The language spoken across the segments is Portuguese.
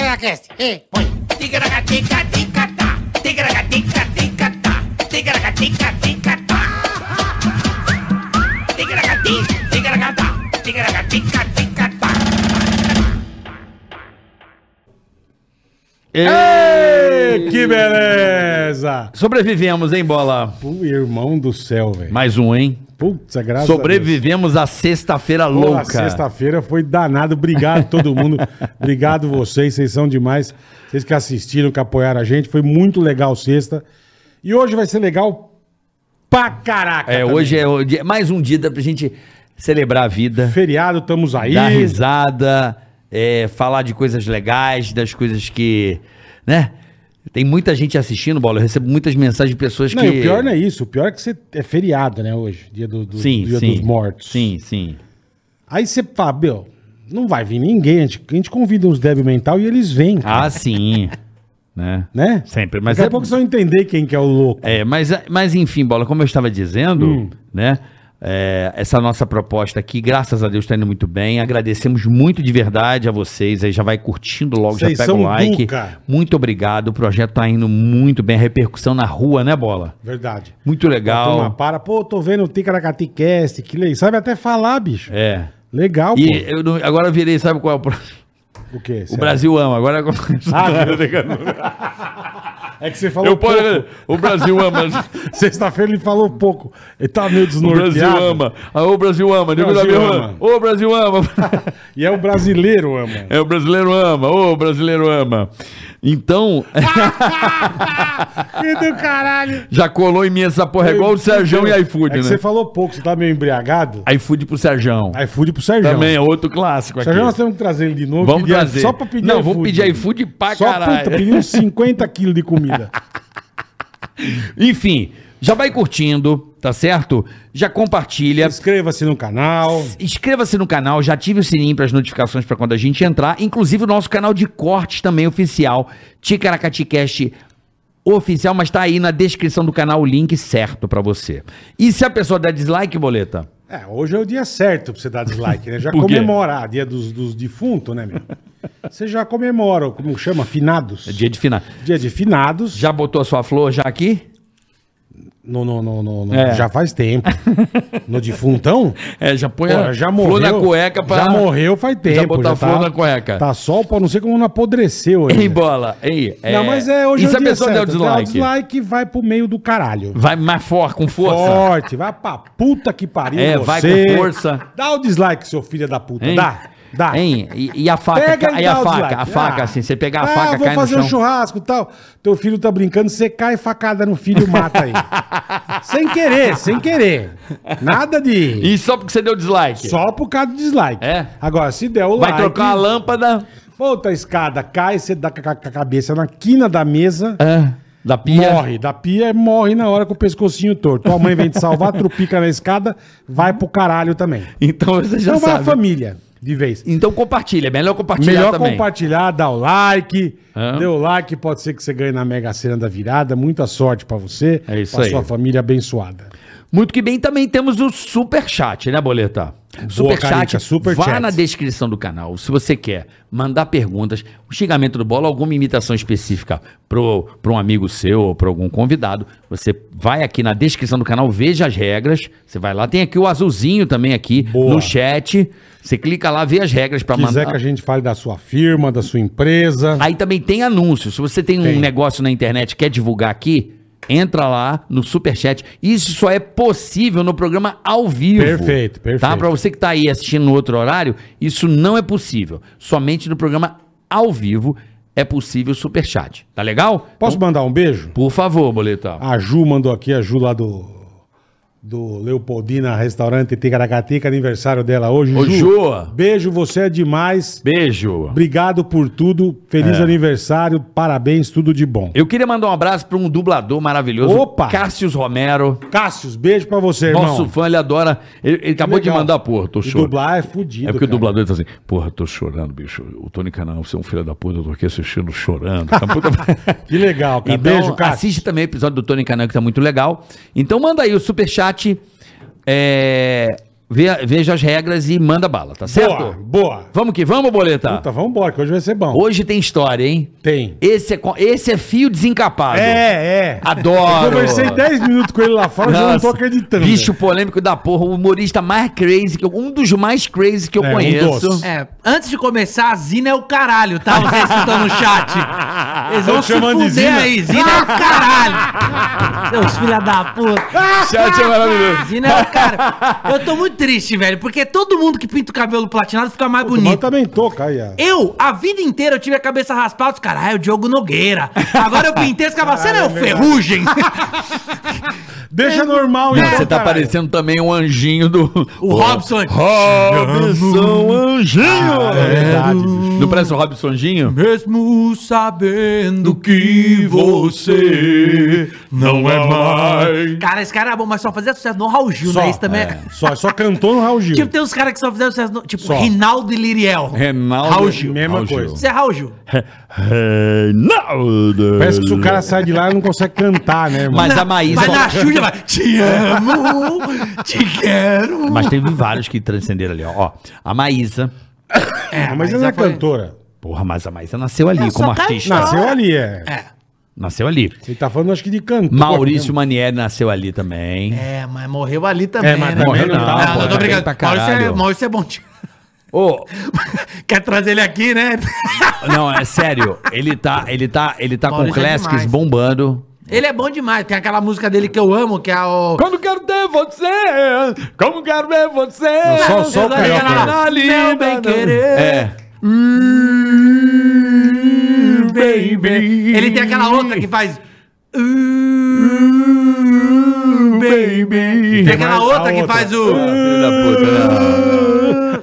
Tigaracast, e põe. Tigaracatica, ticatá. Tigaracatica, ticatá. Tigaracatica, ticatá. Tigaracati, tigaracatá. Tigaracatica, ticatá. Ei, que beleza! Sobrevivemos, hein, bola? Pô, irmão do céu, velho. Mais um, hein? Putz, é graças Sobrevivemos à sexta-feira a Deus. Pô, a louca. Sexta-feira foi danado. Obrigado todo mundo. Obrigado vocês, vocês são demais. Vocês que assistiram, que apoiaram a gente. Foi muito legal sexta. E hoje vai ser legal pra caraca. É, também. hoje é o dia- mais um dia da- pra gente celebrar a vida, Feriado, estamos aí. dar risada, é, falar de coisas legais, das coisas que, né? Tem muita gente assistindo, bola. Eu recebo muitas mensagens de pessoas Não, que e o pior não é isso. O pior é que você é feriado, né, hoje. Dia, do, do- Sim, dia sim. dos mortos. Sim, sim. Aí você fala, meu, não vai vir ninguém. A gente, a gente convida uns débil mental e eles vêm, Ah, sim. né? né? Sempre, mas Daqui é- a pouco vocês vão entender quem que é o louco. É, mas, mas enfim, Bola, como eu estava dizendo, Hum. né? é, essa nossa proposta aqui, graças a Deus, está indo muito bem. Agradecemos muito de verdade a vocês. Aí já vai curtindo logo, Vocês já pega o são like. Duca. Muito obrigado. O projeto tá indo muito bem. A repercussão na rua, né, Bola? Verdade. Muito A turma legal. para, pô, tô vendo o Ticaracatecast, que legal. Sabe até falar, bicho. É. Legal, E eu não- agora eu virei, sabe qual é o próximo? pô. O quê? O Será? Brasil ama. Agora eu Ah, É que você falou eu pouco. posso. O Brasil ama. Sexta-feira ele falou pouco. Ele tá meio O desnorteado. Brasil ama. Ah, o Brasil ama. Digo da Brasil minha ama. ama. O Brasil ama. E é o brasileiro, ama. É, o brasileiro ama, ô, o brasileiro ama. Então, É Que do caralho. já colou em mim essa porra, é igual o Serjão e É iFood, que né? Você falou pouco, você tá meio embriagado. iFood pro Serjão. iFood pro Sérgio. Também é outro clássico aqui. Sérgio, nós temos que trazer ele de novo. Vamos é assim, pedir- trazer. Só pra pedir né? Não, vou pedir iFood pra Só caralho. puta, pedindo 50 quilos de comida. Enfim, já vai curtindo, tá certo? Já compartilha. Inscreva-se no canal. Inscreva-se no canal, já ative o sininho para as notificações para quando a gente entrar. Inclusive o nosso canal de cortes também oficial, Ticaracaticast oficial, mas tá aí na descrição do canal o link certo para você. E se a pessoa der dislike, boleta? É, hoje é o dia certo pra você dar dislike, né? Já Por quê? comemorar, dia dos, dos defuntos, né, meu? Você já comemora, ou como chama? Finados. É dia de final. Dia de finados. Já botou a sua flor já aqui? No, no, no, no, no- É. Já faz tempo. No defuntão? É, já põe Porra, já morreu. flor na cueca pra... Já morreu faz tempo. botar flor na cueca. Tá sol, pô, não sei como não apodreceu ainda. Ei, bola. Ei, é... Não, mas é hoje E se é a pessoa der o Dá o dislike? dislike vai pro meio do caralho. Vai mais forte, com força. Forte, vai pra puta que pariu É, vai com força. Dá o dislike, seu filho da puta. Hein? Dá, dá. Hein? E, e a faca, ca- e e dá a o faca, dislike. a faca Ah. assim, você pegar a Ah, faca, vou cai no fazer chão. um churrasco e tal. Teu filho tá brincando, você cai facada no filho mata aí. sem querer, sem querer. Nada de... E só porque você deu dislike? Só por causa do dislike. É? Agora, se der o Vai like... trocar a lâmpada Outra escada cai, você dá com a com a cabeça na quina da mesa... ah, da pia? É. Morre, da pia morre na hora com o pescocinho torto. Tua mãe vem te salvar, trupica na escada, vai pro caralho também. Então você já então vai a sabe. família, de vez. Então compartilha, é melhor compartilhar Melhor também. compartilhar, dar o like. Ah. Dê o like, pode ser que você ganhe na Mega Sena da virada. Muita sorte pra você, É isso pra aí. sua família abençoada. Muito que bem, também temos o Super Chat, né, Boleta? Super Carica, super Vá chat. na descrição do canal, se você quer mandar perguntas, o xingamento do bola, alguma imitação específica pro, pro um amigo seu ou para algum convidado, você vai aqui na descrição do canal, veja as regras, você vai lá, tem aqui o azulzinho também aqui Boa. no chat, você clica lá, vê as regras para Quiser mandar. que a gente fale da sua firma, da sua empresa. Aí também tem anúncios. Se você tem, Tem. um negócio na internet e quer divulgar aqui, entra lá no Superchat. Isso só é possível no programa ao vivo. Perfeito, perfeito. Tá? Pra você que tá aí assistindo no outro horário, isso não é possível. Somente no programa ao vivo é possível o Superchat. Tá legal? Posso Ah, mandar um beijo? Por favor, boletão. A Ju mandou aqui, a Ju lá do. Do Leopoldina Restaurante Ticaracatica, aniversário dela hoje. Ô, Ju. Beijo, você é demais. Beijo. Obrigado por tudo. Feliz É. aniversário, parabéns, tudo de bom. Eu queria mandar um abraço pra um dublador maravilhoso, Opa! Cássius Romero. Cássios, beijo pra você, irmão. Nosso fã, ele adora. Ele, ele acabou de Legal. mandar, porra, tô E chorando. Dublar é fudido. É porque o cara. dublador tá assim, porra, tô chorando, bicho. O Tony Canal, você é um filho da puta, eu tô aqui assistindo chorando. Tá puta- Que legal, cara. então, Beijo, cara. assiste também o episódio do Tony Canal, que tá muito legal. Então manda aí o superchat. É... Ve- veja as regras e manda bala, tá certo? Boa, boa. Vamos que vamos, boleta. Puta, vambora, que hoje vai ser bom. Ah. Hoje tem história, hein? Tem. Esse é, co- esse é fio desencapado. É, é. Adoro. Conversei 10 minutos com ele lá fora, já não tô Nossa, acreditando. Bicho polêmico da porra, o humorista mais crazy, que eu- um dos mais crazy que eu É, um conheço. doce. É, antes de começar, a Zina é o caralho, tá? Vocês que estão no chat. Eles Tão vão se chamando de fuder Zina. aí. Zina é o caralho. Seus filha da puta. Chat é maravilhoso. Zina é o cara. Eu tô muito triste, velho, porque todo mundo que pinta o cabelo platinado fica mais Mas eu bonito. também tô, Caia. Eu, a vida inteira, eu tive a cabeça raspada. Os caras, ah, é o Diogo Nogueira. Agora eu pintei esse cabelo. Você não é o Caralho, é verdade. Ferrugem? Deixa normal, Não, então, você tá caralho. parecendo também um anjinho do. O Robson. Robson Anjinho! Ah, é verdade, bicho. Não parece o Robson Anjinho? Mesmo sabendo que você não é mais. Cara, esse cara é bom, mas só fazia sucesso no Raul Gil, Só, né? Isso também é. Só, só cantou no Raul Gil. Tipo, tem uns caras que só fizeram sucesso no. Tipo, Só. Rinaldo e Liriel. Reinaldo. Raul Gil. Mesma Raul Gil. coisa. Isso é Raul Gil. Reinaldo. Parece que se o cara sai de lá, não consegue cantar, né, irmão? Mas a Maísa. Mas na Xuxa vai. Te amo, te quero. Mas teve vários que transcenderam ali, ó. Ó, a Maísa. É, Ah, mas mas ela é já foi- cantora. Porra, mas a Maísa nasceu ali Ela só como tá artista. na- Nasceu ali, é. É. Nasceu ali. Ele tá falando, acho que de cantor. né, Maurício Manieri nasceu ali também. É, mas morreu ali também. É, mas né? morreu não, não, pô, não, tá tô bem brincando. pra Maurício é, caralho. Maurício é bom tio. Ô, Quer trazer ele aqui, né? não, é sério. Ele tá, ele tá, ele tá com Maurício é classics demais. bombando. Ele é bom demais. Tem aquela música dele que eu amo, que é o. Quando quero ter você, como quero ver você. só- só o na- carioca na- na- Meu bem querer. É. Hum, baby. Ele tem aquela outra que faz. "Uh", Hum, baby. Tem aquela outra que faz Ah, o. né? Filho da puta.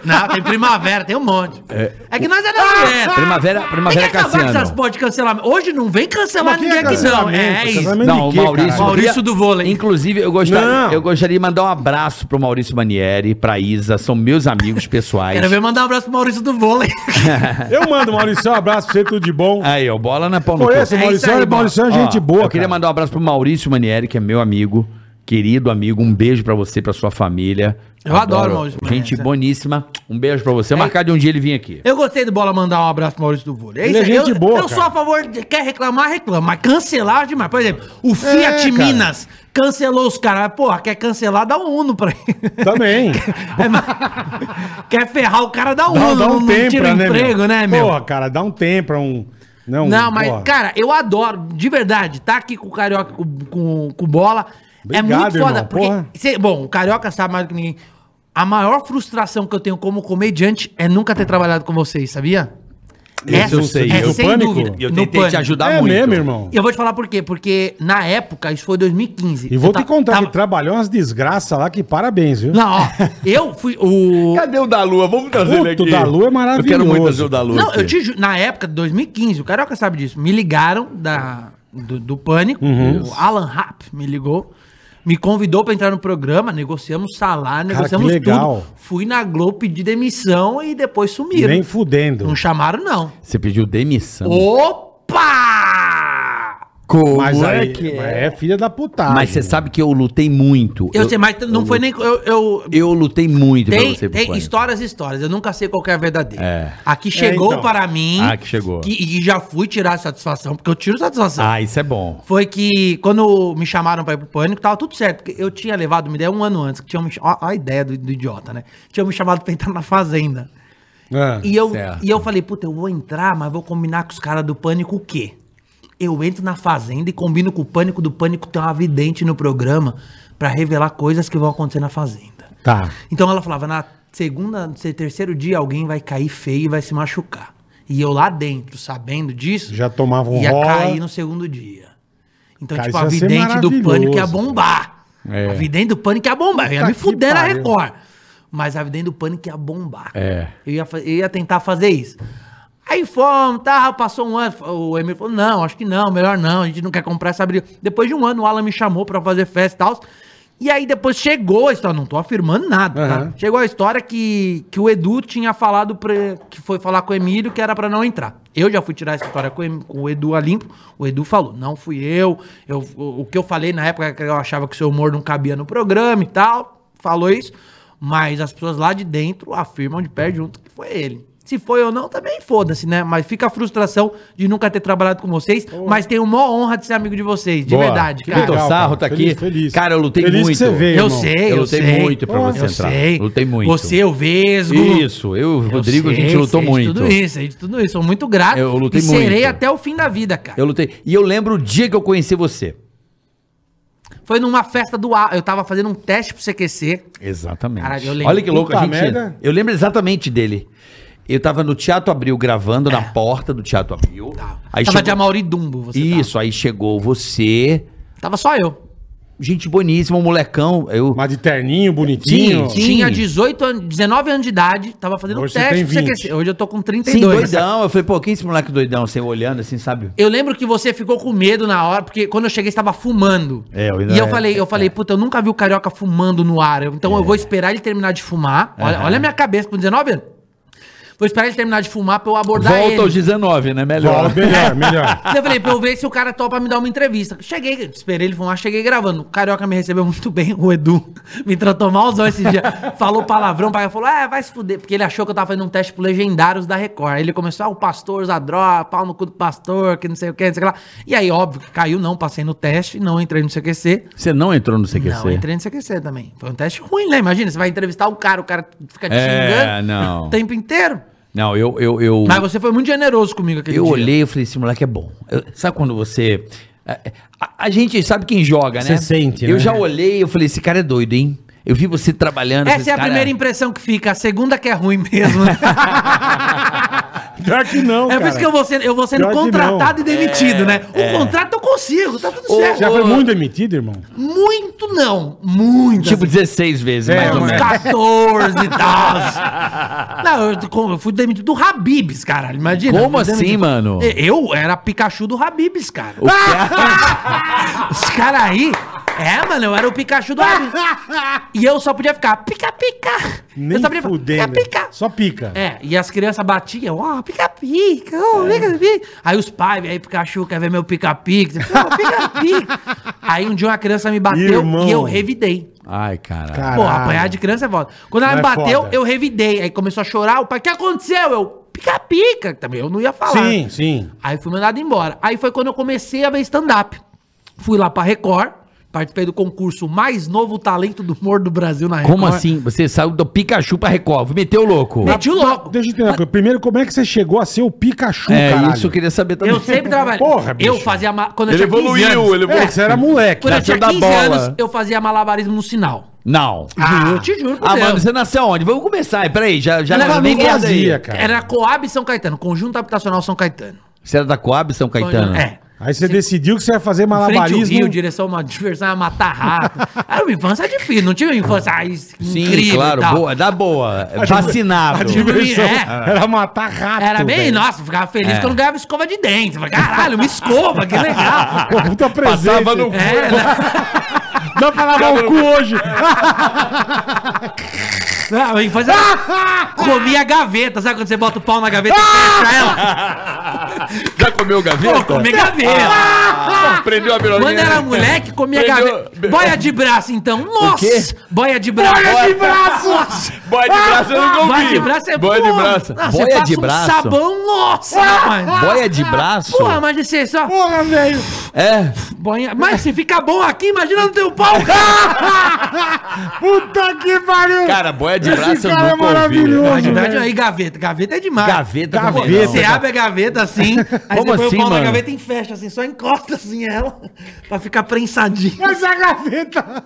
Não, tem primavera, tem um monte. É, que nós é Ah! da mulher. Primavera- primavera tem que acabar Cassiano. com essas porra de cancelamento. Hoje não vem Mas cancelar quem ninguém é aqui, não. cancelamento? É isso. Cancelamento Não, de o quê, Maurício, caralho? Maurício do vôlei. Inclusive, eu gostaria, Não. eu gostaria de mandar um abraço pro Maurício Manieri, pra Isa, são meus amigos pessoais. Quero ver mandar um abraço pro Maurício do vôlei. Eu mando, Maurício, um abraço pra você, tudo de bom. Aí, ó, bola na pau no Conheço o É Maurício, isso aí, o Maurício é uma Ó, gente boa, Eu queria cara. mandar um abraço pro Maurício Manieri, que é meu amigo, querido amigo. Um beijo pra você, pra sua família. Eu adoro o Maurício Manieri, Gente sério. É. boníssima. Um beijo pra você. Marcar de um dia ele vir aqui. Eu gostei do Bola mandar um abraço pro Maurício do Vôlei. Ele é aí. gente eu, boa, Eu cara. sou a favor de quer reclamar, reclama. Mas cancelar é demais. Por exemplo, o Fiat É, cara. Minas cancelou os caras. Mas, Porra, quer cancelar, dá um Uno pra ele. Também. É, mas- quer ferrar o cara, dá um Dá, Uno. dá um não tempo, tira né, emprego, meu? né, meu? Porra, cara, dá um tempo pra um... Não, Não, mas, porra. cara, eu adoro, de verdade, tá aqui com o Carioca, com, com, com bola. é Obrigado, muito irmão, foda. porque porra. cê- bom, o Carioca sabe mais do que ninguém. A maior frustração que eu tenho como comediante é nunca ter trabalhado com vocês, sabia? Esse eu sei, É eu- sem pânico? dúvida. Eu no tentei te pânico. ajudar é muito. mesmo, irmão. E eu vou te falar por quê. Porque na época, isso foi 2015. E vou eu te ta- contar tava- que trabalhou umas desgraças lá que parabéns, viu? tá- Não, ó, eu fui. O... Cadê o da Lua? Vamos trazer Puta, o da Lua é maravilhoso. Eu quero muito trazer o da Lua. Não, aqui. eu te juro, na época, 2015, o Carioca sabe disso. Me ligaram da, do, do Pânico, o Alan Rapp me ligou, me convidou pra entrar no programa, negociamos salário, Cara, que negociamos legal. tudo. Fui na Globo pedir demissão e depois sumiram. Nem fudendo. Não chamaram, não. Você pediu demissão. Opa! Como Mas aí Um que mas é filha da né? putada. Mas você sabe que eu lutei muito. Eu, sei, mas não foi nem. Eu, eu- eu lutei muito tem pro tem Pânico. histórias e histórias. Eu nunca sei qual que é a verdadeira. É. A que chegou então. para mim. A que chegou. que- E já fui tirar satisfação, porque eu tiro satisfação. Ah, isso é bom. foi que quando me chamaram pra ir pro pânico, tava tudo certo. Porque eu tinha levado uma ideia um ano antes, que tinha me, ó, ó a ideia do, do idiota, né? Tinha me chamado pra entrar na fazenda. Ah, E eu, Certo. e eu falei, puta, eu vou entrar, mas vou combinar com os caras do pânico o quê? Eu entro na fazenda e combino com o pânico do pânico ter uma vidente no programa pra revelar coisas que vão acontecer na fazenda. Tá. Então ela falava, na segunda, no se- terceiro dia alguém vai cair feio e vai se machucar. E eu lá dentro, sabendo disso, Já tomava um ia rola. cair no segundo dia. Então, Cara, tipo, a isso ia ser vidente do maravilhoso, pânico ia bombar. É. A vidente do pânico ia bombar. Eu ia Puta me que fuder na pariu. Record. Mas a vidente do pânico ia bombar. É. Eu ia, fa- eu ia tentar fazer isso. Aí fomos, tá, passou um ano. O Emir falou: não, acho que não, melhor não, a gente não quer comprar essa briga. Depois de um ano, o Alan me chamou pra fazer festa e tal. E aí depois chegou a história, não tô afirmando nada, Aham. tá? Chegou a história que, que o Edu tinha falado, pra, que foi falar com o Emílio que era pra não entrar. Eu já fui tirar essa história com, o Em- com o Edu a limpo. O Edu falou, não fui eu, eu. O o que eu falei na época é que eu achava que o seu humor não cabia no programa e tal. Falou isso. Mas as pessoas lá de dentro afirmam de pé junto que foi ele. Se foi ou não, também foda-se, né? Mas fica a frustração de nunca ter trabalhado com vocês, mas tenho mó honra de ser amigo de vocês, de Boa. verdade, Que cara. Vitor Sarro tá Feliz, aqui. feliz. Cara, eu lutei Feliz que muito. você veio. Eu irmão. sei, Eu eu, lutei sei. muito pra você eu entrar. Sei. Lutei muito. Você, o Vesgo. Isso, eu e o Rodrigo, a gente sei, lutou sei de muito. Tudo isso, sei de tudo isso. Sou muito grato. Eu lutei e serei muito. até o fim da vida, cara. Eu lutei. E eu lembro o dia que eu conheci você. Foi numa festa do A. Eu tava fazendo um teste pro CQC. Exatamente. Caralho, eu lembro. Olha que louco a Puta gente. merda. Eu lembro exatamente dele. Eu tava no Teatro Abril gravando na porta do Teatro Abril. Tá. Aí É. Tá. tava tá. chegou... de Amaury Dumbo, você Isso, aí chegou você. Tava. Tava só eu. Gente boníssima, um molecão. Eu... Mas de terninho, bonitinho. Sim. Tinha 18 anos, 19 anos de idade, tava fazendo Hoje um você teste tem pro 20. CQC. Hoje eu tô com Sim, 32. doidão. Eu falei, pô, quem é esse moleque doidão? Você olhando assim, sabe? Eu lembro que você ficou com medo na hora, porque quando eu cheguei, você tava fumando. É, eu ainda- E eu é, falei, eu falei, puta, eu nunca vi o carioca fumando no ar. eu- Então eu vou esperar ele terminar de fumar. Olha, Aham. olha a minha cabeça com 19 anos. Vou esperar ele terminar de fumar pra eu abordar Volta ele. aos 19, né? Melhor. Ó, melhor, melhor. Daí Eu falei, pra eu ver se o cara topa me dar uma entrevista. Cheguei, esperei ele fumar, cheguei gravando. O Carioca me recebeu muito bem, o Edu me tratou malzão esse dia. Falou palavrão, o pai falou, é, vai se fuder. Porque ele achou que eu tava fazendo um teste pro Legendários da Record. Aí ele começou, ah, o pastor usa droga, pau no cu do pastor, que não sei o que, não sei o que lá. E aí, óbvio que caiu, não, passei no teste, não entrei no CQC. Você não entrou no CQC. Não, entrei no CQC também. Foi um teste ruim, né? Imagina, você vai entrevistar o cara, o cara fica te É, xingando não. o tempo inteiro. Não, eu. eu, eu... Mas você foi muito generoso comigo aquele Eu dia. olhei e falei, esse moleque é bom. Eu- sabe quando você. A, a- a gente sabe quem joga, né? Você sente, Eu né? já olhei e eu falei, esse cara é doido, hein? Eu vi você trabalhando. Essa é a primeira empresa. impressão que fica, a segunda que é ruim mesmo. Pior que não, é por isso que eu vou sendo, eu vou sendo Pior que contratado e demitido, né? O contrato eu consigo, tá tudo certo. Já foi muito emitido, irmão? Muito não, muito. Tipo né? assim, 16 vezes, É, mais ou uns mas- menos. 14 e tal. Não, eu, com- eu fui demitido do Habibs, cara. Imagina. Como eu fui assim, demitido- mano? Eu era Pikachu do Habibs, cara. Ah, O é? cara- Os caras aí. É, mano, eu era o Pikachu do Habibs. E eu só podia ficar pica-pica. Nem eu só podia ficar fudendo. pica-pica. Só pica. É, e as crianças batiam, ó, pica-pica, ó, É. pica-pica. Aí os pais, aí Pikachu quer ver meu pica-pica, Pô, pica-pica. aí um dia uma criança me bateu Irmão. e eu revidei. Ai, cara. Caralho. Pô, apanhar de criança é foda. Quando ela Não me é bateu, foda. eu revidei. Aí começou a chorar, o pai, o que aconteceu? Eu, pica-pica. Também eu não ia falar. Sim, sim. Aí fui mandado embora. Aí foi quando eu comecei a ver stand-up. Fui lá pra Record, participei do concurso Mais Novo Talento do Humor do Brasil na Record. Como assim? Você saiu do Pikachu pra Record? Meteu o louco. Meti o louco. Deixa eu entender uma coisa. Primeiro, como é que você chegou a ser o Pikachu, É, caralho? isso eu queria saber também. Eu sempre trabalhei. Porra, bicho. Eu fazia. ma- Quando eu tinha 15 anos- ele É, que você era moleque. Quando eu Nasceu tinha da 15 bola. anos, eu fazia malabarismo no sinal. Não. Ah, eu te juro por Ah, Deus. mano, você nasceu onde? Vamos começar aí, peraí. Já, já Ela já não nem fazia, guarda aí. cara. Era na Coab São Caetano, Conjunto Habitacional São Caetano. Você era da Coab, São Caetano? É. Aí você decidiu que você ia fazer Frente ao malabarismo. Rio, direção a uma diversão, a matar rato. Era uma infância difícil, não tinha uma infância ah, isso, Sim, incrível claro, e tal. boa, dá boa. Vacinado. A diversão É. era matar rato. Era bem, velho. nossa, ficava feliz É. quando ganhava escova de dente. Eu falava, Caralho, uma escova, que legal. Pô, puta presente. Passava no cu. É, né? Dá pra lavar o cu hoje. Não, a infância era- comia gaveta, sabe quando você bota o pau na gaveta e fecha ela? Já comeu gaveta? então? Pô, comer gaveta. Prendeu é a pirolinha. Quando era moleque, comia Prendeu- gaveta. Boia de braço, então. Nossa! Boia de braço. Olha de braço. Boia de braço, eu nunca Ah, Boia de ouvi. braço é Boia de porra. braço. Ah! Não, você Boia passa de um braço. sabão, nossa, rapaz. Boia de braço? Porra, mas você só. Uh! Porra, velho. É. Boia... Mas se fica bom aqui, imagina no teu pau. Puta que pariu. Cara, boia de Esse braço eu cara é nunca ouvi. maravilhoso. Boia de braço, aí, gaveta. Gaveta é demais. Gaveta, como Gaveta. não? Você abre a gaveta assim, aí Como você assim, põe o pau mano? na gaveta e fecha assim, só encosta assim ela, pra ficar prensadinha. Mas a gaveta.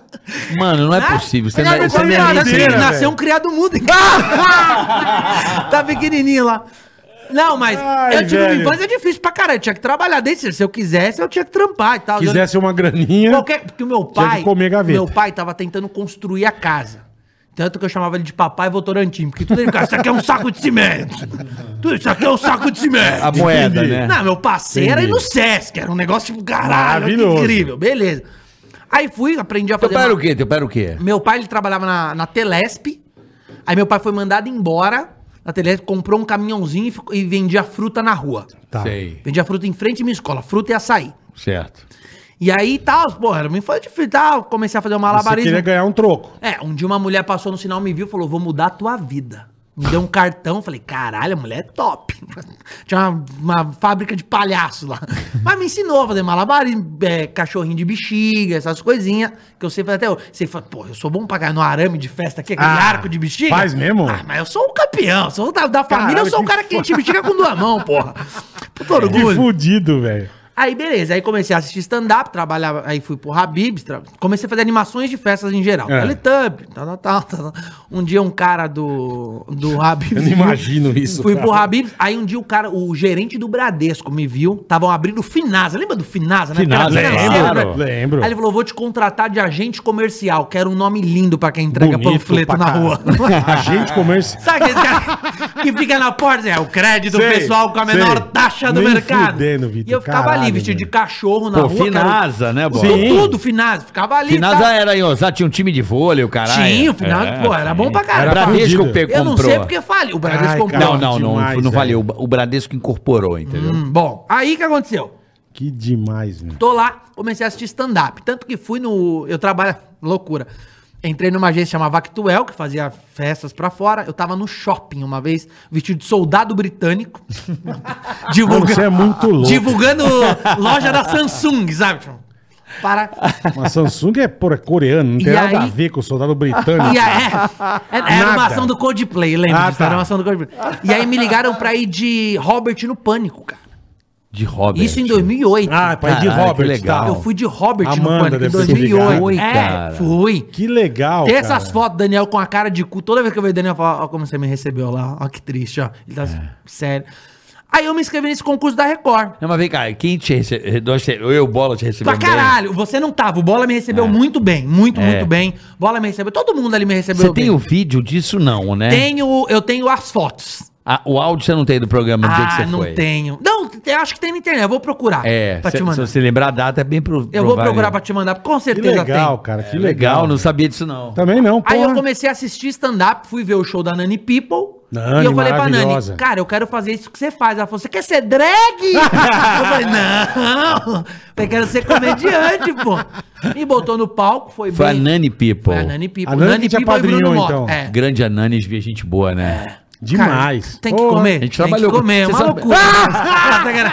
Mano, não é Ah, possível. Você a não é, gaveta você não é virada, nem assim, criança. né? Nasceu um criado mudo. em casa. tá pequenininho lá. Não, mas Ai, eu tive velho. uma infância é difícil pra caralho. Eu tinha que trabalhar desde se eu quisesse, eu tinha que trampar e tal. Eu- Quisesse uma graninha. qualquer, porque o meu Tinha pai, que comer gaveta. meu pai tava tentando construir a casa. Tanto que eu chamava ele de papai Votorantim, porque tudo ele ficava, isso aqui é um saco de cimento. Tudo isso aqui é um saco de cimento. A moeda, Entendi. né? Não, meu passeio era ir no Sesc, era um negócio tipo, caralho, que Maravilhoso. incrível, beleza. Aí fui, aprendi a Teu fazer... pai era ma- o quê? Teu pai era o quê? meu pai ele trabalhava na, na Telesp. Aí meu pai foi mandado embora na Telesp, comprou um caminhãozinho e, ficou- e vendia fruta na rua. Tá. Sei. Vendia fruta em frente à minha escola, fruta e açaí. Certo. E aí tal, porra, era uma infância difícil, tal, comecei a fazer um Você malabarismo. queria ganhar um troco. É, um dia uma mulher passou no sinal, me viu e falou: vou mudar a tua vida. Me deu um cartão, falei, caralho, a mulher é top. Tinha uma, uma fábrica de palhaço lá. Mas me ensinou a fazer malabarismo, é, cachorrinho de bexiga, essas coisinhas. Que eu sei fazer até hoje. Você fala, pô, eu sou bom pra ganhar no arame de festa aqui, aquele Ah, arco de bexiga. faz mesmo? Ah, mas eu sou o campeão, sou da, da família, Caralho, eu sou o que cara que enche bexiga com duas mãos, porra. Puto Que orgulho. fudido, velho. Aí, beleza. Aí comecei a assistir stand-up, trabalhava. Aí fui pro Habibs, tra- comecei a fazer animações de festas em geral. É. Teletubb, tal, tal, tal, tal, tal. Um dia um cara do, do Habibs. Eu não imagino isso, Fui pro cara. Habibs. Aí um dia o cara, o gerente do Bradesco me viu. Estavam abrindo o Finasa. Lembra do Finasa, né? Finasa, Aquela financeira, lembro, né? claro. Lembro. Aí ele falou: vou te contratar de agente comercial. Quero um nome lindo pra quem entrega Bonito pra panfleto na caralho. rua. Agente comercial. Sabe aquele cara que fica na porta? É o crédito Sei, pessoal com a menor sei. taxa do Nem mercado. fudendo, Vitor, e eu ficava caralho, ali, vestido velho. de cachorro na Pô, rua. Finasa, né, Bom? Bola? Sim. Tudo Finasa. Ficava ali. Finasa tá? era em Osasco, tinha um time de vôlei, o caralho. Tinha, o Finasa, É. pô, É, era bom pra caralho. O Bradesco Era pegou, Eu não comprou. sei porque falei. O Bradesco Ai, comprou. Não, não, não, Demais, não é. valeu. O Bradesco incorporou, entendeu? Hum, bom, aí o que aconteceu? Que demais, meu. Tô lá, comecei a assistir stand-up. Tanto que fui no. Eu trabalho. Loucura. Entrei numa agência chamada Actuel, que fazia festas pra fora. Eu tava no shopping uma vez, vestido de soldado britânico. divulga- Mano, você é muito louco. Divulgando loja da Samsung, sabe? Tipo, Para. Mas Samsung é, porra, coreano, não tem E nada a aí- ver com o soldado britânico. E aí, é, é- era uma Ah, tá. Nada. ação do Coldplay, lembra Ah, disso? Era tá. uma ação do Coldplay. E aí me ligaram pra ir de Robert no Pânico, cara. De Robert. Isso em 2008. Ah, pai de Caralho, que Robert, legal. tá. Eu fui de Robert Amanda no Pânico em deve ter ligado. 2008. Foi, é, cara. fui. Que legal, Tem essas cara. fotos, Daniel, com a cara de cu. Toda vez que eu vejo o Daniel, eu falo, ó, como você me recebeu lá. Ó, que triste, ó. Ele tá É. sério. Aí eu me inscrevi nesse concurso da Record. Não, mas vem cá, quem te recebeu? Eu, Bola, te recebeu Pra caralho, você não tava. O Bola me recebeu muito bem, muito, É. muito bem. Bola me recebeu, todo mundo ali me recebeu Você tem bem. o vídeo disso, não, né? Tenho, eu tenho as fotos. Ah, o áudio você não tem do programa do dia que Ah, você não foi. tenho. Não, eu acho que tem na internet, eu vou procurar. É, pra se, te se mandar. você lembrar a data, é bem pro, Eu vou provável. É, procurar pra te mandar, com Que certeza legal, tem. cara, que Legal, legal. não sabia disso, não. Tá Também não, porra. Aí eu comecei a assistir stand-up, fui ver o show da Nani People. Nani, e eu falei pra maravilhosa. Nani, cara, eu quero fazer isso que você faz. Ela falou, você quer ser drag? eu falei, não, eu quero ser comediante, pô. Me botou no palco, foi, Foi a bem. Nani People. Foi a Ah, Nani People. A Nani que te apadrinhou, Mota. então. É. Grande Ananis, via gente boa, né? Demais. Cara, tem que Porra. comer. gente trabalhou com- Tem que comer, é Você uma sabe- loucura.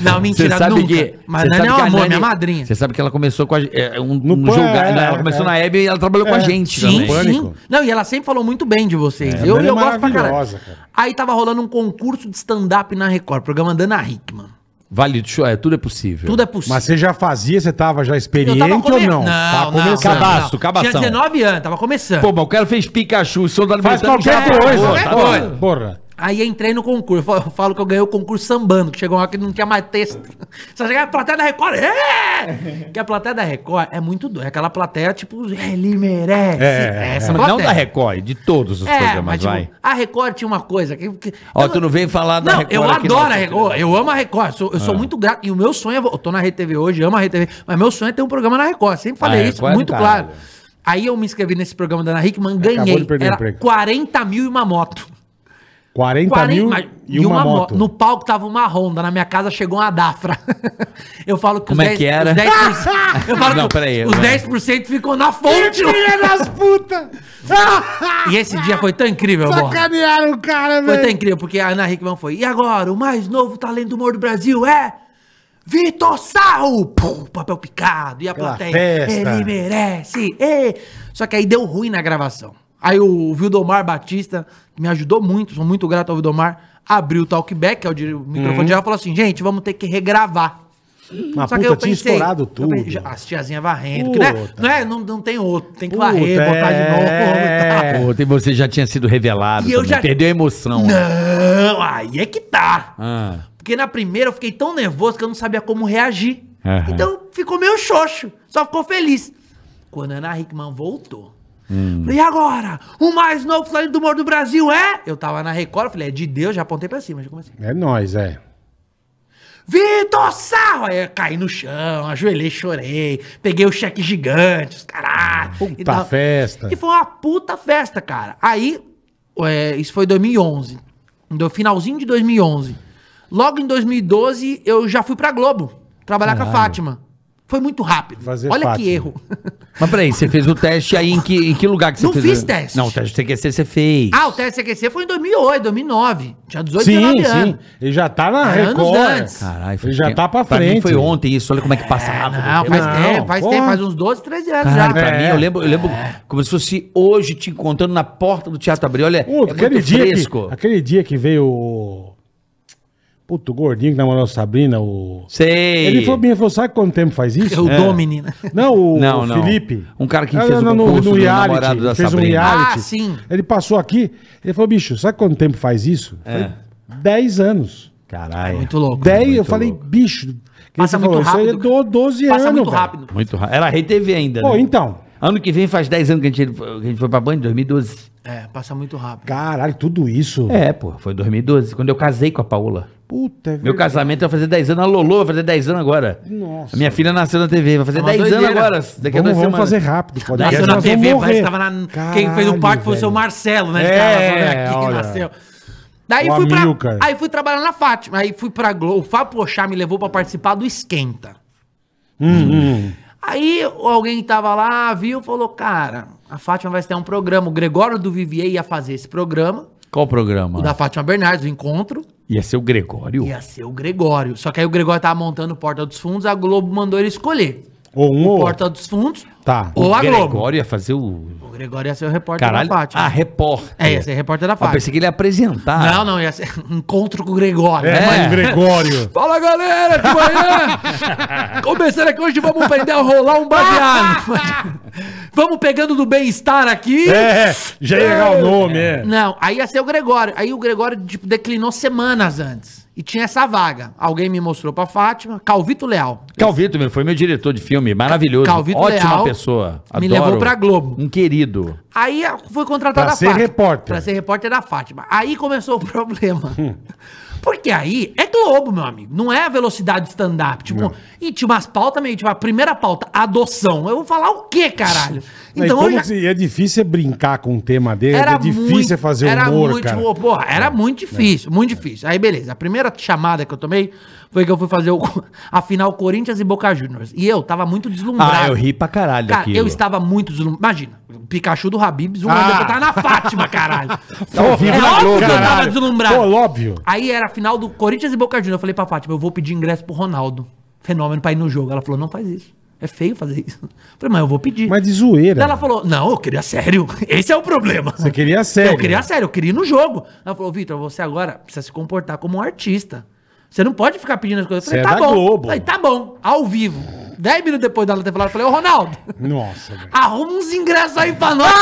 Não, mentira, Você sabe nunca. que. Mas você a sabe Nani é um que amor, Nani- minha madrinha. Você sabe que ela começou com a. É, um, No um Pan, julga- é, né, ela é, começou é. na Hebe e ela trabalhou com a É, gente Sim, também. Pânico. sim. Não, e ela sempre falou muito bem de vocês. eu ela é eu gosto pra caralho. maravilhosa, cara. Aí tava rolando um concurso de stand-up na Record, programa da Ana Hickman. Vale, deixa eu- é, tudo é possível. Tudo é possível. Mas você já fazia, você tava já experiente ou come- não? Tá Não, não, começando. não, Cabaço, não. cabação. Tinha 19 anos, tava começando. Pô, mas o cara fez Pikachu, soldado Faz Tá Britânico, qualquer já- coisa, Pô, né? tá porra. doido. Porra. Aí entrei no concurso. Eu falo que eu ganhei o concurso sambando, que chegou uma hora que não tinha mais texto. Só chegava a plateia da Record. É! Porque a plateia da Record é muito doida. É aquela plateia, tipo, ele merece. É, essa Mas não plateia. da Record, de todos os É, programas, mas tipo, vai. a Record tinha uma coisa. Que, que- Ó, eu tu não veio falar da Não, Record eu aqui, adoro não. Ah. a Record. Eu amo a Record. sou- eu sou muito grato. E o meu sonho é. vo- Eu tô na RedeTV hoje, amo a RedeTV. Mas meu sonho é ter um programa na Record. Sempre falei A isso, Record é do muito caralho. claro. Aí eu me inscrevi nesse programa da Ana Hickman, Acabou de ganhei. perder o Era emprego. 40 mil e uma moto. 40, 40 mil mas- e uma, moto. No palco tava uma Honda, na minha casa chegou uma Dafra. Eu falo que Como é que era? os 10%, eu falo Não, que peraí, os né? 10% ficam na fonte. Filha das putas! e esse dia foi tão incrível, amor. Sacanearam o cara, Foi tão velho. incrível, porque a Ana Hickman foi. E agora, o mais novo talento do humor do Brasil é. Vitor Sarro! Pum, papel picado. E a Aquela plateia. festa. Ele merece. Ê. Só que aí deu ruim na gravação. Aí o Vildomar Batista, que me ajudou muito, sou muito grato ao Vildomar, abriu o talkback, que é o, dire- o microfone Uhum. geral, e falou assim: gente, vamos ter que regravar. Mas Só puta, que eu tinha pensei, estourado eu tudo. pensei, as tiazinhas varrendo, que, né? Puta. Não, é, não, não tem outro, tem que Puta, varrer, botar de novo. é. tá? Pô, tem- você já tinha sido revelado. E eu também. já- Perdeu a emoção. né? Não, aí é que tá. Ah. Porque na primeira eu fiquei tão nervoso que eu não sabia como reagir. Aham. Então ficou meio xoxo, só ficou feliz. Quando a Ana Hickman voltou, falei, e agora? O mais novo flamengo do humor do Brasil é? Eu tava na Record, eu falei, é de Deus, já apontei pra cima, já comecei. É nóis, é. Vitor Sarro! Aí eu caí no chão, ajoelhei, chorei, peguei o cheque gigante, os caralho. Puta e tal. festa. E foi uma puta festa, cara. Aí, é, isso foi em 2011, no finalzinho de 2011. Logo em 2012, eu já fui pra Globo, trabalhar com a Fátima. Foi muito rápido. Fazer Olha Fátima. que erro. Mas peraí, você fez o teste aí em que, em que lugar que você Não fez? fiz o- teste. Não, o teste do TQC você fez. ah, o teste CQC foi em 2008, 2009. Tinha 18, Sim, 19 sim. anos. Ele já tá na Anos Record. antes. Caralho, Ele já tempo. tá pra Pra mim frente. foi ontem isso, olha como é que passa rápido. Não, faz Não, tempo, faz porra. tempo, faz uns 12, 13 anos Caralho, já. pra É. mim, eu lembro, eu lembro como se fosse hoje te encontrando na porta do Teatro Abril. Olha, Ô, é aquele, muito dia fresco. que, aquele dia que veio o. Puto, o gordinho que namorou a Sabrina, o. Sei. É Ele falou pra mim e falou: sabe quanto tempo faz isso? É. Eu né? dou, menina. Não, o, Não, o não. Felipe. Um cara que Ah, fez o não, no- concurso no do reality, namorado da fez Sabrina. Um reality. Ah, sim. Ele passou aqui, ele falou, bicho, sabe quanto tempo faz isso? Eu É. falei, 10 anos. Caralho. É Muito louco. 10, eu falei, bicho, que Passa você muito isso aí é rápido, do- 12 Passa anos. muito velho. rápido. Muito rápido. Era Rede TV ainda. Pô, né? então, Ano que vem faz 10 anos que a gente, que a gente foi pra Band, 2012. É, passa muito rápido. caralho, tudo isso. É, pô, foi 2012, quando eu casei com a Paola. Puta, é Meu verdade. casamento vai fazer 10 anos, a Lolô vai fazer 10 anos agora. A Nossa. minha filha nasceu na TV, vai fazer Uma 10 anos doideira. agora, daqui a vamos, duas vamos semanas. fazer rápido. pode Nasceu ser, na nós vamos TV, parece morrer. que tava na... Quem fez o Caralho, parque foi o seu velho. Marcelo, né? de É, Carnaval, né, aqui que olha. nasceu. Daí O fui, pra, Amilcar. aí fui trabalhar na Fátima, aí fui pra Globo. O Fábio Pochá me levou pra participar do Esquenta. Hum, hum. Aí alguém tava lá, viu, falou, cara, a Fátima vai ter um programa. O Gregório do Vivier ia fazer esse programa, Qual o programa? o da Fátima Bernardes, o encontro. Ia ser o Gregório. Ia ser o Gregório. Só que aí o Gregório tava montando o Porta dos Fundos, a Globo mandou ele escolher. Ou um ou outro. Porta dos Fundos Tá. ou a Gregório Globo. ia fazer o. O Gregório ia ser o repórter Caralho. da Fátima. Ah, repórter. É, ia ser repórter da Eu Fátima. pensei que ele ia apresentar. Não, não, ia ser encontro com o Gregório. É, Mas- mas Gregório. Fala galera, de manhã! Começando aqui hoje, vamos aprender a rolar um baseado. vamos pegando do bem-estar aqui. É, já ia errar o nome, é. Não, aí ia ser o Gregório. Aí o Gregório, tipo, declinou semanas antes. E tinha essa vaga. Alguém me mostrou pra Fátima, Calvito Leal. Calvito, meu, foi meu diretor de filme, maravilhoso. Calvito Ótima Leal pessoa. me levou pra Globo. Um querido. Aí a- fui contratado Pra a ser repórter. Pra ser repórter da Fátima. Aí começou o problema. Porque aí é Globo, meu amigo. Não é a velocidade stand-up. Tipo, e tinha umas pautas meio, tipo, a primeira pauta, adoção. Eu vou falar o quê, caralho? Não, e Então eu como já- se- é difícil você brincar com um tema dele, é difícil você fazer era humor, muito, cara. É, né? Porra, era muito difícil, muito difícil. Aí, beleza. A primeira chamada que eu tomei foi que eu fui fazer o, a final Corinthians e Boca Juniors. E eu tava muito deslumbrado. Ah, eu ri pra caralho Cara, daquilo. eu estava muito deslumbrado. Imagina, o Pikachu do Habibs, um Ah. ano depois eu tava na Fátima, caralho. Ao vivo é na óbvio Globo, que eu tava caralho. deslumbrado. Pô, óbvio. Aí era a final do Corinthians e Boca Juniors. Eu falei pra Fátima, eu vou pedir ingresso pro Ronaldo. Fenômeno pra ir no jogo. Ela falou, não faz isso. É feio fazer isso. Eu falei, mas eu vou pedir. Mas de zoeira. Daí Ela falou, não, eu queria sério. Esse é o problema. Você queria sério. Eu queria sério, eu queria ir no jogo. Ela falou, Vitor, você agora precisa se comportar como um artista. Você não pode ficar pedindo as coisas. Eu Você falei, é tá da bom. Globo. Eu Falei, tá bom, ao vivo. Dez minutos depois dela ter falado, eu falei, ô Ronaldo, Nossa, velho. arruma uns ingressos aí pra nós.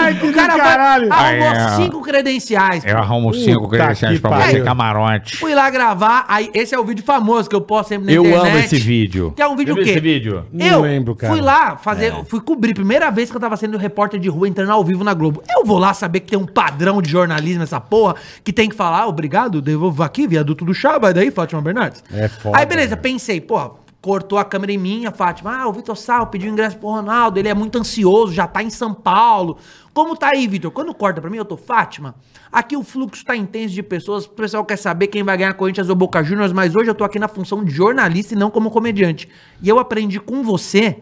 Ai, que O cara do vai, caralho. Ah, é. arrumou cinco credenciais. Eu arrumo Puta cinco credenciais que pra você, pariu. camarote. Fui lá gravar, aí esse é o vídeo famoso que eu posto sempre na Eu internet. amo esse vídeo. Que é um vídeo Você viu o quê? esse vídeo? Não eu lembro, cara. fui lá fazer, fui cobrir, primeira vez que eu tava sendo repórter de rua, entrando ao vivo na Globo. Eu vou lá saber que tem um padrão de jornalismo essa porra, que tem que falar, "Ah, obrigado, devolvo aqui, viaduto do chá, vai daí, Fátima Bernardes. É foda, Aí beleza, né? pensei, porra, cortou a câmera em mim, a Fátima, ah, o Vitor Sal pediu ingresso pro Ronaldo, ele é muito ansioso, já tá em São Paulo. Como tá aí, Vitor? Quando corta pra mim, eu tô, Fátima, aqui o fluxo tá intenso de pessoas, o pessoal quer saber quem vai ganhar Corinthians ou Boca Juniors, mas hoje eu tô aqui na função de jornalista e não como comediante. E eu aprendi com você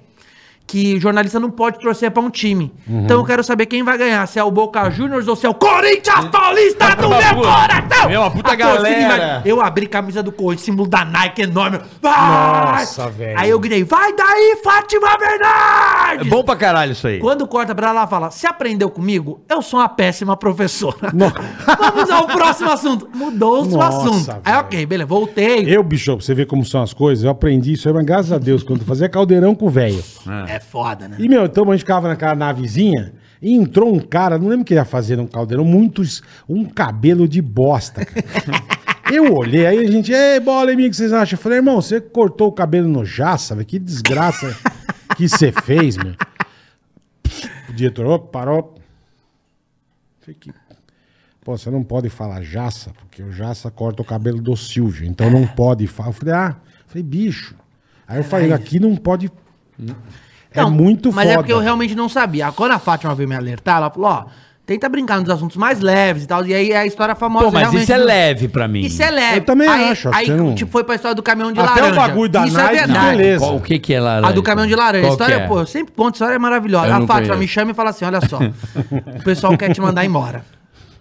que jornalista não pode torcer pra um time. Uhum. Então eu quero saber quem vai ganhar, se é o Boca Juniors ou se é o Corinthians Paulista do meu puta. coração! Meu, Uhum. a puta torcida galera. invade- eu abri camisa do Corinthians, símbolo da Nike enorme. Vai! Nossa, velho. Aí eu gritei, vai daí, Fátima É Bernardes! bom pra caralho isso aí. Quando corta pra lá, ela fala, se aprendeu comigo, eu sou uma péssima professora. Vamos ao próximo assunto. Mudou-se o Nossa, assunto. Aí, velho. ok, beleza, voltei. Eu, bicho, pra você ver como são as coisas, eu aprendi isso aí, mas graças a Deus, quando eu fazia caldeirão com o velho. É foda, né? E, meu, então a gente ficava naquela navezinha e entrou um cara, não lembro o que ele ia fazer um caldeirão, muitos. um cabelo de bosta, cara. Eu olhei, aí a gente, ei, bola, amigo, o que vocês acham? Eu falei, irmão, você cortou o cabelo no jaça, velho, que desgraça que você fez, meu. O diretor, opa, parou. Falei, "Que- Pô, você não pode falar jaça, porque o jaça corta o cabelo do Silvio, então não pode falar. Eu falei, ah, eu falei, bicho. Aí eu falei, aqui não pode. É Não, muito Mas foda. Então, é porque eu realmente não sabia. Quando a Fátima veio me alertar, ela falou, ó, Tenta brincar nos assuntos mais leves e tal. E aí é a história famosa. Pô, mas realmente isso é do- leve pra mim. Isso é leve. Eu também aí, acho, acho Aí, que não- tipo, foi pra história do caminhão de Até laranja. o bagulho da Isso Nike, é verdade. beleza. Qual- o que que é laranja? A do caminhão de laranja. A Qual história, que é? pô, eu sempre conto, a história é maravilhosa. Eu a não Fátima conheço. me chama e fala assim: olha só, o pessoal quer te mandar embora.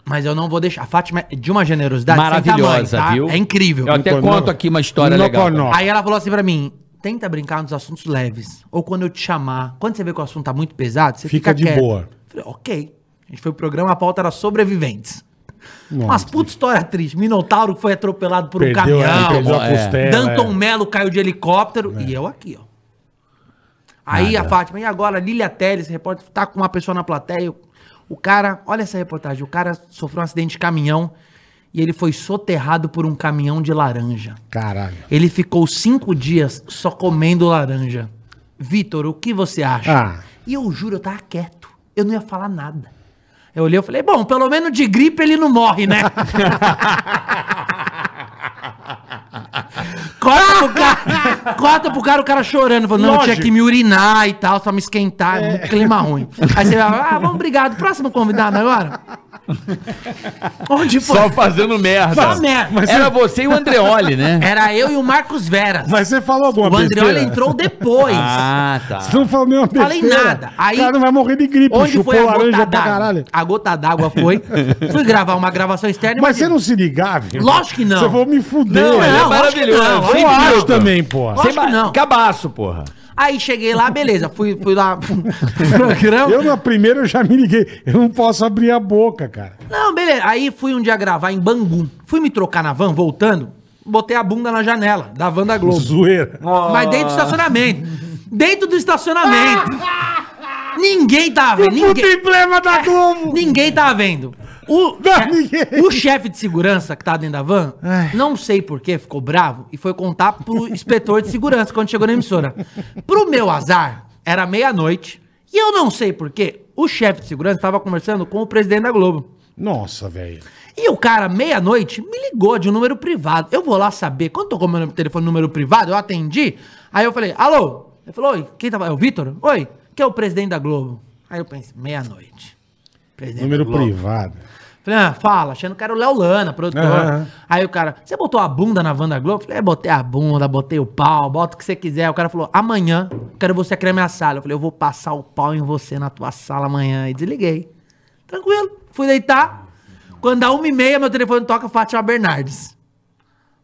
Mas eu não vou deixar. A Fátima é de uma generosidade sem Maravilhosa, tamanho, tá? viu? É incrível. Eu até Não conheço. conto aqui uma história Não legal. conheço. Aí ela falou assim pra mim: tenta brincar nos assuntos leves. Ou quando eu te chamar, quando você vê que o assunto tá muito pesado, você Fica fica, de quieto. boa. Falei, ok. A gente foi pro programa, a pauta era sobreviventes. Nossa. Umas puta história triste. Minotauro que foi atropelado por Perdeu, um é, caminhão. perdeu a é. costela. Danton é. Melo caiu de helicóptero e eu aqui, ó. Aí a Fátima, e agora? Lilia Teles, repórter, tá com uma pessoa na plateia. O cara, olha essa reportagem, o cara sofreu um acidente de caminhão e ele foi soterrado por um caminhão de laranja. Caralho. Ele ficou cinco dias só comendo laranja. Vitor, o que você acha? Ah. E eu juro, eu tava quieto. Eu não ia falar nada. Eu olhei e falei, bom, pelo menos de gripe ele não morre, né? corta, pro cara, corta pro cara, o cara chorando. Falando, não, eu tinha Lógico. É. que me urinar e tal, só me esquentar, um clima ruim. Aí você vai, ah, vamos, obrigado. Próximo convidado agora. Onde foi? Só fazendo merda. Só merda. É. Mas Era você e o Andreoli, né? Era eu e o Marcos Veras. Mas você falou alguma O Andreoli besteira? entrou depois. Ah, tá. Você não falou nenhuma Falei nada. Aí- O cara não vai morrer de gripe. Onde chupou foi a laranja gota pra caralho. d'água? A gota d'água foi. Fui gravar uma gravação externa. Mas você imagina. não se ligava? irmão? Lógico que não. Você falou me fuder. Não, velho. ele é lógico que maravilhoso. não, Sem eu acho filtro. também, porra. Lógico Sem ba- que não. Cabaço, porra. Aí cheguei lá, beleza. Fui, fui lá pro programa. Eu na primeira eu já me liguei. Eu não posso abrir a boca, cara. Não, beleza. Aí fui um dia gravar em Bangu. Fui me trocar na van, voltando. Botei a bunda na janela da van da Globo. Zoeira. Mas dentro do estacionamento. Dentro do estacionamento. Ninguém tava vendo. Puta Ninguém, emblema da Globo. ninguém tava vendo. O, Não, ninguém. o chefe de segurança que tava dentro da van, não sei porquê, ficou bravo e foi contar pro inspetor de segurança quando chegou na emissora. Pro meu azar, era meia-noite. E eu não sei porquê, o chefe de segurança tava conversando com o presidente da Globo. Nossa, velho. E o cara, meia-noite, me ligou de um número privado. Eu vou lá saber. Quando tocou meu telefone número privado, eu atendi. Aí eu falei, alô? Ele falou, oi, quem tava? É o Vitor? Oi, que é o presidente da Globo? Aí eu pensei, meia-noite. Presidente da Número Globo. privado. Falei, ah, fala, achando que era o Léo Lana, produtor. Aham. Aí o cara, você botou a bunda na Wanda Globo? Falei, é, botei a bunda, botei o pau, bota o que você quiser. O cara falou, amanhã quero você aqui na minha sala. Eu falei, eu vou passar o pau em você na tua sala amanhã. E desliguei. Tranquilo, fui deitar. Quando dá uma e meia, meu telefone toca Fátima Bernardes.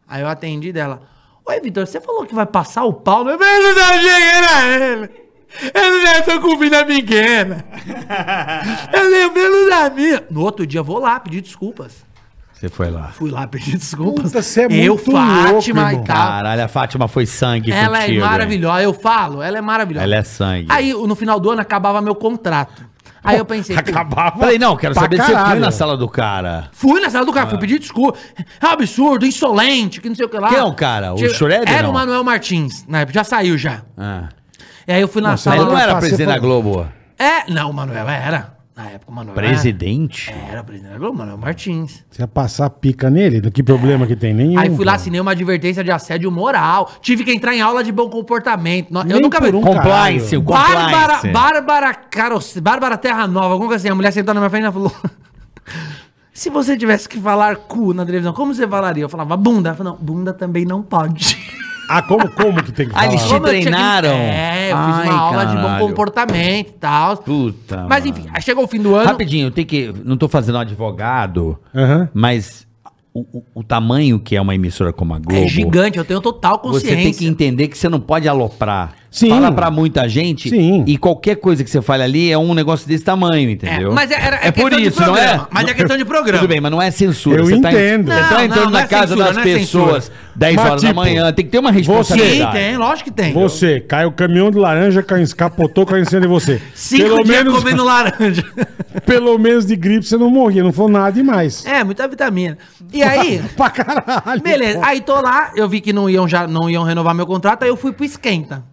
Aí eu atendi dela. Oi, Vitor, você falou que vai passar o pau? Eu falei, eu não cheguei a ele. Eu já tô com vida pequena. Eu lembrei dos amigos. No outro dia, eu vou lá pedir desculpas. Você foi lá. Fui lá pedir desculpas. Puta, você é eu, muito Fátima louco, irmão. e tal. Caralho, a Fátima foi sangue ela contigo, hein? é maravilhosa. Eu falo, ela é maravilhosa. Ela é sangue. Aí, no final do ano, acabava meu contrato. Aí eu pensei... pô, Acabava. Falei, não, quero pra saber se você foi caralho. na sala do cara. Fui na sala do cara, fui pedir desculpa. É um absurdo, insolente, que não sei o que lá. Quem é o cara? O Tinha- Schröder, Era não? o Manuel Martins, na época. Já saiu, já. Ah. E aí eu fui na Nossa, Mas sala... ele não do- era Você presidente foi- da Globo. É, não, o Manuel era. Na época, o Manuel era- Presidente? Era presidente da Globo, Manuel Martins. Você ia passar pica nele? Do que problema que tem? Nenhum. Aí fui lá, assim, cara. assinei uma advertência de assédio moral. Tive que entrar em aula de bom comportamento. No- Eu Nem nunca vi. por um Compliance, o Bárbara, compliance. Bárbara, Caros, Bárbara Terra Nova, alguma coisa assim. A mulher sentou na minha frente e ela falou: Se você tivesse que falar cu na televisão, como você falaria? Eu falava bunda. Ela falou: Não, bunda também não pode. Ah, como, como que tem que Ah, eles falar? Como eu tinha que- treinaram? É, eu fiz Ai, uma aula de bom caralho. comportamento e tal. Puta, Mas mano. enfim, aí chegou o fim do ano. Rapidinho, tem que. Não tô fazendo advogado, Aham. mas o, o- o tamanho que é uma emissora como a Globo. É gigante, eu tenho total Você consciência. tem que entender que você não pode aloprar. Sim. Fala pra muita gente Sim. e qualquer coisa que você fale ali é um negócio desse tamanho, entendeu? É, mas é- era- é é por questão de isso, não é? programa, mas é questão de programa. Tudo bem, mas não é censura. Eu você tá entendo. você Não, tá entrando não, não na é casa censura, das não é pessoas censura. 10 Mas, horas da tipo, manhã. Tem que ter uma Sim, responsabilidade. tem, lógico que tem. Você, caiu o caminhão de laranja, caiu, escapotou, caiu em cima de você. Cinco pelo, dias menos, comendo laranja. pelo menos de gripe você não morria, não foi nada demais. É, muita vitamina. E aí, Pra caralho. beleza. Aí tô lá, eu vi que não iam, já, não iam renovar meu contrato, aí eu fui pro Esquenta.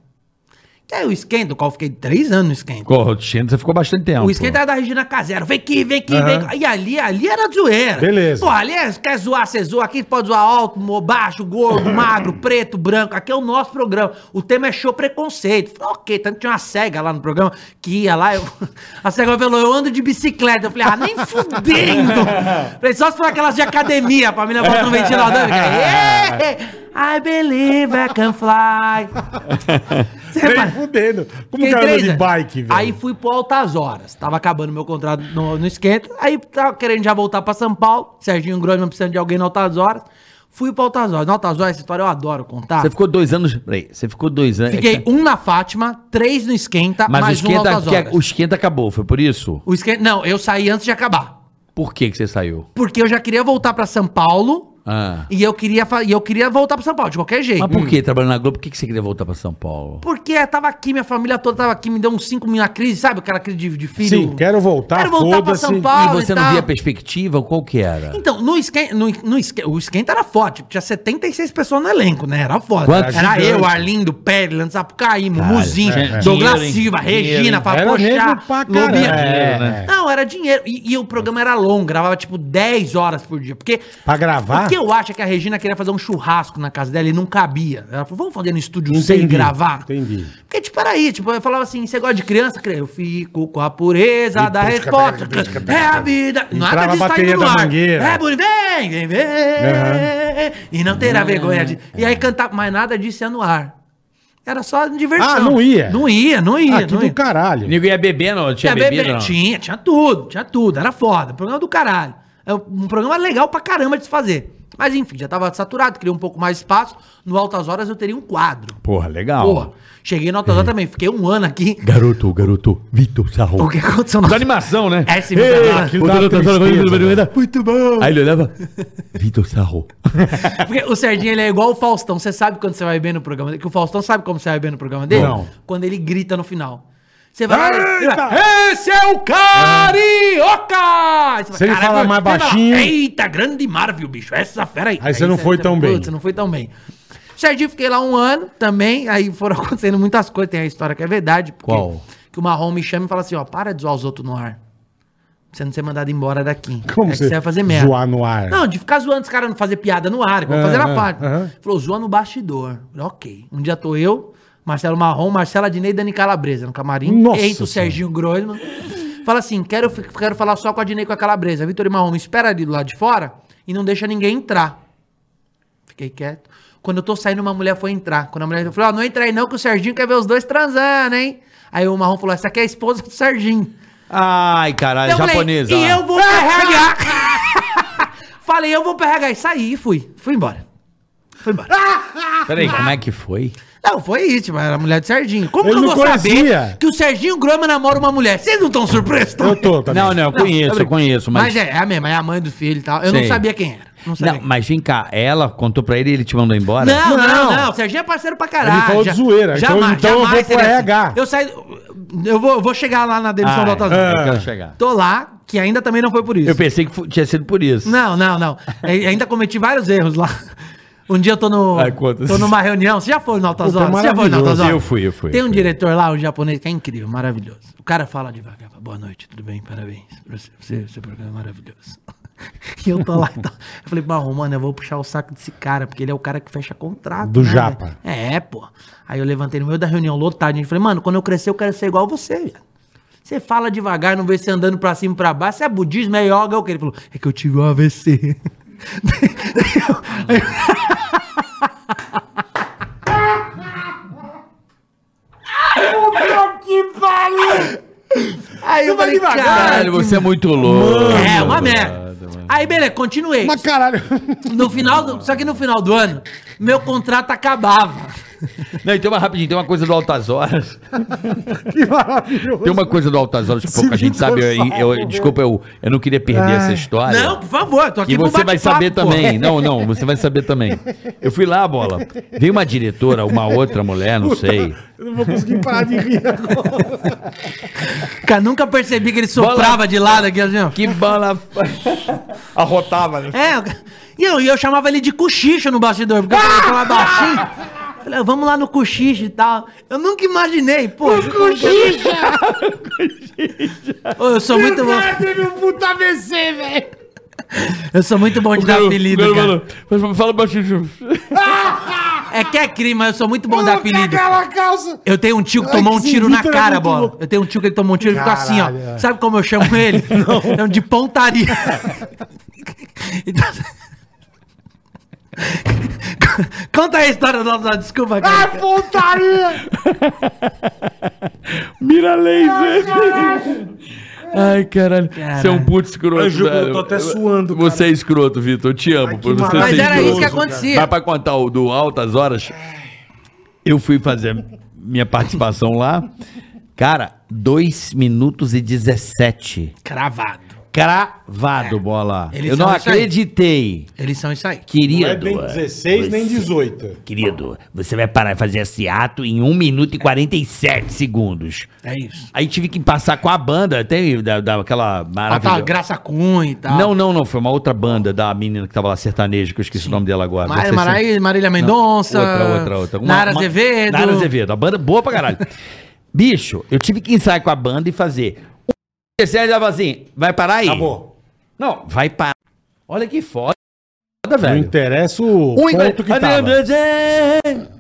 Que aí o esquenta, o qual eu fiquei três anos no esquenta. Corra, o Xena, você ficou bastante tempo. O esquenta era da Regina Casero. Vem aqui, vem aqui, vem Aham. aqui. E ali, ali era zoeira. Beleza. Pô, ali é, quer zoar, você zoa. Aqui pode zoar alto, mo- baixo, gordo, magro, preto, branco. Aqui é o nosso programa. O tema é show preconceito. Falei, ok, tanto que tinha uma cega lá no programa que ia lá. eu- a cega falou, eu ando de bicicleta. Eu falei, ah, nem fudendo. falei, só se for aquelas de academia, pra mina bota no ventilador. e fica, "Yeah, I believe I can fly. Você Nem fala- fudendo. Como o É, Fiquei cara anda três de anos. bike, velho? Aí fui pro Altas Horas. Tava acabando meu contrato no, no esquenta. Aí tava querendo já voltar pra São Paulo. Serginho Grosman precisando de alguém no Altas Horas. Fui pro Altas Horas. No Altas Horas, essa história eu adoro contar. Você ficou dois anos. Peraí, você ficou dois anos. é Fiquei um na Fátima, três no esquenta, Mas o, mais um no esquenta, Altas que- Horas. o esquenta acabou, foi por isso? O esquenta... Não, eu saí antes de acabar. Por que, que você saiu? Porque eu já queria voltar pra São Paulo. Ah. E eu queria, fa- e eu queria voltar pra São Paulo, de qualquer jeito. Hum. Mas por que trabalhando na Globo? Por que, que você queria voltar pra São Paulo? Porque eu tava aqui, minha família toda tava aqui, me deu uns 5 mil na crise, sabe? Aquela crise de, de filho. Sim, quero voltar, Quero voltar pra foda-se. São E Paulo. você não tal. via perspectiva? Qual que era? Então, no esquenta, no, no esquen- o esquenta era forte. Tinha 76 pessoas no elenco, né? Era foda. Quantos? Era Gigante. eu, Arlindo, Pedro, Sapucaí, Cara, Mumuzinho, é, é. Douglas Dinheiro, hein? Silva, Dinheiro, Regina, hein? Era Fábio negro pra Pochá, Lobinha. caralho. É, né? Não, era dinheiro. E, e o programa era longo, gravava tipo 10 horas por dia. Porque. Pra gravar? O que eu acho é que a Regina queria fazer um churrasco na casa dela e não cabia. Ela falou, vamos fazer no estúdio sem Entendi, gravar? entendi. Porque, tipo, era aí, tipo, eu falava assim, você gosta de criança? Eu fico com a pureza da resposta. é a vida. Entrava a bateria da mangueira. É bonito. Vem, vem, vem. Aham. E não terá vergonha de... E aí cantava, mas nada disso ia no ar. Era só diversão. Ah, não ia? Não ia, não ia. Ah, que não ia. É do caralho. Nego ia bebendo, não tinha Tinha bebê, bebido? não? tinha, tinha tudo, tinha tudo, era foda, programa do caralho. É um programa legal pra caramba de se fazer. Mas enfim, já tava saturado, queria um pouco mais de espaço. No Altas Horas eu teria um quadro. Porra, legal. Porra, cheguei no Altas Uhum. Horas também, fiquei um ano aqui. Garoto, garoto, Vitor Sarro. O que aconteceu Da no animação, né? É, sim, meu Ei, cara. Aquilo dá o tá doutor- tristeza, doutor- velho. Muito bom. Aí ele olhava, Vitor Sarro. Porque o Serginho ele é igual o Faustão. Você sabe quando você vai bem no programa dele? Que o Faustão sabe como você vai bem no programa dele? Não. Quando ele grita no final. Você vai. Eita! lá, Esse é o Carioca! Aí você Se ele "Caralho, falar mais você vai lá, baixinho- Eita, grande Marvel, bicho. Essa fera aí. Aí você não foi tão bem. Putz, não foi tão bem. Serginho, fiquei lá um ano também. Aí foram acontecendo muitas coisas. Tem a história que é verdade. porque- Qual? Que o Marrom me chama e fala assim: ó, para de zoar os outros no ar. Pra você não ser mandado embora daqui. Como é que você você vai fazer merda. zoar no ar? Não, de ficar zoando os caras, não fazer piada no ar, igual Ah, fazer ah, na parte. aham. Falou, zoa no bastidor. Falei, ok. Um dia tô eu, Marcelo Marrom, Marcela Dinei e Dani Calabresa no camarim. Nossa Eita, o Senhora. Serginho Groisman. Fala assim, quero, fi- quero falar só com a Dinei e com a Calabresa. Vitor e Marrom, espera ali do lado de fora e não deixa ninguém entrar. Fiquei quieto. Quando eu tô saindo, uma mulher foi entrar. Quando a mulher entrou, falou, ó, não entra aí não, que o Serginho quer ver os dois transando, hein? Aí o Marrom falou, essa aqui é a esposa do Serginho. Ai, caralho, Então Eu falei, japonesa. E eu vou pegar. falei, eu vou pegar. E saí e fui. Fui embora. Fui embora. Peraí, como é que foi? Não, foi isso, tipo, era a mulher do Serginho. Como Ele que eu não vou conhecia. saber que o Serginho Grama namora uma mulher? Vocês não estão surpresos? Eu tô, tá Não, não, eu conheço, eu conheço, mas... Mas é, é a mesma, é a mãe do filho e tal. Eu Sei. não sabia quem era. Não sabia. Não, quem mas vem cá, ela contou pra ele e ele te mandou embora? Não, Não. não, não. O Serginho é parceiro pra caralho. Ele falou de zoeira. Então- então eu vou pro seria RH. assim. Eu saí. Eu vou, eu vou chegar lá na demissão Ah, do Altas Horas. eu quero Ah. chegar. Tô lá, que ainda também não foi por isso. Eu pensei que fu- tinha sido por isso. Não, não, não. É, ainda cometi vários erros lá. Um dia eu tô no. Ai, conta. tô numa reunião. Você já foi no Altas Puta, é Horas? Você já foi no maravilhoso. Altas Horas? Eu fui, eu fui, Tem eu um fui. diretor lá, um japonês, que é incrível, maravilhoso. O cara fala devagar. fala, Boa noite, tudo bem? Parabéns. pra Você, você, seu programa é maravilhoso. E eu tô lá e tal. Eu falei, Marrom, mano, eu vou puxar o saco desse cara, porque ele é o cara que fecha contrato. Do né, japa. velho? É, pô. Aí eu levantei no meio da reunião lotada. gente falei, mano, quando eu crescer, eu quero ser igual você, velho. Você fala devagar, não vê você andando pra cima e pra baixo. Você é budismo, é yoga, é o que? Ele falou, é que eu tive um AVC. Aí eu falei, Caralho, caralho, você é muito louco. é uma merda. Aí, beleza, continuei. Mas caralho. No final do- só que no final do ano, meu contrato acabava. Não, então, mas rapidinho, tem uma coisa do Altas Horas. que maravilhoso. Tem uma coisa do Altas Horas que pouca gente sabe. Eu, eu- eu- desculpa, eu, eu não queria perder essa história. Não, por favor, eu tô aqui E pro você vai bate-papo, saber pô. também. Não, não, você vai saber também. Eu fui lá, bola. Veio uma diretora, uma outra mulher, não sei. Eu não vou conseguir parar de rir agora. Cara, nunca percebi que ele soprava Bola- de lado aqui, assim, ó. Que bala. Arrotava, né? É, e eu, e eu chamava ele de cochicho no bastidor, porque eu falava baixinho. Falei, ah, vamos lá no cochiche e tal. Eu nunca imaginei, pô. Ô, eu sou muito bom. teve um puto AVC, velho. Eu sou muito bom de dar apelido, cara. Fala, fala baixinho. É que é crime, mas eu sou muito bom Eu dar vou apelido. cagar na calça. Eu tenho um tio que Ai, tomou um esse tiro na Vitor é cara, muito bola. louco. Eu tenho um tio que ele tomou um tiro e ficou assim, Caralho, é. ó. Sabe como eu chamo ele? É um de pontaria. Então- Conta aí a história do nosso. Desculpa, Ah, cara. pontaria. Mira laser. Ai, caralho. Você é um puto escroto. Ai, Ju, eu tô velho. até suando, Você é escroto, Vitor. Eu te amo por que você maravilha. ser Mas era escroto. isso que Mas acontecia. pra contar o do Altas Horas, eu fui fazer minha participação lá. Cara, 2 minutos e 17. Cravado. Cravado, bola. Eles eu não são É, isso aí. acreditei. Eles são isso aí. Querido. Não é nem 16, nem você- 18. Querido, você vai parar de fazer esse ato em 1 minuto e 47 segundos. É isso. Aí tive que passar com a banda, tem da, daquela Ah, tá, maravilhosa. Graça Cunha e tal. Não, não, não. Foi uma outra banda da menina que tava lá sertaneja, que eu esqueci o nome dela agora. Mar Não sei se- é Marai- Marília Mendonça. Outra, outra, outra. Uma- Nara uma- Azevedo. Nara Azevedo. A banda boa pra caralho. Bicho, eu tive que ensaiar com a banda e fazer. O terceiro tava assim, vai parar aí? Acabou. Não, vai parar. Olha que foda, Não velho. interessa o Um e ponto que tava.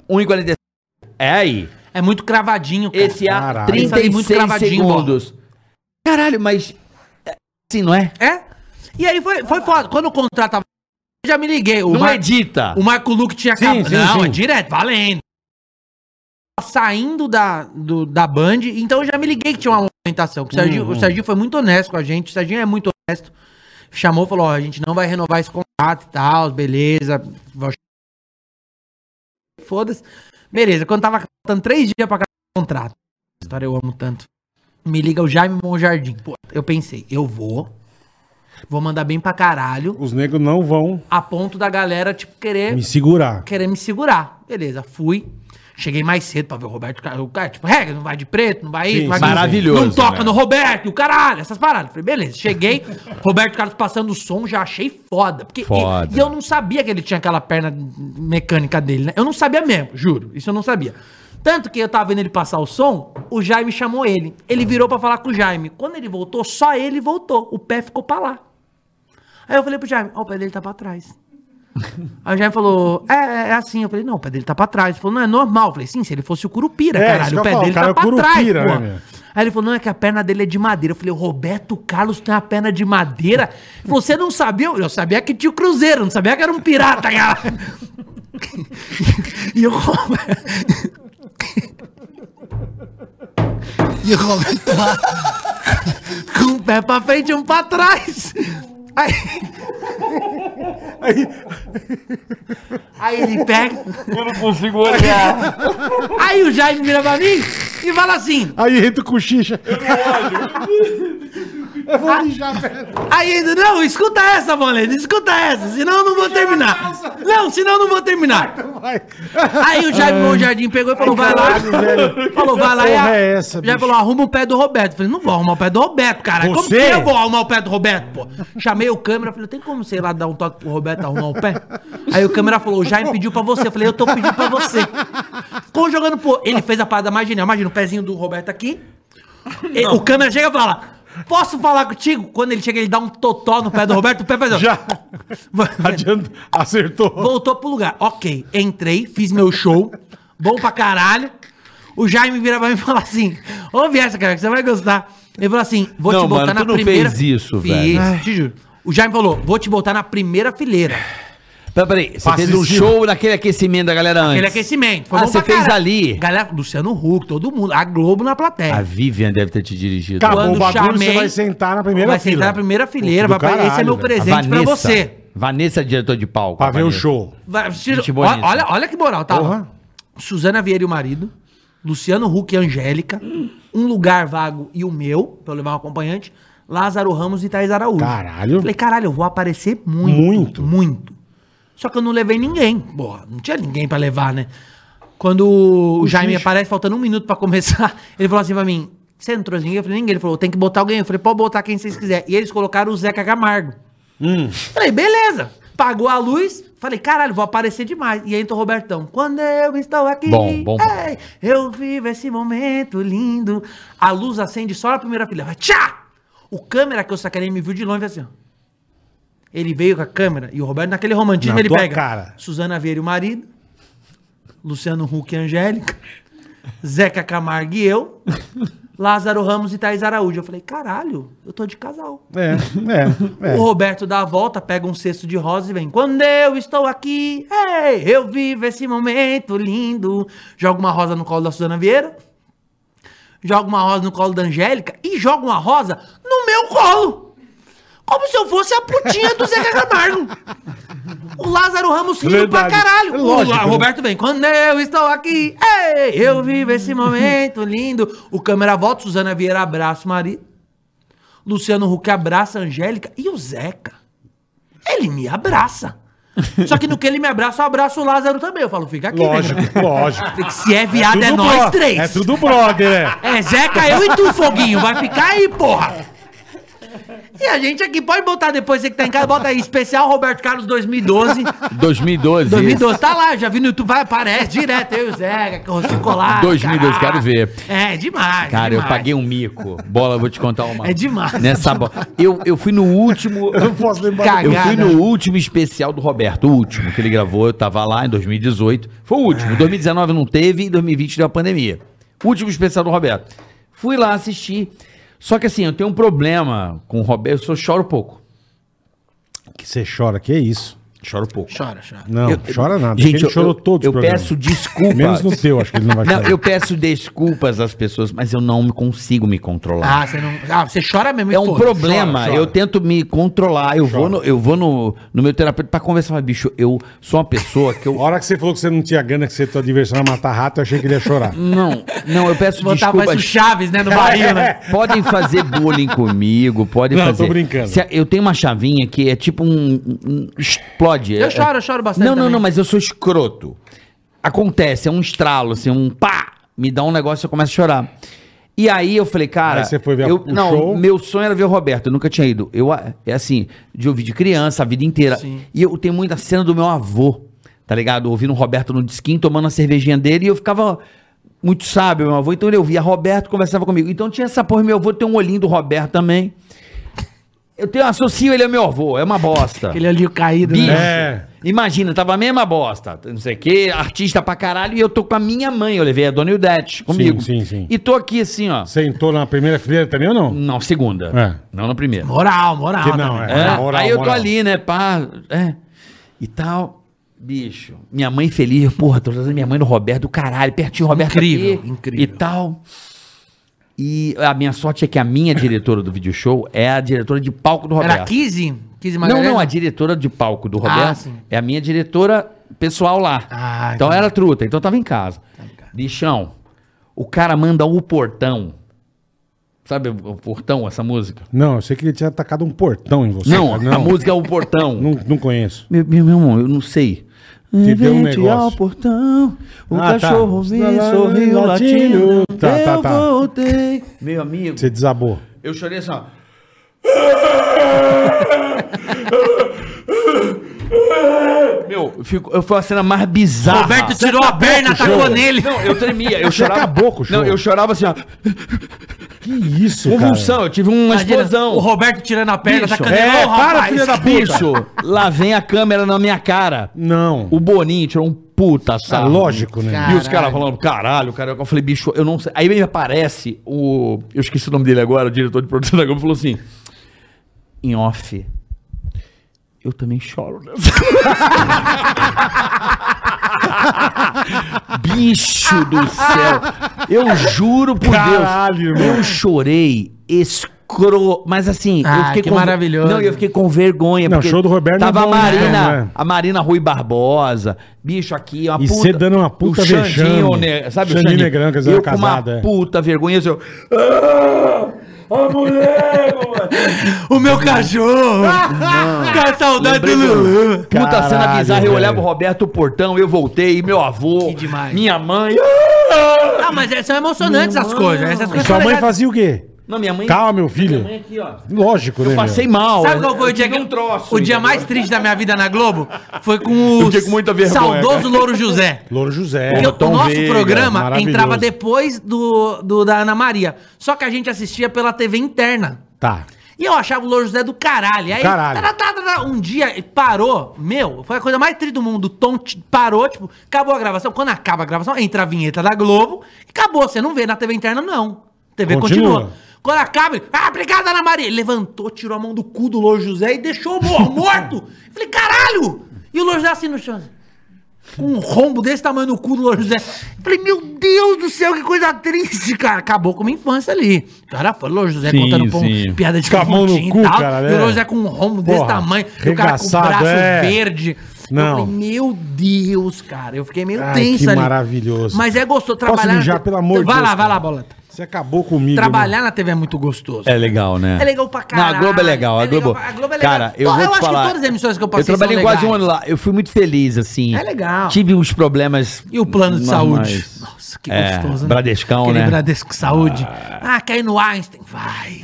Um e quarenta e- É aí. É muito cravadinho, cara. Esse a Caralho. 36 é Muito cravadinho, segundos. Caralho, mas... é Assim, não é? É? E aí foi, foi foda. Quando o contrato tava. Eu já me liguei. O, não é Mar- edita. o Marco Luque tinha Sim, acabado. sim, Não, sim. é direto, valendo. Saindo da, do- da Band, então eu já me liguei que tinha uma movimentação. que o, Serginho, Uhum. o Serginho foi muito honesto com a gente. O Serginho é muito honesto. Chamou e falou: ó, a gente não vai renovar esse contrato e tal, beleza. Vou- Foda-se. Beleza, quando tava faltando três dias pra acabar o contrato. Essa História eu amo tanto. Me liga o Jaime Monjardim. Pô, eu pensei, eu vou. Vou mandar bem pra caralho. Os negros não vão A ponto da galera, tipo, querer me segurar. querer me segurar. Beleza, fui. Cheguei mais cedo pra ver o Roberto. O cara, tipo, regra, não vai de preto, não vai isso, Sim, não vai sim. Maravilhoso, Não toca né? no Roberto, o caralho, essas paradas. Falei, beleza, cheguei. Roberto Carlos passando o som, já achei foda. Porque, e- Foda. E, eu não sabia que ele tinha aquela perna mecânica dele, né? Eu não sabia mesmo, juro. Isso eu não sabia. Tanto que eu tava vendo ele passar o som, o Jaime chamou ele. Ele virou pra falar com o Jaime. Quando ele voltou, só ele voltou. O pé ficou pra lá. Aí eu falei pro Jaime, ó, o pé dele tá pra trás. Aí o Jaime falou, é, é, é assim. Eu falei, não, o pé dele tá pra trás. Ele falou, não, é normal. Eu falei, sim, se ele fosse o Curupira, É, isso que caralho, eu o pé falo, dele o cara tá é o pra trás, Curupira, porra. né, meu? Aí ele falou, não, é que a perna dele é de madeira. Eu falei, o Roberto Carlos tem uma perna de madeira? Ele falou, você não sabia? Eu eu sabia que tinha o Cruzeiro, não sabia que era um pirata, cara. e o Roberto... E o Roberto lá, com um pé pra frente e um pra trás. Aí... Aí ele pega... Aí o Jaime vira pra mim e fala assim. Aí entra o cochicha. Aí ele, não, escuta essa, Valente, escuta essa, senão eu não vou terminar. Não, senão eu não vou terminar. Vai. Aí o Jaime Monjardim pegou e falou, vai lá. velho. Falou, vai lá. e Porra a- é essa, Já bicho? falou, arruma o pé do Roberto. Eu Falei, não vou arrumar o pé do Roberto, cara. Como que Você? eu vou arrumar o pé do Roberto, pô? Chamei o câmera, falei, tem como, sei lá, dar um toque pro Roberto arrumar o pé? Aí o câmera falou, o Jaime pediu pra você. Eu falei, eu tô pedindo pra você. Ficou jogando, pô. Ele fez a parada mais genial. Imagina, o pezinho do Roberto aqui. E o câmera chega e fala, posso falar contigo? Quando ele chega, ele dá um totó no pé do Roberto, o pé faz... assim, ó. Já adianta, acertou. Voltou pro lugar. Ok, entrei, fiz meu show. Bom pra caralho. O Jaime vira pra mim e fala assim: ouve essa, cara, que você vai gostar. Ele falou assim: vou Não, te botar mano, na tu não primeira. fez isso, Fiz, velho. te juro. O Jaime falou: vou te botar na primeira fileira. Pera- Peraí, você fez um Assistiu. show naquele aquecimento da galera antes. Aquele aquecimento. Ah, bom você pra fez caralho. ali. Galera, Luciano Huck, todo mundo. A Globo na plateia. A Vivian deve ter te dirigido. Acabou Quando o bagulho, chamei- você vai sentar na primeira vai fila. sentar na primeira fileira. Puta Vai do pra- esse é caralho, meu velho. presente pra você. Vanessa, diretor de palco. Pra a ver o Vanessa. show. Vai, Gente Ciro, ó- bonita. olha, olha que moral, tá? Porra. Suzana Vieira e o marido, Luciano Huck e Angélica, um lugar vago e o meu, pra eu levar um acompanhante, Lázaro Ramos e Thaís Araújo. Caralho. Falei, caralho, eu vou aparecer muito. Muito. Muito. Só que eu não levei ninguém. Porra, não tinha ninguém pra levar, né? Quando o Jaime aparece, faltando um minuto pra começar, ele falou assim pra mim, você não trouxe ninguém? Eu falei, ninguém. Ele falou, tem que botar alguém. Eu falei, pode botar quem vocês quiserem. E eles colocaram o Zeca Camargo. Falei, beleza. Pagou a luz, falei, caralho, vou aparecer demais. E aí entrou o Robertão. Quando eu estou aqui, Bom, bom, bom. ei, eu vivo esse momento lindo. A luz acende só na primeira fila. Vai, tchá! O câmera que eu sacanei me viu de longe assim, ó. Ele veio com a câmera e o Roberto, naquele romantismo, Na ele tua pega. cara. Suzana Vieira e o marido. Luciano Huck e Angélica. Zeca Camargo e eu. Lázaro Ramos e Thaís Araújo. Eu falei, caralho, eu tô de casal. É, é, é. O Roberto dá a volta, pega um cesto de rosa e vem. Quando eu estou aqui, ei, eu vivo esse momento lindo. Joga uma rosa no colo da Suzana Vieira. Joga uma rosa no colo da Angélica e joga uma rosa no meu colo. Como se eu fosse a putinha do Zeca Camargo. O Lázaro Ramos rindo Verdade. pra caralho. É lógico, o né? La- Roberto vem. Quando eu estou aqui, ei, eu vivo esse momento lindo. O câmera volta, Suzana Vieira abraça o marido. Luciano Huck abraça a Angélica e o Zeca. Ele me abraça. Só que no que ele me abraça, eu abraço o Lázaro também. Eu falo, fica aqui, né, cara? Lógico, lógico. Se é viado, é, Tudo nós bro- três. É tudo brother, é. É, Zeca, eu e tu, Foguinho. Vai ficar aí, porra. E a gente aqui, pode botar depois, você que tá em casa, bota aí, especial Roberto Carlos 2012. 2012. 2012, tá lá, já vi no YouTube, vai, aparece direto, eu e o Zeca, com o chocolate. 2012, quero ver. É, demais. Cara, eu demais. paguei um mico. Bola, eu vou te contar uma. É demais. Nessa bola. Eu, eu fui no último. Eu não posso lembrar. Cara, Eu fui Cagada. no último especial do Roberto, o último que ele gravou, eu tava lá em 2018. Foi o É. último. 2019 não teve, em 2020 deu a pandemia. Último especial do Roberto. Fui lá assistir. Só que assim, eu tenho um problema com o Roberto, eu só choro pouco. Que você chora, que isso? Choro pouco. Chora, chora. Não, Eu- chora nada. Gente, ele eu, chorou eu, todos eu os programas. peço desculpas. Menos no teu, acho que ele não vai Não, chorar. eu peço desculpas às pessoas, mas eu não consigo me controlar. Ah, você não. Ah, você chora mesmo. e É um foda-se. problema. chora, chora. Eu tento me controlar. Eu vou, no, eu vou no, no meu terapeuta pra conversar, mas, bicho, eu sou uma pessoa que eu A hora que você falou que você não tinha grana, que você tua diversão era matar rato, eu achei que ele ia chorar. Não, não, eu peço Botar mais o desculpas. Chaves, É. né, no barril, né? Podem fazer bullying comigo, podem Não, fazer. tô brincando. Se- eu tenho uma chavinha que é tipo um. um- explode. Eu É- choro, eu choro bastante Não, não, também. não, mas eu sou escroto. Acontece, é um estralo, assim, um pá, me dá um negócio e eu começo a chorar. E aí eu falei, cara. Aí você foi ver eu, o Não, show? meu sonho era ver o Roberto, eu nunca tinha ido. Eu, ah, é assim, de ouvir de criança a vida inteira. Sim. E eu tenho muita cena do meu avô, tá ligado? Ouvindo o Roberto no disquinho, tomando a cervejinha dele, e eu ficava muito sábio, meu avô. Então ele ouvia Roberto, conversava comigo. Então tinha essa porra, meu avô tem um olhinho do Roberto também. Eu tenho associo ele ao meu avô, é uma bosta. Aquele olhinho caído, Bicho, né? É. imagina, tava a mesma bosta, não sei o que, artista pra caralho, e eu tô com a minha mãe, eu levei a Dona Ildete comigo. sim, sim. E tô aqui assim, ó. Sentou na primeira fileira também ou não? Não, segunda. É. Não na primeira. Moral, moral. Que não, Ah, também. é. É, moral, aí eu tô moral. ali, né, pá, é, e tal. Bicho, minha mãe feliz, porra, tô trazendo minha mãe no Roberto, do caralho, pertinho do Roberto Incrível, aqui, incrível. E tal. E a minha sorte é que a minha diretora do video show é a diretora de palco do Roberto. Era 15? 15 Não, não, a Magalhães? diretora de palco do Ah, Roberto sim. é a minha diretora pessoal lá. Ah, então entendi. Tá era truta, então eu tava em casa. Bichão, o cara manda o portão. Sabe o o portão, essa música? Não, eu sei que ele tinha atacado um portão em você. Não, cara. a música é o portão. Não, não conheço. Meu, meu, meu irmão, eu não sei. Te deu um Vem negócio. ao portão, o Ah, tá. cachorro Lá, me lá, sorriu latindo. latindo, Tá, tá, eu tá. voltei. Meu amigo, Você desabou. eu chorei assim, ó. Meu, ficou- eu foi a cena mais bizarra. Roberto tirou a perna, atacou jogo. nele. Não, eu tremia, eu Você chorava. acabou com o Não, show. eu chorava assim, ó. Que isso, Convulsão, eu tive uma Imagina, explosão. O Roberto tirando a perna, Bicho, atacando é, Ô, para, filha da puta. Bicho, lá vem a câmera na minha cara. Não. O Boninho tirou um puta Ah, sarro. lógico, né? Cara. E os caras falando, caralho, cara. Eu falei, bicho, eu não sei. Aí me aparece o. Eu esqueci o nome dele agora, o diretor de produção da Globo falou assim: em off. Eu também choro. né?" bicho do céu. Eu juro por Caralho, Deus. irmão. Eu chorei escro. Mas assim, Ah, eu fiquei que ver- maravilhoso. Não, eu fiquei com vergonha. Não, porque show do Roberto Tava é a bom, né? Marina, É. a Marina Rui Barbosa. Bicho, aqui, uma E você dando uma puta o Xandinho, vexame. né? Sabe Xandinho o Xandinho? Negrão, quer dizer, eu era casado, com uma é. puta vergonha. assim, Eu... O meu cachorro. Fica a saudade do Lulu. Puta cena Caralho, bizarra. Eu velho. olhava o Roberto Portão, eu voltei, meu avô, Que demais. minha mãe... Ah, mas é- são emocionantes essas coisas. Essas coisas Sua são mãe legais. fazia o quê? Não, minha mãe. Calma, meu filho. Minha mãe aqui, ó. Lógico, né? Eu meu? passei mal. Sabe qual foi o Eu dia tive que... um troço, o dia entendeu? mais triste da minha vida na Globo foi com o Fiquei com muita vergonha, saudoso Louro José. Louro José. Porque Porra, Tom o nosso Veiga, programa maravilhoso. entrava depois do, do da Ana Maria. Só que a gente assistia pela TV interna. Tá. E eu achava o Louro José do caralho. Aí, Caralho. tá, tá, tá, tá, um dia ele parou, meu, foi a coisa mais triste do mundo. O Tom t- parou, tipo, acabou a gravação. Quando acaba a gravação, entra a vinheta da Globo e acabou. Você não vê na TV interna, não. A TV continua. Continua. Quando acaba, ele, ah, obrigado, Ana Maria. Ele levantou, tirou a mão do cu do Louro José e deixou o mor- morto. Eu falei, caralho! E o Louro José assim no chão. Com um rombo desse tamanho no cu do Louro José. Eu falei, meu Deus do céu, que coisa triste, cara. Acabou com a minha infância ali. Cara, foi o Louro José Sim, contando pão, sim. piada de Com a mão no canhotinho cu, cara, né? E o Louro José com um rombo desse Porra, tamanho. E o cara com o regaçado, braço é. verde. Não. Eu falei, meu Deus, cara. Eu fiquei meio Ai, tenso que ali. maravilhoso. Mas é gostoso Posso trabalhar. mijar, pelo amor de vai Deus, lá, vai cara. lá, Boleta. Você acabou comigo. Trabalhar na TV é muito gostoso. É legal, né? É legal pra caralho. Não, a Globo é legal. A É Globo, legal, a Globo é legal. Cara, eu Pô, vou eu te acho que falar. todas as emissoras que eu passei Eu trabalhei são quase um legais. ano lá. Eu fui muito feliz, assim. É legal. Tive uns problemas. E o plano de normais. saúde? Nossa, que É, gostoso, né? Bradescão, Aquele né? Bradesco Saúde. Ah, caiu no Einstein. Vai.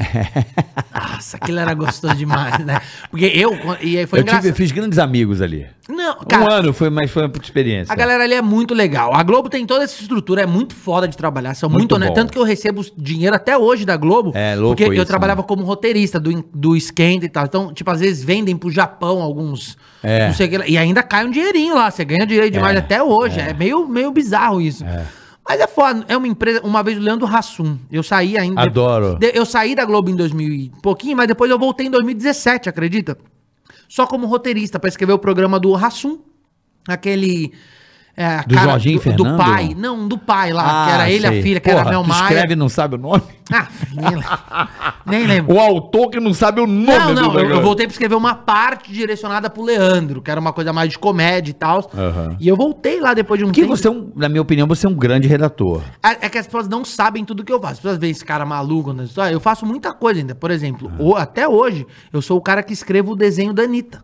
Nossa, aquilo era gostoso demais, né? Porque eu... E aí foi eu, tive, engraçado. eu fiz grandes amigos ali. Não, cara, um ano foi, mas foi uma puta experiência. a galera ali é muito legal. A Globo tem toda essa estrutura, é muito foda de trabalhar, são muito, Muito honestos. bom. Tanto que eu recebo dinheiro até hoje da Globo. É, louco Porque eu isso, trabalhava como roteirista do, do esquenta e tal. Então, tipo, às vezes vendem pro Japão alguns. É. Não sei o que, lá, e ainda cai um dinheirinho lá. Você ganha dinheiro demais É, até hoje. É, meio, meio bizarro isso. Mas é foda, é uma empresa. Uma vez o Leandro Hassum, eu saí ainda. Adoro. de- eu saí da Globo em 2000 e pouquinho, mas depois eu voltei em 2017, acredita? Só como roteirista, pra escrever o programa do Hassum. Aquele. é, a Do Jorginho do, do Fernando? pai. Não, do pai lá, Ah, que era ele, sei. a filha, que era Porra, a Mel tu Maia. escreve e não sabe o nome? Ah, nem lembro. nem lembro. O autor que não sabe o nome Não, não, eu, programa. eu voltei pra escrever uma parte direcionada pro Leandro, que era uma coisa mais de comédia e tal. Aham. E eu voltei lá depois de um Porque você, é um, na minha opinião, você é um grande redator. É é que as pessoas não sabem tudo que eu faço. As pessoas veem esse cara maluco na história. Eu faço muita coisa ainda. Por exemplo, o- até hoje, eu sou o cara que escrevo o desenho da Anitta.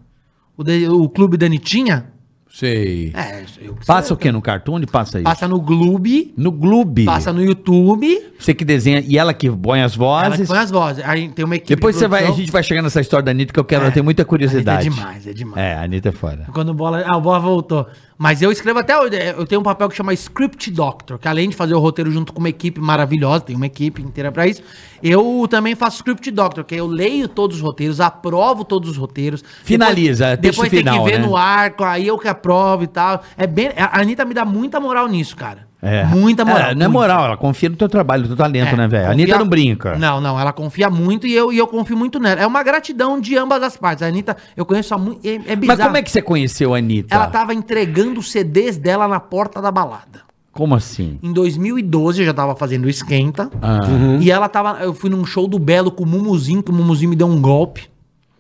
O, de- o clube da Anitinha. Sei. É, eu que Passa o quê? No cartoon? Onde passa isso? Passa no Gloob, No Gloob. passa no YouTube. Você que desenha e ela que põe as Ela que vozes. põe as vozes. Aí tem uma equipe. Depois de você vai, a produção. gente vai chegar nessa história da Anitta que eu quero, eu tenho muita curiosidade. Anitta É demais, é demais. É, a Anitta é foda. Quando o bola. Ah, o bola voltou. Mas eu escrevo até hoje. Eu tenho um papel que chama Script Doctor, que além de fazer o roteiro junto com uma equipe maravilhosa, tem uma equipe inteira pra isso. Eu também faço Script Doctor, que eu leio todos os roteiros, aprovo todos os roteiros. Finaliza, é texto depois, depois tem final, que ver né? no arco, aí eu que aprovo e tal. É bem, a Anitta me dá muita moral nisso, cara. É. Muita moral. É, não é muita. moral, ela confia no teu trabalho, no teu talento, É, né, velho? A confia- Anitta não brinca. Não, não, ela confia muito e eu, e eu confio muito nela. É uma gratidão de ambas as partes. A Anitta, eu conheço há muito. É, é Mas bizarro. como é que tá? você conheceu a Anitta? Ela tá- tava entregando os CDs dela na porta da balada. Como assim? Em 2012 eu já tava fazendo o esquenta. Ah, Uhum. E ela tava. Eu fui num show do Belo com o Mumuzinho, que o Mumuzinho me deu um golpe.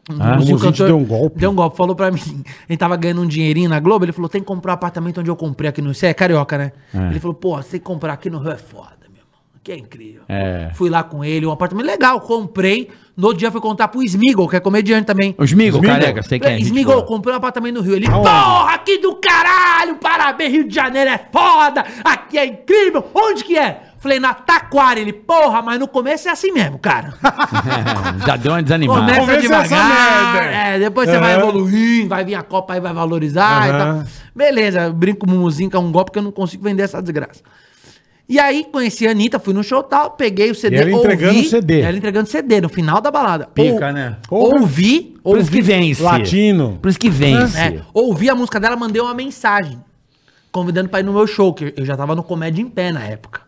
O Ah, Mumuzinho te deu um golpe? Deu um golpe, falou pra mim. Ele tava ganhando um dinheirinho na Globo. Ele falou: tem que comprar um apartamento onde eu comprei aqui no. Você é carioca, né? Ele falou: pô, você tem que comprar aqui no Rio é foda, meu irmão. Que é incrível. É. Fui lá com ele, um apartamento legal, comprei. No outro dia fui contar pro Smigol, que é comediante também. Os Migos, Smigol. careca, sei quem é. gente Esmigou, boa. comprei um apartamento no Rio. Ele, porra, aqui do caralho, parabéns, Rio de Janeiro é foda, aqui é incrível, onde que é? Falei, na Taquara. Ele, porra, mas no começo é assim mesmo, cara. É, já deu uma desanimada. Começa Começo é essa devagar, merda. é, depois você vai Aham. evoluindo, vai vir a Copa aí, vai valorizar e Aham. tal. Beleza, eu brinco com o Mumuzinho, que é um golpe que eu não consigo vender essa desgraça. E aí, conheci a Anitta, fui no show e tal, peguei o CD, E ela entregando o CD. Ela entregando CD, no final da balada. Pica, né? Ouvi, Por isso ouvi que vence. Latino. Por isso que vence. é, ouvi a música dela, mandei uma mensagem. Convidando pra ir no meu show, que eu já tava no Comédia em Pé na época.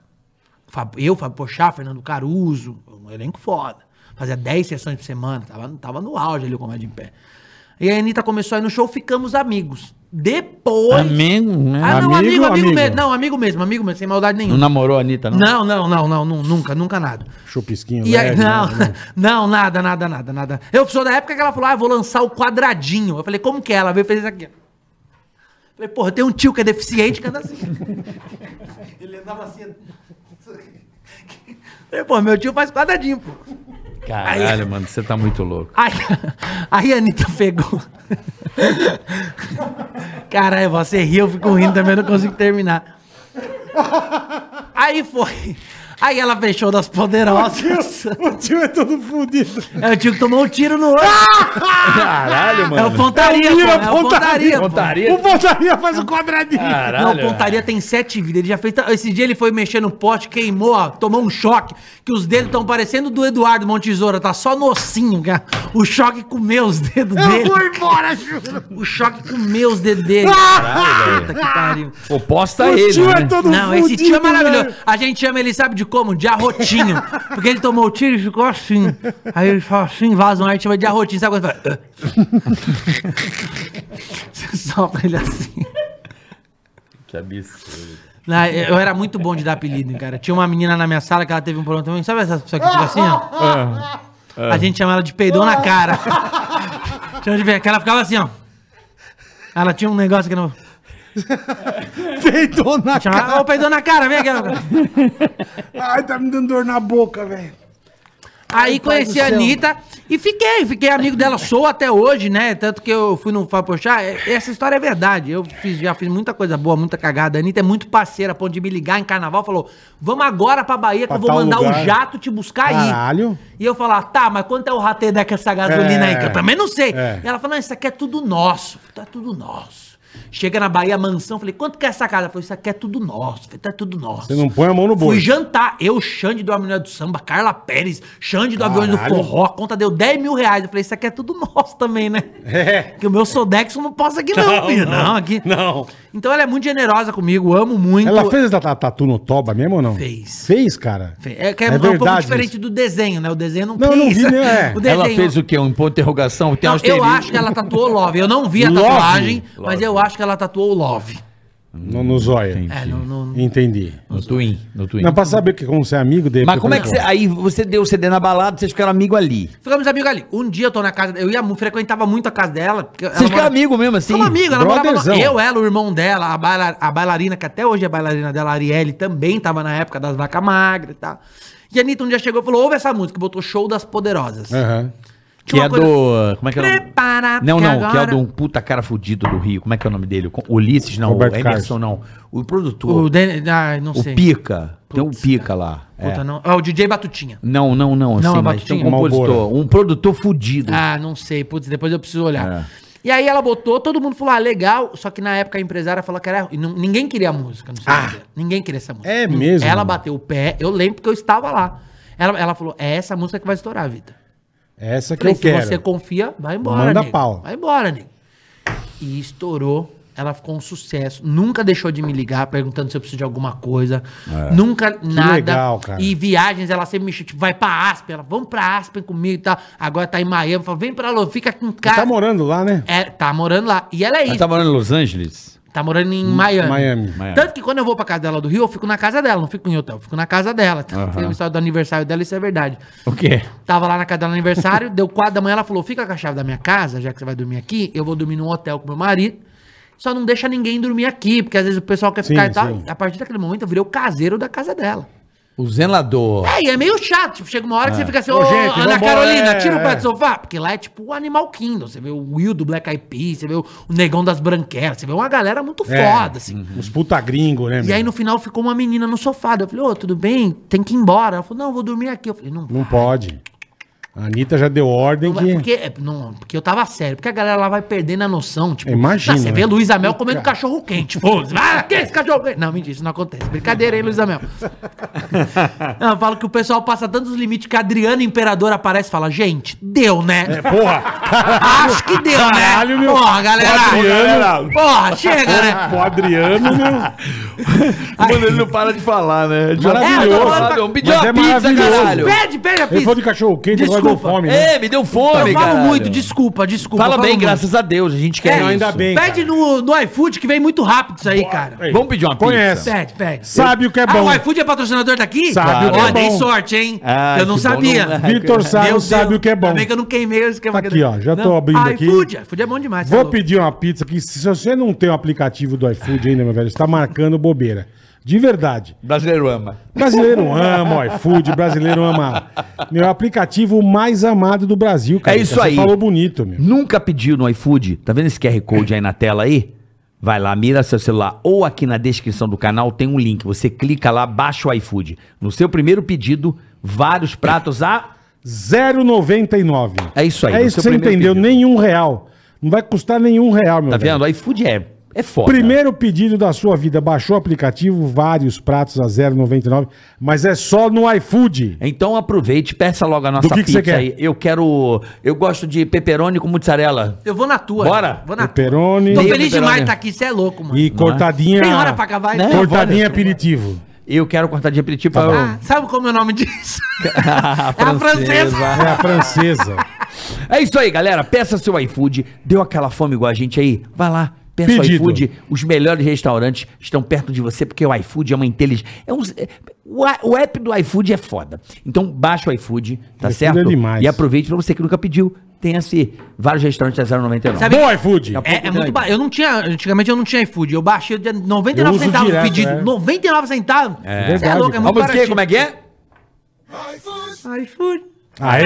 Fábio- Eu, Fábio Pochá, Fernando Caruso, um elenco foda. Fazia 10 sessões por semana, tava, tava no auge ali o Comédia em Pé. E a Anitta começou a ir no show, ficamos amigos. Depois. Amigo, né? Ah, Amigo não, amigo, amigo, ou amiga? mesmo. Não, amigo mesmo, amigo mesmo, sem maldade Não nenhuma. namorou a Anitta, não? Não, não, não, não, nu- nunca, nunca nada. né? Chupisquinho. E aí, leve, não, nada, né? não, nada, nada, nada, nada. Eu sou da época que ela falou, ah, eu vou lançar o quadradinho. Eu falei, como que é? Ela veio e fez isso aqui. ó. Falei, porra, tem um tio que é deficiente que anda assim. Ele andava assim. ó. Falei, pô, meu tio faz quadradinho, pô. Caralho, mano, você tá muito louco. Aí, aí a Anitta pegou. Caralho, você riu, eu fico rindo também, eu não consigo terminar. Aí foi. Aí ela fechou das poderosas. O tio é todo fudido. Aí eu tive que tomar um tiro no olho. Caralho, é o mano. pontaria, É o pô. Mira É o Pontaria. pontaria. pô. Pontaria. O Pontaria faz o quadradinho. Caralho. não, pontaria tem sete vidas. Ele já fez. ta- Esse dia ele foi mexer no pote, queimou, ó, tomou um choque. Que os dedos estão parecendo do Eduardo Montesoura, tá só nocinho, cara. O choque comeu os dedos Eu dele. vou embora, juro. O choque comeu os dedos dele. Puta que pariu. Tá Oposta a O ele, tio é né? todo Não, esse tio é maravilhoso. velho. A gente chama ele, sabe de como? De arrotinho. Porque ele tomou o tiro e ficou assim. Aí ele fala assim, vaza um ar, a gente chama de arrotinho. Sabe quando ele fala... "Ah?" Você sopra ele assim. Que absurdo. Não, Ah, eu era muito bom de dar apelido, hein, cara. Tinha uma menina na minha sala que ela teve um problema também. Sabe essa pessoa que fica assim, ó? A gente chama ela de peidão na cara. Chama de peidão, que ela ficava assim, ó. Ela tinha um negócio que não... Peitou na Chamava, ô, peidão na cara, vem aqui. Ai, tá me dando dor na boca, velho. Aí conheci a Anitta e fiquei, fiquei amigo dela, sou até hoje, né? Tanto que eu fui no Fábio Pochá, é- essa história é verdade. Eu fiz- já fiz muita coisa boa, muita cagada. A Anitta é muito parceira, a ponto de me ligar em carnaval, falou: vamos agora pra Bahia que Pra eu vou tal mandar lugar." um jato te buscar aí. Caralho. E eu falar, tá, mas quanto é o rateio com essa gasolina aí? Que É. eu também não sei. É. E ela falou: não, isso aqui é tudo nosso, tá tudo nosso. Chega na Bahia, mansão, falei, quanto que é essa casa? Ela falou, isso aqui é tudo nosso, falei, tá tudo nosso. Você não põe a mão no Fui bolso. jantar. Eu, Xande do Harmonia do Samba, Carla Pérez, Xande do Aviões do Caralho. Forró. A conta deu 10 mil reais. Eu falei, isso aqui é tudo nosso também, né? É. Que o meu Sodex eu não posso aqui não, não, filho. Não, aqui... Não. Então ela é muito generosa comigo, amo muito. Ela fez essa ta- tatu no toba mesmo ou não? Fez. Fez, cara? Fe- É, que é, é um verdade pouco diferente isso. do desenho, né? O desenho não, Não, eu não vi, né? É. O desenho... Ela fez o quê? Um ponto de interrogação? Tem Não, umas eu teorias- acho que ela tatuou Love. Eu não vi a Love? tatuagem, mas Love. eu acho que ela tatuou Love. No, no zóio. É, não, não- Entendi. No Twin. No Twin. Não, pra saber que, como você é amigo dele. Mas porque como eu é que você. falei, Aí você deu o CD na balada, vocês ficaram amigos ali. Ficamos amigos ali. Um dia eu tô na casa... Eu ia, mu- frequentava muito a casa dela. porque ela Vocês ficaram mora- amigos mesmo, assim? Ficamos amigos, ela morava brotherzão. no... Eu, ela, o irmão dela, a, baila- a bailarina, que até hoje é bailarina dela, a Arielle, também tava na época das vacas magras e tal. E a Anitta um dia chegou e falou, ouve essa música, e botou Show das Poderosas. pô. Aham. Que é Tinha uma coisa- do. Como é que é o nome? Prepara, Não, não, porque que é o agora- de um puta cara fudido do Rio. Como é que é o nome dele? O Ulisses, não. Roberto o Emerson, não. O produtor. O Den- ah, não O, sei. Pica. tem um Pica lá. é. Puta, não. Ah, o DJ Batutinha. Não, não, não. Assim, Não, é mas tem um Batutinha. compositor. Malboro. Um produtor fudido. Ah, não sei. Putz, depois eu preciso olhar. É. E aí ela botou, todo mundo falou, ah, legal. Só que na época a empresária falou que era... e não- Ninguém queria a música, não sei dizer. Ninguém queria essa música. Ah. É mesmo? Ela bateu o pé, eu lembro que eu estava lá. Ela, ela falou, é essa música que vai estourar, Vitor. É Essa que Falei, eu se quero. você confia, vai embora, Manda nego. pau. Vai embora, nego. E estourou. Ela ficou um sucesso. Nunca deixou de me ligar perguntando se eu preciso de alguma coisa. Nunca nada. É. legal, cara. E viagens, ela sempre me chama, tipo, vai pra Aspen. Ela, vamos pra Aspen comigo e tal. Agora tá em Miami. Fala, vem pra lá, fica aqui em Você casa. tá morando lá, né? É, tá morando lá. E ela é Ela isso. tá Tá... morando em Los Angeles? morando em É. Miami. Miami. Miami. Tanto que quando eu vou pra casa dela do Rio, eu fico na casa dela, não fico em hotel, eu fico na casa dela. Tem uma história do aniversário dela, isso é verdade. O quê? Tava lá na casa dela no aniversário, deu quatro da manhã, ela falou: fica com a chave da minha casa, já que você vai dormir aqui, eu vou dormir num hotel com meu marido. Só não deixa ninguém dormir aqui, porque às vezes o pessoal quer Sim, ficar e tal. sim. A partir daquele momento eu virei o caseiro da casa dela. O zelador. É, e é meio chato, tipo, chega uma hora que você fica assim, ô, É. Ô, gente, Ana vambora, Carolina, é, tira o é. pé do sofá. Porque lá é tipo o Animal Kingdom. Você vê o Will do Black Eyed Peas, você vê o Negão das Branquelas, você vê uma galera muito É. foda, assim. Os puta gringo, né, E meu? aí no final ficou uma menina no sofá. Eu falei, ô, tudo bem? Tem que ir embora. Ela falou, não, eu vou dormir aqui. Eu falei, não, Não pode. A Anitta já deu ordem Mas que... Porque, é, não, porque eu tava sério. Porque a galera lá vai perdendo a noção. Tipo, Imagina, tá, você vê né? Luísa Mel comendo cachorro quente. Pô, você vai, "Ah, que esse cachorro quente? Não, mentira, isso não acontece. Brincadeira, hein, Luísa Mel. Não, eu falo que o pessoal passa tantos limites que a Adriana Imperador aparece e fala: gente, deu, né? Porra! Acho que deu, É. Caralho, né? meu. Porra, galera. Ô, Adriano. Porra, chega, né? Pô, Adriano, meu. Mano, ele não para de falar, né? Ele já- Maravilhoso. É, eu tô falando, eu pedi Mas uma é pizza, maravilhoso. caralho. Pede, pede a Ele pizza. falou de cachorro quente, agora deu Desculpa. fome, né? É, me deu fome, Eu falo caralho. muito, desculpa, desculpa. Fala falo bem, muito. É graças a Deus, a gente quer Não, isso. ainda bem. Pede no, no iFood que vem muito rápido isso aí, cara. Ei, Vamos pedir uma Conhece. pizza. Pede, pede. é Sabe o que é bom. Ah, o iFood é patrocinador daqui? Sabe Sabe o que é dei bom. sorte, hein? Ah, eu não que bom, sabia. não- Vitor Sarro Meu sabe Deus, o que é bom. Ainda bem que eu não queimei o Tá esquema. que- aqui, ó, já tô Não, abrindo aqui. iFood, iFood é bom demais. tá Vou louco. pedir uma pizza que se você não tem o aplicativo do iFood ainda, meu velho, você tá marcando bobeira. De verdade. Brasileiro ama. Brasileiro ama o iFood, brasileiro ama. Meu é o aplicativo mais amado do Brasil, cara. É isso Você aí. falou bonito, meu. Nunca pediu no iFood? Tá vendo esse QR Code aí na tela aí? Vai lá, mira seu celular ou aqui na descrição do canal tem um link. Você clica lá, baixa o iFood. No seu primeiro pedido, vários pratos a 0,99. É isso aí, É no isso seu que você primeiro entendeu. pedido. Nenhum real. Não vai custar nenhum real, meu Tá velho. vendo? O iFood é, é foda. Primeiro pedido da sua vida. Baixou o aplicativo, vários pratos a 0,99. Mas é só no iFood. Então aproveite, peça logo a nossa Do que que pizza você quer? aí. Eu quero. Eu gosto de pepperoni com mussarela. Eu vou na tua. Bora. né? Vou na tua. Peperoni Tô Meio feliz demais de pepperoni. estar aqui, você é louco, mano. e cortadinha. Tem hora pra acabar, Né? Cortadinha Olha, aperitivo. Eu quero cortar de Tá aperitivo. pra- Ah, sabe como é o nome disso? a É a francesa. É a francesa. É isso aí, galera. Peça seu iFood. Deu aquela fome igual a gente aí? Vai lá. Peça o Pedido. iFood. Os melhores restaurantes estão perto de você, porque o iFood é uma inteligência. É um... é- o, a- o app do iFood é foda. Então baixa o iFood, tá iFood certo? é demais. E aproveite pra você que nunca pediu. Tem assim, vários restaurantes a 0,99. Sabe- Bom iFood. Tá É, é muito grande. ba... Eu não tinha. Antigamente eu não tinha iFood. Eu baixei de 99 Eu uso centavos direto, o pedido. é. 99 centavos? É Você é verdade, louco, é cara. muito Vamos ver baratinho. como é que é? iFood. Aê, bom iFood. Ah,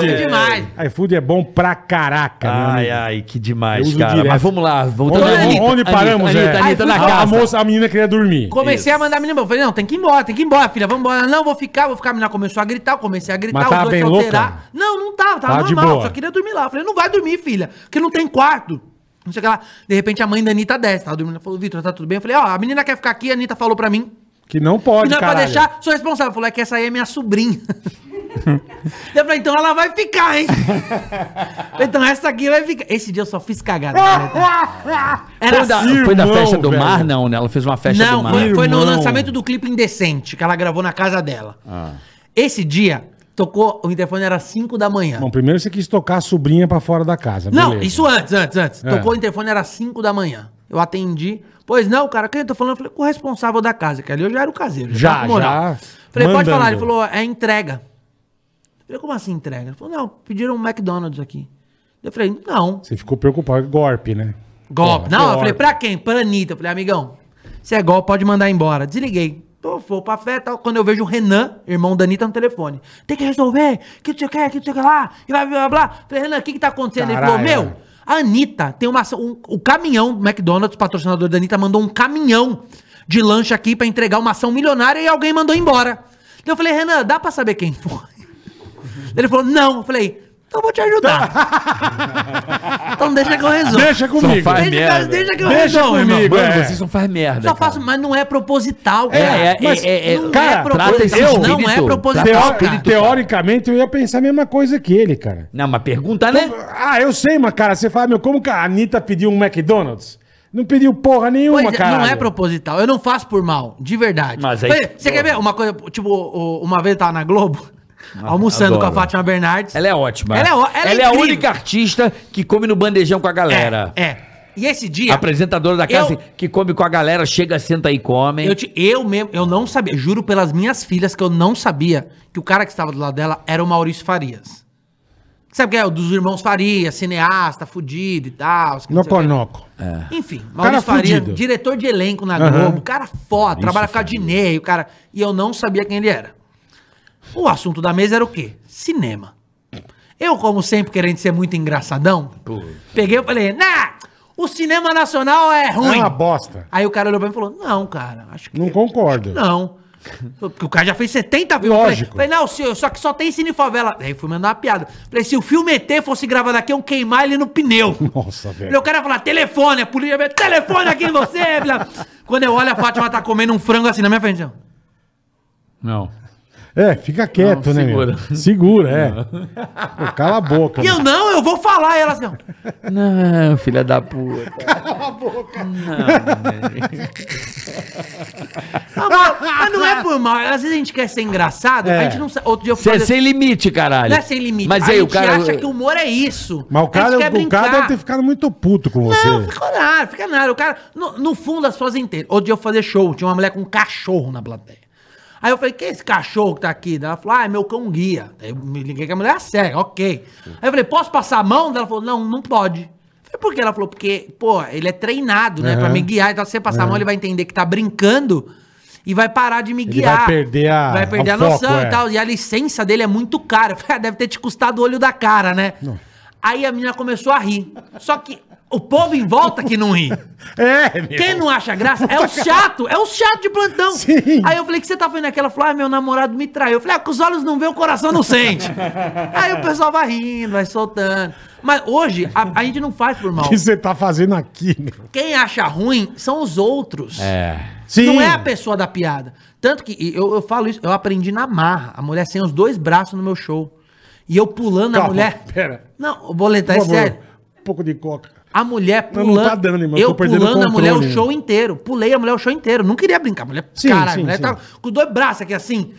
demais. iFood é bom pra caraca, meu Ai, amigo. ai, que Eu demais, uso cara. direto. Mas vamos lá, voltando Onde, à Anitta. onde paramos, Anitta, é? Anitta, Anitta Ai, na fui- a, a casa. moça, a menina queria dormir. Comecei a mandar a menina embora. Falei, não, tem que ir embora, tem que ir embora, filha. Vamos embora. Ela, Não, vou ficar, vou ficar. A menina começou a gritar, eu comecei a gritar, Mas tava bem louca? Não, não tava, tava Tava de normal, boa. só queria dormir lá. Eu falei, não vai dormir, filha, porque não tem quarto. Não sei o que lá. De repente a mãe da Anitta desce, tava dormindo. Ela falou, Vitor, tá tudo bem? Eu falei, ó, a menina quer ficar aqui, a Anitta falou pra mim. Que não pode, não é pra cara. deixar, sou responsável. Falou, é que essa aí é minha sobrinha. eu falei, então ela vai ficar, hein? então essa aqui vai ficar. Esse dia eu só fiz cagada. né? Era Foi da, Irmão, foi da festa do velho. mar, não, né? Ela fez uma festa do Não, mar. foi, foi no Irmão. Ah. lançamento do clipe Indecente, que ela gravou na casa dela. Esse dia, tocou, o interfone era 5 da manhã. Bom, primeiro você quis tocar a sobrinha pra fora da casa. não, beleza. isso antes, antes, antes. É. Tocou o interfone, era 5 da manhã. Eu atendi. Pois não, cara, quem eu tô falando? Eu falei, com o responsável da casa, que ali eu já era o caseiro. Já, tava com moral. já, Falei, pode mandando. falar. Ele falou, é entrega. Eu falei, como assim entrega? Ele falou, não, pediram um McDonald's aqui. Eu falei, não. Você ficou preocupado com golpe, né? Golpe. Pô, não, eu golpe. falei, pra quem? Pra Anitta. Eu falei, amigão, se é golpe, pode mandar embora. Desliguei. Tô, vou pra fé tal. Quando eu vejo o Renan, irmão da Anitta, no telefone. Tem que resolver. Que não sei o que, que não sei o que lá. E blá, blá, blá, blá. Falei, Renan, o que que tá acontecendo? Ele Caralho. falou, meu, a Anitta tem uma... ação- Um, o caminhão do McDonald's, patrocinador da Anitta, mandou um caminhão de lanche aqui pra entregar uma ação milionária e alguém mandou embora. Então eu falei, Renan, dá pra saber quem foi? Ele falou, não. Eu falei, então eu vou te ajudar. então deixa que eu resolvo. Deixa comigo. faz- Deixa, merda. cara, deixa que eu Deixa resolvo, irmão. comigo. Mano, É. vocês não fazem merda. Só cara. faço, mas não é proposital, É, cara. é, mas é, é, não cara, é trata esse proposital. Não é espírito. proposital, Teo- cara. Teoricamente eu ia pensar a mesma coisa que ele, cara. Não, mas pergunta, né? Ah, eu sei, mas cara, você fala, meu, como que a Anitta pediu um McDonald's? Não pediu porra Pois nenhuma, é, cara. não é proposital. Eu não faço por mal, de verdade. Mas aí- Olha, Você quer ver uma coisa? Tipo, o- uma vez eu tava na Globo, almoçando Ah, adoro. com a Fátima Bernardes. Ela é ótima. Ela é ó- ela é Ela é a incrível. única artista que come no bandejão com a galera. É, é. E esse dia. Apresentadora da casa Eu- que come com a galera, chega, senta e come. Eu, te- eu mesmo, eu não sabia, juro pelas minhas filhas que eu não sabia que o cara que estava do lado dela era o Maurício Farias. Sabe quem é? O dos irmãos Farias, cineasta, fudido e tal. que não sei o quê. Noconoco. É. Enfim, Maurício É. Cara Farias, fudido. diretor de elenco na Aham. Globo, cara foda, trabalha com a Dinei, o cara. E eu não sabia quem ele era. O assunto da mesa era o quê? Cinema. Eu, como sempre, querendo ser muito engraçadão, peguei e falei, nah, o cinema nacional é É ruim. uma bosta. Aí o cara olhou pra mim e falou: Não, cara, acho que. Não concordo. Não. Porque o cara já fez 70 filmes. Lógico. Falei, falei, não, senhor, só que só tem cine favela. Aí fui mandar uma piada. Falei, se o filme ET fosse gravado aqui, eu queimar ele no pneu. Nossa, velho. Falei, o cara ia falar, telefone, a polícia vai, telefone aqui em você. filha." Quando eu olho, a Fátima tá comendo um frango assim na minha frente. ó. Não. É, fica quieto, Não, né? segura. Segura. Segura, é. Pô, cala a boca. E eu, mano. não, eu vou falar. E ela assim, ó. Não, filha da puta. "Ah, mas- mas não é por mal. Às vezes a gente quer ser engraçado, a gente não sabe. Outro dia eu Você é fazer- sem limite, caralho. Não é sem limite. Mas a aí o gente cara. acha que o humor é isso. Mas o a cara, gente quer o cara brincar. deve ter ficado muito puto com você. Não, fica nada, fica nada. O cara, no, no fundo, as pessoas entendem. Outro dia eu fazer show, tinha uma mulher com um cachorro na plateia. Aí eu falei, quem é esse cachorro que tá aqui? Daí Ela falou, ah, é meu cão guia. Aí eu me liguei que a mulher é cega, ok. Aí eu falei, posso passar a mão? Daí Ela falou, não, não pode. Eu Falei, por quê? Ela falou, porque, pô, ele é treinado, né, pra Aham. me guiar. Então, se você passar a mão, ele vai entender que tá brincando e vai parar de me guiar. vai perder a- Vai perder o a noção foco, e é. tal. E a licença dele é muito cara. Eu falei, "Ah, Deve ter te custado o olho da cara, né? Aí a menina começou a rir. Só que O povo em volta que não ri. É, meu. Quem não acha graça é o chato, é o chato de plantão. Sim. Aí eu falei, o que você tá fazendo aqui? Ela falou, ah, meu namorado me traiu. Eu falei, ah, que os olhos não vê, o coração não sente. Aí o pessoal vai rindo, vai soltando. Mas hoje, a, a gente não faz por mal. O que você tá fazendo aqui, meu? Quem acha ruim são os outros. É. Sim. Não é a pessoa da piada. Tanto que e eu, eu falo isso, eu aprendi na marra. A mulher sem os dois braços no meu show. E eu pulando a Calma, mulher. Pera. Não, o boletar é Por favor, sério. Um pouco de coca. A mulher Não, pulando. não tá dando, irmão, Eu tô perdendo o pulando a mulher o controle. show inteiro. Pulei a mulher o show inteiro. Não queria brincar. A mulher, Sim, caralho, sim, a mulher sim. tava com dois braços aqui assim.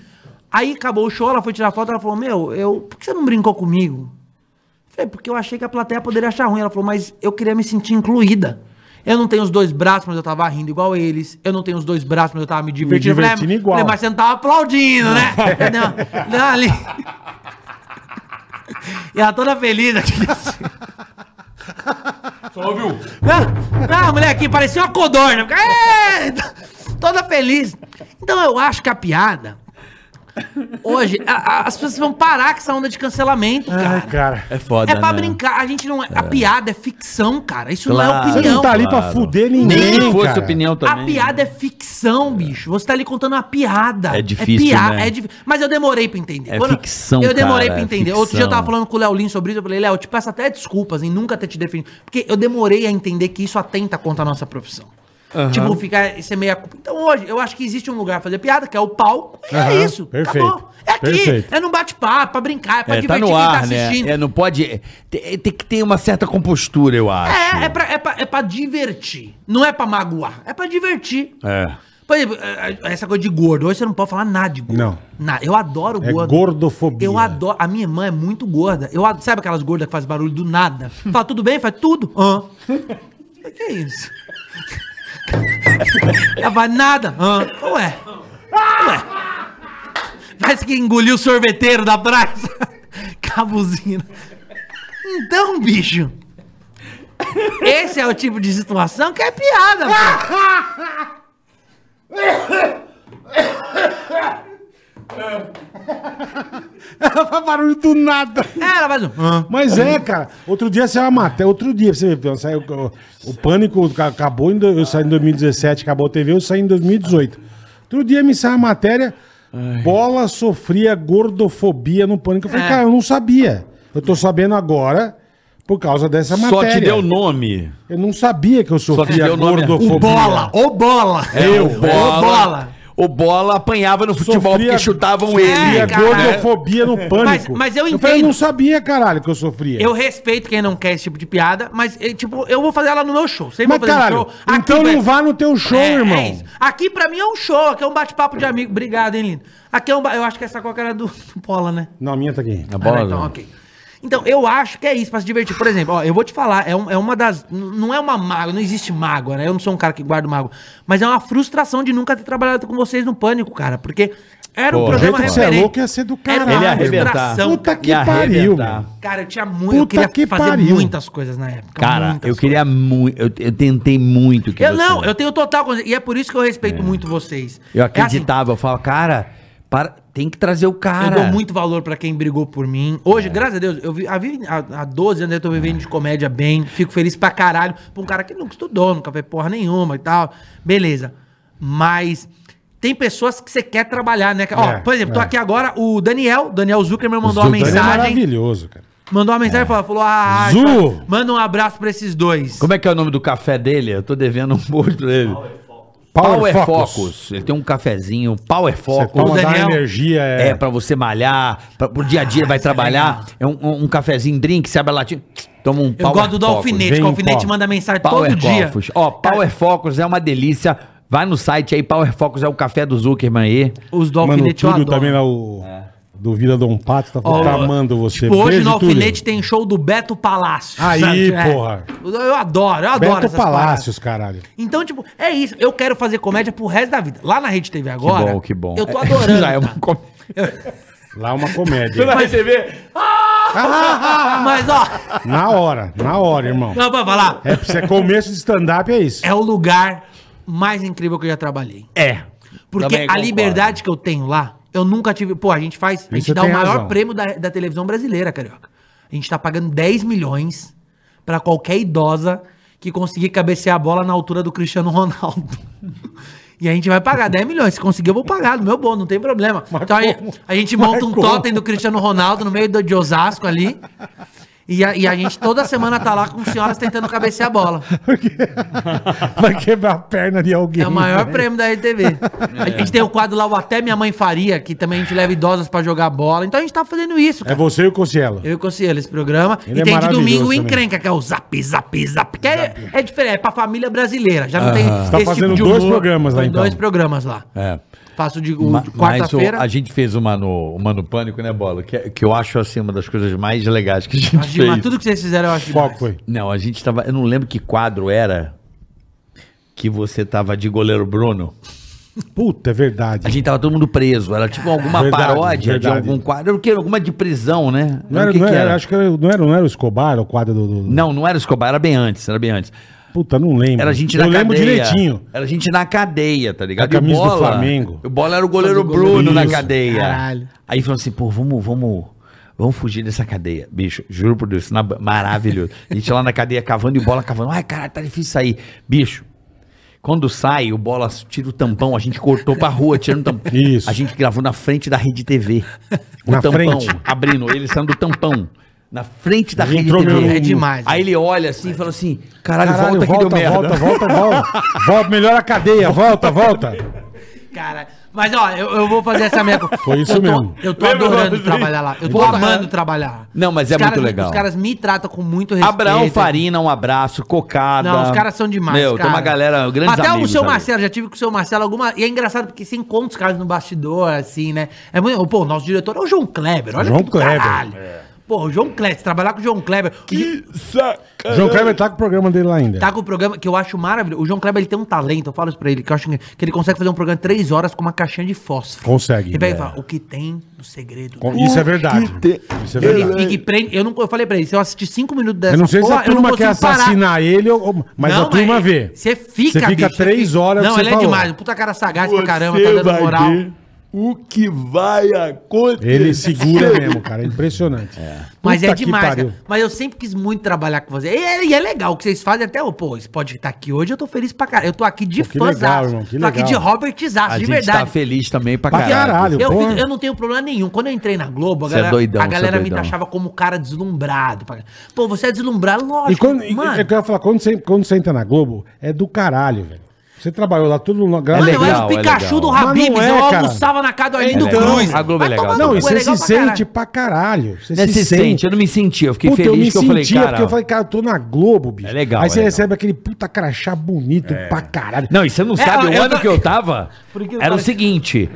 Aí acabou o show, ela foi tirar foto, ela falou: Meu, eu, por que você não brincou comigo? Eu Falei, porque eu achei que a plateia poderia achar ruim. Ela falou, mas eu queria me sentir incluída. Eu não tenho os dois braços, mas eu tava rindo igual eles. Eu não tenho os dois braços, mas eu tava me divertindo. Eu falei, divertindo "Ah, igual." falei, mas você não tava aplaudindo, né? não, não, ali. E ela toda feliz aqui. Só ouviu. Não, não, a mulher aqui Ah, parecia uma codorna. Fica, "É", Toda feliz. Então eu acho que a piada. Hoje, a- a- as pessoas vão parar com essa onda de cancelamento, cara. Ai, cara. É foda, É pra né? brincar, a gente não é, A piada é ficção, cara. Isso Claro. não é Você não opinião. tá ali pra Claro. fuder ninguém, Nem que fosse cara. opinião também. né? A piada é ficção, bicho. Você tá ali contando uma piada. É difícil, né? é dif- Mas eu demorei pra entender. É ficção, Eu demorei cara, pra é entender. Outro dia eu tava ficção. falando com o Léo Lins sobre isso. Eu falei, Léo, eu te peço até desculpas em nunca ter te definido. Porque eu demorei a entender que isso atenta contra a nossa profissão. Tipo, ficar isso é meia culpa. Então hoje, eu acho que existe um lugar pra fazer piada, que é o palco. E Aham, é isso. perfeito, É aqui. perfeito. É num bate-papo, pra brincar, é pra É, tá divertir no quem tá ar, né? assistindo. É, não pode. Tem, tem que ter uma certa compostura, eu acho. É, é pra, é, pra, é pra divertir. Não é pra magoar. É pra divertir. É. Por exemplo, é, é, essa coisa de gordo. Hoje você não pode falar nada de gordo. Não. Na- eu adoro É gordo. gordofobia. Eu adoro. A minha irmã é muito gorda. Eu adoro, sabe aquelas gordas que fazem barulho do nada? Fala tudo bem? Faz tudo. Hã? O que é isso? Ela faz nada. Hã? Ué. Ué. Parece que engoliu o sorveteiro da praça. Cabuzina. Então, bicho. Esse é o tipo de situação que é piada, pô. Faz barulho do nada. É, Ela faz um. "Hã?" Mas é, cara. Outro dia saiu uma matéria. Outro dia, pra você ver, saiu, o, o pânico ca- acabou, em do- eu saí em 2017, acabou a TV, eu saí em 2018. Outro dia me saiu a matéria. Bola sofria gordofobia no pânico. Eu falei, É. cara, eu não sabia. Eu tô sabendo agora por causa dessa Só matéria. te deu nome. Eu não sabia que eu sofria deu nome- né? gordofobia. O bola, o bola. É, o o bola. O bola apanhava no futebol Sofria- porque um chutavam sofria ele. Sofria É, cara. gordofobia no pânico. mas eu falei, eu entendo. não sabia, caralho, que eu sofria. Eu respeito quem não quer esse tipo de piada, mas, eh, tipo, eu vou fazer ela no meu show. Sempre Mas, vou fazer no caralho, Aqui então vai- não vá no teu show, É, irmão. é isso. aqui pra mim é um show, aqui é um bate-papo de amigo. Obrigado, hein, lindo. Aqui é um. ba- Eu acho que essa coca era do, do Bola, né? Não, a minha tá aqui. A Ah, não, bola. então, ok. Então, eu acho que é isso, pra se divertir. Por exemplo, ó, eu vou te falar, é, um- é uma das. n- Não é uma mágoa, não existe mágoa, né? Eu não sou um cara que guarda mágoa. Mas é uma frustração de nunca ter trabalhado com vocês no pânico, cara. Porque era um Pô, programa jeito que você é referente. louco ia ser do Era uma caralho. Ele ia arrebentar. frustração, Puta que ia pariu, arrebentar. meu. Cara, eu tinha muito. Puta eu queria que fazer pariu. muitas coisas na época. Cara, muitas eu queria muito. Eu, eu tentei muito que coisas. Eu você- não, eu tenho total. consci- E é por isso que eu respeito muito vocês. Eu É assim, acreditava, eu falava, cara, para- tem que trazer o cara. eu dou muito valor pra quem brigou por mim. Hoje, É. graças a Deus, eu vi, há vi- há há 12 anos eu tô vivendo de comédia bem. Fico feliz pra caralho. Pra um cara que nunca estudou, nunca fez porra nenhuma e tal. Beleza. Mas tem pessoas que você quer trabalhar, né? Ó, É, por exemplo, tô é. aqui agora, o Daniel, Daniel Zuckerman mandou uma Zuckerman é mensagem. maravilhoso, cara. Mandou uma mensagem e falou, falou: ah, É. Zu! então, manda um abraço pra esses dois. Como é que é o nome do café dele? Eu tô devendo um bolo dele. Power, Power é Focus. Focus. Ele tem um cafezinho, Power Você Focus. toma da Daniel- energia, é... É, pra você malhar, pra, pro dia a Ah, dia vai trabalhar. É um, um, um cafezinho, drink, você abre a latinha, toma um Eu gosto do alfinete, vem que o um alfinete copo. manda mensagem Power todo dia. Focus. Ó, Power Focus é uma delícia. Vai no site aí, Power Focus é o café do Zuckerman aí. Os do Mano, alfinete eu Túlio adoro. É. também lá, o... Do Vila Dom Pato, tá, Ó, tá amando você. tipo, hoje Beijo, no Túlio. alfinete tem show do Beto Palácio. Aí, É. porra. Eu adoro, eu adoro Beto essas paradas. Palácios, caralho. Então, tipo, é isso. Eu quero fazer comédia pro resto da vida. Lá na Rede TV agora. que bom, que bom. Eu tô adorando. Já é uma cara. com- Lá é uma comédia. Mas você vê, Mas, ó, na hora, na hora, irmão. não, pra falar. É, pra você começo de stand-up, é isso. É o lugar mais incrível que eu já trabalhei. É. Porque Também a concordo. liberdade que eu tenho lá, eu nunca tive. Pô, a gente faz. A gente você dá o tem maior razão. prêmio da, da televisão brasileira, carioca. A gente tá pagando 10 milhões pra qualquer idosa que conseguir cabecear a bola na altura do Cristiano Ronaldo. E a gente vai pagar 10 milhões. Se conseguir, eu vou pagar do meu bolo, não tem problema. então a, como? a gente monta Mas um como? totem do Cristiano Ronaldo no meio do, de Osasco ali. E a, e a gente toda semana tá lá com senhoras tentando cabecear a bola. Porque vai quebrar a perna de alguém. É o maior velho. prêmio da RTV. A gente tem o quadro lá, o Até Minha Mãe Faria, que também a gente leva idosas pra jogar bola. Então a gente tá fazendo isso, É cara. você e o Cossielo. Eu e o Cossielo, esse programa. Ele e é tem de domingo o maravilhoso encrenca, que é o zap, zap, zap. Que é, é diferente, é pra família brasileira. Já não tem. tipo Você tá fazendo dois programas lá, Tem então. Dois programas lá. É. Faço de, o Ma- de Mas o- quarta-feira. a gente fez uma no, uma no Pânico, né, Bola? Que, que eu acho, assim, uma das coisas mais legais que a gente Acho fez. demais. Tudo que vocês fizeram, eu acho Qual demais. que foi? Não, a gente tava... Eu não lembro que quadro era que você tava de goleiro Bruno. Puta, é verdade. A gente tava todo mundo preso. Era tipo alguma Verdade, paródia verdade. de algum quadro. Era o quê? Alguma de prisão, né? Não era, o que não que era, Acho que era- não, era, não era o Escobar, o quadro do. do- Não, não era Escobar, era bem antes, era bem antes. Puta, não lembro. Era a gente Eu na lembro cadeia. direitinho. Era a gente na cadeia, tá ligado? Com a E o camisa do Flamengo. O Bola era o goleiro Todo goleiro. Bruno na Isso. cadeia. Caralho. Aí falou assim, pô, vamos, vamos, vamos fugir dessa cadeia. Bicho, juro por Deus, na- maravilhoso. A gente lá na cadeia cavando e o Bola cavando. Ai, caralho, tá difícil sair. Bicho, quando sai, o Bola tira o tampão, a gente cortou pra rua tirando o tampão. Isso. A gente gravou na frente da Rede TV. O Na tampão, frente. abrindo, ele saindo do tampão. Na frente da Ele Rede entrou TV. meu- É demais. Aí ele olha assim e fala assim: caralho, Caralho, volta, volta, que deu merda. volta, volta, volta, volta. Melhor a cadeia, volta, volta. Cara, mas ó, eu, eu vou fazer essa minha. Foi isso eu tô, mesmo. Eu tô Lembra, adorando Rodrigo? trabalhar lá. Eu tô Porra. amando trabalhar. Não, mas é Os caras muito me- legal. Os caras me tratam com muito respeito. Abraão Farina, um abraço, cocada. Não, os caras são demais, Meu, cara. tem uma galera, grandes Até amigos. o seu sabe? Marcelo, já tive com o seu Marcelo alguma... E é engraçado porque você encontra os caras no bastidor, assim, né? É muito... Pô, o nosso diretor é o João Kleber, olha João que Kleber. caralho. É. Pô, o João Kleber, se trabalhar com o João Kleber... Que... João Kleber tá com o programa dele lá ainda. Tá com o programa que eu acho maravilhoso. O João Kleber, ele tem um talento, eu falo isso pra ele, que eu acho que que ele consegue fazer um programa de três horas com uma caixinha de fósforo. Consegue, Ele pega e é. fala, o que tem no segredo... Com- Isso é verdade. Isso é Ele verdade. fica e prende... Eu, não, eu falei pra ele, se eu assistir cinco minutos dessa Eu não sei se a porra, eu turma quer consigo parar. assassinar ele, ou- ou- mas a turma vê. Você fica, Você fica bicho, três horas Não, que ele você é falou. demais. um Puta cara sagaz pra caramba, tá dando moral. o que vai acontecer. Ele segura mesmo, cara. É impressionante. Mas Puta é que demais, pariu. cara. Mas eu sempre quis muito trabalhar com você. E é, e é legal o que vocês fazem até, ô, pô, esse pode estar aqui hoje, eu tô feliz pra caralho. Eu tô aqui de Pô, que fãzaço. legal, irmão, que Tô aqui legal. de Robert Zaço, A de gente tá verdade. feliz também pra Pra caralho. caralho. Eu, porra. fico- eu não tenho problema nenhum. Quando eu entrei na Globo, a Você é galera, doidão, a galera você é me doidão. taxava como um cara deslumbrado. pra- Pô, você é deslumbrado, E lógico. quando, e- é eu quero falar, quando você, quando você entra na Globo, é do caralho, velho. Você trabalhou lá tudo no Mano, graças a eu Deus. era o legal, é Pikachu do legal. Habibs, Mas não é, eu cara. almoçava na casa do Arlindo legal. Cruz. A Globo é Vai legal. tomar no Não, cu, e é você se legal pra caralho. sente tipo- pra caralho. Você Né, se sente. eu não me senti, eu fiquei Puta, eu feliz me que eu sentia, falei, cara. porque eu falei, cara, eu tô na Globo, bicho. É legal, Aí é você legal. recebe aquele puta crachá bonito pra caralho. Não, e você não É, sabe o eu ano tô- que eu tava? Por que eu Era o falei- seguinte: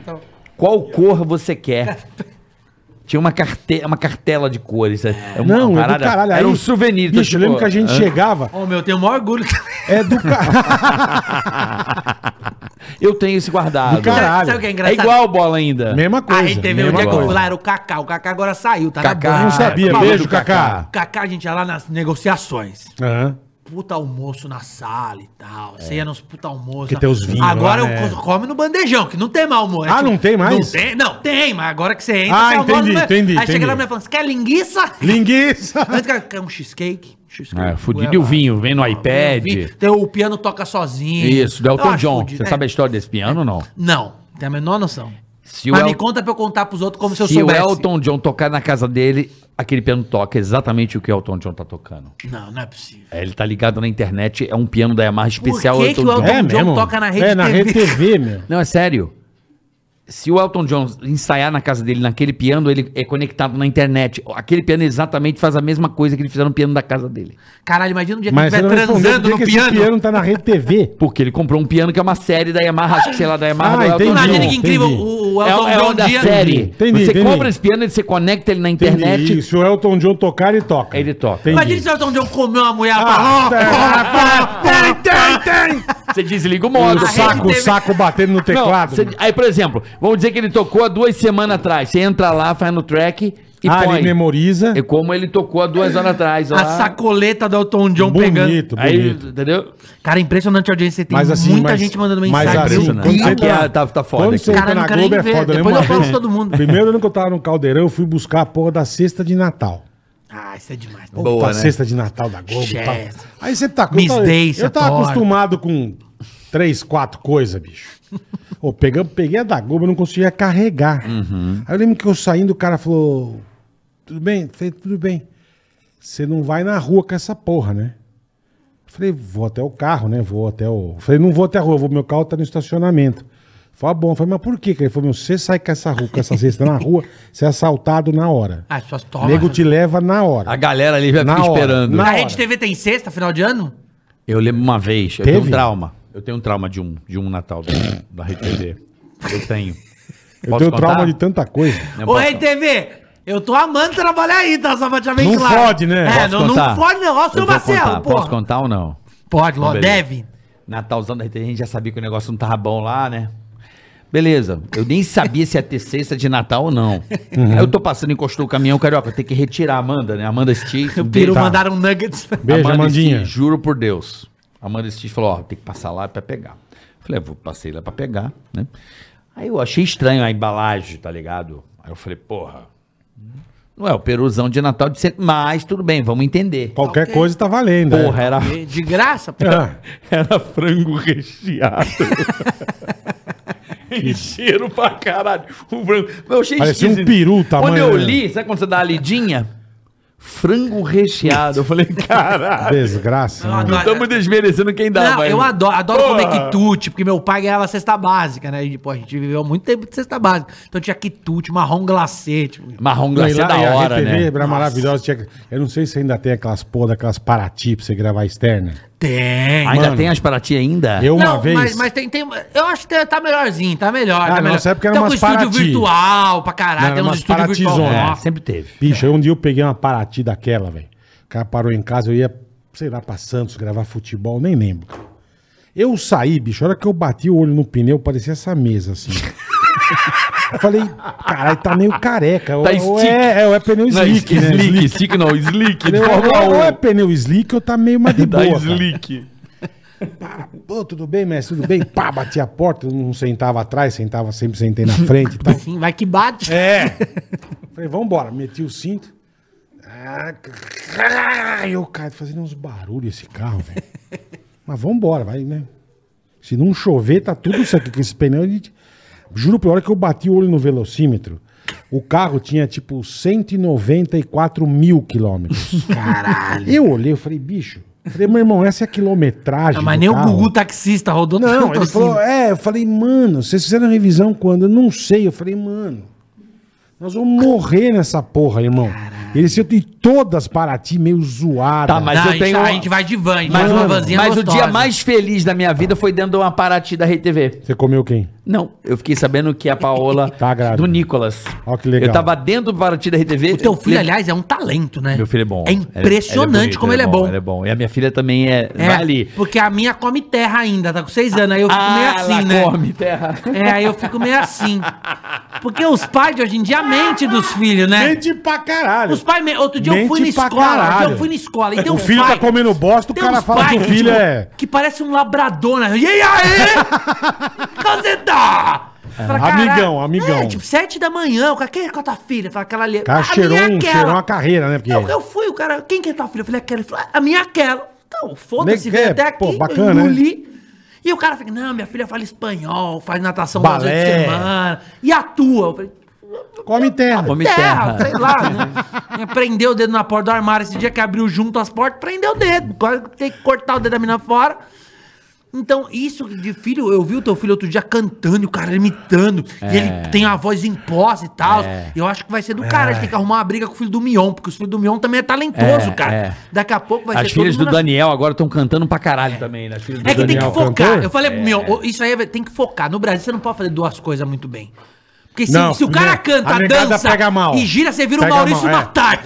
qual cor você quer? Tinha uma cartela, uma cartela de cores. é uma Não, é do parada- caralho. Era Aí, um souvenir. Bicho, eu lembro que a gente chegou. chegava, Ô, meu, eu tenho o maior orgulho. é do caralho. Eu tenho esse guardado. Do caralho. Sabe o que é É engraçado? igual bola ainda. Mesma coisa. A gente teve um mesma dia que eu coisa. é- fui lá, era o Kaká. O Kaká agora saiu, tá Kaká, na Eu não Band. sabia, Maluco. beijo, Cacá. O Kaká, a gente ia lá nas negociações. Aham. Puta almoço na sala e tal. Você ia nos puta almoço. Porque É. tem os vinhos Agora lá, né? eu co- come no bandejão, que não tem mal almoço. Ah, não tem mais? tipo, Não tem, não, tem, mas agora que você entra, Ah, você almoça, entendi, né? entendi, Aí entendi. chega lá e me fala, você quer linguiça? Linguiça. Antes, cara, quer um cheesecake? Cheesecake. É, fudido e o vinho, vem no iPad. Tem o piano toca assim. sozinho. Isso, do Eu Elton acho John. fudido, Você né? sabe a história desse piano ou não? Não, tem a menor noção. Se Mas o me El- conta pra eu contar pros outros como se eu Se o soubesse. Elton John tocar na casa dele, aquele piano toca exatamente o que o Elton John tá tocando. Não, não é possível. É, Ele tá ligado na internet, é um piano da Yamaha especial que que o Elton- John. É John mesmo? toca na Rede É, na TV. Rede TV, meu. Não, é sério. Se o Elton John ensaiar na casa dele naquele piano, ele é conectado na internet. Aquele piano exatamente faz a mesma coisa que ele fizeram no piano da casa dele. Caralho, imagina um dia que ele Mas você não estiver respondeu transando por no que que esse piano. piano tá na Rede TV. Porque ele comprou um piano que é uma série da Yamaha, acho que sei lá, da Yamaha Ah, do Elton entendi. John. Imagina que incrível. entendi. O, o É, Elton é John o da dia- série. Entendi, você entendi. compra esse piano, ele- você conecta ele na internet. Entendi. Se o Elton John tocar, ele toca. Ele toca. Imagina se o Elton John comeu uma mulher ah, tá. tem, tem, tem. Você desliga o O modo. A saco, Rede o TV. saco batendo no Não, teclado. você- aí, por exemplo, vamos dizer que ele tocou há duas semanas atrás. Você entra lá, faz no track e ah, põe. ele memoriza. É como ele tocou há duas horas atrás. A lá. sacoleta do Elton John pegando. Bonito, Aí, bonito. entendeu? Cara, impressionante a audiência. Tem Mas assim, muita mas- gente mandando mas mensagem. assim, Impressionante. quando você Aqui entra- é- tá- tá foda Quando aqui. você Cara, entra eu não na quero Globo é nem ver. foda, né? Depois Uma eu falo vez- com todo mundo. Primeiro ano que eu tava no Caldeirão, eu fui buscar a porra da cesta de Natal. Ah, isso é demais. Puta, Boa, né? tá cesta de Natal da Globo. Chefe. tal. Aí você tá com. Miss eu tava- Daisy, eu tava adoro. acostumado com três, quatro coisas, bicho. Ô, peguei, peguei a da Globo, eu não conseguia carregar. Uhum. Aí eu lembro que eu saindo, o cara falou: Tudo bem? Eu Falei, tudo bem. Você não vai na rua com essa porra, né? Eu Falei, vou até o carro, né? Vou até o. eu Falei, não vou até a rua, vou, meu carro tá no estacionamento. Falei, ah, bom. Eu Falei, mas por quê? cara? Ele falou, meu, você sai com essa, ru- com essa cesta na rua, você é assaltado na hora. Ah, suas O tomas. nego te leva na hora. A galera ali já Na fica hora, esperando. na Na hora. Rede TV tem sexta, final de ano? Eu lembro uma vez, eu tenho um Teve? trauma. Eu tenho um trauma de um, de um Natal da, da Rede TV. Eu tenho. Eu tenho trauma de tanta coisa. Não Ô, posso- Rede TV, eu tô amando trabalhar aí, tá? Só pra te bem Não claro. fode, né? É, Posso não, não contar? fode não. Ó, o Eu seu vou Marcelo, contar. Posso pô. contar ou não? Pode, Então, lógico, beleza. deve. Natalzão da RT, a gente já sabia que o negócio não tava bom lá, né? Beleza, eu nem sabia se ia ter cesta de Natal ou não. Uhum. Aí eu tô passando, encostou o caminhão, carioca, tem que retirar a Amanda, né? Amanda Stich. O Tá. Peru mandaram um nuggets. Beijo, Amanda Amandinha. Stich, juro por Deus. Amanda Stich falou, ó, tem que passar lá pra pegar. Falei, eu vou, passei lá pra pegar, né? Aí eu achei estranho a embalagem, tá ligado? Aí eu falei, porra, não é o peruzão de Natal de sempre, mas tudo bem, vamos entender. Qualquer Ok. coisa tá valendo. Porra, era, De graça, pô. É. Ah, era frango recheado. Encheram pra caralho. O frango. Eu achei Parecia um esquisito. peru o tamanho, Quando eu né? li, sabe quando você dá a lidinha? Frango recheado. Eu falei, caralho. desgraça. Eu né? adoro. Estamos desmerecendo quem dá, Não, mas- eu adoro, adoro Porra. comer quitute, porque meu pai ganhava cesta básica, né? E, pô, a gente viveu muito tempo de cesta básica. Então tinha quitute, marrom glacê, tipo... Marrom Não, e glacê é lá- e da a hora, RTV né? era maravilhosa. tinha- eu não sei se ainda tem aquelas porra daquelas Paraty pra você gravar externa. Tem. Ainda Mano. tem as Paraty ainda? Eu uma Não, vez. Mas, mas tem, tem. Eu acho que tá- tá melhorzinho, tá melhor. Ah, tá melhor. nossa época era Tamo umas com estúdio Paraty. virtual pra caralho. Não, tem era uns umas estúdio virtual. Paratizona. É, Nossa. sempre teve. Bicho, aí um dia eu peguei uma Paraty daquela, velho. O cara parou em casa, eu ia, sei lá, pra Santos gravar futebol, nem lembro. Eu saí, bicho, a hora que eu bati o olho no pneu, parecia essa mesa, assim. Eu falei, caralho, tá meio careca. Ou- Tá ou stick. é, é, ou é Não, pneu slick, né? Slick. slick, slick não, slick. de Pneu- Fórmula ou, ou é 1. pneu slick ou tá meio mais de Da boa. cara. slick. Pô, tudo bem, mestre, tudo bem? Pá, bati a porta, não sentava atrás, sentava sempre, sentei na frente e tal. Assim, vai que bate. É. Falei, vambora. Meti o cinto. Ah, crrr, eu cara, fazendo uns barulhos esse carro, velho. Mas vambora, vai, né? Se não chover, tá tudo isso aqui com esse pneu. a gente- Juro por hora que eu bati o olho no velocímetro. O carro tinha tipo 194 mil quilômetros. Caralho. Eu olhei, eu falei, bicho. eu Falei, meu irmão, essa é a quilometragem. Ah, mas do nem carro. o Gugu taxista rodou Não, ele assim. falou, é, eu falei, mano, vocês fizeram a revisão quando? Eu não sei. Eu falei, mano, nós vamos morrer nessa porra, irmão. Ele se e todas Paraty meio zoadas. Tá, mas- Não, eu a, gente, tenho- a gente vai de van, a gente Mas, faz uma mano, vanzinha mas o gostosa. dia mais feliz da minha vida foi dentro de uma Paraty da RTV. Você comeu quem? Não, eu fiquei sabendo que a Paola Tá grávida. do Nicolas. Ó, que legal. Eu tava dentro do Paraty da RTV. O teu filho, Le- aliás, é um talento, né? Meu filho é bom. É impressionante bonito, como ele é bom. Ele é bom. E a minha filha também é. É, Vai ali. Ah, porque a minha come terra ainda, tá com seis anos. Aí eu fico meio assim, né? come terra. É, aí eu fico meio assim. Porque os pais de hoje em dia mentem dos filhos, né? Mente pra caralho. Os então pais, me- outro dia eu Mente fui na pra escola, outro dia caralho. eu fui na escola. E tem O uns filho pai- tá comendo bosta, o tem cara uns fala que o pai, filho tipo, é... Que parece um labrador, né? E aí? Cadê tá? Fala, amigão, "Caralho." amigão. É, tipo, sete da manhã, o cara, quem é com a tua filha? Fala, aquela ali. O cara "A cheirou, minha é um, aquela." cheirou uma carreira, né? Porque... Eu, eu fui, o cara, quem que é tua filha? Eu falei, aquela. Ele falou, a minha é aquela. Então, foda-se, Nem veio quer, até aqui, Né, é, pô, eu bacana, né? engoli. E o cara fica, não, minha filha fala espanhol, faz natação Balé. vezes por semana. E atua. Eu falei, Come terra. Come terra, terra. sei lá, né? E Prendeu o dedo na porta do armário esse dia que abriu junto as portas, prendeu o dedo. Agora Tem que cortar o dedo da menina fora. Então, isso de filho, eu vi o teu filho outro dia cantando, e o cara imitando, e É. ele tem a voz em pós e tal. Eu acho que vai ser do cara, a gente tem que arrumar uma briga com o filho do Mion, porque o filho do Mion também é talentoso, É, cara. é. Daqui a pouco vai As filhas do mundo na- Daniel agora estão cantando pra caralho também. Né? As filhas do é que tem que Daniel focar. Cantor? Eu falei, meu, ô, isso aí é- tem que focar. No Brasil, você não pode fazer duas coisas muito bem. Porque se, Não, se o cara né? canta, A negada dança pega mal. e gira, você vira Pega o Maurício mal, é. Matar.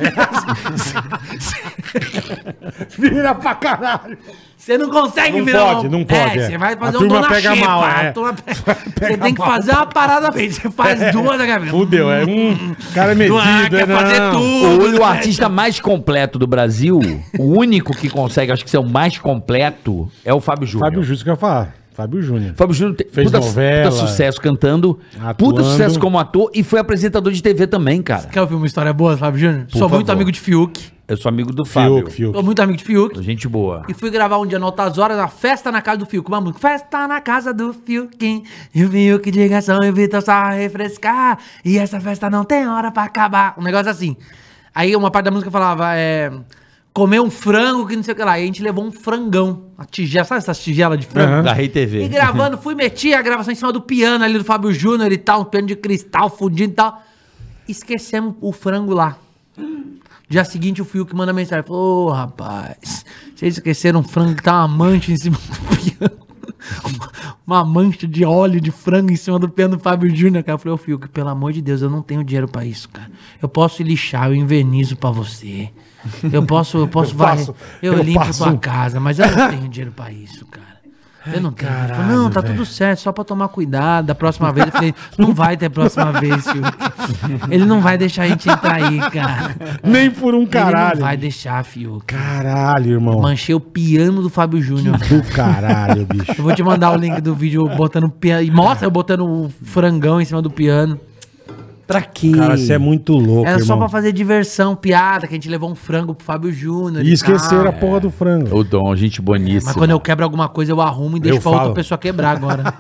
Vira pra caralho. Você não consegue Não virar pode, um- não pode, É, é. você vai A fazer turma pega Xepa, mal, a é. turma pe- Pega Você tem que mal. É. fazer uma parada bem. Você faz duas da cabeça. Fudeu, é um cara medido, Ah, é quer fazer não. tudo. né? O, o artista mais completo do Brasil, o único que consegue, acho que ser o mais completo, é o Fábio Júnior. Fábio Júnior, isso que eu ia falar. Fábio Júnior. Fábio Júnior tem Fez puta, novela. puta sucesso cantando, puta Atuando. sucesso como ator e foi apresentador de TV também, cara. Quer ouvir uma história boa, Fábio Júnior? Sou muito favor. amigo de Fiuk. Eu sou amigo do Fiuk, Fábio. Fiuk. Sou muito amigo de Fiuk. Gente boa. E fui gravar um dia no Altas Horas, na festa na casa do Fiuk. Uma música, festa na casa do Fiuk. E o Fiuk de regação e o Vitor só refrescar. E essa festa não tem hora pra acabar. Um negócio assim. Aí uma parte da música falava, é... Comer um frango que não sei o que lá. E a gente levou um frangão. Uma tigela, sabe essas tigelas de frango? Aham. Da Rei TV. E gravando, fui meter a gravação em cima do piano ali do Fábio Júnior e tal, um piano de cristal fundindo e tal. Esquecemos o frango lá. Dia seguinte, o Fiuk manda mensagem. Falou, ô, rapaz, vocês esqueceram o frango que tá uma mancha em cima do piano. Uma- Uma mancha de óleo de frango em cima do piano do Fábio Júnior, cara. Eu falei, ô Fiuk, pelo amor de Deus, eu não tenho dinheiro pra isso, cara. Eu posso lixar, eu envenizo pra você. Eu posso, eu posso Eu varrer, faço- eu, eu limpo faço sua um- casa, mas eu não tenho dinheiro pra isso, cara. Eu não tenho. Ele falou, não, tá tudo certo, só pra tomar cuidado. Da próxima vez, eu falei, não vai ter próxima vez, Fiuk. Ele não vai deixar a gente entrar aí, cara. Nem por um Ele não vai caralho. deixar, Fiuk. Caralho, irmão. Manchei o piano do Fábio Júnior. Do caralho, bicho. Eu vou te mandar o link do vídeo botando piano. E mostra eu botando o frangão em cima do piano. Pra quê? Cara, você é muito louco, Era só irmão. pra fazer diversão, piada, que a gente levou um frango pro Fábio Júnior. E esqueceram tal. a porra do frango. O Dom, gente boníssima. Mas quando eu quebro alguma coisa, eu É. arrumo e deixo Eu pra falo. outra pessoa quebrar agora.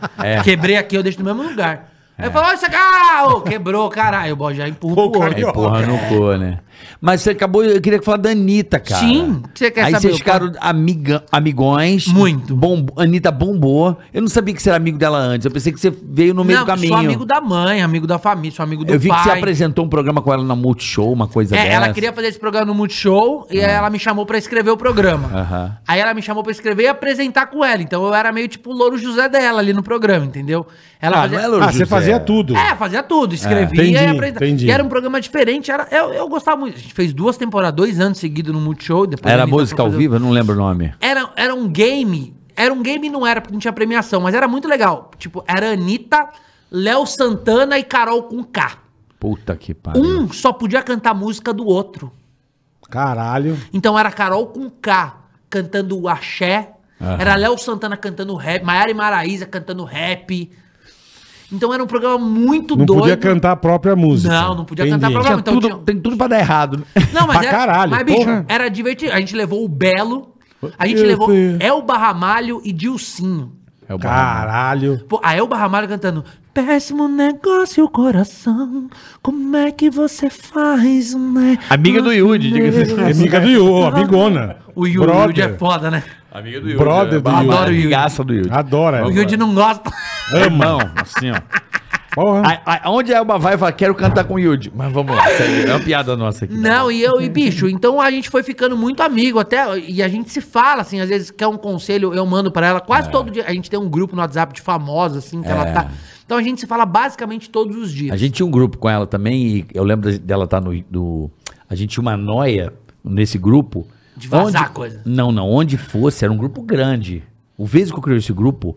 Quebrei aqui, eu deixo no mesmo lugar. Aí falou, isso aqui, ah, ô, quebrou, caralho. Eu já empurro Pô, pro carioca. outro. É porra no cu, né? Mas você acabou, eu queria falar da Anitta, cara. Sim, o que você quer Aí saber? vocês ficaram amiga, amigões. Muito. Bom, Anitta bombou. Eu não sabia que você era amigo dela antes. Eu pensei que você veio no meio do caminho. sou amigo da mãe, amigo da família, sou amigo do eu vi que você pai. apresentou um programa com ela na Multishow, uma coisa É, dessa. ela queria fazer esse programa no Multishow e aí ela me chamou pra escrever o programa. Aham. Aí ela me chamou pra escrever e apresentar com ela. Então eu era meio tipo o Louro José dela ali no programa, entendeu? Ela Ah, fazia... não é Louro Ah, você José. fazia tudo. É, É, fazia tudo, escrevia entendi, e apresentava. entendi. E era um programa diferente, era, eu, eu gostava muito. A gente fez duas temporadas, dois anos seguidos no Multishow. Depois a Era Anitta música foi ao fazer- vivo? Eu não lembro o nome. Era, era um game, era um game não era, porque não tinha premiação, mas era muito legal. Tipo, era Anitta, Léo Santana e Carol com K. Puta que pariu. Um só podia cantar música do outro. Caralho. Então era Carol com K cantando o axé. Era Léo Santana cantando rap. Maiara e Maraísa cantando rap. Então era um programa muito Não doido. podia cantar a própria música. Não, não podia cantar a própria- Tinha Então tudo- tinha- Tem tudo pra dar errado. Não, mas Pra era, caralho, mas, bicho, porra. era divertido. A gente levou o Belo. A gente Eu levou fui. Elba Ramalho e Dilcinho. É o Caralho. Pô, a Elba Ramalho cantando Péssimo negócio, coração Como é que você faz, né? Amiga do Yudi, diga-se. É Amiga do Yu, amigona. O Yudi Brother. Yudi é foda, né? Amiga do Yudi. Brother é. do Adoro Yudi. o Yudi. Gaça do Yudi. Adora. O Yudi não gosta Amão, assim, ó. Porra. A- a- Onde é a Elba vai, fala, quero cantar com o Yudi. Mas vamos lá, segue. É uma piada nossa aqui. Não, e eu e bicho, então a gente foi ficando muito amigo até, e a gente se fala, assim, às vezes quer um conselho, eu mando pra ela, É. quase todo dia, a gente tem um grupo no WhatsApp de famosa, assim, que ela tá, então a gente se fala basicamente todos os dias. A gente tinha um grupo com ela também, e eu lembro da- dela estar no, do. A gente tinha uma noia nesse grupo. De vazar onde, coisa. Não, não, onde fosse, era um grupo grande. O vez que eu criei esse grupo,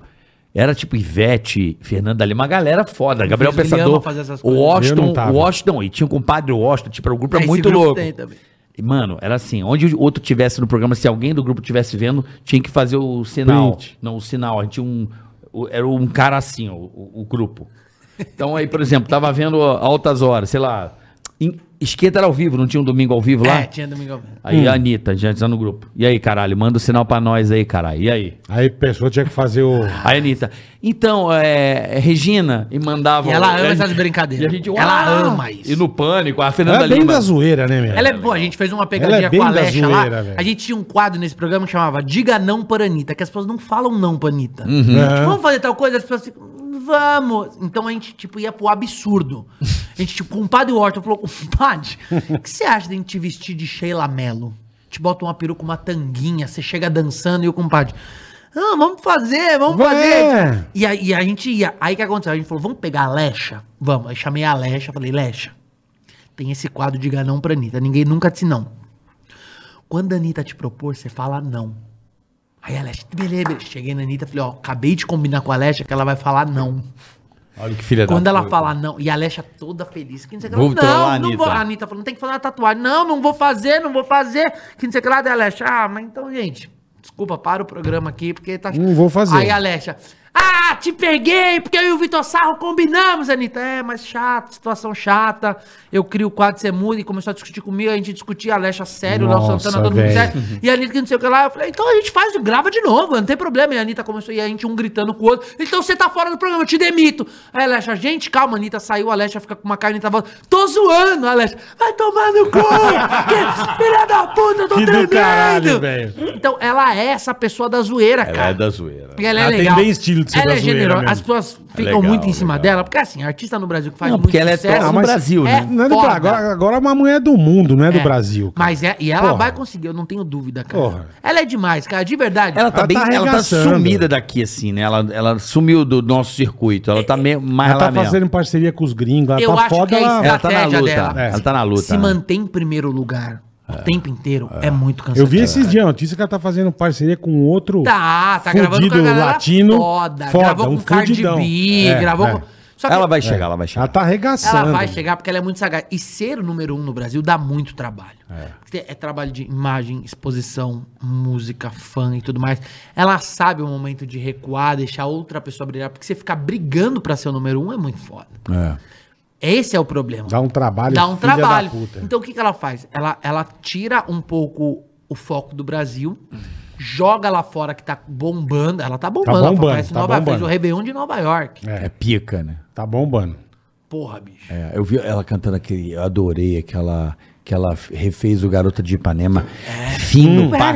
era tipo Ivete, Fernanda Lima, uma galera foda. Gabriel Guilherme Pensador, fazer essas o coisas. Ah, Eu Washington, não tava. o Washington, e tinha um compadre Washington, tipo, era um grupo É, Esse era muito grupo louco. tem também. E, Mano, era assim, onde o outro tivesse no programa, se alguém do grupo tivesse vendo, tinha que fazer o sinal. Print. Não, o sinal. A gente tinha um. o- Era um cara assim, o, o- o grupo. Então aí, por exemplo, tava vendo a altas horas, sei lá. Em, esquenta era ao vivo, não tinha um domingo ao vivo lá? É, tinha domingo. ao vivo. Aí a Anitta, já tá no grupo. E aí, caralho, manda o sinal pra nós aí, caralho. E aí? Aí a pessoa tinha que fazer o. Aí, Anitta. Então, é, é Regina, e mandava. E ela ama e a- essas brincadeiras. E a gente, Ela "Uau!" ama isso. E no pânico, a Ela Fernanda é bem Lima. da zoeira, né, meu? Ela é boa, a gente fez uma Ela pegadinha é bem com a da Alexa zoeira, lá. velho. A gente tinha um quadro nesse programa que chamava Diga Não para Anitta, que as pessoas não falam não para Anitta. Tipo, vamos fazer tal coisa? As pessoas ficam, vamos. Então a gente, tipo, ia pro absurdo. A gente, tipo, com o padre Wharton falou, compadre, o que você acha de a gente te vestir de Sheila Mello? Te bota uma peruca, uma tanguinha, você chega dançando e o compadre... Ah, vamos fazer, vamos Vai. fazer. E aí e a gente ia. Aí o que aconteceu? A gente falou, vamos pegar a Lecha? Vamos. Aí chamei a Lecha, falei, Lecha, tem esse quadro de ganão pra Anitta. Ninguém nunca disse não. Quando a Anitta te propor, você fala não. Aí a Alexa, beleza, beleza. Cheguei na Anitta, falei, ó, acabei de combinar com a Alexa que ela vai falar não. Tá Olha que filha da Quando ela puta. falar não, e a Alexa toda feliz, que não sei o que Vou lá. Não, trollar a não Anitta. vou. A Anitta falou, não tem que fazer uma tatuagem. Não, não vou fazer, não vou fazer. Que não sei o que lá, da Alexa. Ah, mas então, gente, desculpa, para o programa aqui, porque tá... Não vou fazer. Aí a Alexa, Ah, te peguei, porque eu e o Vitor Sarro combinamos, Anitta. É, mas chato, situação chata. Eu crio o quadro Cê Muda e começou a discutir comigo, a gente discutia, Alexa sério, Léo Nossa, Santana, todo velho. mundo sério. E a Anitta que não sei o que lá. Eu falei, então a gente faz, grava de novo, não tem problema. E a Anitta começou, e a gente um gritando com o outro. Então você tá fora do programa, eu te demito. Aí, Alexa, gente, calma, a Anitta saiu, a Alexa fica com uma cara, a Anitta volta. Tô zoando, Alexa. Vai tomar no cu! que filha da puta, eu tô Que do tremendo! caralho, velho. Então ela é essa pessoa da zoeira, cara. Ela é da zoeira. E ela é Ela tem legal. bem estilo de ser Ela da é zoeira generosa. mesmo. As pessoas ficam É legal, muito em cima legal. dela. Porque assim, artista no Brasil que faz Não, muito porque ela é sucesso... top no Brasil, né? Não é do foda. Brasil, agora, agora é uma mulher do mundo, não é, do É. Brasil. cara. Mas é, e ela Porra. vai conseguir, eu não tenho dúvida, cara. Porra. Ela é demais, cara, de verdade. Ela tá Ela bem, tá ela tá arregaçando. sumida daqui, assim, né? Ela, ela sumiu do nosso circuito. Ela É, tá meio mais Ela lá tá mesmo. fazendo parceria com os gringos, ela Eu tá acho foda, que é ela... isso. Ela tá na estratégia luta. dela. Ela tá na luta. né? se mantém em primeiro lugar o tempo inteiro é, muito cansativo. Eu vi esses dias a notícia que ela tá fazendo parceria com outro Tá, tá gravando fudido com a galera latino. foda, foda, gravou um com Cardi fudidão. B, É, gravou é. com... Só que- Ela vai chegar, ela vai chegar. Ela tá arregaçando. Ela vai chegar porque ela é muito sagaz. E ser o número um no Brasil dá muito trabalho. É. trabalho de imagem, exposição, música, fã e tudo mais. Ela sabe o momento de recuar, deixar outra pessoa brilhar, porque você ficar brigando pra ser o número um é muito foda. Esse é o problema. Dá um trabalho. Dá um filha da trabalho. puta. Então o que, que ela faz? Ela, ela tira um pouco o foco do Brasil, joga lá fora que tá bombando. Ela tá bombando, ela bombando, parece tá Nova York. Fez bombando. o Réveillon de Nova York. É pica, né? Tá bombando. Porra, bicho. É, eu vi ela cantando aquele. Eu adorei aquela. Que ela refez o Garota de Ipanema. É. Fino, né, pá,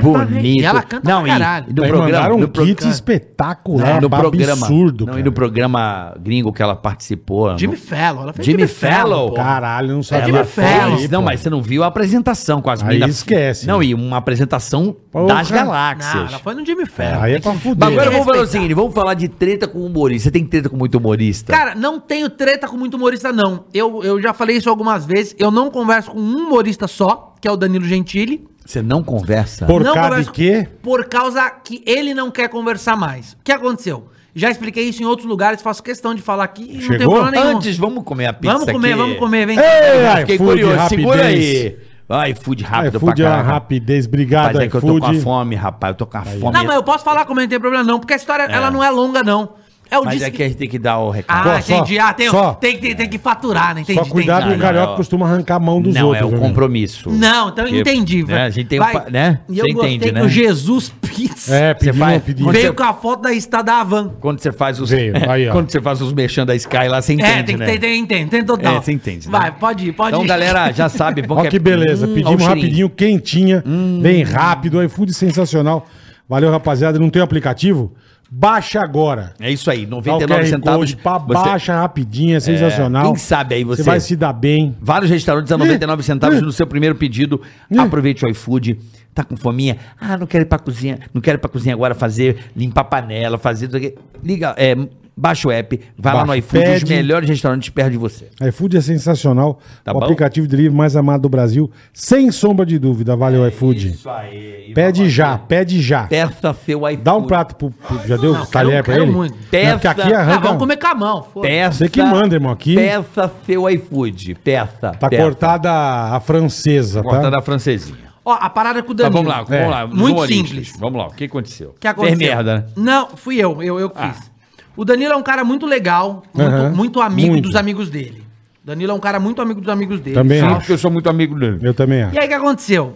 bonito. E ela canta não, pra e- caralho. E, do Aí programa, mandaram um do pro- kit espetacular, não, do programa. absurdo. não, cara. e do programa gringo que ela participou. Jimmy não, Fellow. Ela fez Jimmy Fellow, pô. Caralho, não sabia. Jimmy ela Ela Fallon. fala fez. aí, É Não, pô. mas você não viu a apresentação com as Aí minas. esquece. Não, e uma apresentação Porra. das Não, galáxias. ela foi no Jimmy Fallon. Aí é pra Mas fuder. agora vamos falar o Respeitar. seguinte: vamos falar de treta com humorista. Você tem treta com muito humorista? Cara, não tenho treta com muito humorista, não. Eu, eu já falei isso algumas vezes. Eu não converso com um humorista só, que é o Danilo Gentili. você não conversa. Por não causa de converso- quê? Por causa que ele não quer conversar mais. O que aconteceu? Já expliquei isso em outros lugares, faço questão de falar aqui e não tem Chegou? problema nenhum. Antes, vamos comer a pizza vamos comer, que- vamos comer, vem. Ei, Eu fiquei iFood, curioso, rapidez. segura aí. Ai, food rápido iFood pra é uma caralho. rapidez. Mas Obrigado, é que eu tô com a iFood. fome, rapaz. Eu tô com a fome. Não, mas eu posso falar como não tem problema não, porque a história ela não é longa não. É o Mas disque- é que a gente tem que dar o Ah, recado. Pô, só, entendi. ah, tem, só. tem, que- tem, tem que faturar, né? Entendi, Só entendi. cuidado, Não, o não, carioca não. costuma arrancar a mão Ah, um dos não, outros. né? é o viu? compromisso. Não, então eu Porque, entendi. né, velho. a gente tem um Vai. pa- né? E eu Você gostei entende, que né? o Jesus Pizza É, Você pediu, faz- pediu. quando veio você- com a foto da Insta da Havan. Quando você faz os. Veio, aí, ó. Quando você faz os merchan da Sky lá, você entende, É, tem que né? ter, tem, entende, tem total. É, você entende, né? Vai, pode ir, pode ir. Então, galera, já sabe. bom Olha que é- beleza. Hum, Pedimos olha o cheirinho. Hum. rapidinho, quentinha, bem rápido. iFood sensacional. Valeu, rapaziada. Não tem aplicativo? Baixa agora. É isso aí, Dá o 99 QR centavos. Code pra você- Baixa rapidinho, é sensacional. Quem sabe aí você- vai se dar bem. Vários restaurantes a 99 centavos no seu primeiro pedido. Ih. Aproveite o iFood. Tá com fominha? Ah, não quero ir pra cozinha. Não quero ir pra cozinha agora fazer, limpar panela, fazer tudo aqui. Liga, é, baixa o app, vai lá no Baixa, iFood, os pede. melhores restaurantes perto de você. iFood é sensacional. Tá o bom? aplicativo de livro mais amado do Brasil. Sem sombra de dúvida. Valeu, iFood. É aí. Pede já, pede já. Peça seu iFood. Dá um prato pro. pro- já deu Não, talher quero- pra quero ele? muito. Não, porque aqui Peça. Ah, arranca. um. vamos comer com a mão. foda. Peça. Você que manda, irmão, aqui. Peça seu iFood. Peça. Tá peça. cortada a francesa, tá? Cortada a francesinha. Ó, a parada com Mas o Danilo. vamos lá, vamos É. lá. Muito humoristas. simples. Vamos lá, o que aconteceu? que aconteceu? Fez merda, né? Ah. Não, fui eu, eu, eu que fiz. O Danilo é um cara muito legal, muito, Aham. muito amigo Muito. dos amigos dele. O Danilo é um cara muito amigo dos amigos dele. Também Tá? acho. Porque eu sou muito amigo dele. Eu também acho. E aí o que aconteceu?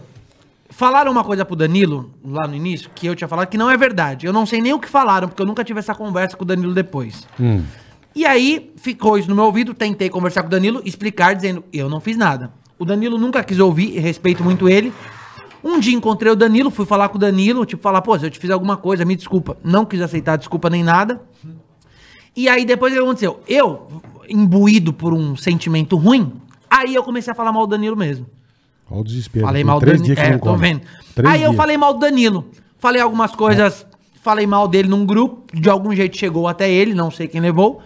Falaram uma coisa pro Danilo, lá no início, que eu tinha falado, que não é verdade. Eu não sei nem o que falaram, porque eu nunca tive essa conversa com o Danilo depois. E aí ficou isso no meu ouvido, tentei conversar com o Danilo, explicar, dizendo, eu não fiz nada. O Danilo nunca quis ouvir, e respeito muito ele. Um dia encontrei o Danilo, fui falar com o Danilo, tipo, falar, pô, se eu te fiz alguma coisa, me desculpa. Não quis aceitar a desculpa nem nada. E aí depois o que aconteceu? Eu, imbuído por um sentimento ruim, aí eu comecei a falar mal do Danilo mesmo. Olha o desespero. Falei Tem mal do três Danilo. dias que É, não tô come. vendo. Três Aí eu dias. É. falei mal do Danilo. Falei algumas coisas, falei mal dele num grupo, de algum jeito chegou até ele, não sei quem levou.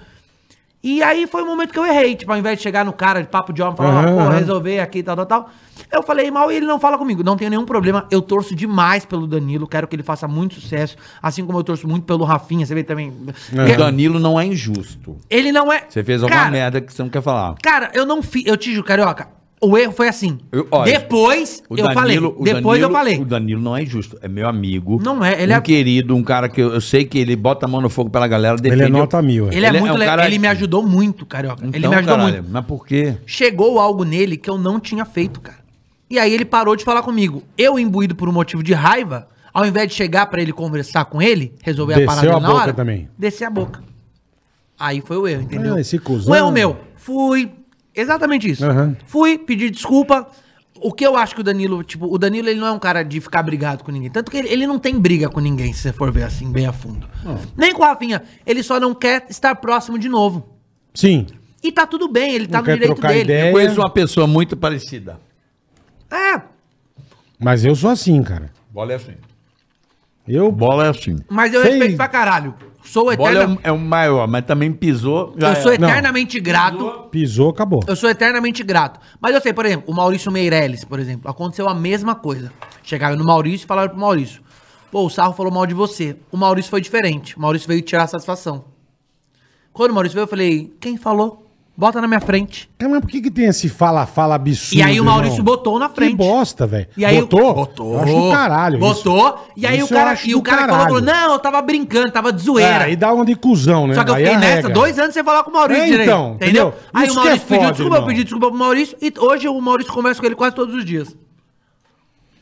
E aí foi o momento que eu errei. Tipo, ao invés de chegar no cara de papo de homem, falar, Aham, "Ah, pô, aham. resolver aqui, tal, tal, tal. Eu falei mal e ele não fala comigo. Não tenho nenhum problema. Eu torço demais pelo Danilo. Quero que ele faça muito sucesso. Assim como eu torço muito pelo Rafinha. Você vê também. O Danilo não é injusto. Ele não é. Você fez alguma Cara, merda que você não quer falar. Cara, eu não fiz. Eu te juro, carioca. O erro foi assim. Eu- olha, depois O eu falei. o Depois eu Danilo- falei. O Danilo não é justo, é meu amigo. Não é, ele um é- querido, um cara que eu, eu sei que ele bota a mão no fogo pela galera, Ele defende. é nota mil, é. Ele, ele é é muito um le- cara- Ele me ajudou muito, carioca. ele Então, me ajudou caralho, muito. Mas por quê? Chegou algo nele que eu não tinha feito, cara. E aí ele parou de falar comigo. Eu, imbuído por um motivo de raiva, ao invés de chegar pra ele conversar com ele, resolver Desceu a parada a na boca hora, também. descer a boca. Aí foi o erro, entendeu? Ah, esse cuzão. O erro meu. Fui. Exatamente isso. Aham. Fui pedir desculpa. O que eu acho que o Danilo, tipo, o Danilo ele não é um cara de ficar brigado com ninguém. Tanto que ele, ele não tem briga com ninguém, se você for ver assim, bem a fundo. Nem com o Rafinha. Ele só não quer estar próximo de novo. Sim. E tá tudo bem, ele tá Não no quer direito trocar dele. ideia. Eu conheço uma pessoa muito parecida. É, Mas eu sou assim, cara. Bola é assim. Eu. Bola é assim. mas eu Sei. respeito pra caralho. Sou Bola é, eterna... o- é o maior, mas também pisou. já Eu era. sou um- Não. eternamente grato. Pisou, acabou. Eu sou eternamente grato. Mas eu sei, por exemplo, o Maurício Meirelles, por exemplo, aconteceu a mesma coisa. Chegaram no Maurício e falaram pro Maurício: Pô, o Sarro falou mal de você. O Maurício foi diferente. O Maurício veio tirar a satisfação. Quando o Maurício veio, eu falei: Quem falou? Bota na minha frente. Cara, É, Mas por que, que tem esse fala-fala absurdo? E aí o Maurício irmão? botou na frente. Que bosta, velho. E aí, botou? o- Botou. Eu acho do caralho. Botou. E aí Isso o cara, eu acho e o do cara falou, caralho. falou: Não, eu tava brincando, tava de zoeira. É, e dá uma de cuzão, né? Só que eu Aí fiquei nessa arrega. dois anos sem falar com o Maurício É, direito. então, entendeu? entendeu? Aí Isso o Maurício que é pediu foda, desculpa, irmão. eu pedi desculpa pro Maurício. E hoje o Maurício conversa com ele quase todos os dias.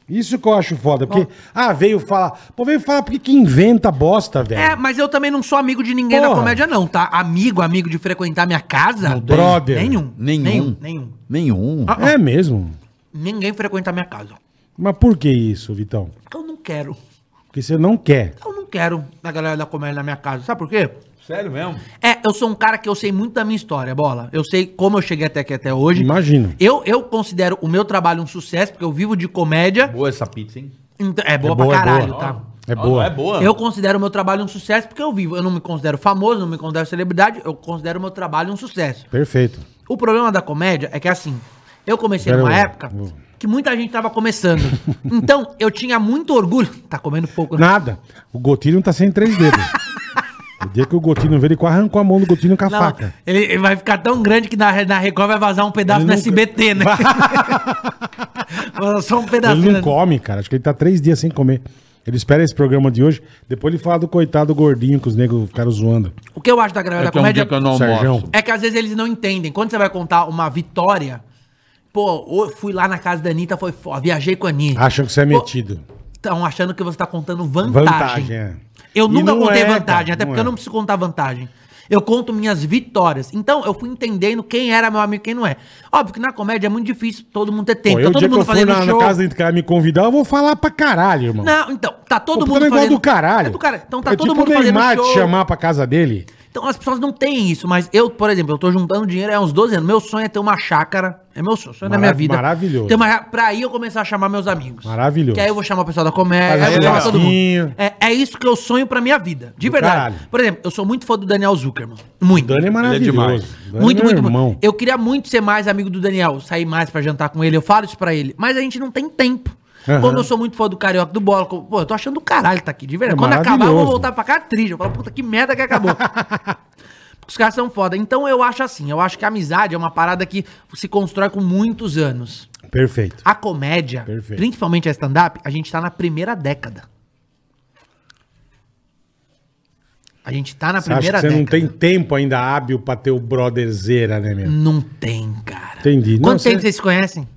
Isso que eu acho foda. Porque, ah, veio falar. Pô, veio falar porque que inventa bosta, velho. É, mas eu também não sou amigo de ninguém da Porra. comédia, não, tá? Amigo, amigo de frequentar minha casa? Não tem. Brother. Nenhum. Nenhum. Nenhum. nenhum. Nenhum. Ah. É mesmo. Ninguém frequentar minha casa. Mas por que isso, Vitão? Porque eu não quero. Porque você não quer. Eu não quero a galera da comédia na minha casa. Sabe por quê? Sério mesmo? É, eu sou um cara que eu sei muito da minha história, bola. Eu sei como eu cheguei até aqui até hoje. Imagino. Eu, eu considero o meu trabalho um sucesso, porque eu vivo de comédia. É Boa essa pizza, hein? Então- é boa É pra boa, é caralho, boa. tá? É Ó, boa. É boa. Eu considero o meu trabalho um sucesso porque eu vivo. Eu não me considero famoso, não me considero celebridade, eu considero o meu trabalho um sucesso. Perfeito. O problema da comédia é que assim, eu comecei Pera numa aí. Hum. época que muita gente tava começando. então, eu tinha muito orgulho. Tá comendo pouco, né? Nada. O Gotinho tá sem três dedos. o dia que o Gotinho veio, ele quase arrancou a mão do Gotinho com a Não, faca. ele, ele vai ficar tão grande que na, na Record vai vazar um pedaço Ele no não- SBT, né? Só um pedacinho. Ele né? não come, cara. Acho que ele tá três dias sem comer. Ele espera esse programa de hoje. Depois ele fala do coitado gordinho que os negros ficaram zoando. O que eu acho da galera da tenho um comédia dia que eu não Sergião. almoço. É que às vezes eles não entendem. Quando você vai contar uma vitória, pô, eu fui lá na casa da Anitta, foi foda, viajei com a Anitta. Acham que você é Pô, metido. Estão achando que você tá contando vantagem. Vantagem. é. Eu E nunca não contei é, vantagem, cara, até porque é. eu não preciso contar vantagem. Eu conto minhas vitórias. Então, eu fui entendendo quem era meu amigo e quem não é. Óbvio que na comédia é muito difícil todo mundo ter tempo. Pô, eu, o tá dia todo que eu mundo for fazendo na, na show. casa do cara me convidar, eu vou falar pra caralho, irmão. Não, então, tá todo Pô, mundo puta negócio do caralho. É do cara. Então tá é todo tipo mundo o Neymar fazendo te show. chamar pra casa dele. Então as pessoas não têm isso, mas eu, por exemplo, eu tô juntando dinheiro há uns 12 anos. Meu sonho é ter uma chácara. É meu sonho, sonho da minha Marav- vida. maravilhoso. Ter uma, pra aí eu começar a chamar meus amigos. Maravilhoso. Que aí eu vou chamar o pessoal da Fazer comédia, aí eu vou chamar todo mundo. churrasquinho. É, é isso que eu sonho pra minha vida. De verdade. caralho. Por exemplo, eu sou muito fã do Daniel Zuckerman. Muito. Dani é maravilhoso. demais. Dani Muito, é meu muito, irmão. muito. Eu queria muito ser mais amigo do Daniel, sair mais pra jantar com ele. Eu falo isso pra ele, mas a gente não tem tempo. Aham. Como eu sou muito fã do Carioca do Bola, como- pô, eu tô achando do caralho tá aqui, de verdade. É Quando acabar, eu vou maravilhoso. voltar pra cá triste. Eu falo, puta, que merda que acabou. Os caras são foda. Então eu acho assim, eu acho que a amizade é uma parada que se constrói com muitos anos. Perfeito. A comédia, Perfeito. principalmente a stand-up, a gente tá na primeira década. A gente tá na Você acha que primeira você não década. tem tempo ainda hábil pra ter o brotherzeira, né, meu? Não tem, cara. Entendi. Não, Quanto você- tempo vocês se conhecem?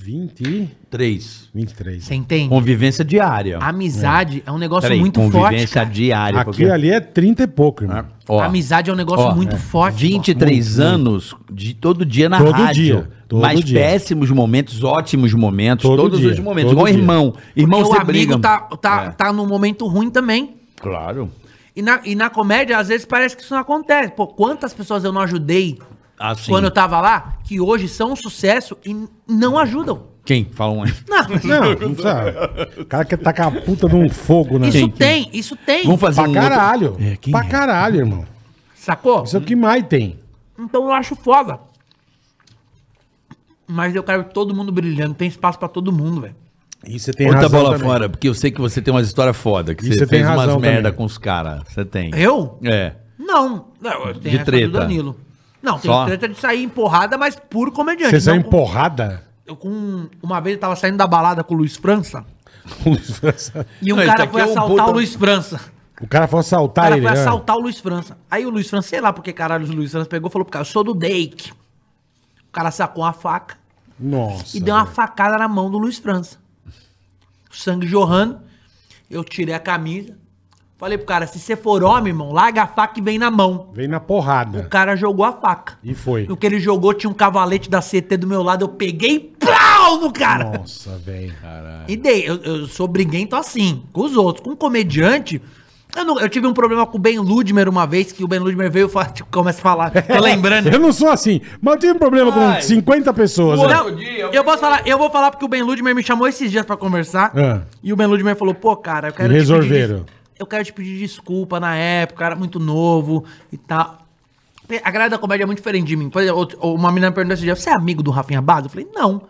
20 e Três. 23. Você entende? Convivência diária. Amizade é, um negócio Peraí, muito forte. convivência cara. diária. Aqui ali é 30 e pouco, irmão. Ó, Amizade é um negócio ó, muito forte. pô. 23 anos de todo dia na Todo rádio. dia, todo mas dia. péssimos momentos, ótimos momentos, Todo todos dia, os momentos. todo Igual dia. irmão. Irmão Porque o você amigo briga. tá, tá, É. tá num momento ruim também. Claro. E na, e na comédia, às vezes, parece que isso não acontece. Pô, quantas pessoas eu não ajudei Assim. quando eu tava lá, que hoje são um sucesso e n- não ajudam. Quem? Fala um aí. Não, Não, não sabe. O cara quer tacar a puta num fogo, né? isso Quem, tem, isso tem. Vamos fazer Pra um caralho. outro- É, quem pra é? caralho, irmão. Sacou? Isso é o que mais tem. Então eu acho foda. Mas eu quero todo mundo brilhando, tem espaço pra todo mundo, velho. E você tem Outra bola também. fora, porque eu sei que você tem umas histórias foda, que E você, você tem fez umas razão merda também. com os caras. Você tem. Eu? É. Não. não eu tenho De essa treta. Danilo. Não, tem Só? treta de sair empurrada, mas puro comediante. Você saiu não com- emporrada? eu com Uma vez eu tava saindo da balada com o Luiz França e um Não, esse cara daqui foi é o assaltar puta- o Luiz França. o cara foi O assaltar cara ele. foi né? assaltar o Luiz França. Aí o Luiz França, sei lá porque caralho o Luiz França pegou, falou pro cara, eu sou do Dake. O cara sacou uma faca Nossa. e deu uma velho. facada na mão do Luiz França. O sangue jorrando. Eu tirei a camisa. Falei pro cara, se você for homem, irmão, larga a faca e vem na mão. Veio na porrada. O cara jogou a faca. E foi. No que ele jogou, tinha um cavalete da CT do meu lado, eu peguei e plau no cara. Nossa, velho. E dei, eu, eu sou briguento assim, com os outros. Com um comediante. Eu, não- eu tive um problema com o Ben Ludmer uma vez, que o Ben Ludmer veio e fala- tipo, começa a falar. Tô lembrando. Eu não sou assim, mas eu tive um problema com 50 pessoas. né? Não, eu posso falar, eu vou falar porque o Ben Ludmer me chamou esses dias pra conversar. Ah. E o Ben Ludmer falou, pô, cara, eu quero resolveram. te pedir. des- Eu quero te pedir desculpa na época, eu era muito novo e tal. A galera da comédia é muito diferente de mim. Por exemplo, outro- uma menina me perguntou esse dia: você é amigo do Rafinha Bado? Eu falei, não.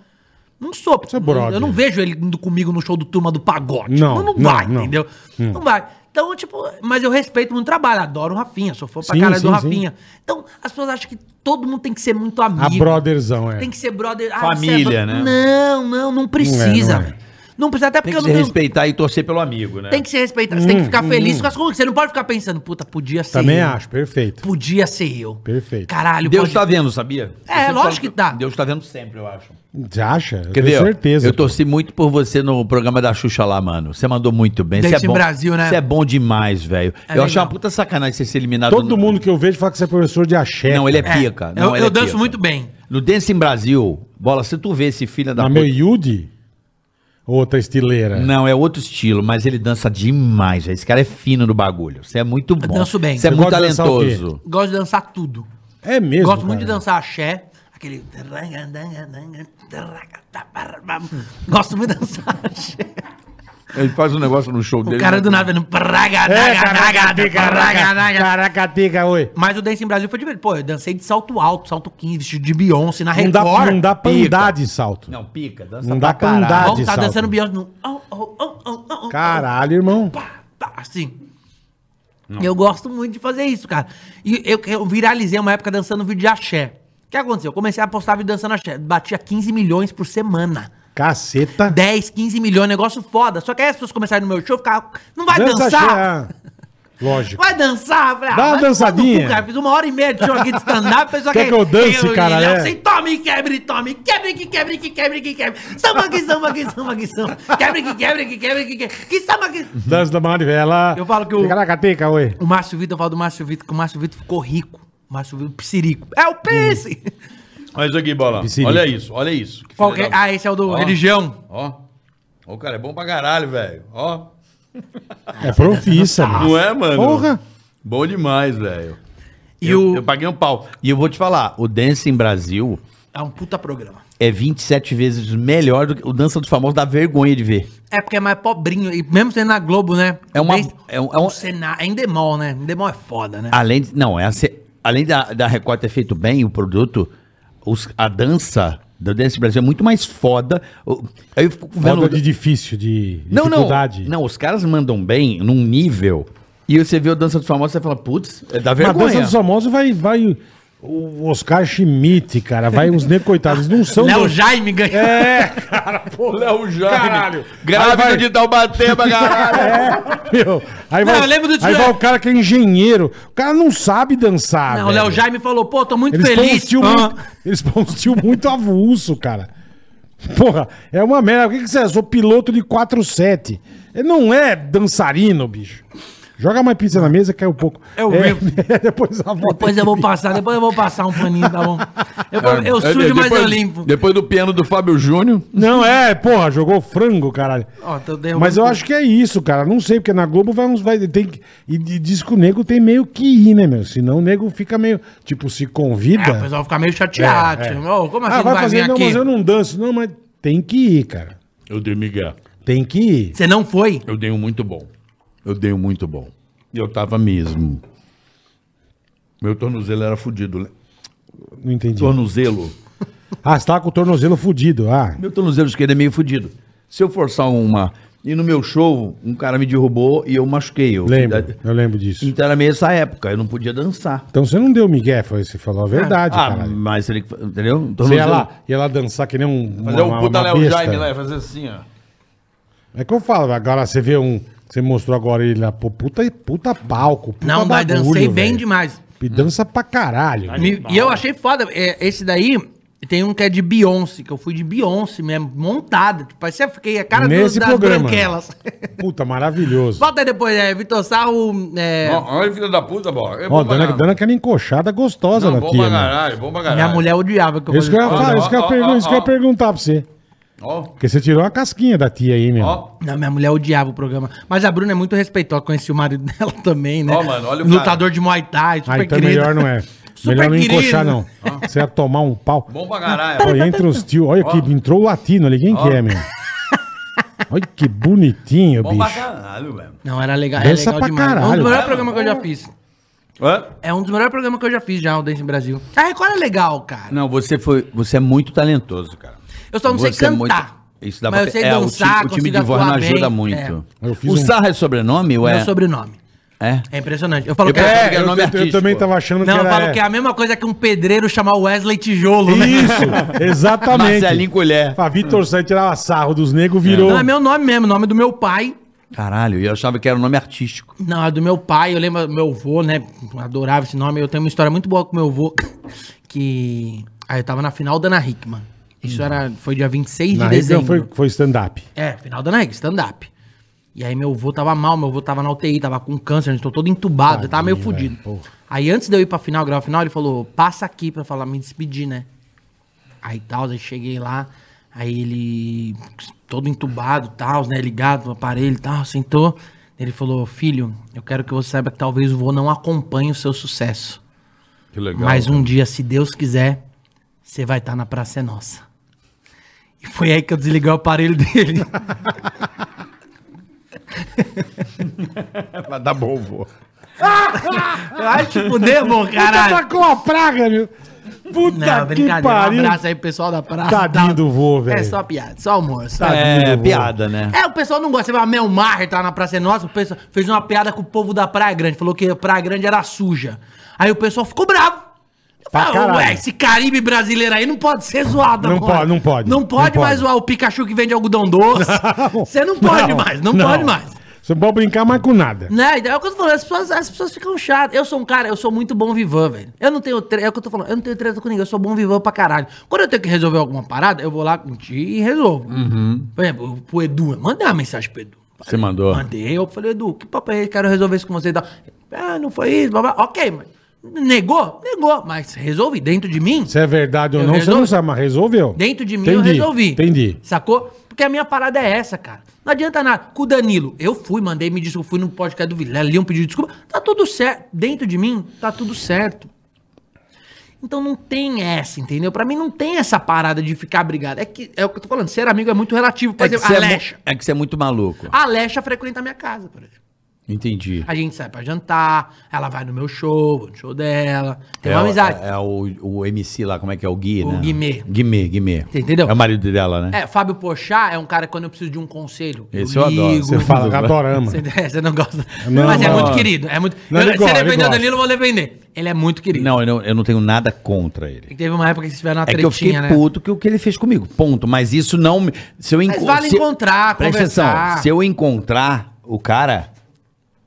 Não sou. Você é brother. Eu não vejo ele indo comigo no show do Turma do Pagode. Não, não, não, vai, não. Hum. entendeu? Não vai. Então, tipo, mas eu respeito muito o trabalho, adoro o Rafinha, sou fã pra Sim, caralho sim, do sim. Rafinha. Então, as pessoas acham que todo mundo tem que ser muito amigo. A brotherzão, é. Tem que ser brother. ah, Família, você é bro- né? Não, não, não Não é, precisa. não é. velho. Não precisa, até Tem porque que eu se não tenho. respeitar e torcer pelo amigo, né? Tem que se respeitar. Você tem que ficar feliz com as coisas. Você não pode ficar pensando, puta, podia ser Hum, Também eu. acho, perfeito. Podia ser eu. Perfeito. Caralho, Deus pode- tá vendo, sabia? É, Eu sempre lógico falo que tá. Deus tá vendo sempre, eu acho. Você acha? Eu Quer ver? ó, certeza. Eu torci muito por você no programa da Xuxa lá, mano. Você mandou muito bem. Você Date é em bom. Brasil, né? Você é bom demais, velho. É eu achei legal. uma puta sacanagem você ser eliminado. Todo no- mundo que eu vejo fala que você é professor de axé. Não, ele é É, pica. eu Não, ele eu é danço pica. muito bem. No Dance em Brasil, bola, se tu vê esse filho da Na meu Yudi? Outra estileira. Não, é outro estilo, mas ele dança demais, velho. Esse cara é fino no bagulho. Você é muito bom. danço bem. Você é Eu muito gosto de dançar o quê? talentoso. Gosto de dançar tudo. É mesmo. Gosto muito de cara. dançar axé. Aquele. Gosto muito de dançar axé. Ele faz um negócio no show O cara do nada vendo. É, caraca, caraca, caraca, tica, oi. Mas o Dance em Brasil foi divertido. Pô, eu dancei de salto alto, salto 15, vestido de Beyoncé, na Não dá, Record. não dá pra pica. andar de salto. Não, pica, dança Não pra dá pra andar. caralho. Vamos tá salto. dançando Beyoncé no... Oh, oh, oh, oh, oh, oh, Caralho, irmão. Pá, pá, assim. Eu gosto muito de fazer isso, cara. E eu, eu viralizei uma época dançando vídeo de axé. O que aconteceu? Eu comecei a postar vídeo dançando axé. Batia 15 milhões por semana. Caceta. 10, 15 milhões, negócio foda. Só que aí as pessoas começaram no meu show, ficavam... Não vai Dança dançar? axé, é. Lógico. Vai dançar, velho. Dá uma dançadinha. Cara. Fiz uma hora e meia de show aqui de stand-up. pessoal Quer que eu dance, cara, Eu, né? assim, tome, quebre, tome. Quebre, que quebre, que quebre, que quebre. Samba, que samba, que samba, que samba. Quebre, que quebre, que quebre, que quebre. Que samba, que... Dança da manivela. Eu falo que o- Caraca, tica, oi. O Márcio Vitor, eu falo do Márcio Vitor, que o Márcio Vitor ficou rico. O Márcio Vitor, psirico. É o Pense! Hum. Olha isso aqui, bola. Piscirica. Olha isso, olha isso. Que Qual que filha é? da- Ah, esse é o do Ó. Religião. Ó. Ó, o cara é bom pra caralho, velho. Ó. É profissa, mano. Não é, mano? Porra. Bom demais, velho. E eu, o... eu paguei um pau. E eu vou te falar, o Dance em Brasil É um puta programa. é 27 vezes melhor do que o Dança dos Famosos, dá vergonha de ver. É porque é mais pobrinho. E mesmo sendo na Globo, né? É uma- Pense- é um- é um- o Sena- é em demol, né? Em demol é foda, né? Além, de- não, é a se- além da, da Record ter feito bem o produto, os- a dança do Dance Brasil é muito mais foda. O- Aí eu fico vendo. Moda de difícil, de Não, não. dificuldade. Não, os caras mandam bem num nível. E você vê o Dança dos Famosos, você fala, putz, é da Mas a vergonha. dança dos famosos vai, vai o Oscar Schmidt, cara. Vai uns negros coitados. Eles não são... Léo do- Jaime ganhou. É, cara, pô. Léo Jaime. Caralho. Grávido Aí vai- de Taubatema, caralho. É, meu. Aí, Não, vai, eu lembro do aí dia- vai o cara que é engenheiro. O cara não sabe dançar, Não, o Léo velho. Jaime falou, pô, tô muito Eles põem um feliz. tio Ah. muito, eles põem um tio muito avulso, cara. Porra, é uma merda. O que, que você é? Eu sou piloto de 4-7. Ele não é dançarino, bicho. Joga mais pizza na mesa, cai um pouco. Eu é, vi. Depois a volta. Depois eu vou passar, depois eu vou passar um paninho, tá bom? Eu, vou- eu É, sujo, mas depois- eu limpo. Depois do piano do Fábio Júnior. Não, é, porra, jogou frango, caralho. Ó, tô derrubando Mas eu tudo. acho que é isso, cara. Não sei, porque na Globo vai uns. Vai, tem, que- e, e diz que o nego tem meio que ir, né, meu? Senão o nego fica meio. Tipo, se É, o convida. pessoal fica meio chateado. É, é. tipo, "Ô, como assim ah, não vai vai fazer, vir não, aqui? mas eu não danço. Não, mas tem que ir, cara. Eu dei Miguel. Tem que ir. Você não foi? Eu dei um muito bom. Eu dei um muito bom. E eu tava mesmo. Meu tornozelo era fudido. né? Não entendi. Tornozelo. Ah, você tava com o tornozelo fudido. Ah, Meu tornozelo esquerdo é meio fudido. Se eu forçar uma. E no meu show, um cara me derrubou e eu machuquei. Eu Lembro, eu lembro disso. Então era meio essa época, eu não podia dançar. Então você não deu migué, foi, você falou a verdade, ah, caralho. mas ele, entendeu? Então, Você não ia sei- lá, ia lá dançar que nem um. Fazer uma- um puta uma Léo besta. Jaime lá, ia fazer assim, ó. É que eu falo, agora você vê um. Você mostrou agora ele lá, pô, puta, puta palco. Puta Não, mas bagulho, dancei bem velho. demais. E dança pra Tá caralho. Me- e eu achei foda. é, esse daí tem um que é de Beyoncé, que eu fui de Beyoncé mesmo, montada. Tipo, aí você fiquei a cara do- Nesse programa. branquelas. Puta, maravilhoso. Volta aí depois, é, Vitor Sarro. é, Olha, filho da puta, bó. É Ó, pra dando, caralho. dando aquela encoxada gostosa Não, na bom tia. pra né? caralho, bom pra caralho. minha mulher odiava que eu Isso que eu ia fazia- falar, Ó, isso que eu ia ó, pergun- ó, isso que eu ia ó. perguntar pra você. Ó, Porque você tirou uma casquinha da tia aí, meu. ó. Não, minha mulher odiava o programa. Mas a Bruna é muito respeitosa. Conheci o marido dela também, né? Ó, mano, olha o Lutador cara. de Muay Thai, super ah, então é querido. melhor não é. Super melhor não encoxar, querido. não. Você ia tomar um pau. Bom pra caralho. Olha, entra os tio. Olha que entrou o latino ali. Quem que é, meu? Olha que bonitinho, Bom pra bicho. caralho, velho. Não, era legal, é Dança legal pra demais. É um caralho. dos melhores programas que eu já fiz. Hã? É um dos melhores programas que eu já fiz já, o Dance Brasil. A Record é legal, cara. Não, você foi. Você é muito talentoso, cara. Eu só não sei Você é cantar. muito- Isso dá mas pra eu sei é, dançar, o time, o time consigo de voz não atuar bem. ajuda É. muito. Eu fiz O um- Sarra é sobrenome ou é? Meu sobrenome. É. É impressionante. Eu falo Eu que quero- é... que era nome eu, eu artístico. também tava achando Não, que eu era... falo que é a mesma coisa que um pedreiro chamar Wesley Tijolo, né? Isso, exatamente. Marcelinho Colher. Pra Vitor Santos tirava sarro dos negros, virou... Não, é meu nome mesmo, nome do meu pai. Caralho, eu achava que era um nome artístico. Não, é do meu pai, eu lembro, meu avô, né? Adorava esse nome. Eu tenho uma história muito boa com meu avô, que. Aí eu tava na final da Ana Hickman. Isso era, foi dia 26 Uhum. Na de região dezembro. foi, foi stand-up. É, final da Ana Hickman, stand-up. E aí meu avô tava mal, meu avô tava na UTI, tava com câncer, eu tô todo entubado, eu tava meio Tadinho, fudido. velho, porra. Aí antes de eu ir pra final, gravar a final, ele falou, passa aqui pra falar, me despedir, né? Aí tal, aí cheguei lá, aí ele, todo entubado, tal, né, ligado no aparelho e tal, sentou. Ele falou, filho, eu quero que você saiba que talvez o vô não acompanhe o seu sucesso. Que legal. Mas um dia, se Deus quiser, você vai estar na Praça é Nossa. E foi aí que eu desliguei o aparelho dele. Vai dar bom, vô. Vai te fuder, bom, Tá caralho. com a praga, meu. Puta Não, que brincadeira. Um pariu. abraço aí pro pessoal da praça. Tadinho tá? do vô, velho. Tá. É só piada, só amor. Só... É. É, vô. piada, né? o pessoal não gosta. Você fala, Mel Maher tá na Praça é Nossa. O pessoal fez uma piada com o povo da Praia Grande. Falou que a Praia Grande era suja. Aí o pessoal ficou bravo. Eu Pra falo, caralho. Ué, esse Caribe brasileiro aí não pode ser zoado Não agora. pode, não pode. Não Não pode pode. mais zoar o Pikachu que vende algodão doce. Você não pode mais, não, pode mais. Você não pode brincar mais com nada. Né? É o que eu tô falando, as pessoas, as pessoas ficam chatas. Eu sou um cara, eu sou muito bom vivan, velho. Eu não tenho treta, é o que eu tô falando, eu não tenho treta com ninguém, eu sou bom vivan pra caralho. Quando eu tenho que resolver alguma parada, eu vou lá com o tio e resolvo. Por exemplo, pro Edu, eu mandei uma mensagem pro Edu. Você mandou. Mandei, eu falei, Edu, que papo é esse? Quero resolver isso com você e tal. Ah, não foi isso, blá, blá. Ok, mas negou? Negou, mas resolve dentro de mim. Se é verdade ou Eu não, você não resolvi. sabe, mas resolveu. Dentro de mim Entendi, eu resolvi. Entendi. Sacou? Porque a minha parada é essa, cara. Não adianta nada. Com o Danilo, eu fui, mandei me desculpa, fui no podcast do Vilela, li um pedido de desculpa. Tá tudo certo. Dentro de mim, tá tudo certo. Então não tem essa, entendeu? Pra mim não tem essa parada de ficar brigado. É que é o que eu tô falando, ser amigo é muito relativo. Por É que, exemplo, você a é mu- Alexa. é que você é muito maluco. A Alexa frequenta a minha casa, por exemplo. Entendi. A gente sai pra jantar, ela vai no meu show, vou no show dela. Tem é, uma o- amizade. É, é o, o MC lá, como é que é? O Gui, O né? Guimê. Guimê, Guimê. Você entendeu? É o marido dela, né? É, Fábio Pochá é um cara que quando eu preciso de um conselho. Esse eu adoro. ligo. Você fala, adorama. Você, é, você não gosta. Não, Mas é não. muito querido. É muito... Não, Eu- ele se gosta, você ele defender o gosta. Danilo, eu vou defender. Ele é muito querido. Não eu, não, eu não tenho nada contra ele. E Teve uma época que vocês tiveram uma É que eu fiquei tretinha, né? puto que o que ele fez comigo. Ponto. Mas isso não. me- Se eu Mas enco- vale se- encontrar, Presta conversar. atenção. Se eu encontrar o cara,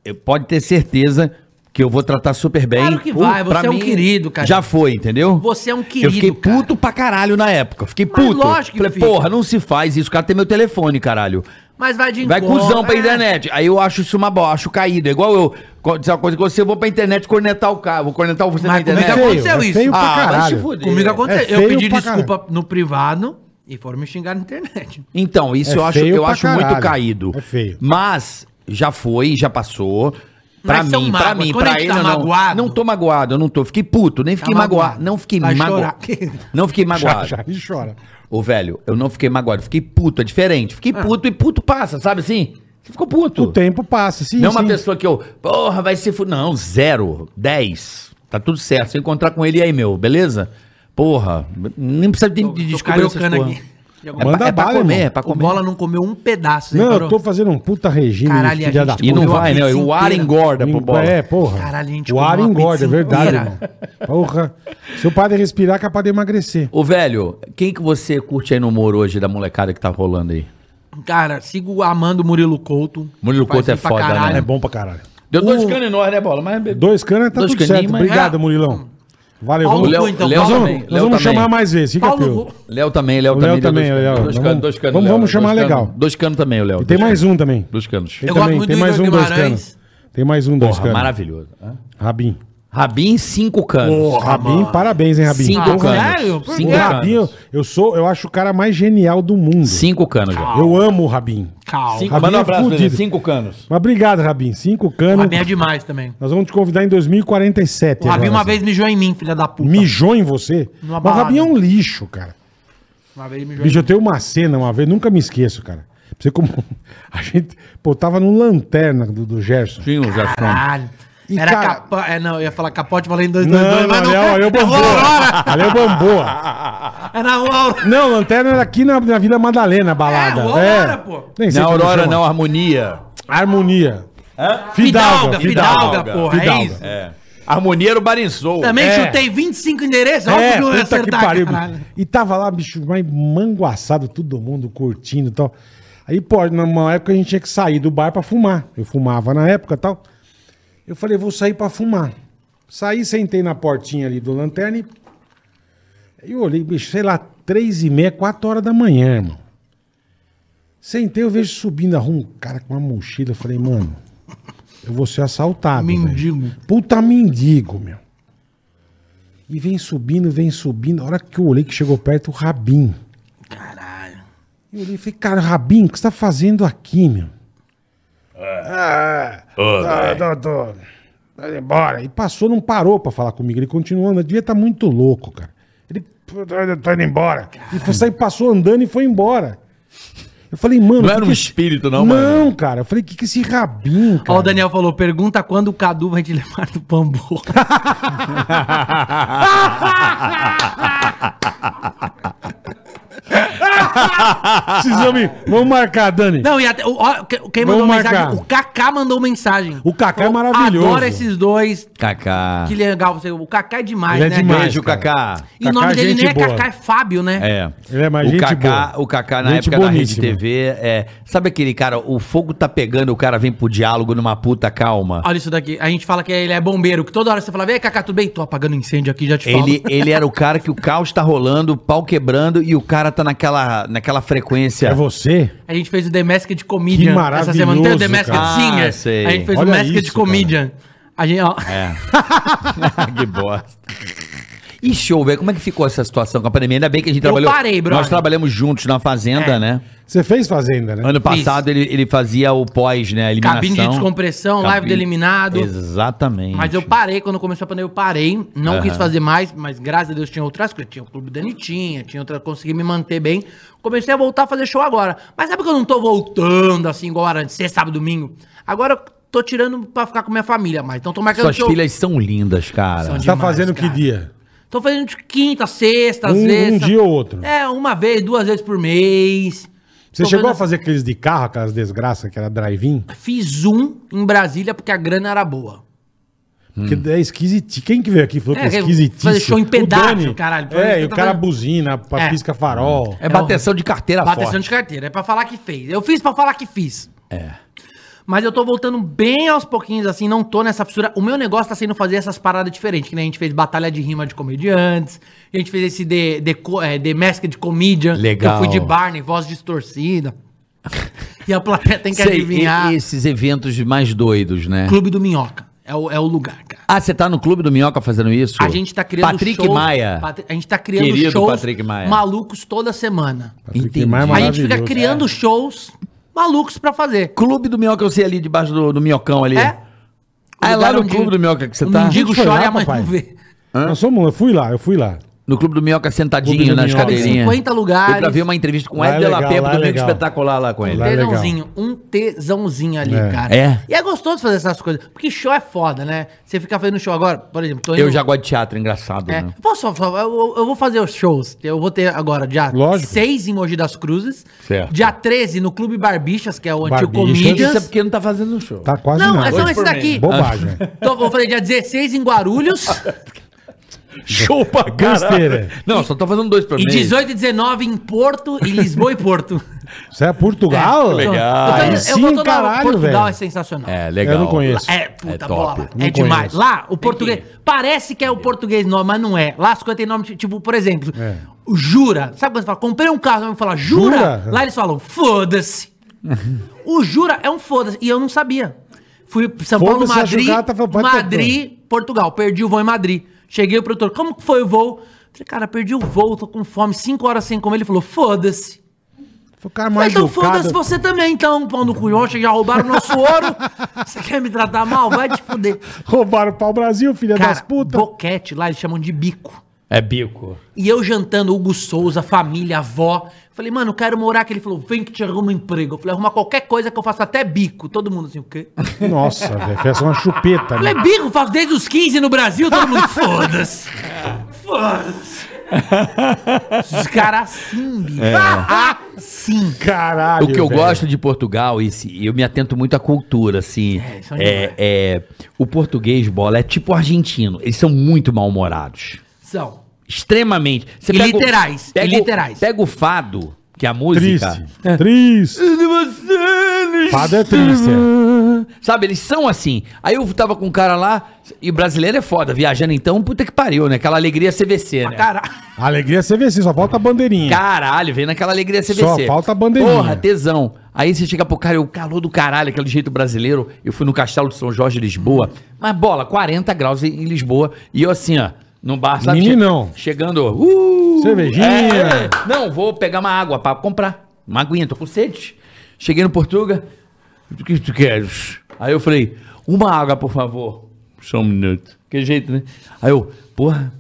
eu pode ter certeza que eu vou tratar super bem. Claro que Pô, vai, você pra é um querido, cara. Já foi, entendeu? Você é um Eu fiquei querido, cara. puto pra caralho na época. Fiquei Mas puto. lógico que Falei, fica. porra, não se faz isso. O cara tem meu telefone, caralho. Mas vai de Vai cuzão pra é. internet. Aí eu acho isso uma bosta, acho caído. É igual eu. co- Dizer uma coisa que você, eu vou pra internet cornetar o cara. Vou cornetar você Mas na como é internet. que aconteceu é isso? feio pra Ah, vai caralho. se fuder. Comigo aconteceu. eu feio pedi pra desculpa no privado e foram me xingar na internet. Então, isso É eu acho, feio eu pra acho caralho. muito caído. É feio. Mas já foi, já passou. Pra Mas são mim, pra mágoas. mim, Quando a pra gente ele tá eu não. magoado- Tá Não tô magoado, eu não tô. Fiquei puto, nem fiquei magoado. magoado. Tá Não fiquei Vai magoado. chorar. Não fiquei Já, magoado. já, e chora. Ô, velho, eu não fiquei magoado, fiquei puto, é diferente. Fiquei Ah. puto e puto passa, sabe assim? Você ficou puto. O tempo passa, sim, não é sim. uma pessoa que eu, porra, vai se fu... Não, zero, dez. Tá tudo certo. Se eu encontrar com ele aí, meu, beleza? Porra, nem precisa de, de Tô descobrir essas cariocando porra. aqui. alguma- Manda é pra bala, comer, irmão. é pra O comer. bola não comeu um pedaço. Não, eu reparou? tô fazendo um puta regime, Caralho, filha a da gente E não comeu a vai, né? pizza O ar inteira. engorda pro bola. É, porra. Caralho, a gente o ar comeu uma engorda, é pizza verdade, irmão. inteira. Porra. Se o padre respirar, é capaz de emagrecer. Ô, velho, quem que você curte aí no humor hoje da molecada que tá rolando aí? Cara, sigo amando o Murilo Couto. Murilo Faz Couto é rir pra foda, caralho. né? É bom pra caralho. Deu O- canos em nós, né, Bola? Mas... Dois canas tá Dois tudo caninhos, certo. mas- Obrigado, É. Murilão. Valeu. Paulo vamos Cu, Léo- então. Léo nós Paulo vamos, também. Cu. nós Léo vamos também. chamar mais vezes. Fica Paulo fio. Cu. Léo também, Léo O também. Léo deu também, dois, Léo, canos, dois vamos- canos, dois canos. vamos- Léo, dois vamos chamar canos. legal. Dois canos também, o Léo. E dois tem mais um também. canos. Dois canos. Tem, Eu também, gosto muito tem do mais um, Igor dois Guimarães. canas. Tem mais um, dois Porra, canas. maravilhoso. Hã? Rabin. Rabin, cinco canos. Rabin, parabéns, hein, Rabin. Cinco Porra, canos. sério? Por O Cinco quê? Rabin, eu, canos. eu sou, eu acho o cara mais genial do mundo. Cinco canos, velho. Eu amo o Rabin. Calma. Cinco- um Rabin é fudido. Lelê. Cinco canos. Mas obrigado, Rabin. Cinco O canos. Rabin é demais também. Nós vamos te convidar em 2047. O Rabin agora, uma vez mijou em mim, filha da puta. Mijou em você? Numa Mas o Rabin balada. é um lixo, cara. Uma vez mijou Bicho, em eu tenho uma cena uma vez, nunca me esqueço, cara. Pra Você como. A gente. Pô, tava no lanterna do, do Gerson. Tinha o Gerson. mim. Caralho. E, Era cara- capa... É, não, eu ia falar capote valendo dois, Não, dois, dois, não, mas ali não. é o- ali é o Eu vou Bamboa. agora. Ali é o Bamboa. É na Aurora. Não, lanterna era aqui na, na Vila Madalena, a balada. É, É, o Aurora, pô. Nem sei Na como Aurora, chama. não, harmonia. Harmonia. Fidalga, Fidalga, Fidalga. porra. Fidalga. É isso. É. Harmonia era o Barinzou. Também É. chutei 25 endereços. É, eu ia puta que acertar, pariu, caralho. bicho. E tava lá, bicho, mas manguaçado, todo mundo curtindo e tal. Aí, pô, numa época a gente tinha que sair do bar pra fumar. Eu fumava na época e tal. Eu falei, vou sair pra fumar. Saí, sentei na portinha ali do lanterna e. Aí eu olhei, bicho, sei lá, três e meia, quatro horas da manhã, irmão. Sentei, eu vejo subindo a rua um cara com uma mochila. Eu falei, mano, eu vou ser assaltado. velho. Mendigo. Puta mendigo, meu. E vem subindo, vem subindo. A hora que eu olhei que chegou perto o Rabin. Caralho. Eu olhei e falei, cara, Rabin, o que você tá fazendo aqui, meu? Ah, tô, tô, tô indo embora. E passou, não parou pra falar comigo. Ele continuou andando. Devia estar tá muito louco, cara. Ele, "Pô, tô indo- tô indo embora. E foi, sair, passou andando e foi embora. Eu falei, mano... Não que era que um esse- espírito, não, Não, mano. cara. Eu falei, o que, que esse Rabin, cara? Ó, o Daniel falou, pergunta quando o Cadu vai te levar do Pambu. Precisamos ir. Vamos marcar, Dani. Não, e até, o, ó, que- quem mandou Vamos marcar. mensagem? O Kaká mandou mensagem. O Kaká é Falou, maravilhoso. Adoro esses dois. Kaká. Que legal. você- O Kaká é demais, Ele é né? demais. Beijo, cara. Kaká. E o Kaká é nome dele nem gente é boa. Kaká, é Fábio, né? É. Ele é mais o gente Kaká, boa. O Kaká, na Gente época boníssima. da Rede TV, é, sabe aquele cara, o fogo tá pegando, o cara vem pro diálogo numa puta Ah, calma. Olha isso daqui. A gente fala que ele é bombeiro, que toda hora você fala, vem Kaká, tudo bem? Tô apagando incêndio aqui, já te falo. Ele, ele era o cara que o caos tá rolando, o pau quebrando e o cara tá naquela, naquela frequência. É você? A gente fez o The Masked Comedian Que essa semana. Não Tem o The maravilhoso, Masked cara. Singer. Ah, sei. É, A gente fez Olha o Masked isso, Comedian. A gente, ó, que bosta. E show, velho, como é que ficou essa situação com a pandemia? Ainda bem que a gente Eu trabalhou. parei, brother. nós trabalhamos juntos na fazenda, É. né? Você fez Fazenda, né? Ano passado ele, ele fazia o pós, né? a Eliminação. cabine de descompressão, live do Cabine- eliminado. Exatamente. Mas eu parei, quando começou a pandemia, eu parei. Não Aham. quis fazer mais, mas graças a Deus tinha outras coisas. Tinha o Clube da Anitinha, tinha outras. Consegui me manter bem. Comecei a voltar a fazer show agora. Mas sabe que eu não tô voltando assim, igual era antes, sexta, sábado, domingo? Agora eu tô tirando pra ficar com minha família mais. Então tô marcando Suas show. filhas são lindas, cara. É São Você tá demais, fazendo cara. que dia? Tô fazendo de quinta, sexta, às Um- um vezes. dia ou outro. É, uma vez, duas vezes por mês. Você Tô chegou vendo- a fazer aqueles de carro, aquelas desgraças, que era drive-in? Fiz um em Brasília porque a grana era boa. Hum. Porque é esquisitinho. Quem que veio aqui e falou É, que é que esquisitíssimo? fazer show em O pedaço, Dani. caralho. É, e o Tá cara vendo? buzina, pa- É. pisca farol. É bateção de carteira Bateção forte. de carteira, é pra falar que fez. Eu fiz pra falar que fiz. É. Mas eu tô voltando bem aos pouquinhos, assim, não tô nessa fissura. O meu negócio tá sendo fazer essas paradas diferentes, que nem a gente fez batalha de rima de comediantes, a gente fez esse The, the, Co- eh, The Mask de Comedian, Legal. que eu fui de Barney, voz distorcida. e a plateia tem que Sei, adivinhar. e- esses eventos mais doidos, né? Clube do Minhoca. É o, é o lugar, cara. Ah, você tá no Clube do Minhoca fazendo isso? A gente tá criando Patrick shows- Maia. Patri- A gente tá criando Querido shows Patrick Maia. malucos toda semana. Entendi. Maia é A gente fica maravilhoso. criando shows malucos pra fazer. Clube do Minhoca, eu sei ali debaixo do, do Minhocão ali. É? Ah, é lá Lugar no onde Clube do Minhoca que você o tá? mendigo A gente foi chora e lá, a mãe É. papai. não vê. Nós somos, eu fui lá, eu fui lá. No Clube do Minhoca, Clube sentadinho do nas Minhoca. cadeirinhas. 50 Deu pra lugares. ver uma entrevista com o Lá é Ed de la legal, Penha, lá é do Domingo legal. um Espetacular lá com ele. Lá é legal. tesãozinho, um tesãozinho ali, É. cara. É. E é gostoso fazer essas coisas. Porque show é foda, né? Você fica fazendo show agora, por exemplo, tô indo- Eu já gosto de teatro, engraçado, É. né? Posso só falar? Eu, eu- eu vou fazer os shows. Eu vou ter agora dia Lógico. 6 em Mogi das Cruzes. Certo. Dia 13 no Clube Barbixas, que é o antigo Barbixas. Comedians. Isso é porque não tá fazendo show. Tá quase Não, nada. é só esse daqui. Bobagem. Então, vou fazer dia 16 em Guarulhos Show pra Besteira. Não, só tô fazendo dois por e mês. 18 e 19 em Porto, em Lisboa e Porto. Você é Portugal? Então, legal. Eu, tô, Aí eu sim, vou toda hora caralho, pro Portugal, velho. é sensacional. É, legal. Eu não conheço. É, puta É top. bola. Não é demais. conheço. Lá, o português. Parece que é o português nome, mas não é. Lá as coisas têm nome, ti- tipo, por exemplo, É. o jura. Sabe quando você fala, comprei um carro, alguém fala, jura? Jura? Uhum. Lá eles falam, foda-se. o jura é um foda-se. E eu não sabia. Fui pra São Paulo, Foda-se, acho Madrid, que o cara tá falando, pode ter- Madrid, Portugal. Perdi o voo em Madrid. Cheguei o produtor, como que foi o voo? Falei, cara, perdi o voo, tô com fome, cinco horas sem comer. Ele falou, foda-se. Foi o cara Mas mais então educado. foda-se você também, então, pau no cu. Ontem já roubaram nosso ouro. Você quer me tratar mal? Vai te fuder. Roubaram o pau Brasil, filha das Cara, putas. boquete lá eles chamam de bico. É bico. E eu jantando, Hugo Souza, família, avó. Falei, mano, eu quero morar aqui. Ele falou, vem que te arruma um emprego. Eu falei, arruma qualquer coisa que eu faço até bico. Todo mundo assim, o quê? Eu Nossa, velho. Fez uma chupeta, né? falei, "É bico, eu faço desde os 15 no Brasil. Todo mundo, foda-se. Foda-se. Os caras assim, bicho. Assim. Caralho. O que eu velho. gosto de Portugal, e se- eu me atento muito à cultura, assim. É, são demais. É, é, o português, bola, é tipo o argentino. Eles são muito mal-humorados. São. Extremamente. Você E pega o- literais, e Pega, o- literais. Pega o fado, que é a música. Triste. É. Triste. Fado é triste. é. Sabe, eles são assim. Aí eu tava com um cara lá, e brasileiro é foda, viajando então, puta que pariu, né? Aquela alegria CVC, né? Caralho. Alegria é CVC, só falta a bandeirinha. Caralho, vem naquela alegria CVC. Só falta a bandeirinha. Porra, tesão. Aí você chega pro cara, o calor do caralho, aquele jeito brasileiro. Eu fui no Castelo de São Jorge, Lisboa. Mas bola, 40 graus em em Lisboa. E eu assim, ó, num bar, sabe? Meninão. Che- Chegando, uh, Cervejinha. é, não, vou pegar uma água pra comprar. Uma aguinha, tô com sede. Cheguei no Portuga. O que tu queres? Aí eu falei, uma água, por favor. Só um minuto. Que jeito, né? Aí eu, porra,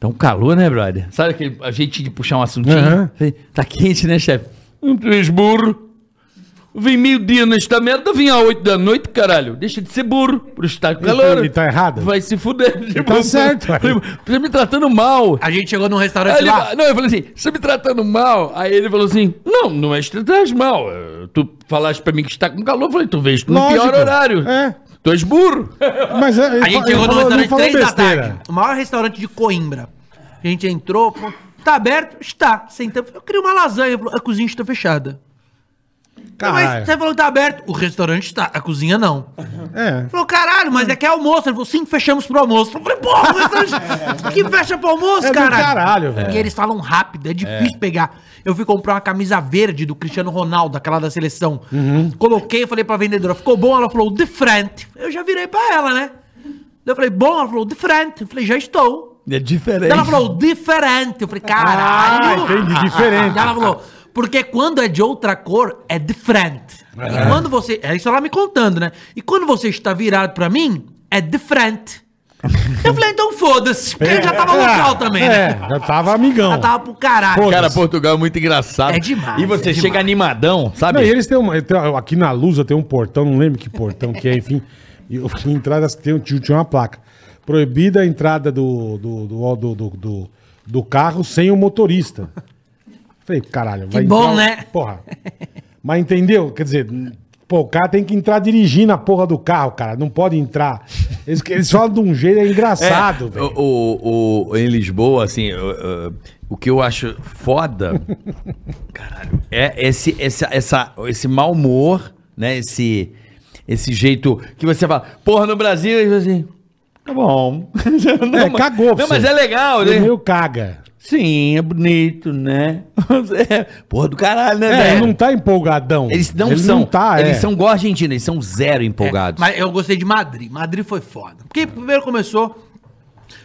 tá um calor, né, brother? Sabe aquele a gente de puxar um assuntinho? Aham. Falei, tá quente, né, chefe? Não tu és burro. Vim meio-dia nesta merda, vim às oito da noite, caralho. Deixa de ser burro, por estar com Ele tá- calor. ele tá errado? Vai se fuder. tá certo, aí. Tá me tratando mal. A gente chegou num Aí Tá restaurante ele lá. fa- não, eu falei assim, você me tratando mal? Aí ele falou assim, não, não é que te tratas mal. eh, Tu falaste pra mim que está com calor, eu falei, tu vês no Lógico. pior horário. É. Tu és burro. Mas é, ele A fa- ele gente chegou no falou- não restaurante falou 3 da besteira. tarde. O maior restaurante de Coimbra. A gente entrou, pô, tá aberto? Está. Sentamos. Eu queria uma lasanha. Ele falou, a cozinha está fechada. Não, Mas Caralho. você falou que tá aberto? O restaurante está, a cozinha não. Ele É. falou, caralho, mas é que é almoço. Ele falou, sim, fechamos pro almoço. Eu falei, porra, o restaurante que fecha pro almoço, É do caralho. caralho, velho. E eles falam rápido, é difícil pegar. Eu fui comprar uma camisa verde do Cristiano Ronaldo, aquela da seleção. Uhum. Coloquei, falei pra vendedora, ficou bom? Ela falou, de frente. Eu já virei pra ela, né? Eu falei, bom? Ela falou, de frente. Eu falei, já estou. É diferente. Ela falou, diferente. Eu falei, Ah, caralho. entendi, diferente. Ela falou, porque quando é de outra cor, é diferente. E quando você. É isso ela me contando, né? E quando você está virado pra mim, é diferente. Eu falei, então foda-se, porque eu já tava um local também, É, né? já tava amigão. Já tava pro caralho. Foda-se. Cara, Portugal é muito engraçado. É demais, E você é chega demais. animadão, sabe? Não, e eles têm uma. tem uma- aqui na Lusa tem um portão, não lembro que portão que é, enfim. E eu fui entrar, assim, tem, um- tinha uma placa. Proibida a entrada do, do, do, do, do, do- do carro sem o motorista. Falei, caralho, vai bom, entrar- né? Porra. Mas entendeu? Quer dizer, pô, o cara tem que entrar dirigindo a porra do carro, cara. Não pode entrar. Eles, eles falam de um jeito, é engraçado, É, velho. o, o- o- em Lisboa, assim, o, o- o que eu acho foda caralho, é esse, esse, essa, esse mau humor, né? Esse, esse jeito que você fala, porra, no Brasil, e você assim, tá bom. não, É, mas- cagou pra Não, você. mas é legal, O né? meu caga. Sim, é bonito, né? É, porra do caralho, né, É, velho? não tá empolgadão. Eles não são. Não tá, eles é. são igual a Argentina, eles são zero É, empolgados. mas eu gostei de Madrid. Madrid foi foda. Porque primeiro começou,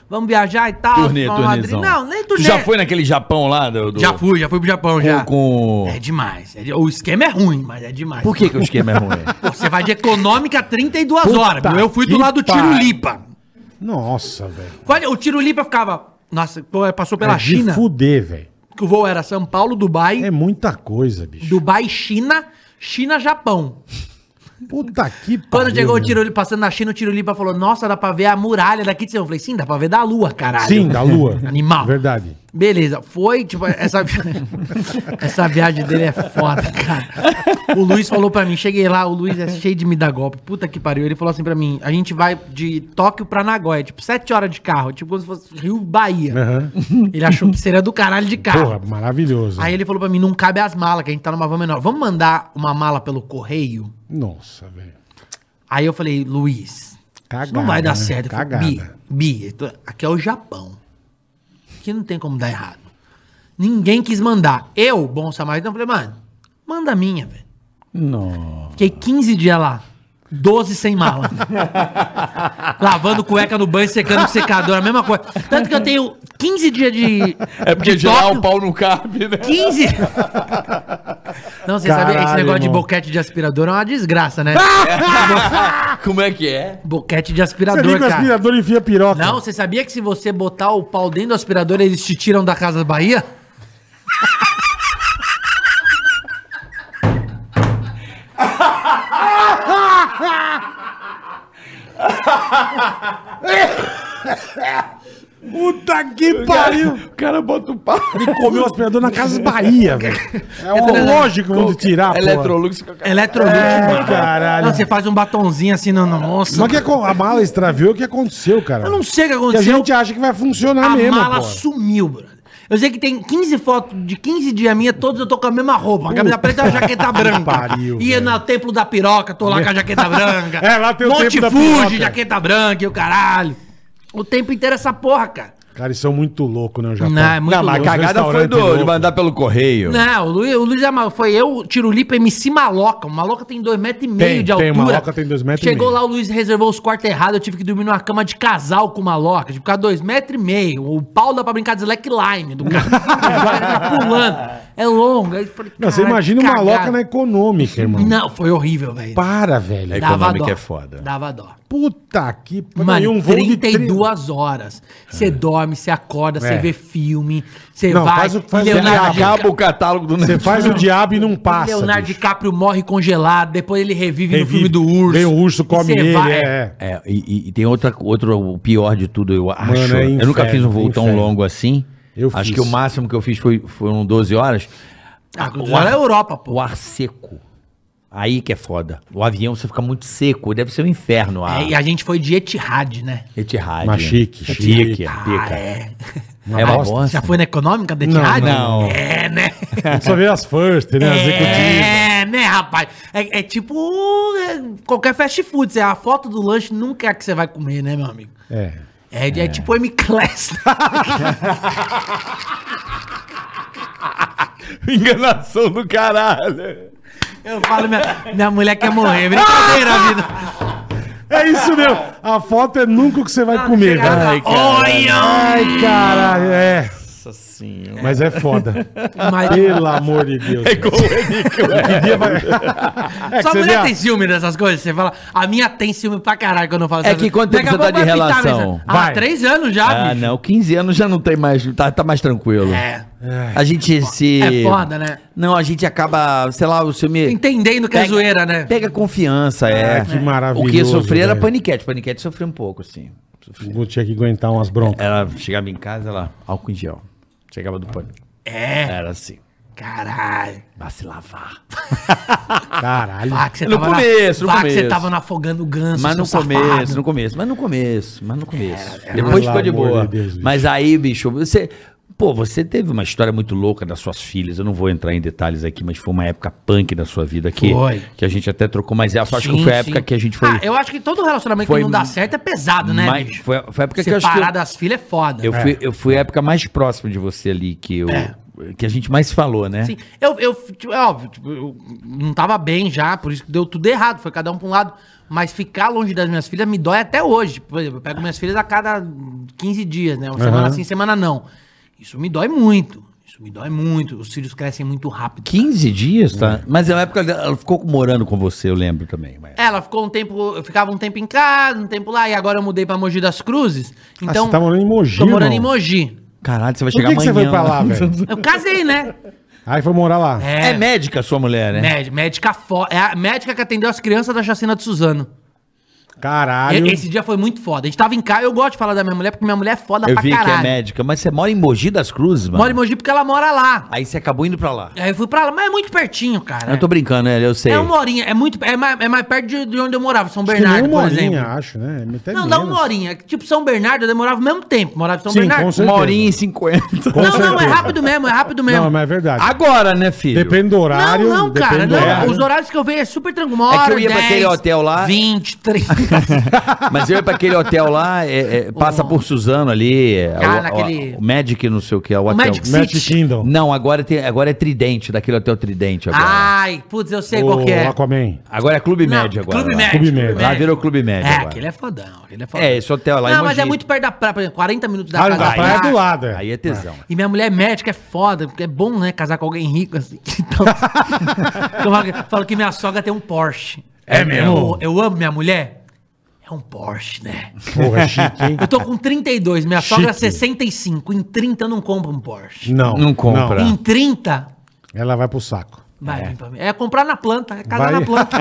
vamos viajar e tal. Turnê, vamos pra Madrid. turnêzão. Não, nem Tu turnê. já foi naquele Japão lá? Do, do- Já fui, já fui pro Japão, já. com- É demais. É de- O esquema é ruim, mas é demais. Por que, que o esquema é ruim? Pô, você vai de econômica 32 Puta horas. meu. Eu fui do que lado do pariu. Tirulipa. Nossa, velho. é? Olha, O Tirulipa ficava Nossa, pô, passou pela é de China. fuder, velho. Que o voo era São Paulo, Dubai. É muita coisa, bicho. Dubai, China. China, Japão. Puta que pariu. Quando chegou o velho. Tirolipa, passando na China, o Tirolipa falou: Nossa, dá pra ver a muralha daqui de cima. Eu falei: Sim, dá pra ver da lua, caralho. Sim, da lua. Animal. Verdade. Beleza, foi, tipo, essa, vi- essa viagem dele é foda, cara. O Luiz falou pra mim, cheguei lá, o Luiz é cheio de me dar golpe, puta que pariu. Ele falou assim pra mim, a gente vai de Tóquio pra Nagoya, tipo, sete horas de carro, tipo como se fosse Rio Bahia. Aham. Ele achou que seria do caralho de carro. Porra, maravilhoso. Aí ele falou pra mim, não cabe as malas, que a gente tá numa van menor. Vamos mandar uma mala pelo correio? Nossa, velho. Aí eu falei, Luiz, isso Cagada, não vai dar né? certo. Eu falei, Cagada. Bi, tá Bi, tu- aqui é o Japão. Aqui não tem como dar errado. Ninguém quis mandar. Eu, bom samaritano, falei, mano, manda a minha, velho. Fiquei 15 dias lá. 12 sem mala. Lavando cueca no banho, secando com secador, a mesma coisa. Tanto que eu tenho 15 dias de. É porque de geral Tóquio, o pau não cabe, né? 15! Não, você sabe, esse Caralho, negócio de irmão. boquete de aspirador é uma desgraça, né? Como é que é? boquete de Você aspirador, liga o cara. aspirador e enfia piroca. Não, você sabia que se você botar o pau dentro do aspirador, eles te tiram da Casa Bahia? Puta que pariu. O cara bota o pau. Ele comeu o aspirador na Casa Bahia, velho. É um lógico onde tirar, pô. Eletrolux. Eletrolux, É, mano. caralho. Não, você faz um batonzinho assim no no- Só Nossa. que a co- a mala extraviou, o que aconteceu, cara? Eu não sei o Que que a aconteceu. gente acha que vai funcionar a mesmo, mala pô. sumiu, brother. Eu sei que tem 15 fotos de 15 dias minha, todos eu tô com a mesma roupa. A camisa preta e a jaqueta branca. pariu, Ia velho. no templo da piroca, tô lá com a jaqueta branca. É, lá tem o Monte templo da Fuji, piroca. jaqueta branca e o caralho. O tempo inteiro é essa porra, cara. Cara, eles são muito loucos, né, o Japão? Não, é muito Não, Ah, mas a louco. cagada foi restaurantes do, de loucos. mandar pelo correio. Não, o Luiz, o Luiz é mal- foi eu, Tirulipa, MC Maloca. O Maloca tem dois metros e meio Tem, de tem, altura. o Maloca tem dois metros e Chegou meio. lá, o Luiz reservou os quartos errados. Eu tive que dormir numa cama de casal com o Maloca. De ficar dois metros e meio. O pau dá pra brincar de slackline do cara. Vai ficar pulando. É longo. Aí eu falei, Não, você "Caralho, imagina né? uma cagada." loca na econômica, irmão. Não, foi horrível, velho. Para, velho. É. econômica é foda. Dava dó. Puta que pariu. E Mano, um voo de 32 horas. Você dorme, você acorda, você É. vê filme, você Não, vai. faz o- faz o Leonardo diabo. Acaba o catálogo do Você faz o diabo e não passa. Leonardo bicho. DiCaprio morre congelado, depois ele revive, Revive. no filme do urso. Vem o urso, come E você ele. vai- É. É, e, e- e tem outra, outro, o pior de tudo, eu acho. Mano, é eu nunca inferno, fiz um voo tão inferno. longo assim. Eu acho fiz. que o máximo que eu fiz foi, foram 12 horas. Ah, agora é Europa, pô. O ar seco. Aí que é foda. O avião você fica muito seco, deve ser um inferno. A É, e a gente foi de Etihad, né? Etihad. Mas chique, chique. chique. pica. é. É uma bosta. bosta. Já foi na econômica da Etihad? Não, não. É, né? Só vê as first, né? As executivas. É, né, rapaz? É, é tipo é, qualquer fast food. Você, a foto do lanche nunca é a que você vai comer, né, meu amigo? É. É, é tipo M-Class. Enganação do caralho. Eu falo, minha, minha mulher quer morrer. Brincadeira, vida. É isso mesmo. A foto é nunca o que você vai comer, Chega lá, velho. Olha! Ai, caralho. É. Nossa senhora. Mas é foda. Mas- Pelo amor de Deus. É Igual o Henrique. que dia vai... É Sua que você vê mulher a- tem ciúme dessas coisas? Você fala, a minha tem ciúme pra caralho quando eu falo É essas que coisas. quanto tempo Daqui a você tá pouco de vai pitar relação? mesmo. Ah, Vai. três anos já, Ah, bicho. não, 15 anos já não tem mais, tá, tá mais tranquilo. É. A gente se. É foda, né? Não, a gente acaba, sei lá, o filme. Entendendo que é zoeira, né? Pega confiança, é. Ah, O que que eu maravilhoso, sofri era velho. paniquete. Paniquete sofreu um pouco, assim. Sofria. Vou tinha que aguentar umas broncas. Ela chegava em casa, ela, álcool em gel. Chegava do pânico. É. Era assim, Caralho. vai se lavar. Ah, Caralho. Vá que você No tava começo, no na... vá que começo. você tava nafogando o ganso, Mas no seu começo, safado. no começo, mas no começo, mas no começo. é, Pelo Depois ficou de amor boa. de Deus, bicho. mas aí, bicho, você. Pô, você teve uma história muito louca das suas filhas. Eu não vou entrar em detalhes aqui, mas foi uma época punk da sua vida aqui. Foi. Que a gente até trocou, mas eu acho que Sim, foi a sim. época que a gente foi. Ah, eu acho que todo relacionamento Foi que não dá certo é pesado, né, mais- bicho? foi, a- foi a época que eu acho que. Separar eu- das filhas é foda. Eu fui, eu fui a época mais próxima de você ali que eu. É. Que a gente mais falou, né? Sim, eu, eu tipo, é óbvio, tipo, eu não tava bem já, por isso que deu tudo errado, foi cada um pra um lado. Mas ficar longe das minhas filhas me dói até hoje. Por exemplo, eu pego minhas filhas a cada 15 dias, né? Uma semana sim, semana não. Isso me dói muito. Isso me dói muito. Os cílios crescem muito rápido. 15 dias, tá? Mas na época ela ficou morando com você, eu lembro também. mas- É. Ela ficou um tempo, eu ficava um tempo em casa, um tempo lá, e agora eu mudei pra Mogi das Cruzes. Então, você tá morando em Mogi, tô morando em irmão. Mogi. Caralho, você vai Por chegar que, que amanhã. você foi pra lá, velho? Eu casei, né? Aí foi morar lá. É médica a sua mulher, né? Médica, médica fo- é a médica que atendeu as crianças da chacina de Suzano. Caralho. E- Esse dia foi muito foda. A gente tava em casa, eu gosto de falar da minha mulher, porque minha mulher é foda Eu pra vi que é caralho. médica, mas você mora em Mogi das Cruzes, mano. Moro em Mogi porque ela mora lá. Aí você acabou indo pra lá. Aí eu fui pra lá, mas é muito pertinho, cara. Eu tô brincando, né? Eu sei. É uma horinha, é muito. É mais, é mais perto de, de onde eu morava, São Acho Tipo que nem Bernardo, uma por horinha, exemplo. acho, né? é Até Não, dá menos. uma horinha. Tipo, São Bernardo, eu demorava o mesmo tempo. Morava em São Sim, com Bernardo. certeza. e cinquenta. Com não, não, é certeza. rápido mesmo, é rápido mesmo. Não, mas é verdade. Agora, né, filho? Depende do horário. não, não, cara, depende não. do horário. Os horários que eu vejo é super tranquilo. É Uma que eu hora, ia pra aquele hotel lá. 20, 30. Mas eu ia pra aquele hotel lá, é, é, passa por Suzano ali. é, Ah, o, Oh. naquele- o, o Magic, não sei o que, é o hotel. Magic City. Magic Kingdom. Não, agora, tem, agora é Tridente, daquele hotel Tridente agora. Ai, putz, eu sei qual O que é. Aquaman. Agora é Clube Ah. Não, Médio agora. Clube lá. Med. Clube Med. Lá virou Clube É, Med agora. aquele é fodão. Aquele é fodão. É, esse hotel lá em Não, mas Mogi. é muito perto da praia, por exemplo, 40 minutos da Ah, não, da casa. praia é do lado, é. Aí é tesão. E minha mulher é médica, é foda, porque é bom, né, casar com alguém rico, assim. Então, eu falo- falo que minha sogra tem um Porsche. É mesmo? Eu, eu amo minha mulher. É um Porsche, né? Porra, é chique, hein? Eu tô com 32, minha Chique. sogra é 65. Em 30 eu não compro um Porsche. Não. Não compra. Em 30, Ela vai pro saco. vai vir pra mim. É comprar na planta, é casar Vai- na planta.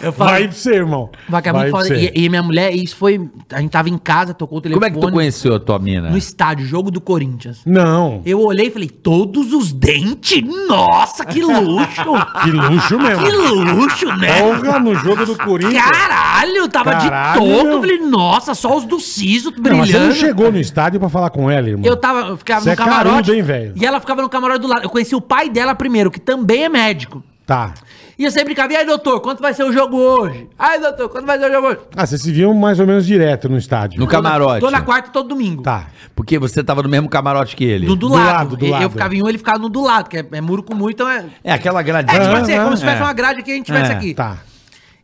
eu falo, Vai pra você, irmão. Vai que é muito pra foda. você. E, e minha mulher, isso foi. A gente tava em casa, tocou o telefone. Como é que tu conheceu a tua mina? No estádio, jogo do Corinthians. Não. Eu olhei e falei, todos os dentes? Nossa, que luxo! Que luxo mesmo. que luxo, né? Porra, no jogo do Corinthians. Caralho, tava Caralho, de toco. meu. Eu falei, nossa, só os do Siso Não, mas brilhando. você não chegou no estádio pra falar com ela, irmão. Eu tava, eu ficava Você no é camarote. carudo, hein, velho? e ela ficava no camarote do lado. Eu conheci o pai dela primeiro, que também é médico. Tá. E eu sempre ficava, e aí, doutor, quanto vai ser o jogo hoje? Ai, doutor, quanto vai ser o jogo hoje? Tá, Ah, vocês se viam mais ou menos direto no estádio. No camarote. Tô na quarta e todo domingo. Tá. Porque você tava no mesmo camarote que ele. Do, do, Do lado. lado, do eu, lado. eu ficava em um, ele ficava no do lado, que é, é muro com muro, então é. É aquela É, gradinha. tipo assim, é aham, como se tivesse é. uma grade que a gente tivesse É, aqui. Tá.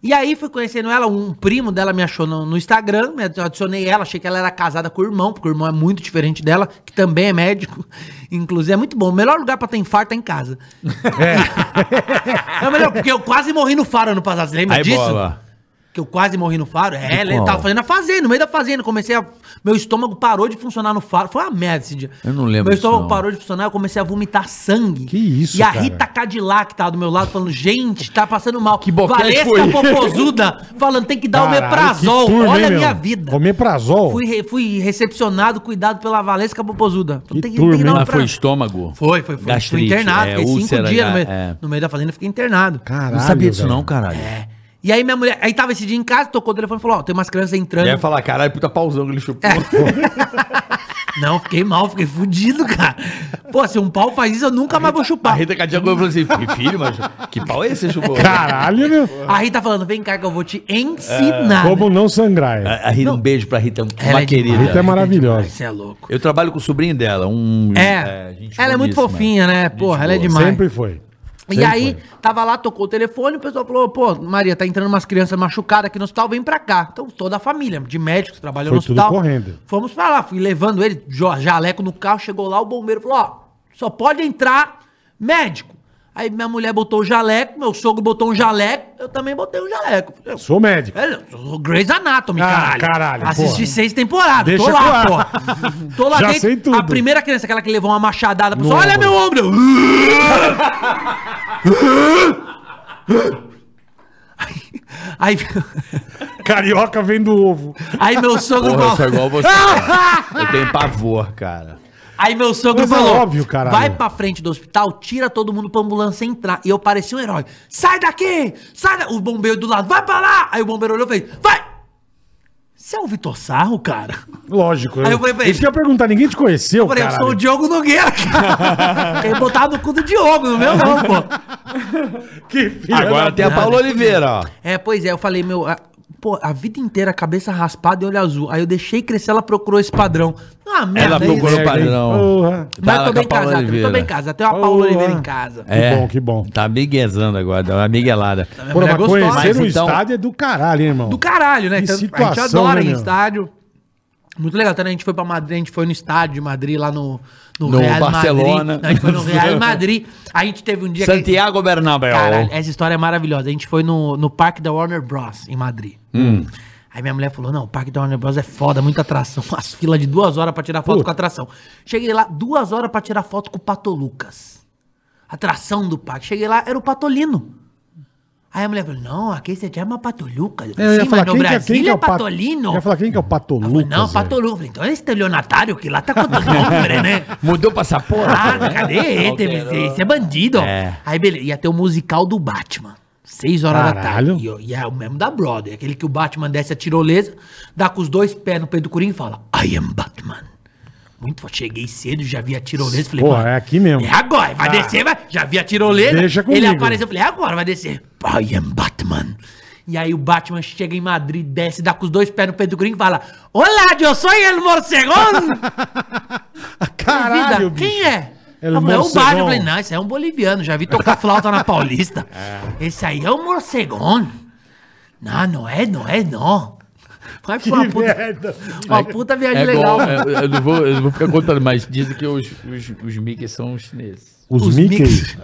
E aí fui conhecendo ela, um primo dela me achou no, no Instagram, me adicionei ela, achei que ela era casada com o irmão, porque o irmão é muito diferente dela, que também é médico. Inclusive, é muito bom. O melhor lugar pra ter infarto é em casa. É. melhor, porque eu quase morri no faro ano passado, você lembra Aí disso? bola. Que eu quase morri no faro. É, De eu qual? tava fazendo a fazenda, no meio da fazenda. Comecei a. Meu estômago parou de funcionar no faro. Foi uma merda esse dia. Eu não lembro Meu disso, estômago não. parou de funcionar, eu comecei a vomitar sangue. Que isso, E a cara. Rita Cadillac tava do meu lado falando, gente, tá passando mal. Que boquete Valesca foi? Popozuda falando, tem que dar Caralho, o meprazol. que turma, Olha hein, a meu? minha vida. Omeprazol? Fui, re- fui recepcionado, cuidado pela Valesca Popozuda. Que tem turma, hein? dar Ah, foi meprazol. estômago. Foi, foi, foi. Fui Gastrite, internado, é, fiquei úlcera, cinco dias no meio, é. no meio da fazenda, fiquei internado. Caralho. não sabia disso velho. não, caralho. É. E aí minha mulher, aí tava esse dia em casa, tocou o telefone e falou, ó, tem umas crianças entrando. Deve falar, caralho, puta pauzão que ele chupou. É. Não, fiquei mal, fiquei fudido, cara. Pô, se um pau faz isso, eu nunca mais vou A chupar. Rita Cadillac falou assim, filho, mas que pau é esse que você chupou? Caralho, meu. A Rita falando, vem cá que eu vou te ensinar. Como não sangrar. é. A, a Rita, um beijo pra Rita, uma Ela é querida. demais. Rita é maravilhosa. Você é louco. Eu trabalho com o sobrinho dela, um... É, gente ela é muito boníssima. fofinha, né? Porra, ela é boa. demais. Sempre foi. E Sempre aí, tava lá, tocou o telefone, o pessoal falou, pô, Maria, tá entrando umas crianças machucadas aqui no hospital, vem pra cá. Então, toda a família, de médicos, trabalhou Foi no tudo hospital. correndo. Fomos pra lá, fui levando ele, jo- jaleco no carro, chegou lá, o bombeiro falou, ó, só pode entrar médico. Aí minha mulher botou o jaleco, meu sogro botou um jaleco, eu também botei um jaleco. Eu, Sou médico. velho, eu sou É, Grey's Anatomy, Ah, caralho. caralho, Assisti porra. seis temporadas, Deixa tô lá, eu- porra. Tô lá Já sei tudo. A primeira criança, aquela que levou uma machadada, a pessoa, No olha ombro. meu ombro! Aí, Carioca vem do ovo. aí meu sogro Porra, eu sou falou. igual você. cara. eu tenho pavor, cara. Aí meu sogro Mas é falou: óbvio, caralho. vai pra frente do hospital, tira todo mundo pra ambulância entrar. E eu pareci um herói. Sai daqui! Sai da... O bombeiro do lado, vai pra lá! Aí o bombeiro olhou e fez: vai! Você é o Vitor Sarro, cara? Lógico. né? Aí eu falei pra ele- Isso que eu ia perguntar, ninguém te conheceu, Eu falei, caralho. eu sou o Diogo Nogueira, cara. Quem botava no cu do Diogo, no meu não, pô. Que filha Agora da- tem a Paula Oliveira, ó. É, pois é, eu falei, meu, a- pô, a vida inteira, cabeça raspada e olho azul. Aí eu deixei crescer, ela procurou esse padrão. Ah, merda, Ela é isso. procurou o merda, hein? padrão. Porra. Tá Mas tô com a bem Paula casado, tô Oliveira. bem casado. Tem uma Paula Porra. Oliveira em casa. Que bom, que bom. Tá miguezando agora, dá uma miguelada. Pô, mulher mas é gostosa. conhecer é Mas o então- estádio é do caralho, hein, irmão? Do caralho, né? Que Tanto- a gente situação, né, adora ir em meu? estádio. Muito legal, também a gente foi pra Madrid, a gente foi no estádio de Madrid, lá no, No Madrid. Barcelona. Não, a gente foi no Real Madrid. A gente teve um dia que... Santiago Bernabéu. Caralho, essa história é maravilhosa. A gente foi no, no parque da Warner Bros. em Madrid. Hum. Aí minha mulher falou: não, o parque da Warner Bros. é foda, muita atração. As filas de duas horas pra tirar foto Puta. com a atração. Cheguei lá, duas horas pra tirar foto com o Pato Lucas. Atração do parque. Cheguei lá, era o Patolino. Aí a mulher falou: não, aqui você chama Pato Lucas. Eu ia falar, quem, que é, quem que é o Pato- Patolino. Eu ia falar, quem que é o Pato Ela falou, Lucas? não, Pato velho? Lucas. Falei, Então é estelionatário que lá tá com outro nome, né? Mudou passaporte? Ah, cadê? Esse, esse, esse é bandido. É. Aí, beleza. Ia ter o musical do Batman. Seis horas Caralho. da tarde. E, e é o mesmo da Broadway. Aquele que o Batman desce a tirolesa, dá com os dois pés no peito do Coringa e fala, I am Batman. Muito forte. Cheguei cedo, já vi a tirolesa. Falei, Porra, "Mano, é aqui mesmo. É agora. Vai descer, vai. Já vi a tirolesa. Deixa Ele comigo. apareceu. Eu falei, "É agora vai descer. I am Batman. E aí o Batman chega em Madrid, desce, dá com os dois pés no peito do Coringa e fala, Olá, eu sou el morcegón. Caralho, bicho. Vida, quem é? É Ela falou, É o morcegão. Barney. Eu falei, não, esse aí é um boliviano. Já vi tocar flauta na Paulista. Esse aí é o morcegão. Não, não é, não é, não. Mas foi uma Que puta, merda. né? uma puta viagem É legal. igual, eu, eu não vou, eu não vou ficar contando, mas dizem que os, os, os Mickey são os chineses. Os, Os Mickey. Mickey.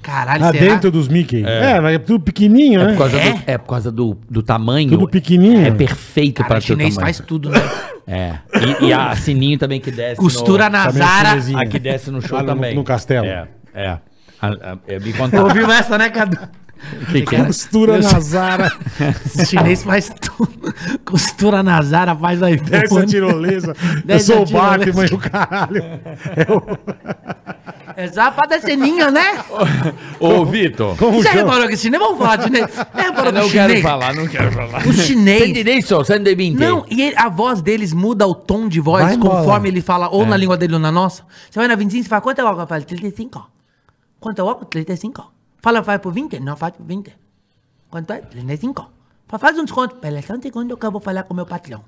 Caralho, Ah, será? dentro dos Mickey. É, mas é tudo pequenininho, né? Por causa, É? do, é por causa do, do tamanho. Tudo pequenininho. É perfeito Cara, tá para o chinês faz tudo, né? É. E, e a Sininho também que desce. Costura no, na Também é Zara. chinesinho. A que desce no show Lá no- também. no castelo. É. é. A, a, eu me contaram. Ouviu essa, né, Cadu? que que é? era? Costura na Zara, O chinês faz tudo. Costura na Zara, faz essa é iPhone. tirolesa. Eu Desce sou é a o tirolesa. Batman e o caralho. É só pra dar ceninha, né? Ô, Vitor. Como Já chama? reparou que é um chinês? Vamos falar de chinês. Já reparou que Não o quero chinês? falar, não quero falar. O chinês... só, Sunday Binte. Não, e ele- a voz deles muda o tom de voz Vai embora. É. conforme ele fala, ou na língua dele ou na nossa. Você vai na 25 e fala, quanto é o álcool? Eu falo, 35. Quanto é o álcool? 35. Fala, vai pro 20? Não, faz pro 20. Quanto é? 35. Fala, faz um desconto. Pera só um segundo que eu vou falar com o meu patrão.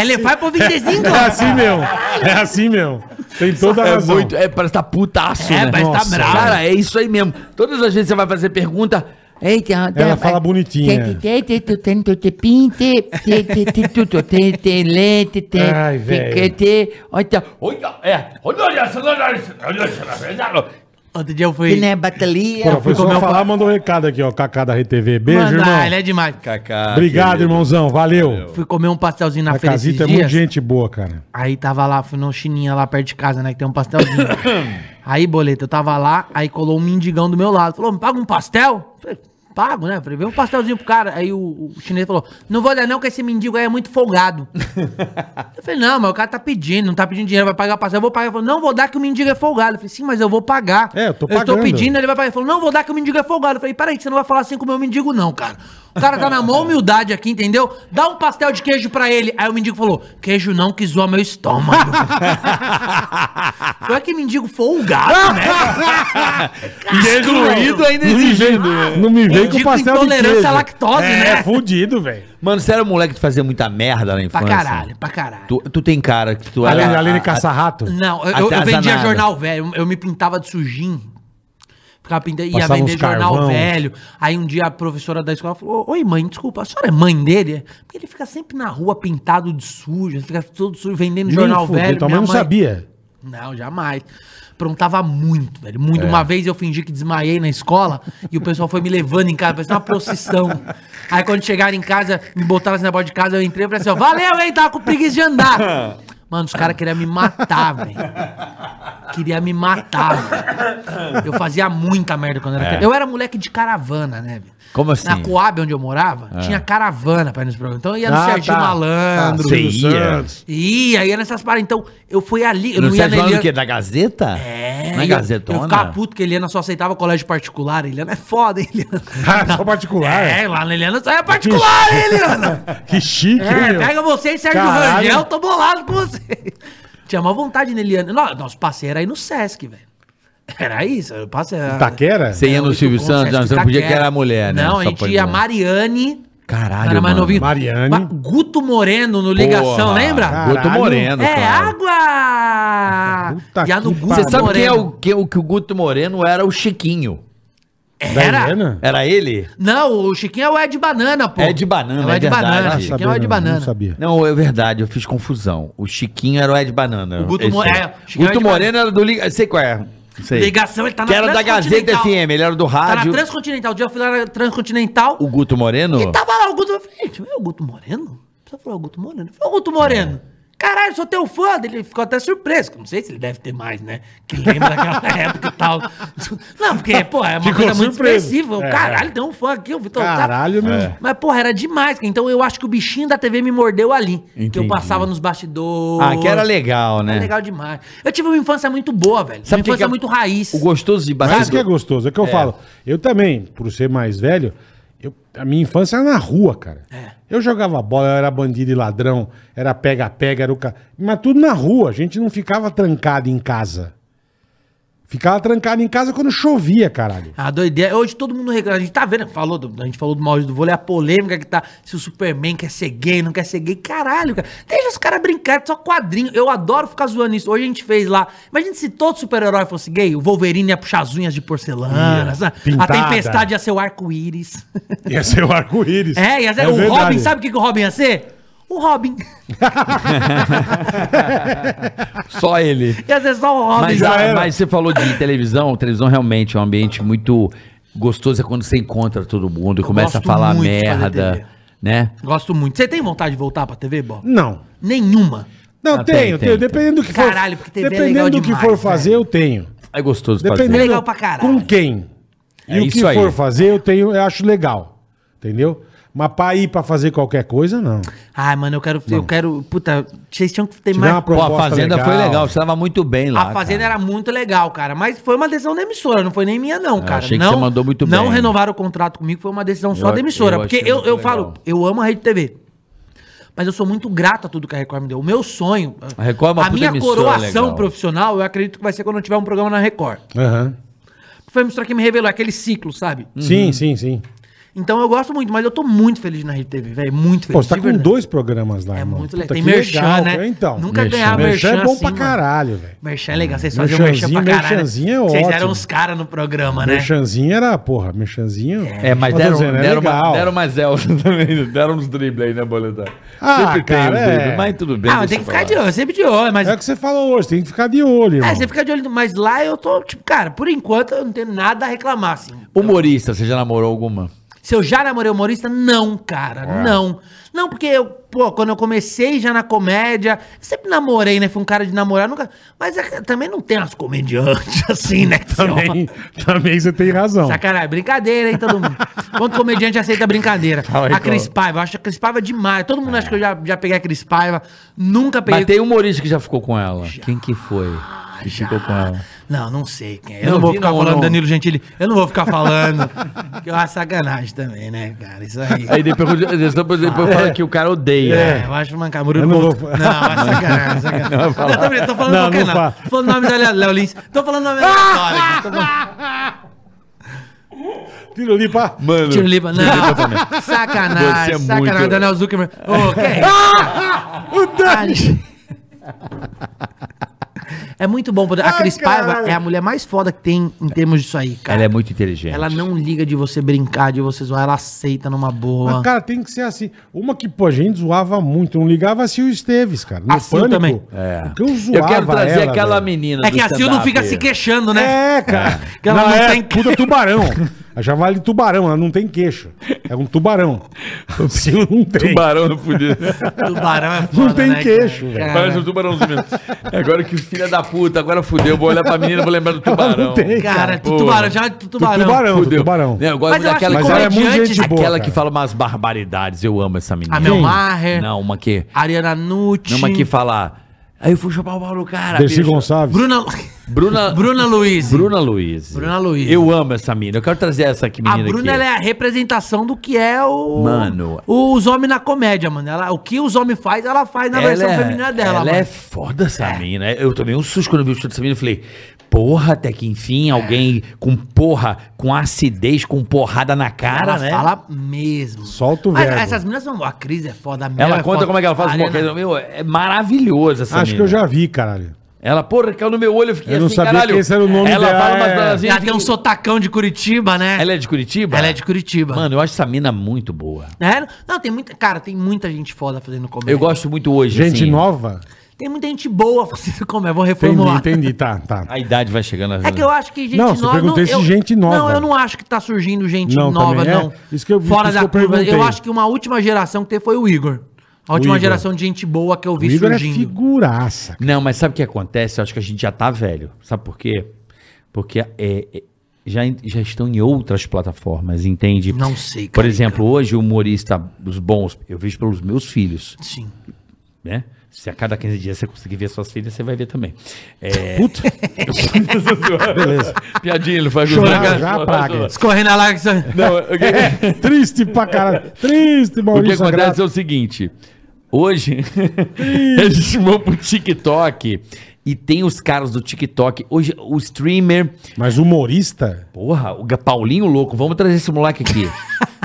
Ele vai pro 25. É assim mesmo. É assim mesmo. Tem toda a É razão. muito, é, parece que tá putaço, É, né? parece que tá Nossa, bravo. Cara, é isso aí mesmo. Todas as vezes que você vai fazer pergunta, eita, Ela fala bonitinha. Ai, velho. olha, olha, é, olha, olha, essa, olha, essa, olha, essa, Outro dia eu fui... Pô, foi É, Ficou só meu falar, mandou um recado aqui, ó. Cacá da RTV. Beijo, Mano, ah, irmão. ele é demais. Cacá. Obrigado, irmãozão. Valeu. Fui comer um pastelzinho na A feira esses casita é muito dias. gente boa, cara. Aí tava lá, fui no chininha lá perto de casa, né? Que tem um pastelzinho. aí, boleto, eu tava lá, aí colou um mendigão do meu lado. Falou, me paga um pastel? Falei, pago, né? Falei, vê um pastelzinho pro cara. Aí o, o chinês falou, não vou dar não, que esse mendigo aí é muito folgado. eu falei, não, mas o cara tá pedindo, não tá pedindo dinheiro, vai pagar pastel, eu vou pagar. Ele falou, não vou dar que o mendigo é folgado. Eu falei, sim, mas eu vou pagar. É, eu tô Eu tô pagando. pedindo, ele vai pagar. Ele falou, não vou dar que o mendigo é folgado. Eu falei, peraí, que você não vai falar assim com o meu mendigo não, cara. O cara tá na maior humildade aqui, entendeu? Dá um pastel de queijo pra ele. Aí o mendigo falou, queijo não que zoa meu estômago. Não é que mendigo folgado, né? é Excluído ainda Não me existe. vem, não me vem com Digo pastel de Ah, intolerância queijo. à lactose, é, né? É fudido, velho. Mano, você era um moleque de fazer muita merda na Pra assim. infância. caralho, pra caralho. Tu, tu tem cara que tu Além, era... além de a- caçar rato. Não, eu- eu, eu Atazanado. vendia jornal velho. Eu me pintava de sujinho. Ficava pintando, ia Passava vender uns jornal carvão. velho. Aí um dia a professora da escola falou: Oi, mãe, desculpa, a senhora é mãe dele? Porque ele fica sempre na rua pintado de sujo, ele fica todo sujo vendendo Nem jornal fudeu, velho. Tua mãe Minha então, não mãe- sabia. Não, jamais. Prontava muito, velho. É. Muito. Uma vez eu fingi que desmaiei na escola e o pessoal foi me levando em casa, parecia uma procissão. Aí quando chegaram em casa, me botaram assim na porta de casa, eu entrei e falei assim, ó, valeu, hein? Tava com preguiça de andar. Mano, os caras queriam me matar, velho. Queria me matar, velho. Eu fazia muita merda quando É. era criança. Eu era moleque de caravana, né, velho? Como assim? Na Coab, onde eu morava, tinha caravana pra ir nos programas. Então eu ia no É. Ah, Serginho tá. Malandro. Você Silvio ia? Santos. Ih, aí nessas paradas. Então, eu fui ali. Eu Não não, ia sei na falando o Eliana. quê? Da Gazeta? É, Na eu- Gazetona? Eu ficava puto que a Eliana só aceitava colégio particular. A Eliana é foda, hein, Eliana? Ah, só particular. É, lá na Eliana só é particular, hein, Eliana? Que chique, hein, É, meu? pega você e Sérgio Caralho. Rangel, tô bolado com você. Tinha má vontade na Eliana. Nó- Nosso passeio era aí no Sesc, velho. Era isso, eu passei. Taquera? Você ia Tá no Silvio Santos, não, você não podia que era mulher, né? tá Não, a Só gente pode- ia Mariane. Caralho, era mais mano. novinho. Mariane. Ma- Guto Moreno no Ligação, Porra, lembra? Guto Caralho. Moreno, É claro. água! Puta e a no que Guto pariu. Você sabe quem é Moreno. o, quem, o que o Guto Moreno era o Chiquinho. Da Era? É, Helena? Era ele? Não, o Chiquinho é o Ed Banana, pô. Ed Banana, é o é Ed verdade. Banana. Ah, Chiquinho Sabia é o Ed não, Banana. Não sabia. Não, é verdade, eu fiz confusão. O Chiquinho era o Ed Banana. O Guto Esse Mo- aí. é, Chiquinho era Guto o Ed Moreno era do Liga. Sei qual é. Sei. Ligação, ele tá na que era da Gazeta Transcontinental. FM, ele era do Tá na rádio. Transcontinental. tá Um dia eu fui lá na Transcontinental. O Guto Moreno? E tava lá o Guto. Eu falei, gente, é o Guto Moreno? Você falou "É o Guto Moreno? Eu falei, o Guto Moreno. É. Caralho, sou teu fã. Ele ficou até surpreso. que eu Não sei se ele deve ter mais, né? Que lembra daquela época e tal. Não, porque, pô, é uma Ficou coisa muito surpreso. expressiva. É. Caralho, tem um fã aqui, o Vitor. tá- Caralho, meu. Mas, porra, era demais. cara. Então eu acho que o bichinho da TV me mordeu ali. Que eu Entendi. passava nos bastidores. Ah, que era legal, É. né? Era Tá legal demais. Eu tive uma infância muito boa, velho. Sabe uma o que infância que é- muito raiz. O gostoso de Mas isso que é bastidor. gostoso, é o que eu falo. Eu também, por ser mais velho, eu- a minha infância era na rua, cara. É. Eu jogava bola, eu era bandido e ladrão, era pega-pega, era o cara. Mas tudo na rua, a gente não ficava trancado em casa. Ficava trancado em casa quando chovia, caralho. A Ah, doideira. Hoje todo mundo reclama. A gente tá vendo, falou do- a gente falou do mal do vôlei, a polêmica que tá. Se o Superman quer ser gay, não quer ser gay. Caralho, cara. Deixa os caras brincar, só quadrinho. Eu adoro ficar zoando isso. Hoje a gente fez lá. Imagina se todo super-herói fosse gay. O Wolverine ia puxar as unhas de porcelana. Ia. sabe? A Pintada. tempestade ia ser o arco-íris. Ia ser o arco-íris. É, ia ser, o verdade. Robin, sabe o que, que o Robin ia ser? O Robin. Só ele. Ia ser só o Robin. Mas, já é. ah, era. mas você falou de televisão, televisão realmente é um ambiente muito gostoso, é quando você encontra todo mundo e começa a gosto falar muito de fazer TV. merda, né? Gosto muito. Você tem vontade de voltar pra TV, Bob? Não. Nenhuma. Não, Ah, tenho, tem, tem, tenho. Dependendo do que for. Caralho, porque TV é Dependendo legal do que demais, for fazer, velho. eu tenho. É gostoso Dependendo fazer. Legal pra caralho. com quem. E É o que isso aí. for fazer, eu tenho, eu acho legal. Entendeu? Mas pra ir pra fazer qualquer coisa, não. Ai, mano, eu quero. Eu quero. Puta, vocês tinham que ter Tiver mais. uma Pô, a proposta Fazenda legal. foi legal, você tava muito bem lá. a Fazenda era muito legal, cara. Mas foi uma decisão da emissora, não foi nem minha, não, cara. achei que não, você mandou muito Não bem. renovaram o contrato comigo, foi uma decisão só Eu- da emissora. eu porque achei eu, muito eu legal. falo, eu amo a Rede TV. Mas eu sou muito grato a tudo que a Record me deu. O meu sonho, A Record é uma a puta minha emissora coroação legal. profissional, eu acredito que vai ser quando eu tiver um programa na Record. Aham. Foi a emissora que me revelou, é aquele ciclo, sabe? Uhum. Sim, sim, sim. Então eu gosto muito, mas eu tô muito feliz na Rede TV, velho. Muito feliz. Pô, você tá de com verdade. dois programas lá, É irmão. muito Puta, legal. Tem que merchan, né? cara. Então, Nunca Merchan. ganhar merchan merchan. é bom pra assim, mano. caralho, velho. Merchan é legal, vocês faziam merchan pra Merchanzinho, caralho. né? merchanzinho é Vocês ótimo. eram os caras no programa, né? Merchanzinho era, porra, merchanzinho. É, mas Eu tô deram, dizendo, é deram, uma, legal. deram umas Elsa também, deram uns dribles aí, né, Boletar? Ah, cara, os dribles, é. mas tudo bem. Ah, mas deixa tem que pra ficar lá. de olho, sempre de olho, mas. É o que você falou hoje, tem que ficar de olho, irmão. É, você fica de olho, mas lá eu tô, tipo, cara, por enquanto eu não tenho nada a reclamar, assim. Humorista, você já namorou alguma? Se eu já namorei humorista, não, cara, É. não. Não, porque eu, pô, quando eu comecei já na comédia, eu sempre namorei, né? Fui um cara de namorar, nunca. Mas é que também não tem umas comediantes assim, né? que são- Também, também você tem razão. Sacanagem, brincadeira, hein, todo mundo. Quanto comediante aceita brincadeira? aí, a Cris Paiva, eu acho a Cris Paiva é demais. Todo mundo acha que eu já, já peguei a Cris Paiva, nunca peguei. Mas tem humorista que já ficou com ela. Quem que foi Ah, que ficou com ela? Não, não sei quem é. Eu Não não, vou vi, ficar não, falando não. Danilo Gentili. Eu não vou ficar falando. que é uma sacanagem também, né, cara? Isso aí. Aí depois, depois, depois fala que o cara odeia. É, eu acho mancar. Murilo Eu não Couto. vou- Não, é sacanagem, é sacanagem. Não, Ah! eu tô, brincando, tô falando Não, qualquer não nome. fala. Tô falando nome da Léo Lins. Tô falando nome da Léo Tô falando... Tiro ali pra... Mano, Tiro Lipa, Você não. é Sacanagem, sacanagem. muito- Daniel Zuckerman. Ô, que é isso? O Dani! É muito bom poder. A Ai, Cris Paiva caralho. é a mulher mais foda que tem em termos disso aí, cara. ela é muito inteligente. Ela não liga de você brincar, de você zoar, ela aceita numa boa. Mas, cara, tem que ser assim. Uma que, pô, a gente zoava muito, não ligava a Sil Esteves, cara. No A Sil Pânico, também. É. Porque eu zoava Eu quero trazer ela, aquela velho. menina. é que do a Sil não stand-up. fica se queixando, né? É, cara. Que ela não é tem que- puta tubarão. A javali tubarão, ela não tem queixo. É um tubarão. O Sil não tem. Tubarão não podia. Tubarão é foda, Não tem né, queixo, cara? velho. Cara, Parece um tubarãozinho. Agora que filha da puta, agora fudeu. Vou olhar pra menina e vou lembrar do tubarão. Não tem, Cara, cara. tu- Pô. tubarão, já tu- tubarão. tubarão. Fudeu. tubarão. Não, eu gosto Mas eu daquela acho Mas que que, ela é muito comediante, gente boa. aquela cara. que fala umas barbaridades. Eu amo essa menina. A Mel Quem? Maher, Não, uma que. Ariana Nucci, Não, uma que fala. Aí eu fui chupar o pau do cara. Dercy bicho. Gonçalves. Bruna, Bruna. Bruna Luiz. Bruna Luiz. Bruna Luiz. Eu amo essa menina. Eu quero trazer essa aqui, A menina. Bruna aqui. ela é a representação do que é o. Mano. Os homens na comédia, mano. Ela, o que os homens faz, ela faz na versão feminina dela, é- Ela mano. é foda essa mina. Eu tomei um susto quando eu vi o show dessa mina. Eu falei, porra, até que enfim, alguém com porra, com acidez, com porrada na cara, ela né? fala mesmo. Solta o Mas verbo. essas meninas são. A Cris é foda, a Mel Ela é conta foda, como é que ela faz a uma Ariana- coisa. Meu, é maravilhosa essa Acho que eu já vi, caralho. Ela, porra, caiu no meu olho, eu fiquei assim, Eu não sabia que esse era o nome ela dela, fala umas é. palavras assim, Ela eu tem um fiquei- sotacão de Curitiba, né? Ela é de Curitiba? Ela é de Curitiba. Mano, eu acho essa mina muito boa. É? Não, tem muita. Cara, tem muita gente foda fazendo comédia. Eu gosto muito hoje, Gente assim. nova? Tem muita gente boa fazendo comédia. Vou Entendi, reformular. entendi. Tá, tá. A idade vai chegando. às É vezes. que eu acho que gente Não, você perguntou se eu- gente nova. Não, eu não acho que tá surgindo gente Não, nova, também é. não. Isso que eu- Fora isso da que eu curva. Eu, perguntei. acho que uma última geração que teve foi o Igor. A última Igor. geração de gente boa que eu O vi Igor é surgindo. figuraça. Não, mas sabe o que acontece? Eu acho que a gente já tá velho. Sabe por quê? Porque é, é, já, en- já estão em outras plataformas, entende? Não sei, Por Carica. exemplo, hoje o humorista, os bons, eu vejo pelos meus filhos, Sim. né? Se a cada 15 dias você conseguir ver suas filhas, você vai ver também. É, Puta. Beleza. Piadinha, ele foi Chorar já, praga. Escorrendo a lágrima. Não, o que, É, triste pra caralho. Triste, o que Maurício. acontece Sagrado. é o seguinte. Hoje, eles vão pro TikTok e tem os caras do TikTok. Hoje, o streamer... Mas humorista? Porra, o Ga- Paulinho louco, vamos trazer esse moleque aqui.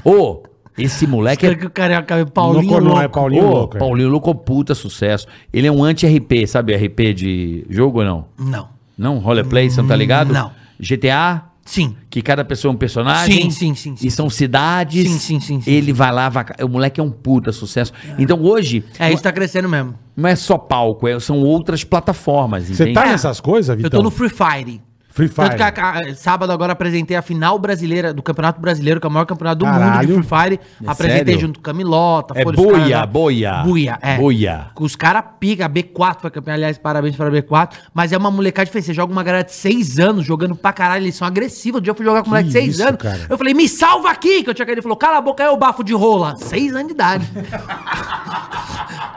Ô, esse moleque é. Quero que o carioca Paulinho Não, não louco. é Paulinho Ô, louco. é. Paulinho louco, um puta sucesso. Ele é um anti-RP, sabe? RP de jogo ou não? é- Não. Não? Roleplay, você não tá ligado? Não. GTA, Sim. que cada pessoa é um personagem. Sim, sim, sim, sim. E são cidades. Sim, sim, sim, sim. Ele vai lá, vaca... o moleque é um puta sucesso. Então hoje, É, isso tá crescendo mesmo. não é só palco, é- são outras plataformas, Você tá entende? nessas coisas, Vitão? Eu tô no Free Fire. Free Fire. Tanto que a- a- sábado agora apresentei a final brasileira do Campeonato Brasileiro, que é o maior campeonato do Caralho. mundo de Free Fire. apresentei É sério? junto com Camilota, É Folha, os boia, caras lá. boia. Boia, é. Boia. Os caras pica, a B4 foi campeã, aliás, parabéns para a B4. Mas é uma molecada diferente. Você joga uma galera de 6 anos jogando pra caralho, eles são agressivos. Um dia eu fui jogar com um moleque de 6 isso, anos. cara? Eu falei, me salva aqui! Que eu tinha caído. Ele falou, cala a boca aí, o bafo de rola. 6 anos de idade.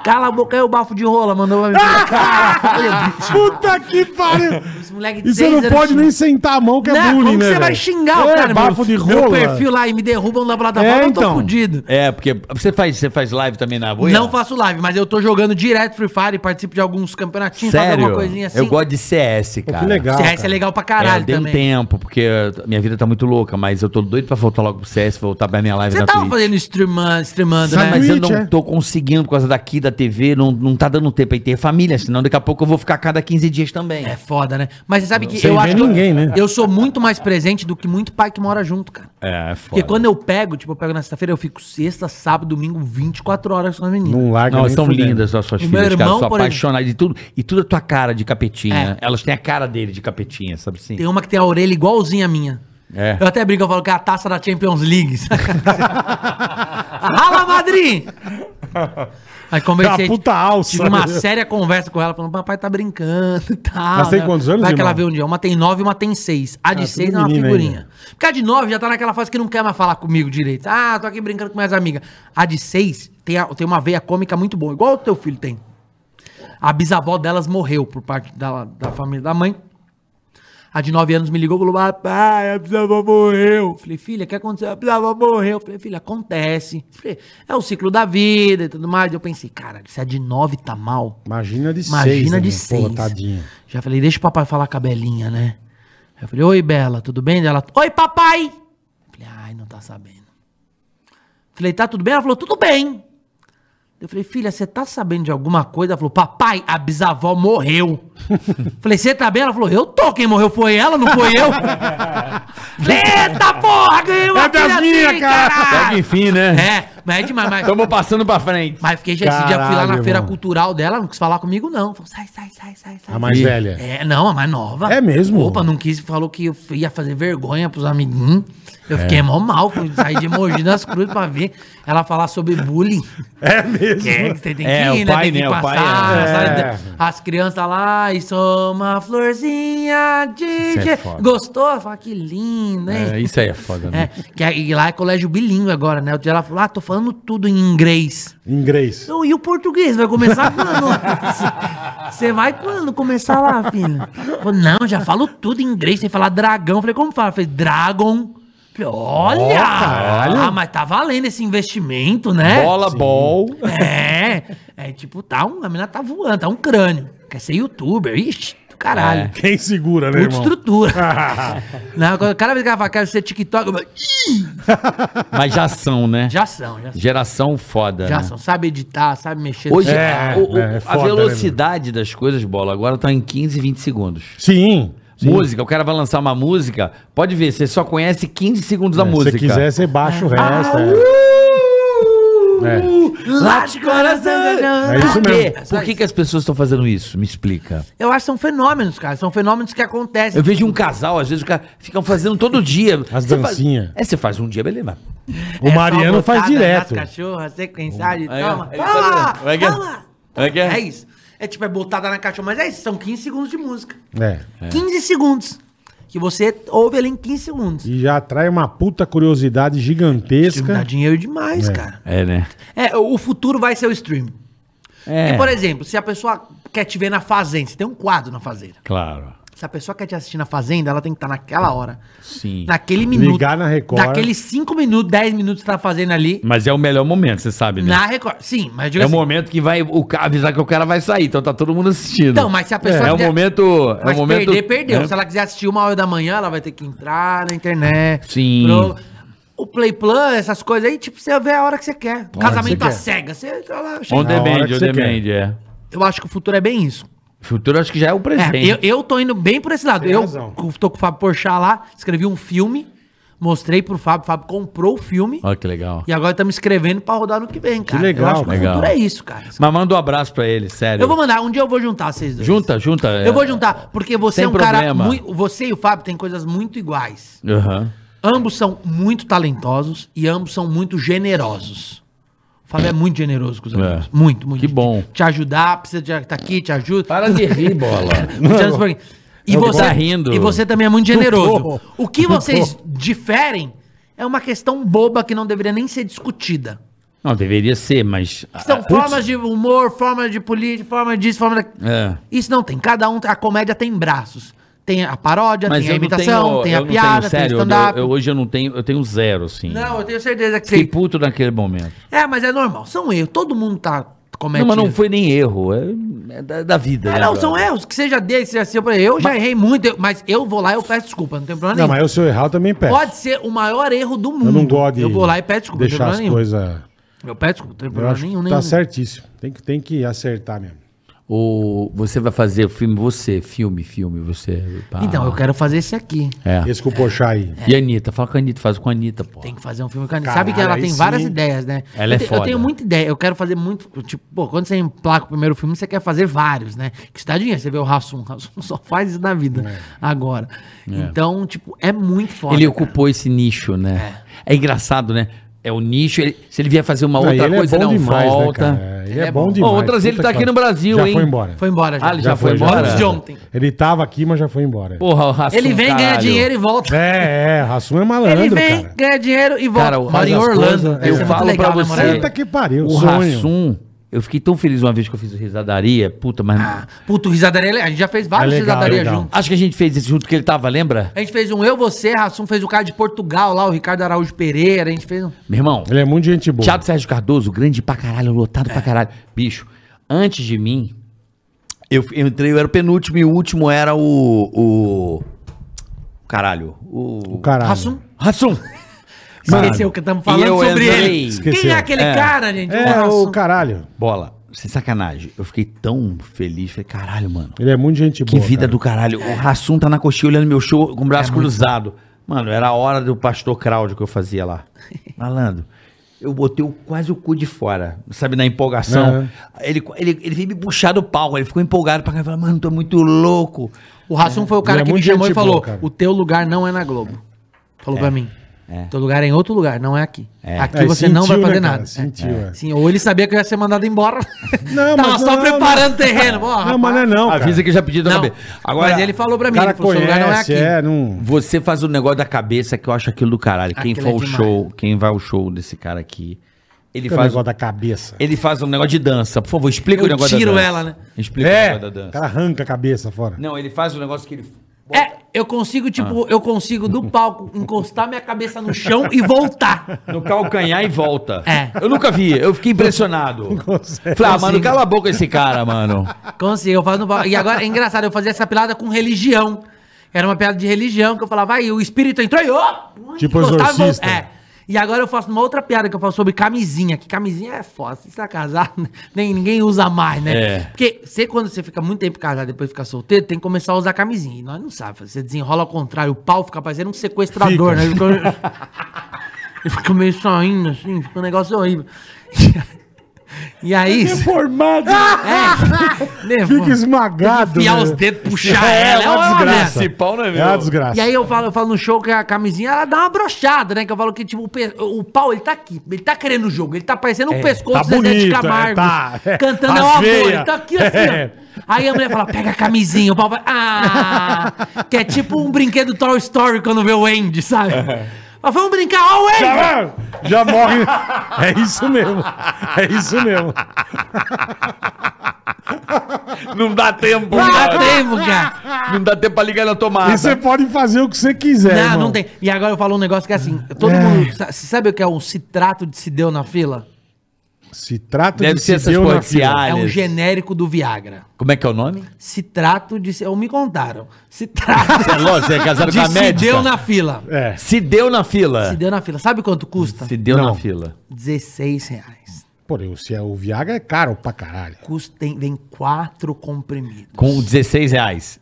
cala a boca aí, o bafo de rola, mandou pra mim. Olha, bicho, Puta que pariu! esse moleque de E você seis não anos pode xingando. nem sentar a mão que é Né? bullying, Como que né? você vai velho? xingar o é, cara? bafo de meu, rola. meu perfil lá e me derrubam da plataforma, É, eu tô então. fudido. É, porque você faz, você faz live também na boia? Não faço live, mas eu tô jogando direto Free Fire, participo de alguns campeonatinhos, faço Sério? alguma coisinha assim. Eu gosto de CS, cara. Que legal. CS cara. é legal pra é, eu caralho dei um também. tempo, porque minha vida tá muito louca, mas eu tô doido pra voltar logo pro CS, voltar pra minha live Você na tava Twitch. fazendo streamando, streamando Sabe, Tá, né? Mas eu Twitch, é? não tô conseguindo por causa daqui, da TV, não, não tá dando tempo aí ter família, senão daqui a pouco eu vou ficar a cada 15 dias também. É foda, né? Mas você sabe que Sem eu ver acho que eu- ninguém, né? eu sou muito mais presente do que muito pai que mora junto, cara. É, é Porque quando eu pego, tipo, eu pego na sexta-feira, eu fico sexta, sábado, domingo, 24 horas com a menina. Não larga Não, nem são fudendo. lindas as suas O meu filhas, cara. irmão, Sou por É. apaixonado de tudo. E tudo a tua cara de capetinha. Elas têm a cara dele de capetinha, sabe assim? Tem uma que tem a orelha igualzinha à minha. É. Eu até brinco, eu falo que é a taça da Champions League. sabe? Rala, Madrid! Aí É conversei. uma puta alça. Tive uma séria conversa com ela, falando, papai tá brincando e tal. Mas tem né? quantos anos, Vai que ela vê irmão? um dia. Uma tem nove e uma tem seis. A de Ah, seis é tudo uma menina figurinha. ainda. Porque a de nove já tá naquela fase que não quer mais falar comigo direito. Ah, tô aqui brincando com minhas amigas. A de seis tem, a- tem uma veia cômica muito boa, igual o teu filho tem. A bisavó delas morreu por parte da, da família da mãe. A de 9 anos me ligou e falou: Papai, a bisavó morreu. Falei, filha, o que aconteceu? A bisavó morreu. Falei, filha, acontece. Falei, é o ciclo da vida e tudo mais. Eu pensei, cara, se a de 9 tá mal, Imagina de seis. imagina né, de meu? Pô, 6. tadinha. Já falei, deixa o papai falar com a Belinha, né? Aí Eu falei, oi, Bela, tudo bem? Ela, oi, papai! Eu Falei, ai, não tá sabendo. Falei, tá tudo bem? Ela falou, tudo bem. Eu falei, filha, você tá sabendo de alguma coisa? Ela falou, papai, a bisavó morreu. falei, você tá bem? Ela falou, eu tô. Quem morreu foi ela, não foi eu. falei, Eita porra, ganhei uma É das filha assim, minhas, cara. caralho. enfim, né? É, mas é demais. Mas, Estamos passando pra frente. mas fiquei já esse dia, fui lá na Caralho, feira mano. cultural dela, não quis falar comigo, não. Falou, sai, sai, sai, sai, sai. A mais Ih. velha. É, não, a mais nova. É mesmo? Opa, não quis, falou que eu ia fazer vergonha pros amiguinhos. Eu fiquei mó mal, fui sair de Mogi das Cruzes pra ver ela falar sobre bullying. É mesmo. Que é, você tem que É, o ir, né? pai, Tem que né? O pai, passar. é. sabe? As crianças lá, e sou uma florzinha de... Isso é foda. Gostou? Fala, que lindo, hein? É, isso aí é foda, né? É, que aí lá é colégio bilíngue agora, né? O dia ela falou, ah, tô falando tudo em inglês. Inglês. Não, e o português? Vai começar quando? Você vai quando começar lá, filho? Falei, não, já falo tudo em inglês, sem falar dragão. Falei, como fala? Falei, dragon. Falei, olha! Ó, caralho. ah, mas tá valendo esse investimento, né? Bola, bol. É, é tipo, tá um, a menina tá voando, tá um crânio. Quer ser youtuber, ixi. caralho. Quem segura, né, Muita irmão? estrutura. Não, quando- cada vez que ela fala, quero ser TikTok, eu falo, "Ih!" Mas já são, né? já são, já são. Geração foda. Já né? são. Sabe editar, sabe mexer. Hoje, sabe- É, o- o- é, é a né, foda, velocidade das coisas, bola, agora tá em 15, 20 segundos. Sim. sim. Música, o cara vai lançar uma música, pode ver, você só conhece 15 segundos da É, música. Se quiser, você baixa o resto. é. É. Late coração. É isso Por quê? mesmo. Por que, que as pessoas estão fazendo isso? Me explica. Eu acho que são fenômenos, cara. São fenômenos que acontecem. Eu vejo um casal, às vezes, o cara ficam fazendo todo dia. As Você faz- dancinha. É, você faz um dia, beleza. O É só Mariano faz botada direto. Nas cachorras, sequenciado, Aí, toma. aí, Toma, sabe? Como é que é? toma. Como é que é? É isso. É tipo, é botada na cachorra. Mas é isso, são 15 segundos de música. É. 15 segundos. Que você ouve ali em 15 segundos. E já atrai uma puta curiosidade Isso dá gigantesca. dinheiro demais, cara. É, né? É, o futuro vai ser o streaming. É, E, por exemplo, se a pessoa quer te ver na fazenda, você tem um quadro na fazenda. claro. Se a pessoa quer te assistir na fazenda, ela tem que estar naquela hora. Sim. Naquele minuto. Ligar na Record. Naqueles 5 minutos, 10 minutos que tá fazendo ali. Mas é o melhor momento, você sabe, né? Na Record. Sim, mas assim, diga É o momento que vai o, ca- avisar que o cara vai sair, então tá todo mundo assistindo. Então, mas se a pessoa. É, o quiser- momento. É Mas o momento. perder, perdeu. É. Se ela quiser assistir uma hora da manhã, ela vai ter que entrar na internet. Sim. O Play Plan, essas coisas aí, tipo, você vê a hora que você quer. Casamento à cega. Você entra lá, chega. On Na hora demand, que on você quer. demand, é. Eu acho que o futuro é bem isso. Futuro acho que já é o É, presente. eu, eu tô indo bem por esse lado. Tem eu razão. tô com o Fábio Porchat lá, escrevi um filme, mostrei pro Fábio, o Fábio comprou o filme Olha que legal. e agora estamos escrevendo pra rodar no que vem, cara. legal, eu acho que legal. o futuro é isso, cara. Mas manda um abraço pra ele, sério. Eu vou mandar, um dia eu vou juntar vocês dois. Junta, junta. é. Eu vou juntar, porque você Sem é um cara problema. muito. Você e o Fábio têm coisas muito iguais. Aham. Ambos são muito talentosos e ambos são muito generosos. O Fábio é muito generoso com os amigos. Muito, muito. Que bom. Te ajudar, precisa de tá aqui, te ajuda. Para É de rir, bola. Não, Tiago Spurgeon. E Eu você, tô tá rindo. e você também é muito Não generoso. tô. O que Não vocês diferem é uma questão boba que não deveria nem ser discutida. Não, deveria ser, mas. São Ah, putz. formas de humor, formas de política, formas disso, formas da... É. Isso não tem. Cada um, a comédia tem braços. Tem a paródia, Mas tem a eu não imitação, tenho, tem eu a não piada, tenho, sério, tem o stand-up. eu- Tipo- eu- hoje eu não tenho, eu tenho zero, assim. Não, eu tenho certeza que Fiquei você... puto naquele momento. É, mas é normal. São erros. Todo mundo tá Não, cometido. mas não foi nem erro, é, é da, da vida. É, né, não, brother? são erros. Que seja dele, que seja seu. Eu já errei muito, eu- mas eu vou lá e eu peço desculpa. Não tem problema Não, nenhum. mas eu, se eu errar, eu também peço. Pode ser o maior erro do mundo. Eu não gosto de Eu vou lá e peço desculpa. deixar não tem problema as nenhum. coisas... Eu peço desculpa, não tem Eu problema acho nenhum, que nenhum. tá certíssimo. Tem que, tem que acertar mesmo. Ou você vai fazer o filme, você, filme, filme, você. pá. Então, eu quero fazer esse aqui. É. Esse com o Porchat aí. E a Anitta, fala com a Anitta, faz com a Anitta, pô. Tem que fazer um filme com a Anitta. Caralho, Sabe que ela aí tem sim. várias ideias, né? Ela eu é te- foda. Eu tenho muita ideia. Eu quero fazer muito. Tipo, pô, quando você emplaca o primeiro filme, você quer fazer vários, né? Que isso dá dinheiro. Você vê o Rassum. O Rassum só faz isso na vida É. agora. Então, tipo, é muito foda. Ele cara. ocupou esse nicho, né? É. engraçado, né? É o nicho. ele- se ele vier fazer uma Não, e outra ele coisa, é bom não demais, volta. né, cara? Ele, é, bom, demais. Ô, outras ele Puta tá que aqui no pariu. Brasil, já hein? foi embora. Foi embora já. Ah, ele já, foi, foi, já embora? Antes de ontem. Ele tava aqui, mas já foi embora. Porra, o Rassum, Ele vem, ganha caralho. dinheiro e volta. É, é, Rassum é malandro, Ele vem, cara. ganha dinheiro e volta. Cara, o- Mora faz em as Orlando. coisas, Deve eu ser muito falo pra né, você. morar em Orlando? Puta que pariu, O Rassum, eu fiquei tão feliz uma vez que eu fiz o risadaria, puta, mas. Puta, o risadaria. é le- A gente já fez vários É legal, risadaria legal. junto. Acho que a gente fez isso junto que ele tava, lembra? A gente fez um Eu, Você, Rassum fez o cara de Portugal lá, o Ricardo Araújo Pereira, a gente fez um... Meu irmão, Ele é muito gente boa. Thiago Sérgio Cardoso, grande pra caralho, lotado É. pra caralho. Bicho, antes de mim, eu, eu entrei, eu era o penúltimo e o último era o. o caralho. O. O caralho. Rassum, Rassum! esqueceu o que estamos falando eu sobre entrei. ele. Quem Esqueceu. é aquele É. cara, gente? Um É, Rassum. o caralho. Bola, sem sacanagem. Eu fiquei tão feliz. Falei, caralho, mano. Ele é muito gente Que boa. vida cara. do caralho. O Rassum tá na coxinha olhando meu show com o braço cruzado. Mano, era a hora do pastor Cláudio que eu fazia lá. Malandro. Eu botei o- quase o cu de fora, sabe, na empolgação. Aham. Ele, ele, ele veio me puxar do palco, ele ficou empolgado pra cá. Falei, mano, tô muito louco. O Rassum foi o Ele cara é que me muito chamou e gente boa, falou, cara. o teu lugar não é na Globo. Falou pra mim. Teu lugar é em outro lugar, não é aqui. Aqui É, você sentiu, não vai né, fazer cara? nada. Sentiu, É. é. Sim, ou ele sabia que eu ia ser mandado embora. Não, Tava mas só não, preparando o terreno. Ó, Não, rapaz. mas não é não, cara. Avisa que eu já pedi da Não, cabeça. Agora, mas ele falou pra O mim, cara ele falou, seu conhece, lugar não é aqui. é, não... você faz um negócio da cabeça que eu acho aquilo do caralho. Quem Aquilo for é o demais. show, quem vai ao show desse cara aqui, ele Fica o faz, negócio da cabeça. ele faz um negócio de dança. Por favor, explica Eu o negócio tiro da dança. ela, né? Explica o É, negócio da o dança. cara arranca a cabeça fora. Não, ele faz o negócio que ele. É, eu consigo, tipo, eu consigo do palco encostar minha cabeça no chão e voltar. No calcanhar e volta. É. Eu nunca vi, eu fiquei impressionado. consegue. Falei, ah, mano, Consigo. cala a boca esse cara, mano. Consigo, eu faço no palco. E agora é engraçado, eu fazia essa piada com religião. Era uma piada de religião que eu falava, aí o espírito entrou e ô! Tipo Encostava e vol- exorcista. É. E agora eu faço uma outra piada que eu falo sobre camisinha, que camisinha é foda. Se você tá casado, nem, ninguém usa mais, né? É. Porque você, quando você fica muito tempo casado e depois fica solteiro, tem que começar a usar camisinha. E nós não sabemos. Você desenrola ao contrário, o pau fica parecendo um sequestrador, né? Ele fica- Ele fica meio saindo, assim, fica um negócio horrível. E aí. Formado. É, nervoso. Fica esmagado. Ah! Enfiar né? os dedos, puxar É, ela, é uma olha, desgraça. esse pau não é É uma meu. desgraça. né, E aí eu falo, eu falo no show que a camisinha ela dá uma brochada, né? Que eu falo que, tipo, o, pe- o pau ele tá aqui, ele tá querendo o jogo, ele tá parecendo um pescoço tá do Zezé bonito, de é, Camargo. tá. É, Cantando tá é o amor, feia. ele tá aqui assim, É. ó. Aí a mulher fala, pega a camisinha, o pau vai. Ah! Que é tipo um brinquedo Toy Story quando vê o Andy, sabe? Mas vamos brincar, ó, o Andy! Já, já morre. É isso mesmo. É isso mesmo. Não dá tempo, Não dá cara. tempo, Ah, cara. Não dá tempo pra ligar na tomada. E você pode fazer o que você quiser. Ah, tá. Não, irmão. não tem. E agora eu falo um negócio que é assim, todo É. mundo. sa- Sabe o que é um citrato de se deu na fila? Se trata Deve ser essas Sideu na porra que se fila. abre. É um Aliás. genérico do Viagra. Como é que é o nome? Citrato de. se- Ou me contaram. Citrato É lógico, você é casado com de a se médica. deu na fila. É. Se deu na Se fila. deu na fila. Sabe quanto custa? Se deu Não. na fila. 16 reais. Porém, se é o Viagra é caro pra caralho. Custa, tem, vem quatro comprimidos. Com 16 reais.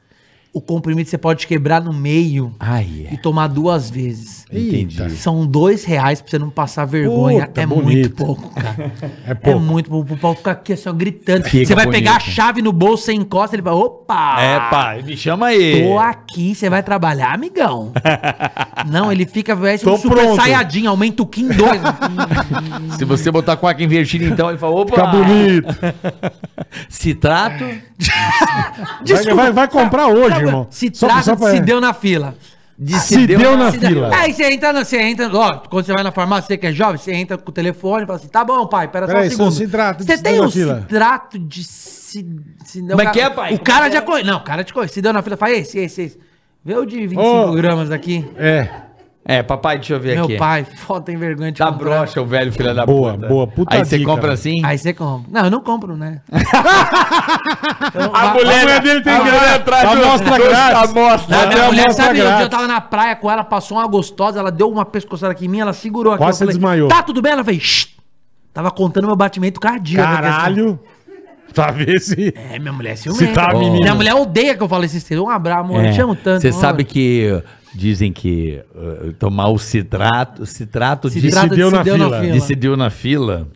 O comprimido você pode quebrar no meio Ai, é. e tomar duas vezes. Entendi. Eita. São dois reais pra você não passar vergonha. Puta, é bonito. muito pouco, cara. É pouco. É muito pouco. O pau fica aqui assim, ó, gritando. Fica você vai bonito. pegar a chave no bolso, você encosta, ele vai, opa! É, pá, me chama aí. Tô aqui, você vai trabalhar, amigão. Não, ele fica parece Tô um super pronto. saiyajin, aumenta o Kim 2. Se você botar com a cueca invertida, então, ele fala, opa. Fica bonito. Citrato. Vai, vai- vai comprar hoje, irmão. Se Só- trata só de pra- se deu na fila. De Ah, Se deu na Se fila. deu- Aí você entra, na- você entra, ó, quando você vai na farmácia, você que é jovem, você entra com o telefone e fala assim, tá bom, pai, pera só um Peraí, segundo. só citrato de você se tem deu na um fila. citrato de se... se deu Como é na- que é, pai? O Como cara é que já é? conhece. Não, o cara te conhece. Se deu na fila, fala esse, esse, esse. Vê o de 25 Ô. gramas aqui. É. É, papai, deixa eu ver Meu aqui. pai, foda, tem vergonha Tá de Dá comprar. brocha, o velho filho da Boa, puta. boa, puta Aí você dica, compra velho. assim. Aí você compra. Não, eu não compro, né? Então, A va- mulher, a mulher dele tem a que- mulher a atrás do- amostra do- grátis. da amostra. Até Não, a minha é mulher amostra sabe, um dia eu grátis. tava na praia com ela, passou uma gostosa, ela deu uma pescoçada aqui em mim, ela segurou aqui. Quase eu você desmaiou. Tá tudo bem? Ela fez. "Shh." Tava contando meu batimento cardíaco. Caralho. Pra ver se. Ela disse, É, minha mulher é Se tá, ciumenta. menino. minha mulher odeia que eu fale esse texto. Um abraço, amor. É, Eu te amo tanto. Você amor. sabe que uh, dizem que uh, tomar o citrato, o citrato de, Citrato se deu na fila. de se deu na fila,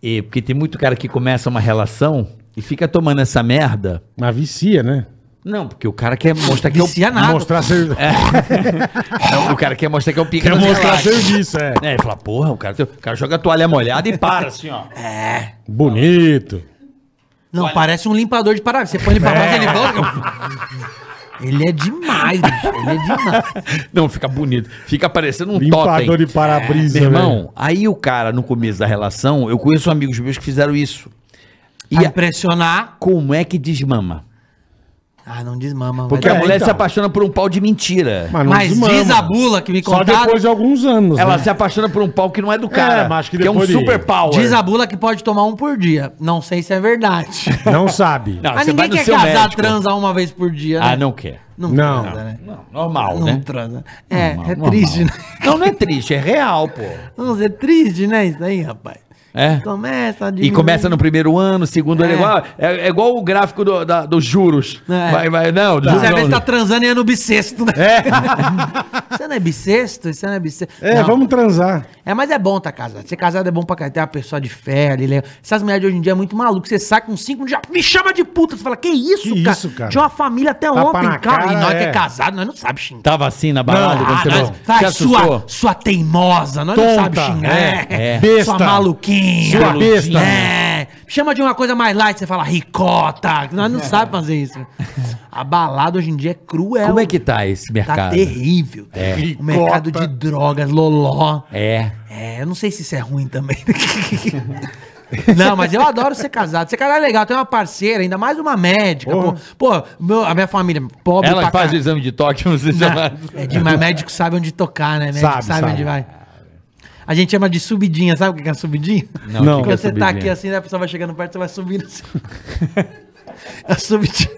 e, porque tem muito cara que começa uma relação e fica tomando essa merda. Mas vicia, né? Não, porque o cara quer mostrar que é o, Vicia nada. Mostrar ser... É, o cara quer mostrar que é o pica Quer das mostrar galáxias. serviço, é. É, ele fala, porra, o cara, tem- o cara joga a toalha molhada e para assim, ó. Bonito. Não, parece um limpador de parafuso. Você põe ele pra baixo, ele volta. Ele é demais, bicho. Ele é demais. Não, fica bonito. Fica parecendo um totem. É, Limpador de para-brisa, né? Meu irmão, velho. aí o cara, no começo da relação, eu conheço amigos meus que fizeram isso. E Pra a- impressionar. como é que desmama? Ah, não desmama. Porque vai a dar- mulher então. se apaixona por um pau de mentira. Mas, não Mas desmama. diz a bula que me Só contaram. depois de alguns anos. Ela né? se apaixona por um pau que não é do cara. mas acho que que, é um depois de- super pau. Diz a bula que pode tomar um por dia. Não sei se é verdade. né? Não sabe. Não, Mas Ah, você vai ninguém no quer seu casar, né? médico. transar uma vez por dia, Ah, né? não quer. Não. transa, né? Não, normal, Não né? transa. É, Normal, é triste, normal. né? Não, não é triste, é real, pô. Nossa, é triste, né? Isso aí, rapaz. É. Começa a E diminuir. começa no primeiro ano, segundo ano, é Hum. É. igual, é, é igual o gráfico do- da- dos juros. É. Vai, vai, não, dos Você vê juros. que tá transando e é no bissexto, né? É. Você não é bissexto? Você não é bissexto? É, Não. vamos transar. É, mas é bom tá casado. Ser casado é bom pra caralho. Tem uma pessoa de fé ali. né? Essas mulheres de hoje em dia é muito maluco. Você sai com cinco, já me chama de puta. Você fala, que isso, Que cara? isso, cara? Tinha uma família até Tapa ontem, na cara. cara, e nós é. que é casado, nós não sabemos xingar. Tava assim na balada Não, quando Ah, você nós, vai- vai, se assustou. sua, sua teimosa, nós não Tonta, sabe xingar. é, é. Sua Besta. maluquinha. Sua besta. É. Chama de uma coisa mais light, você fala ricota. Nós É. não sabemos fazer isso. A balada hoje em dia é cruel. Como é que tá esse tá mercado? terrível. O mercado de drogas, loló. É. É, eu não sei se isso é ruim também. Não, mas eu adoro ser casado. Ser casado é legal, tem uma parceira, ainda mais uma médica. Porra. Pô, pô, meu- a minha família, pobre Ela pra faz o caralho. exame de toque, não sei se ela- É demais, médico sabe onde tocar, né? Médico Sabe, sabe, sabe. onde vai. A gente chama de subidinha, sabe o que é subidinha? Não, Não. é Quando fica você tá subidinha. aqui assim, né, a pessoa vai chegando perto, você vai subindo assim. É a subidinha.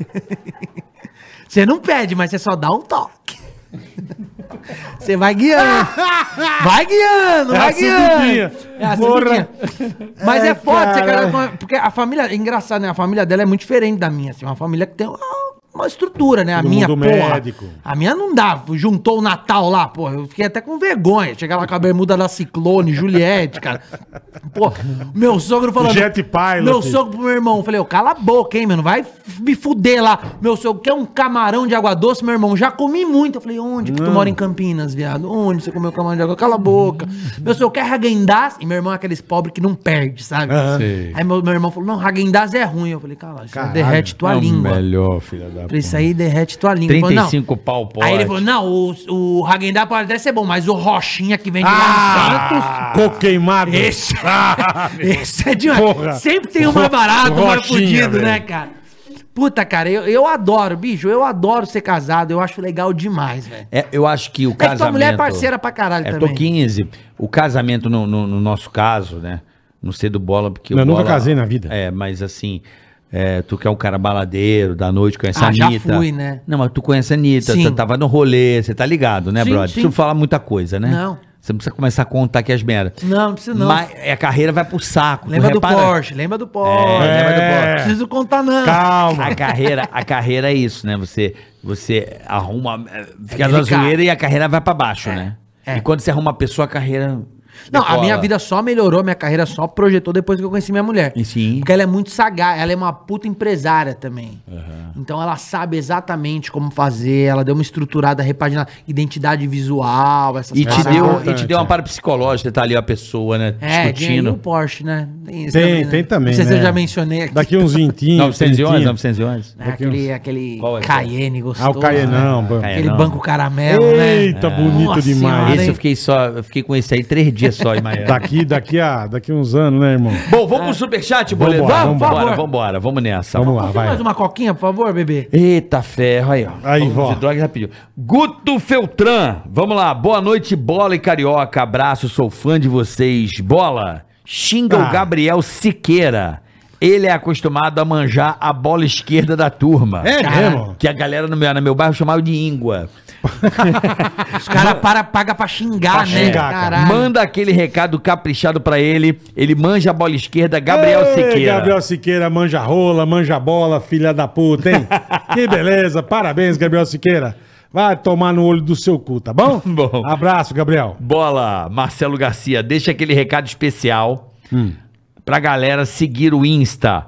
Você não pede, mas você só dá um toque. Você vai guiando. Vai guiando, É vai a subidinha. guiando. É a Porra. subidinha. Mas é Ai, foda você caralho. cara, com a- porque a família, é engraçado, né? A família dela é muito diferente da minha, assim, uma família que tem uma, uma estrutura, né? A Todo minha, mundo porra. médico. A minha não dá, juntou o Natal lá, pô, eu fiquei até com vergonha, chegar lá com a bermuda da Ciclone, Juliette, cara. Pô, meu sogro falando... Jet Pilot. Meu sogro pro meu irmão, eu falei, ô, cala a boca, hein, mano, vai f- me fuder lá. Meu sogro quer um camarão de água doce, meu irmão, já comi muito. Eu falei, onde que tu mora em Campinas, viado? Onde você comeu camarão de água? Cala a boca. meu sogro quer Hagendaz, e meu irmão é aqueles pobres que não perde, sabe? Sei. Aí meu, meu irmão falou, não, Hagendaz é ruim. Eu falei, cala, isso Caralho, derrete tua É o língua. Melhor, filha da Pra isso aí derrete tua língua. Eu falei, não. 35 pau pode. Aí ele falou, não, o, o Hagendá pode até ser bom, mas o Rochinha que vende Ah, lá no Santos... coco queimado. Ah! Esse, esse é demais. Porra. Sempre tem um mais barato, um mais Rochinha, fudido, né, velho. cara? Puta, cara, eu, eu adoro, bicho, eu adoro ser casado, eu acho legal demais, velho. É, eu acho que o É que casamento... tua mulher é parceira pra caralho É, tô também. 15. O casamento, no, no- no nosso caso, né? Não sei do bola, porque. o Não, eu nunca Bola- casei na vida. É, mas assim. é, tu que é um cara baladeiro, da noite, conhece a Ah, já Anitta. fui, né? Não, mas tu conhece a Anitta, Sim. tu tava no rolê, você tá ligado, né, Sim, brother? sim. Não precisa falar muita coisa, né? Não. Você não precisa começar a contar aqui as merdas. Não, não precisa não. Mas é, a carreira vai pro saco. tu lembra do repara? Porsche, lembra do Porsche. É, lembra do Não Porsche. preciso contar, não. Calma. A carreira, a carreira é isso, né? Você, você arruma, eh, fica na delicado. zoeira e a carreira vai pra baixo, né? é. E quando você arruma a pessoa, a carreira. Não, a decola. minha vida só melhorou, minha carreira só projetou depois que eu conheci minha mulher. E sim. Porque ela é muito sagaz, ela é uma puta empresária também. Então ela sabe exatamente como fazer, ela deu uma estruturada, repaginada, identidade visual, essas E te, Isso é deu, e importante, te deu um é. uma para psicológica, tá ali a pessoa, né? É, tem o discutindo. Porsche, né? isso Tem, tem também, Não sei se né? eu já mencionei aqui. Daqui uns vintinhos. 911, trintinhos. 911. É, aquele aquele Qual é? Cayenne Ah, gostoso. o Caienão. né? pô. Caienão. Aquele não. É. banco caramelo, né? Eita, bonito Nossa demais. senhora, Esse hein? eu fiquei só, eu fiquei com esse aí três dias só em Miami. Tá. Daqui, daqui, a, daqui uns anos, né, irmão? Bom, vamos pro Ah. superchat, boleto. Vambora, Vamos, vambora. vambora, vambora, vamos nessa. Vamos lá, Você vai. mais uma coquinha, por favor, bebê? Eita ferro, aí ó. Aí, Falamos vó. de droga já pediu. Guto Feltran, vamos lá. Boa noite, Bola e Carioca. Abraço, sou fã de vocês. Bola, xinga Ah. o Gabriel Siqueira. Ele é acostumado a manjar a bola esquerda da turma. Ah, É Cara, mesmo? Que a galera no meu, no meu bairro chamava de íngua. Os caras para- pagam pra xingar, né? xingar, cara. Caralho. É. Manda aquele recado caprichado pra ele. Ele manja a bola esquerda, Gabriel Ei, Siqueira. Gabriel Siqueira, manja rola, manja bola, filha da puta, hein? que beleza, parabéns, Gabriel Siqueira. Vai tomar no olho do seu cu, tá bom? Bom. Abraço, Gabriel. Bola, Marcelo Garcia, deixa aquele recado especial Hum. pra galera seguir o Insta,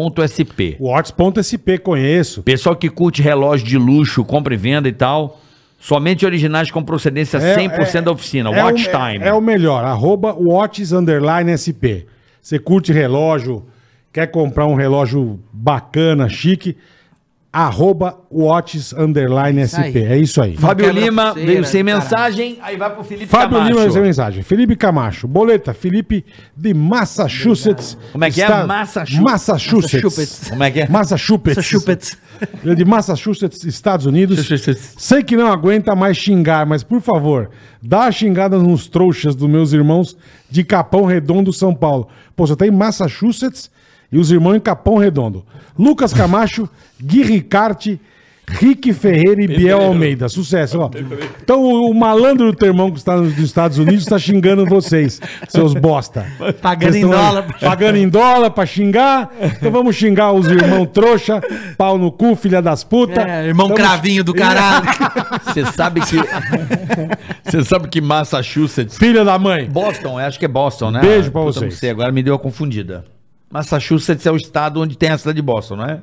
watches.sp. Watts.sp, conheço. Pessoal que curte relógio de luxo, compra e venda e tal, somente originais com procedência 100% da oficina, é Watch o, Time. É, é o melhor, arroba Watches Underline SP. Você curte relógio, quer comprar um relógio bacana, chique, arroba Watches Underline Isso aí. SP. É isso aí. Fábio Quebra Lima pulseira, veio sem caralho. mensagem, aí vai pro Felipe Fábio Camacho. Lima, essa mensagem. Felipe Camacho. Boleta, Felipe de Massachusetts. Como é que é? Está- Massachu- Massachusetts. Massachusetts. Como é que é? Massachusetts. Massachusetts. Ele é de Massachusetts, Estados Unidos. Sei que não aguenta mais xingar, mas por favor, dá a xingada nos trouxas dos meus irmãos de Capão Redondo, São Paulo. Pô, você tá em Massachusetts e os irmãos em Capão Redondo. Lucas Camacho, Gui Ricarte, Rick Ferreira e Biel Almeida. Sucesso, ó. Então o, o malandro do teu irmão que está nos dos Estados Unidos tá xingando vocês, seus bosta. Pagando Vocês tão em aí dólar. Pagando em dólar pra xingar. Então vamos xingar os irmãos trouxa, pau no cu, filha das puta. É, irmão Vamos- cravinho do caralho. Você sabe que Você sabe que Massachusetts Filha da mãe. Boston, eu acho que é Boston, né? Beijo pra Puta, não vocês. sei, agora me deu a confundida. Massachusetts é o estado onde tem a cidade de Boston, não é?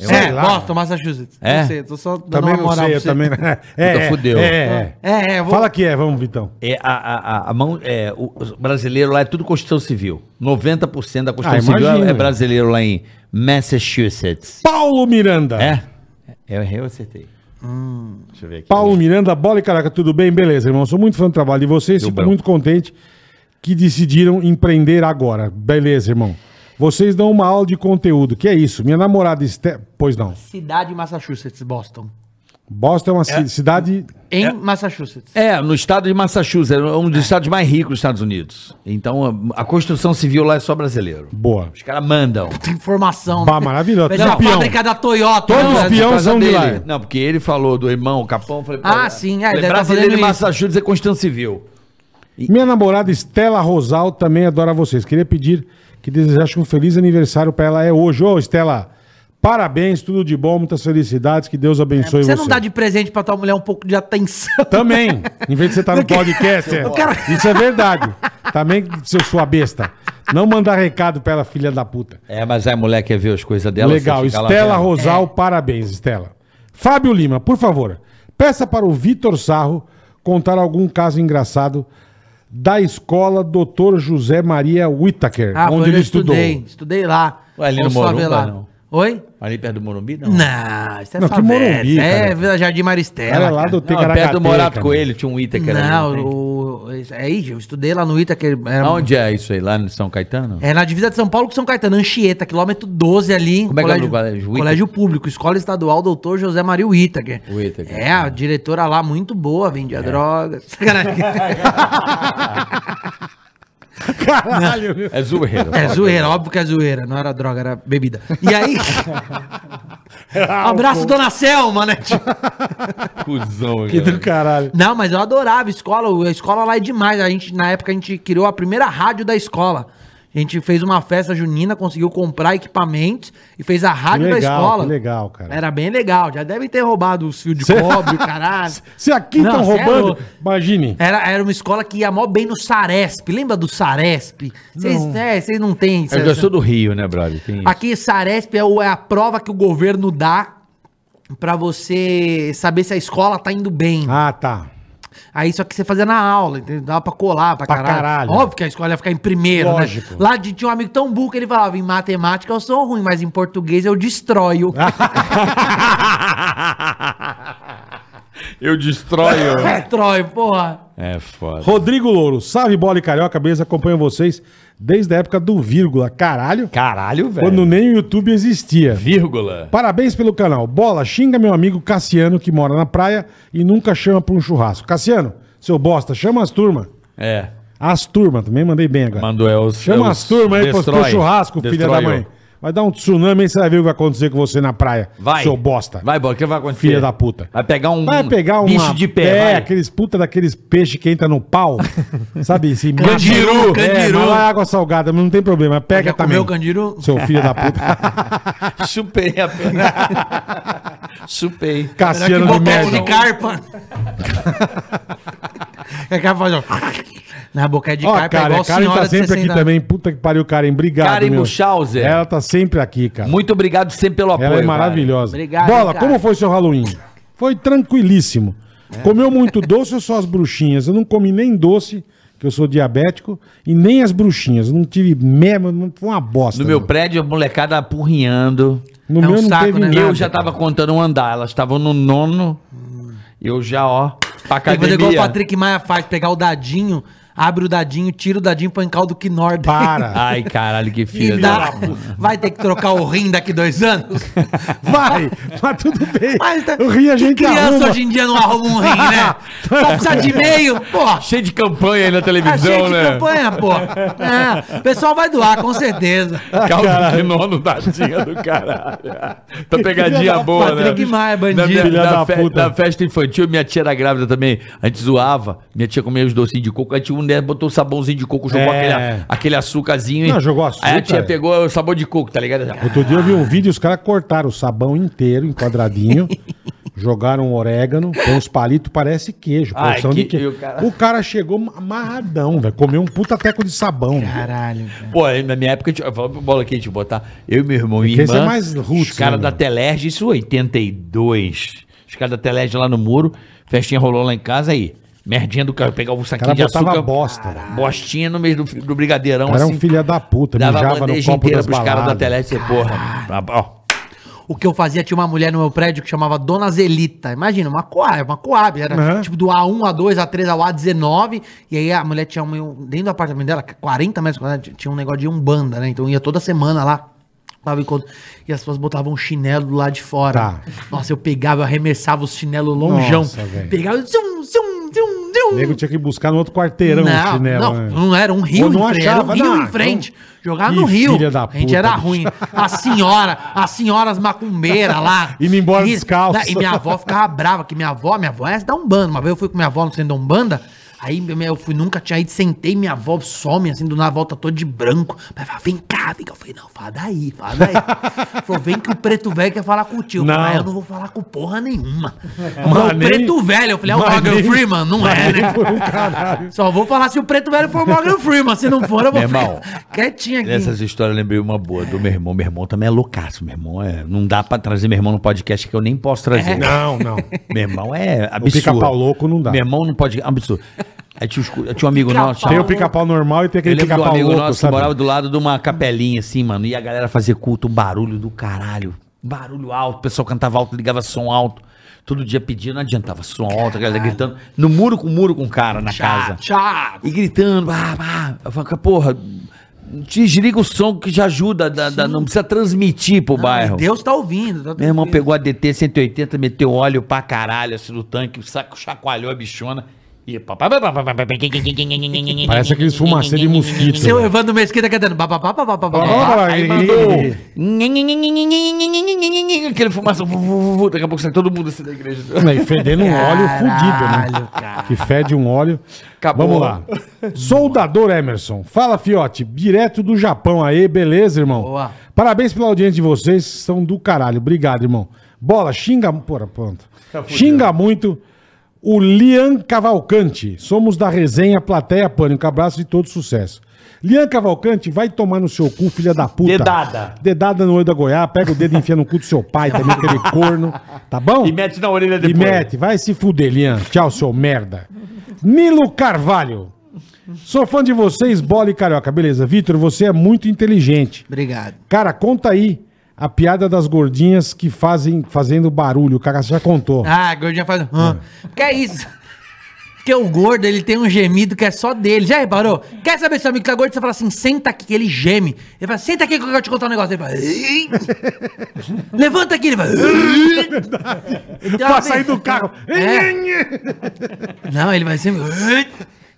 É, lá. Boston, Massachusetts. É? Não sei, tô só dando Também uma não sei, moral pra eu você. também. É, é, fudeu. É, é. É, é, eu vou... Fala que é, vamos, Vitão. É, a, a, a, a mão, é, o o brasileiro lá é tudo Constituição Civil. 90% da Constituição Ah, Civil imagina. é- é brasileiro lá em Massachusetts. Paulo Miranda. É? Eu errei ou acertei? Hum. Deixa eu ver aqui. Paulo Miranda, bola e caraca, tudo bem? Beleza, irmão. Sou muito fã do trabalho de vocês, Tudo fico bom. muito contente que decidiram empreender agora. Beleza, irmão. Vocês dão uma aula de conteúdo. Que é isso? Minha namorada... Este... Pois não. Cidade Massachusetts, Boston. Boston é uma ci- cidade... Em Massachusetts. É, no estado de Massachusetts, é um dos estados mais ricos dos Estados Unidos. Então, a, a construção civil lá é só brasileiro. Boa. Os caras mandam. Tem informação. Bah, maravilhoso. Mas é a Campeão. fábrica da Toyota. Todos né? os peão Por causa são de dele. lá. Não, porque ele falou do irmão, o Capão, eu falei, pô, Ah, sim, é, falei, deve tá brasileiro fazendo em isso. Massachusetts é construção civil. Minha namorada Estela Rosal também adora vocês. Queria pedir que desejasse um feliz aniversário pra ela. É hoje. Ô, Estela, parabéns, tudo de bom, muitas felicidades, que Deus abençoe É, Você você. Tá. não dá de né? presente pra tua mulher um pouco de atenção. Também, em vez de você estar no podcast, é. Eu quero- isso é verdade. Também, seu sua besta. Não mandar recado pra ela, filha da puta. É, mas a mulher quer ver as coisas dela. Legal, você fica lá É. Estela vendo. Rosal, parabéns, Estela. Fábio Lima, por favor, peça para o Vitor Sarro contar algum caso engraçado da escola Dr. José Maria Whittaker, Ah, onde foi ele eu estudou. estudei. Estudei lá. Ué, ali no Vamos só Morumba, ver lá. não? Oi? Ali perto do Morumbi, não. Não, isso é Não, que favela. Morumbi, é cara. Vila Jardim Maristela. Era lá cara. do né? Não, perto do Morato Coelho tinha um Itaker ali. Não, não tem? o, é aí, eu estudei lá no Ita, que era, Aonde é isso aí? Lá no São Caetano? é na divisa de São Paulo com São Caetano, Anchieta, quilômetro 12 ali. Como é que é o colégio, lugar? Colégio Whittaker? colégio público, escola estadual, doutor José Maria Whittaker. Whittaker. É, a diretora lá, muito boa, vendia É. drogas. Sacanagem. Caralho, meu. É zoeiro. É zoeira, óbvio que é zoeira, não era droga, era bebida. E aí, abraço dona Selma, né? tio? Cusão, que do caralho. Não, mas eu adorava a escola. A escola lá é demais. A gente, na época, a gente criou a primeira rádio da escola. A gente fez uma festa junina, conseguiu comprar equipamentos e fez a rádio da legal, escola. que legal, cara. Era bem legal. Já devem ter roubado os fios de Cê- cobre, caralho. Se aqui Não, estão cê é roubando, louco. imagine. Era, era uma escola que ia mó bem no Saresp. Lembra do Saresp? Vocês é, vocês não têm. Eu já sou do Rio, né, brother? Tem isso. Aqui, Saresp é, o- é a prova que o governo dá pra você saber se a escola tá indo bem. Ah, tá. Aí só que você fazia na aula, entendeu? Dava pra colar, pra, Pra caralho. caralho. Óbvio que a escola ia ficar em primeiro, Lógico. né? Lá de, tinha um amigo tão burro que ele falava, em matemática eu sou ruim, mas em português eu destroio. Eu destroio. destroio, É, porra. é foda. Rodrigo Louro, salve bola e carioca, beleza? Acompanho vocês desde a época do vírgula. Caralho, Caralho, velho. quando nem o YouTube existia. Vírgula. Parabéns pelo canal. Bola, xinga meu amigo Cassiano, que mora na praia e nunca chama pra um churrasco. Cassiano, seu bosta, chama as turma. É. As turma, também mandei bem agora. Mandou é os. Chama é as turma aí pro destrói. pro churrasco, filha da Destrói. mãe. Vai dar um tsunami aí, você vai ver o que vai acontecer com você na praia. Vai. Seu bosta. Vai, bora. O que vai acontecer? Filha da puta. Vai pegar um. Vai pegar uma Bicho de pé. É, vai. aqueles puta daqueles peixes que entra no pau. sabe? Esse Candiru, É, candiru. mas lá é água salgada, mas não tem problema. Pega Já também. comeu é o candiru? Seu filho da puta. Chupei a pena. Chupei. Cassiano de Boteco merda. de carpa. é que ela faz, ó. Na boca de Ó, carpa é cara, igual a Karen tá senhora de sempre aqui 60 anos. também. Puta que pariu, Karen. Obrigado, Karen meu. Munchauser. Ela tá sempre aqui, cara. Muito obrigado sempre pelo apoio. Ela é cara. maravilhosa. Obrigado, Bola, hein, como cara. É. foi seu Halloween? Foi tranquilíssimo. Comeu muito doce ou só as bruxinhas? Eu não comi nem doce, que eu sou diabético, e nem as bruxinhas. Eu não tive mesmo, não- foi uma bosta. No meu né? prédio, a molecada apurrinhando. no É um meu não saco, teve né? nada. Eu já tava contando um andar. Elas estavam no nono. Eu já, ó, pra Tem que fazer academia. igual o Patrick Maia faz, pegar o dadinho, abre o dadinho, tira o dadinho, põe caldo que norte. Para. Ai, caralho, que E filha dá, da... vai ter que trocar o rim daqui dois anos? Vai, mas tudo bem. Mas tá- Eu ri, a que gente criança arruma. hoje em dia não arruma um rim, né? Só precisa de meio, porra. Cheio de campanha aí na televisão, Achei de né? campanha, porra. É, o pessoal vai doar, com certeza. Ah, Caldo de nono dadinha do caralho. Tá Filha pegadinha da- boa, né? Patrick Maia, bandido. Na, minha- Filha na da fe- puta. na festa infantil, minha tia era grávida também. A gente zoava. Minha tia comia os docinhos de coco. A tia um dela botou o sabãozinho de coco, jogou É. aquele, aquele açúcarzinho. hein? Não, jogou açúcar, Aí a tia é. pegou o sabor de coco, tá ligado? Outro dia eu Ah. vi um vídeo, os caras cortaram o sabão inteiro, em quadradinho, jogaram orégano, com os palitos, parece queijo. Ai, porção que- de queijo. e o cara- O cara chegou amarradão, velho. Comeu um puta teco de sabão. velho. Caralho. Pô, aí na minha época, eu tinha- eu falava pro bola aqui, a gente botar eu e meu irmão e Porque irmã, esse é mais roots, os caras né, da meu? Telerge, isso 82, os caras da Telerge lá no muro, festinha rolou lá em casa, aí, merdinha do carro, pegava um saquinho cara de botava açúcar, Ah, bosta. bostinha no meio do, do brigadeirão, assim, Era um filha da puta, dava a mijava no bandeja copo inteira das pros caras da baladas. Telerge, você, porra, ó, O que eu fazia, tinha uma mulher no meu prédio que chamava Dona Zelita. Imagina, uma Coab, uma Coab. Era Aham. tipo do A1, A2, A3, ao A19. E aí a mulher tinha, um, dentro do apartamento dela, 40 metros quadrados, tinha um negócio de umbanda, né? Então ia toda semana lá. Tava encontro, e as pessoas botavam um chinelo do lado de fora. Tá. Nossa, eu pegava, eu arremessava os chinelos longeão. Nossa, velho. pegava, zum, zum, zum, zum. O nego tinha que buscar no outro quarteirão Não, o chinelo. não, né? não era um rio Ou não em frente, achava, era um rio não, em frente. então- Jogava Ih, no rio. filha da a gente puta, era bicho. ruim. A senhora, as senhoras macumbeiras lá. Indo embora E- descalço. né, E minha avó ficava brava, que minha avó, minha avó é da Umbanda. Uma vez eu fui com minha avó no centro da Umbanda, aí minha- eu fui, nunca tinha ido, sentei, minha avó some, assim, do nada, volta toda de branco. Ela fala, vem cá, vem cá. Eu falei, não, fala daí, fala daí. Falou, vem que o preto velho quer falar com o tio. Eu falei, Não. ah, eu não vou falar com porra nenhuma. Mas o nem- preto velho, eu falei, é o mas Morgan nem- Freeman, não é, né? Por um caralho. Só vou falar se o preto velho for Morgan Freeman. Se não for, eu vou Meu ficar irmão, quietinho aqui. Nessas histórias eu lembrei uma boa do meu irmão. Meu irmão também é loucaço. Meu irmão é. Não dá pra trazer meu irmão no podcast que eu nem posso trazer. Não, não. Meu irmão é absurdo. pica-pau louco não dá. Meu irmão não pode. Absurdo. Aí tinha, os cu- tinha um amigo Pica-pau. nosso. Tem o pica-pau normal e tem Eu aquele lembro de um pica-pau amigo louco, nosso sabe? que morava do lado de uma capelinha, assim, mano. E a galera fazia culto, um barulho do caralho. Barulho alto, o pessoal cantava alto, ligava som alto. Todo dia pedia, não adiantava som alto, a galera gritando. No muro com muro com o cara na casa. Tchau. E gritando, ah, ah. Eu falo, porra, desliga o som que já ajuda, da- da- não precisa transmitir pro bairro. Deus tá ouvindo. tá Meu irmão tranquilo. pegou a DT 180, meteu óleo pra caralho assim no tanque, saco, chacoalhou a bichona. E papai, Parece aqueles fumacê de mosquito. Seu velho. Evandro Mesquita cantando. Ba, ba, ba, ba, ba, ba, ba, ba. Ó, Aí e- mandou e- aquele fumaça. vu, vu, vu, Daqui a pouco sai todo mundo assim da igreja. e Fedendo um óleo fudido, né? Caralho, cara. Que fede um óleo. Acabou. Vamos lá. Soldador Emerson. Fala, Fiote. Direto do Japão aí, beleza, irmão? Boa. Parabéns pela audiência de vocês. São do caralho. Obrigado, irmão. Bola, xinga. Porra, pronto. Xinga muito. O Lian Cavalcante. Somos da resenha Plateia Pânico. Abraço e todo sucesso. Lian Cavalcante, vai tomar no seu cu, filha da puta. Dedada. Dedada no olho da Goiá, pega o dedo e enfia no cu do seu pai também, aquele corno. Tá bom? E mete na orelha E depois. mete, vai se fuder, Lian. Tchau, seu merda. Nilo Carvalho. Sou fã de vocês, bola e carioca. Beleza, Vitor, você é muito inteligente. Obrigado. Cara, conta aí a piada das gordinhas que fazem fazendo barulho. O cara já contou. Ah, a gordinha faz. Hã? Que é isso? Porque o gordo, ele tem um gemido que é só dele. Já reparou? Quer saber se o amigo tá gordo? Você fala assim, senta aqui, que ele geme. Ele fala, senta aqui que eu quero te contar um negócio. Ele fala, "Ei". levanta aqui, ele fala. "Ei". Pra sair do carro. É. Não, ele vai sempre.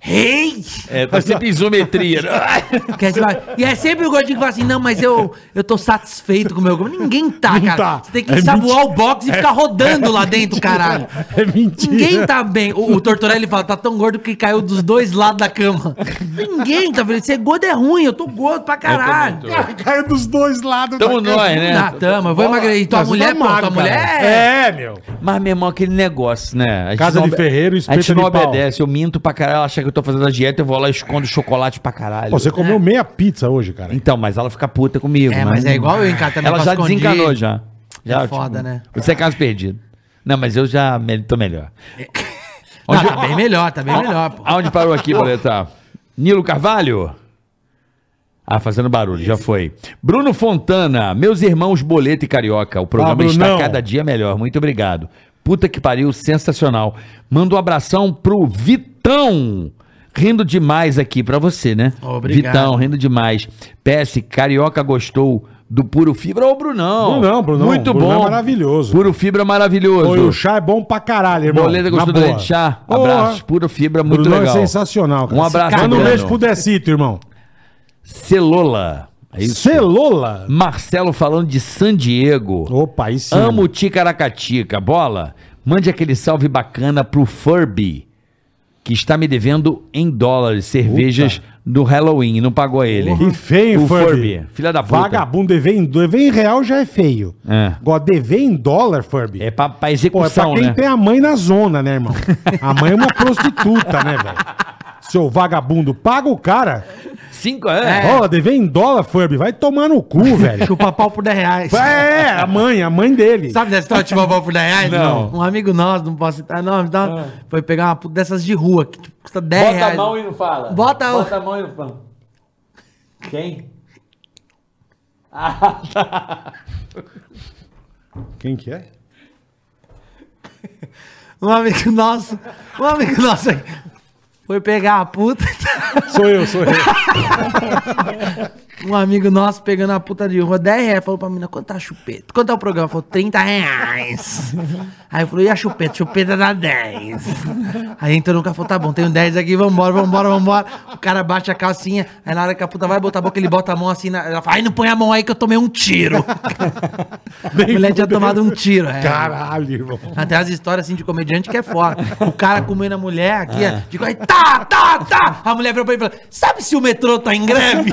Ei! É, Assim, tá sempre isometria. Quer dizer, vai- E é sempre o gordinho que fala assim: não, mas eu, eu tô satisfeito com o meu corpo. Ninguém tá, Não cara. tá. Você tem que É ensaboar o box e ficar rodando lá dentro, caralho. É mentira. Ninguém tá bem. O, o Tortorelli fala: tá tão gordo que caiu dos dois lados da cama. Ninguém tá feliz. Ser gordo é ruim, eu tô gordo pra caralho. Caiu dos dois lados. Tamo da cama. nós, né? Na tama, eu vou emagrecer. E Tua é Mas mulher, tá pô, magro, tua cara. mulher. É, meu. Mas, meu irmão, aquele negócio, né? A gente Casa não de obe- ferreiro, A gente espeto não de pau. obedece. Eu minto pra caralho. Ela acha que eu tô fazendo a dieta, eu vou lá e escondo chocolate pra caralho. Pô, você comeu meia pizza hoje, cara. Então, mas ela fica puta comigo. né? É, mas é igual eu em casa também, Ela faço já escondido. desencanou já. já É foda, né? Você é caso perdido. Não, mas eu já me- tô melhor. Não, tá bem melhor, tá bem melhor, pô. Aonde parou aqui, Boleta? Nilo Carvalho? Ah, fazendo barulho, já foi. Bruno Fontana, meus irmãos Boleta e Carioca, o programa Ah, está Brunão. cada dia melhor, muito obrigado. Puta que pariu, sensacional. Manda um abração pro Vitão, rindo demais aqui pra você, né? Obrigado. Vitão, rindo demais. PS, Carioca gostou do Puro Fibra, ô Brunão. Brunão, Brunão, Muito Brunão bom. é maravilhoso. Puro Fibra é maravilhoso. Pô, e o chá é bom pra caralho, irmão. Boleta gostou do Na boa. leite de chá? Porra. Abraço, puro fibra, muito Brunão legal. é sensacional, cara. Um abraço, Manda um Bruno. beijo pro Decito, irmão. Celola. É isso. Celola. Marcelo falando de San Diego. Opa, aí sim. Amo Ticaracatica. Bola, mande aquele salve bacana pro Furby, que está me devendo em dólares cervejas do Halloween. Não pagou ele. Que feio, o Furby. Furby. Filha da puta. Vagabundo, dever em, dever em real já é feio. É. Agora, dever em dólar, Furby. É pra, pra Pô, é pra execução, quem né? tem a mãe na zona, né, irmão? A mãe é uma prostituta, né, velho? Seu vagabundo, paga o cara. Cinco, É. Ó, dever em dólar, Furby. Vai tomar no cu, velho. Chupa pau por 10 reais. é, a mãe, a mãe dele. Sabe dessa história de chupar pau por 10 reais? Não. Ah. Um amigo nosso, não posso citar nome, então, foi pegar uma puta dessas de rua, que tipo, custa 10 Bota a reais. mão e não fala. Bota a- Bota a mão e não fala. Quem? Quem que é? Um amigo nosso, um amigo nosso aqui, foi pegar a puta. tá- Sou eu, sou eu. Um amigo nosso pegando a puta de rua, 10 reais, falou pra mina, quanto tá a chupeta? Quanto é o programa? Falou, 30 reais. Aí eu falei, e a chupeta? Chupeta dá 10. Aí entrou no carro, falou, tá bom, tenho 10 aqui, vambora, vambora, vambora. O cara bate a calcinha, aí na hora que a puta vai botar a boca, ele bota a mão assim, na- ela fala, ai, não põe a mão aí que eu tomei um tiro. a mulher tinha tomado um tiro, é. Caralho, irmão. Até as histórias assim de comediante que é foda. O cara comendo a mulher aqui, ó, de coisa, tá, tá, tá. A mulher virou pra ele e falou: sabe se o metrô tá em greve?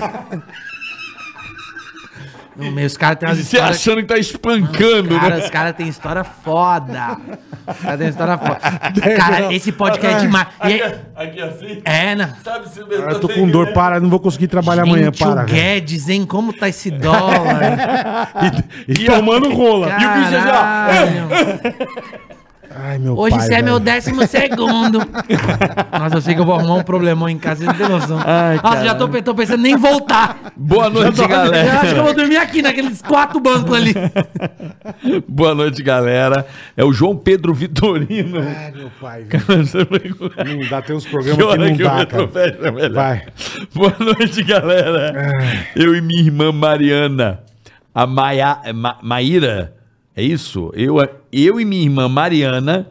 No meio, os caras têm umas Você histórias. achando que tá espancando, Cara, né? os caras têm história foda. Os caras têm história foda. Cara, esse podcast é demais. E aí- Aqui assim, é, né? sabe se o Eu tô com dor, para, não vou conseguir trabalhar amanhã, Gente, para. o Guedes, hein? Como tá esse dólar? velho. E, e tomando rola. E o assim, bicho já. Caralho. Ai, meu Hoje pai, você é velho. meu décimo segundo. Nossa, eu sei que eu vou arrumar um problemão em casa, você não tem noção. Nossa, já tô, pe- tô pensando em nem voltar. Boa noite, Eu acho que eu galera. vou dormir aqui, naqueles quatro bancos ali. Boa noite, galera. É o João Pedro Vitorino. Ai, meu pai, velho. que Não dá, tem uns programas que, hora não que o dá, metrô cara. fecha, é melhor. Vai. É. Boa noite, galera. Eu e minha irmã Mariana. A Maia, Ma- Maíra. É isso? Eu, eu e minha irmã Mariana.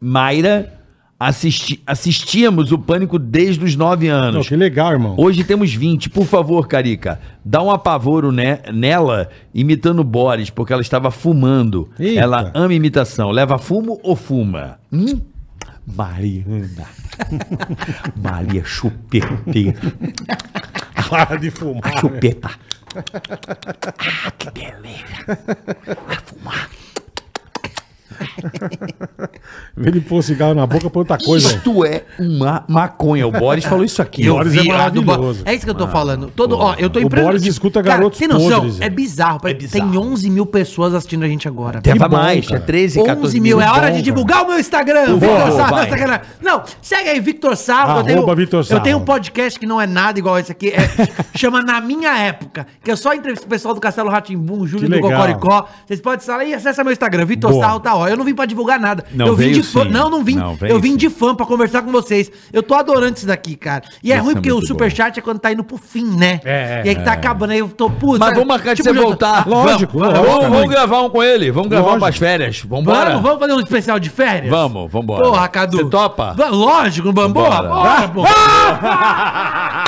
Mayra. assisti- assistíamos o Pânico desde os 9 Não, anos. que legal, irmão. Hoje temos 20. Por favor, Carica, dá um apavoro ne- nela imitando Boris, porque ela estava fumando. Eita. Ela ama imitação. Leva fumo ou fuma? Hum? Mariana. Maria Chupete. Para de fumar. Chupeta. Ah, que beleza. Vê ele pôr cigarro na boca pra outra coisa. velho. Isto é uma maconha. O Boris falou isso aqui. ah, Eu Boris vi é lá do Bo- maravilhoso. É isso que eu tô falando. Todo, ó, eu tô O impressionado. Boris escuta garotos tem noção? podres, é é. bizarro. pra- Tem bizarro. 11 mil pessoas assistindo a gente agora. Até vai bom, mais. cara. É 13, 11 14 mil, é mil. hora Bom, de cara. divulgar o meu Instagram, Por Victor favor, Sarro, vai. Instagram. Não, segue aí, Victor Sarro. eu tenho- Arroba Victor Eu Sarro. tenho um podcast que não é nada igual esse aqui, é- chama Na Minha Época, que eu só entrevisto o pessoal do Castelo Ratimbum, Júlio Que do legal. Cocoricó. Vocês podem falar aí, acessa meu Instagram, Victor Boa. Sarro tá ó. Eu não vim pra divulgar nada. Não, eu vim veio de fã. sim. Não, não vim. Não, veio eu vim sim. de fã pra conversar com vocês. Eu tô adorando isso daqui, cara. E é Isso ruim é porque o muito bom. superchat é quando tá indo pro fim, né? É, é, E aí que tá acabando, aí eu tô puto. Mas sabe? vamos marcar de Tipo, você já- voltar. Lógico, vamos, lógico, vamos, amigo. gravar um com ele. Vamos gravar um Lógico. pras férias. Vamos embora. Vamos, vamos fazer um especial de férias? Vamos, vambora. Porra, Cadu. Você topa? Va- lógico, no bambu. Bora. Bora, porra.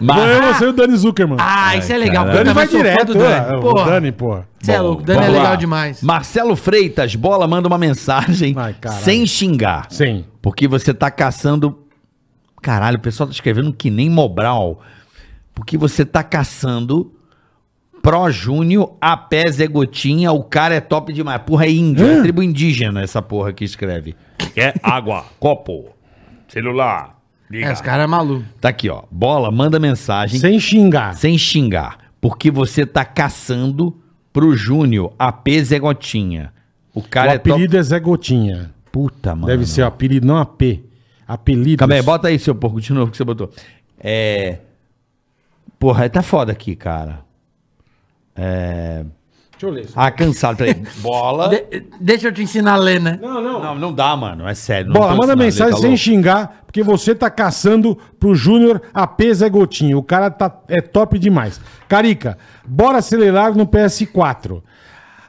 Mas- Eu não sei o Dani Zuckerman. Ah, isso é legal. caralho. porque Dani eu vai também sou fã direto, do ó, Dani. O Porra. Dani, porra. Você é louco, o Dani é é. Vamos lá. legal demais. Marcelo Freitas, bola, manda uma mensagem Ai, caralho. sem xingar. Sim. Porque você tá caçando. Caralho, o pessoal tá escrevendo que nem Mobral. Porque você tá caçando Pro Júnior, a pé Zé Gotinha, o cara é top demais. Porra, é índio, é tribo indígena essa porra que escreve. Quer água, copo, celular. É, os caras é maluco. Tá aqui, ó. Bola, manda mensagem Sem xingar. sem xingar, porque você tá caçando pro Júnior a P Zé Gotinha. O O cara é top. apelido é Zé Gotinha. Puta, mano. Deve ser o apelido, não AP. Apelido. Calma aí, bota aí, seu porco, de novo que você botou. É. Porra, tá foda aqui, cara. É, Deixa eu ler. Ah, cansado, peraí. Bola. De- deixa eu te ensinar a ler, né? Não, Não, não dá, mano. É sério. não Bola, tô manda ensinando, mensagem tá sem louco? xingar, porque você tá caçando pro Júnior AP Zé Gotinho. O cara tá, é top demais. Carica, bora acelerar no PS4.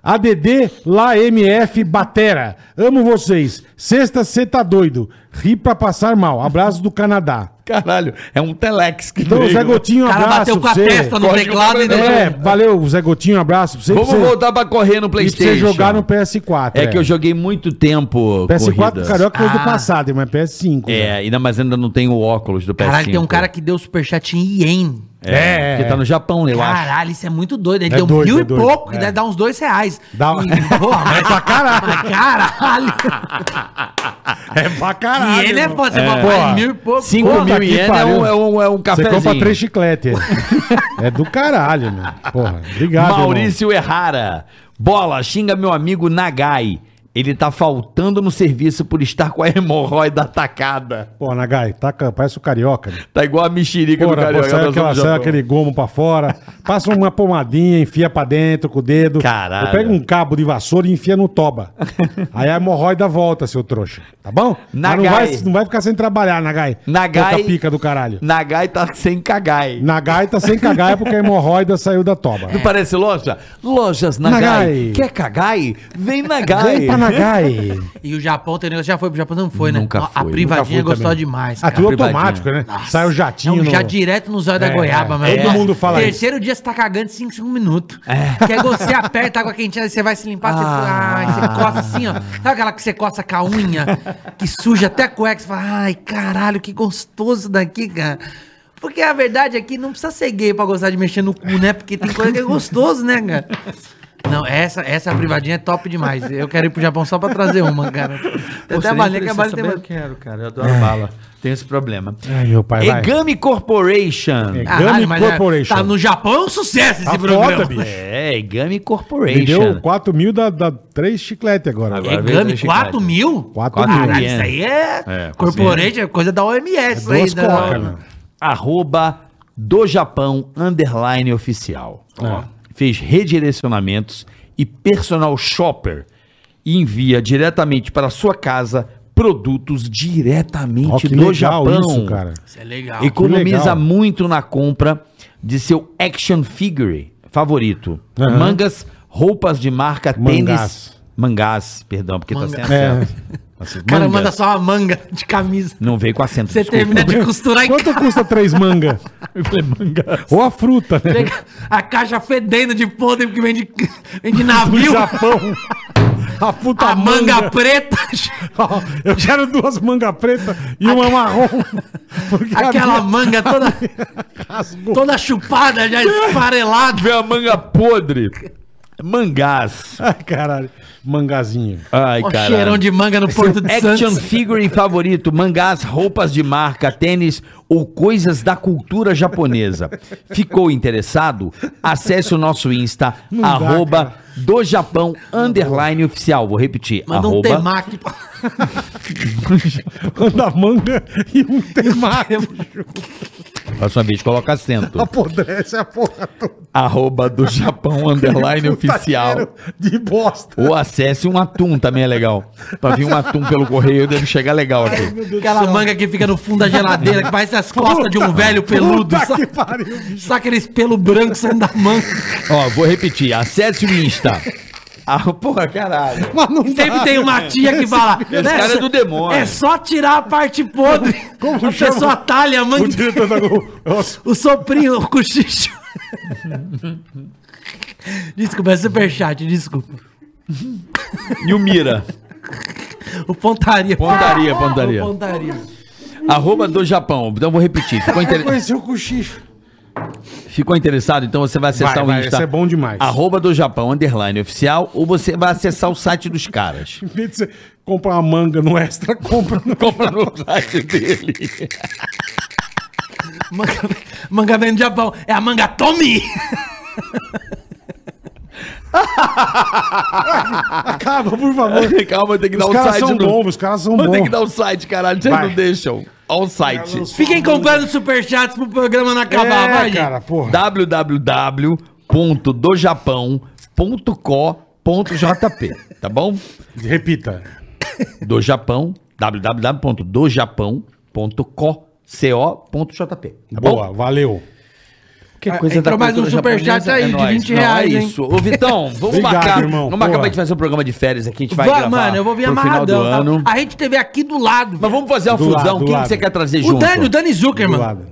ADD, lá MF, Batera. Amo vocês. Sexta, cê tá doido. Ri pra passar mal. Abraço do Canadá. Caralho, é um telex que Então, veio. Zé Gotinho, O cara abraço bateu com a pra você. testa no Código teclado e deixou. É, valeu, Zé Gotinho, abraço pra você. Vamos pra você- voltar pra correr no e pra PlayStation. você jogar no PS4. É que eu joguei muito tempo. PS4 corridas. Carioca é coisa Ah. do passado, mas PS5. É, né? ainda, mas ainda não tem o óculos do PS5. Caralho, tem um cara que deu superchat em Ien. É, que tá no Japão, eu acho. Caralho, isso é muito doido. Ele É deu doido, mil é e doido. pouco, que É. deve dar uns dois reais. Dá- um- E, porra, mas pra caralho. caralho. É pra E caralho. ele é irmão. foda, você É. fala, Porra. "Pô, mil e pouco. 5 porra." mil que ienes é pariu. um, é um, é um Você cafezinho. compra três chicletes. é do caralho, meu. Porra, obrigado. irmão. Maurício Errara. Bola, xinga meu amigo Nagai. Ele tá faltando no serviço por estar com a hemorroida atacada. Pô, Nagai, taca, parece o carioca. Né? Tá igual a mexerica Porra, pô, sai, nós aquela, vamos sai já- aquele gomo pra fora, passa uma pomadinha, enfia pra dentro com o dedo. Caralho. Eu pego um cabo de vassoura e enfia no toba. Aí a hemorroida volta, seu trouxa. Tá bom? Mas não, Nagai. vai, não vai ficar sem trabalhar, Nagai. Nagai. Toca pica do caralho. Nagai tá sem cagai. Nagai tá sem cagar é porque a hemorroida saiu da toba. Não parece loja? Lojas Nagai. Nagai. Quer cagai? Vem Nagai. Vem pra Nagai. E o Japão tem negócio. Já foi pro Japão? Não foi, Nunca né? A- fui, a privadinha nunca fui gostou também. demais. Ah, cara. tudo automático, né? privadinha. Sai o É jatinho. um já no- direto nos olhos É, da goiaba, é. mano. Todo mundo fala isso. É. Terceiro dia você tá cagando 5, 5 minutos. Que aí você aperta a água quentinha, você vai se limpar, você, Ah. ai, você coça assim, ó. Sabe aquela que você coça com a unha, que suja até a cueca, você fala, ai, caralho, que gostoso daqui, cara. Porque a verdade é que não precisa ser gay pra gostar de mexer no cu, né? Porque tem coisa que é gostoso, né, cara? Não, essa, essa privadinha é top demais. Eu quero ir pro Japão só pra trazer uma, cara. Tem até Você a nem balinha que é a precisa balinha saber, tem... Eu quero, cara. Eu adoro bala. Tenho esse problema. Ai, meu pai, É. vai. Egami Corporation. Egami. É Caralho, mas é- Corporation. Tá no Japão é um sucesso esse Tá programa. foda, bicho. É, Egami Me deu Corporation. 4 mil, dá, dá 3 chiclete agora. Agora. É vem GAMI, três 4 chicletes. mil? Quatro Caralho, mil. isso aí é, É, corporate, é coisa da OMS. isso aí, duas da- cocas, meu. Arroba do Japão Underline Oficial. Ó, Fez redirecionamentos e personal shopper e envia diretamente para a sua casa produtos Ó, diretamente que do legal Japão. isso, cara. Ah, Isso é legal. Economiza legal. muito na compra de seu action figure favorito. Aham. Mangas, roupas de marca, Mangás. É. tênis. Mangás, perdão, porque Mangás. tá sem acento. Assim, o cara mangas. manda só uma manga de camisa. Não veio com acento. Você desculpa. termina É de costurar e Quanto custa três manga? Eu falei mangás. Ou a fruta, né? pega a caixa fedendo de podre que vem de, vem Do de navio. Japão. A puta a manga, preta. Ó, Eu quero duas manga preta e uma marrom. Porque a aquela minha manga toda, toda chupada, já esfarelada. Veio a manga podre. Mangás. Ai, caralho. Mangazinho. Ai, Ó, cara. cheirão de manga no Porto de Action Santos. figure favorito, mangás, roupas de marca, tênis ou coisas da cultura japonesa. Ficou interessado? Acesse o nosso Insta, dá, arroba do Japão, underline oficial. Vou repetir, Manda um arroba temaki. pra- Anda manga e um temaki. Próxima vez coloca acento. Apodrece a porra toda. arroba do Japão, underline é oficial. Puta cheiro De bosta. Ou acesse um atum, também é legal. Pra vir um atum pelo correio, deve chegar legal aqui. Aquela manga que fica no fundo da geladeira, que parece as costas de um velho peludo. Puta sabe? que pariu. Só aqueles pelo branco saindo da manga. Ó, vou repetir, acesse o Insta. Ah, porra, caralho. Mas não Sempre tem um uma tia que fala. né, Esse cara é do demônio." É só tirar a parte podre. a chama? pessoa talha a manga. O diretor da Globo. Nossa, O soprinho, o cochicho. Desculpa, é superchat, desculpa. E o Mira. O pontaria. Pontaria, pontaria. O pontaria. Arroba do Japão. Então vou repetir. Ficou, inter- Conheceu o cochicho. Ficou interessado? Então você vai acessar Vai, o vai, Insta. esse é bom demais. Arroba do Japão, underline oficial, ou você vai acessar o site dos caras. Em vez de você comprar uma manga no extra, compra no Compra no site dele. Manga, manga vem do Japão. É a manga Tommy. Acaba, por favor. Calma, tem que dar Os o caras site. são no- bons, os caras são Mas tem bons. que dar o site, caralho. Vocês Vai. não deixam. Ó o site. Fiquem comprando superchats pro programa não acabar, vai, É, gente. cara, porra. www.dojapão.co.jp, tá bom? Repita. Tá Do Japão, www.dojapão.co.jp, tá bom? Boa, valeu. Que coisa da cultura japonesa é nóis. Não, é isso. Ô, Vitão, vamos Obrigado, marcar. irmão. Vamos marcar Boa. pra gente fazer um programa de férias aqui. A gente vai, Vai, gravar mano, eu vou vir pro final do amarradão. ano. tá? A gente teve aqui do lado. Mas vamos fazer uma Do fusão. lado, do Quem que lado. você quer trazer o junto? Dani, o Dani Zucker, Do mano. lado.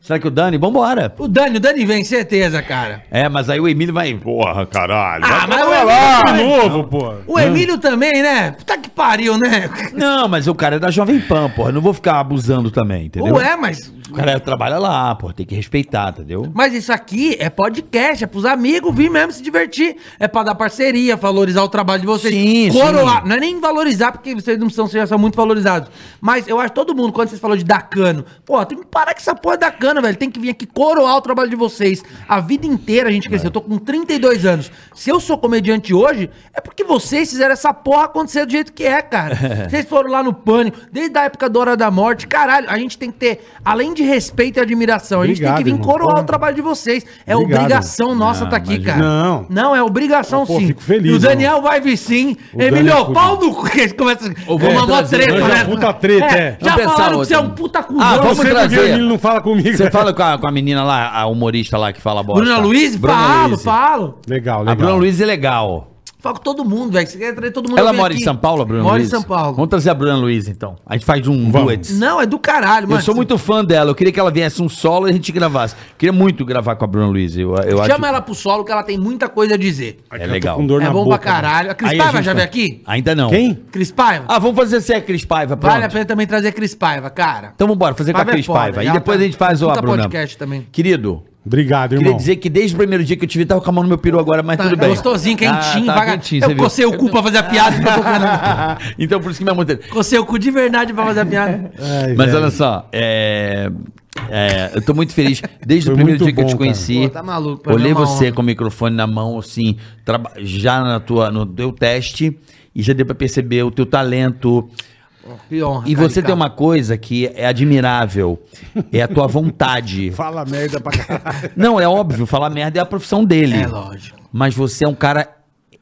Será que o Dani? Vambora. O Dani, o Dani vem, certeza, cara. É, mas aí o Emílio vai... Porra, caralho. Ah, mas o De Emílio, também- novo, pô. o Emílio também, né? Puta que pariu, né? Não, mas o cara é da Jovem Pan, porra. Não vou ficar abusando também, entendeu? Ou é, mas. O cara trabalha lá, porra. Tem que respeitar, entendeu? Mas isso aqui é podcast, é pros amigos vir mesmo se divertir. É pra dar parceria, valorizar o trabalho de vocês. Sim, Coroar. sim. Não é nem valorizar, porque vocês não são, vocês já são muito valorizados. Mas eu acho todo mundo, quando vocês falam de Dacano, pô, tem que parar com essa porra da bacana, velho. Tem que vir aqui coroar o trabalho de vocês. A vida inteira a gente cresceu. Eu tô com 32 anos. Se eu sou comediante hoje, é porque vocês fizeram essa porra acontecer do jeito que é, cara. vocês foram lá no pânico, desde a época da Hora da Morte. Caralho, a gente tem que ter, além de respeito e admiração, a gente tem Obrigado, que vir irmão. coroar Porra. o trabalho de vocês. É Obrigado. obrigação nossa tá aqui, cara. Não. Não, é obrigação Pô, sim. fico feliz, e o Daniel vai vir sim. O Daniel é Emilio, fudido. pau no cu. que eles começam- vamos Uma mó trazer, treta, nós é né? puta treta, é. Já Vamos pensar falaram que outra. você é um puta cuzão. Ah, Eu vamos sei porque trazer. o Emílio não fala comigo. Você fala com a, com a menina lá, a humorista lá que fala bosta. Bruna Luiz, falo, Luiz. falo. Legal, legal. A Bruna Luiz é legal. Falo com todo mundo, velho. Você quer trazer todo mundo. Ela eu venho mora em aqui. São Paulo, a Bruna Mora Luiz? em São Paulo. Vamos trazer a Bruna Luiz, então. A gente faz um Vamos. duets. Não, é do caralho, Eu sou muito fã dela. Eu queria que ela viesse um solo e a gente gravasse. Eu queria muito gravar com a Bruna Luiz. Eu, eu acho Chama ela pro solo que ela tem muita coisa a dizer. Aqui É eu tô legal. com dor é na bom boca, né? pra caralho. A Cris Aí a Paiva gente já vai- veio aqui? Ainda não. Quem? Cris Paiva? Ah, vamos fazer se é a Cris Paiva. Pronto. vale a pena também trazer Cris Paiva, cara. Então vambora, fazer Paiva com é a Cris foda, Paiva. E já depois tá- a gente faz o puta a Bruna. podcast também. Querido, Obrigado, queria irmão. dizer que desde o primeiro dia que eu te vi, tava com a mão no meu peru agora, mas Tá tudo bem. gostosinho, quentinho, Ah, tá vaga- quentinho, você Eu viu? cocei o cu pra fazer a piada. então eu tô falando. então por isso que minha mão... dele- cocei o cu de verdade pra fazer a piada. Ai, Mas velho. olha só, é... é, eu tô muito feliz. Desde Foi o primeiro dia muito que eu bom, te cara. conheci, Pô, tá maluco, pra mim olhei é uma você honra. com o microfone na mão, assim, traba- já na tua, no teu teste, e já deu pra perceber o teu talento. Ah, Que honra. E cara, você cara. tem uma coisa que é admirável, é a tua vontade. Fala merda pra caralho. Não, é óbvio, falar merda é a profissão dele. É lógico. Mas você é um cara.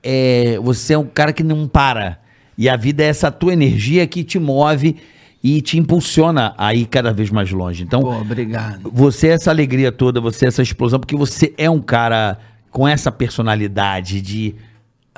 é, você é um cara que não para. E a vida é essa tua energia que te move e te impulsiona a ir cada vez mais longe. Então, Pô, obrigado. você é essa alegria toda, você é essa explosão, porque você é um cara com essa personalidade de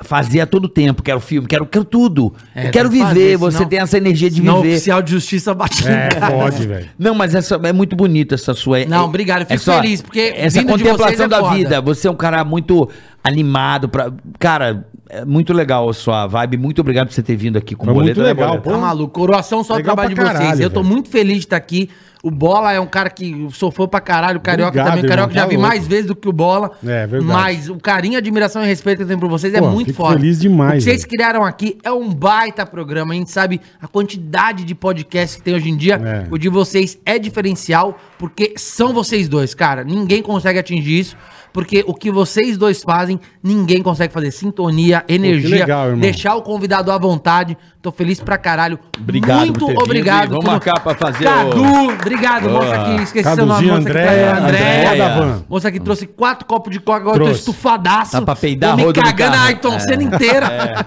fazer a todo tempo. Quero filme, quero, quero tudo. É, Eu quero tem que viver. fazer, você senão- tem essa energia de Não, viver. oficial de justiça bate É, no cara. pode, velho. Não, mas essa, é muito bonito essa sua. é, Não, obrigado, eu fico essa- feliz, porque Essa vindo de vocês contemplação é da foda. vida. Você é um cara muito animado. Pra, cara, é muito legal a sua vibe. Muito obrigado por você ter vindo aqui com o Foi muito boleto. né, legal, Boleto? pô. Tá maluco, coroação só Então, o Legal trabalho de pra vocês. caralho, eu tô velho. muito feliz de estar aqui. O Bola é um cara que eu sou fã pra caralho, o Carioca Obrigado, também. O Carioca irmão, já tá vi louco. mais vezes do que o Bola. É, verdade. Mas o carinho, admiração e respeito que eu tenho por vocês é Pô, muito fico forte. feliz demais, O que vocês velho. criaram aqui é um baita programa. A gente sabe a quantidade de podcasts que tem hoje em dia. É. O de vocês é diferencial, porque são vocês dois, cara. Ninguém consegue atingir isso. Porque o que vocês dois fazem, ninguém consegue fazer. Sintonia, energia, legal, irmão. deixar o convidado à vontade. Tô feliz pra caralho. Obrigado Muito por ter vindo. obrigado. Vamos Tudo- marcar pra fazer Cadu, obrigado. Moça que esqueci seu nome. Caduzinho, Moça que Andréia, tá- Andréia. Andréia. Rodavan. Moça que trouxe quatro copos de coca. Agora eu tô Trouxe. estufadaço. Tá pra peidar Tô me rodo no cagando a carro. Ayrton É. cena inteira.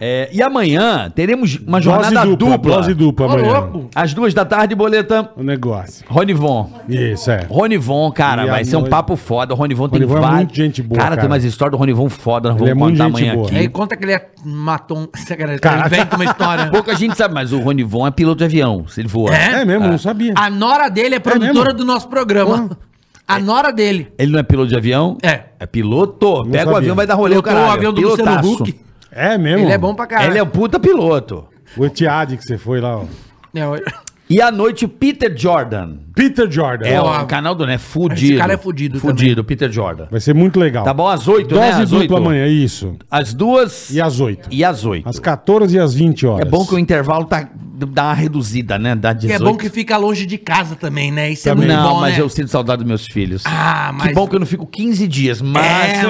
É, e amanhã teremos uma Dose jornada dupla, dupla. dose dupla Ô, amanhã. louco. Às duas da tarde, boleta. O negócio. Ronivon. Isso, é. Ronivon, cara, E a vai ser um noite- papo foda. O Ronivon tem Ronivon é vários. muito gente boa, Cara, tem cara. umas histórias do Ronivon foda. Nós Ele é vamos muito contar gente amanhã boa. aqui. E aí conta que ele matou um... Sacanagem, Ele inventa uma história. Pouca gente sabe, mas o Ronivon é piloto de avião. Se ele voa. É mesmo, Ah. não sabia. A nora dele é produtora mesmo? do nosso programa. A nora dele. Ele não é piloto de avião? É. É piloto. Pega o sabia. avião, vai dar rolê, o Pilotou caralho. o avião do Luciano Pilotaço. Huck. É mesmo? Ele é bom pra caralho. Ele é um puta piloto. O Etiade que você foi lá, ó. é Não, ele- E à noite, o Peter Jordan. Peter Jordan. É Boa. o canal do, né? Fudido. Esse cara é fudido Fudido, Peter Jordan. Vai ser muito legal. Tá bom? Às oito, Dose né? Às dupla oito. amanhã, isso. Às duas E às 8. e às oito. Às 14 e às 20 É horas. bom que o intervalo tá, dá uma reduzida, né? Dá 18. é bom que fica longe de casa também, né? Isso é muito Não, bom, mas né? eu sinto saudade dos meus filhos. Ah, mas... Que bom que eu não fico 15 dias, mas...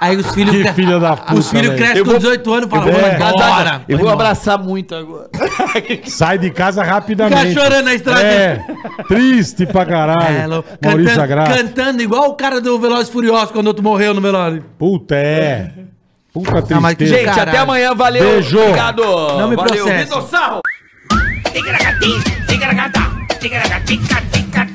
Aí os filhos... Que filha da puta, Os filhos velho. crescem Eu com vou- 18 anos e falam, eu vou vou na Mas, embora. Eu vou vou embora." abraçar muito agora. Sai de casa rapidamente. Fica chorando na estrada. É. Triste pra caralho. É, louco. Maurício cantando, Sagrado. cantando igual o cara do Veloz Furioso quando outro morreu no Veloz. Puta, é. Puta tristeza. Ah, mas que Gente, Caralho. até amanhã, valeu. Beijo. Obrigado. Não me valeu. processa. Vitor Sarro. Ticaracati, ticaracata, ticaracatica, tica,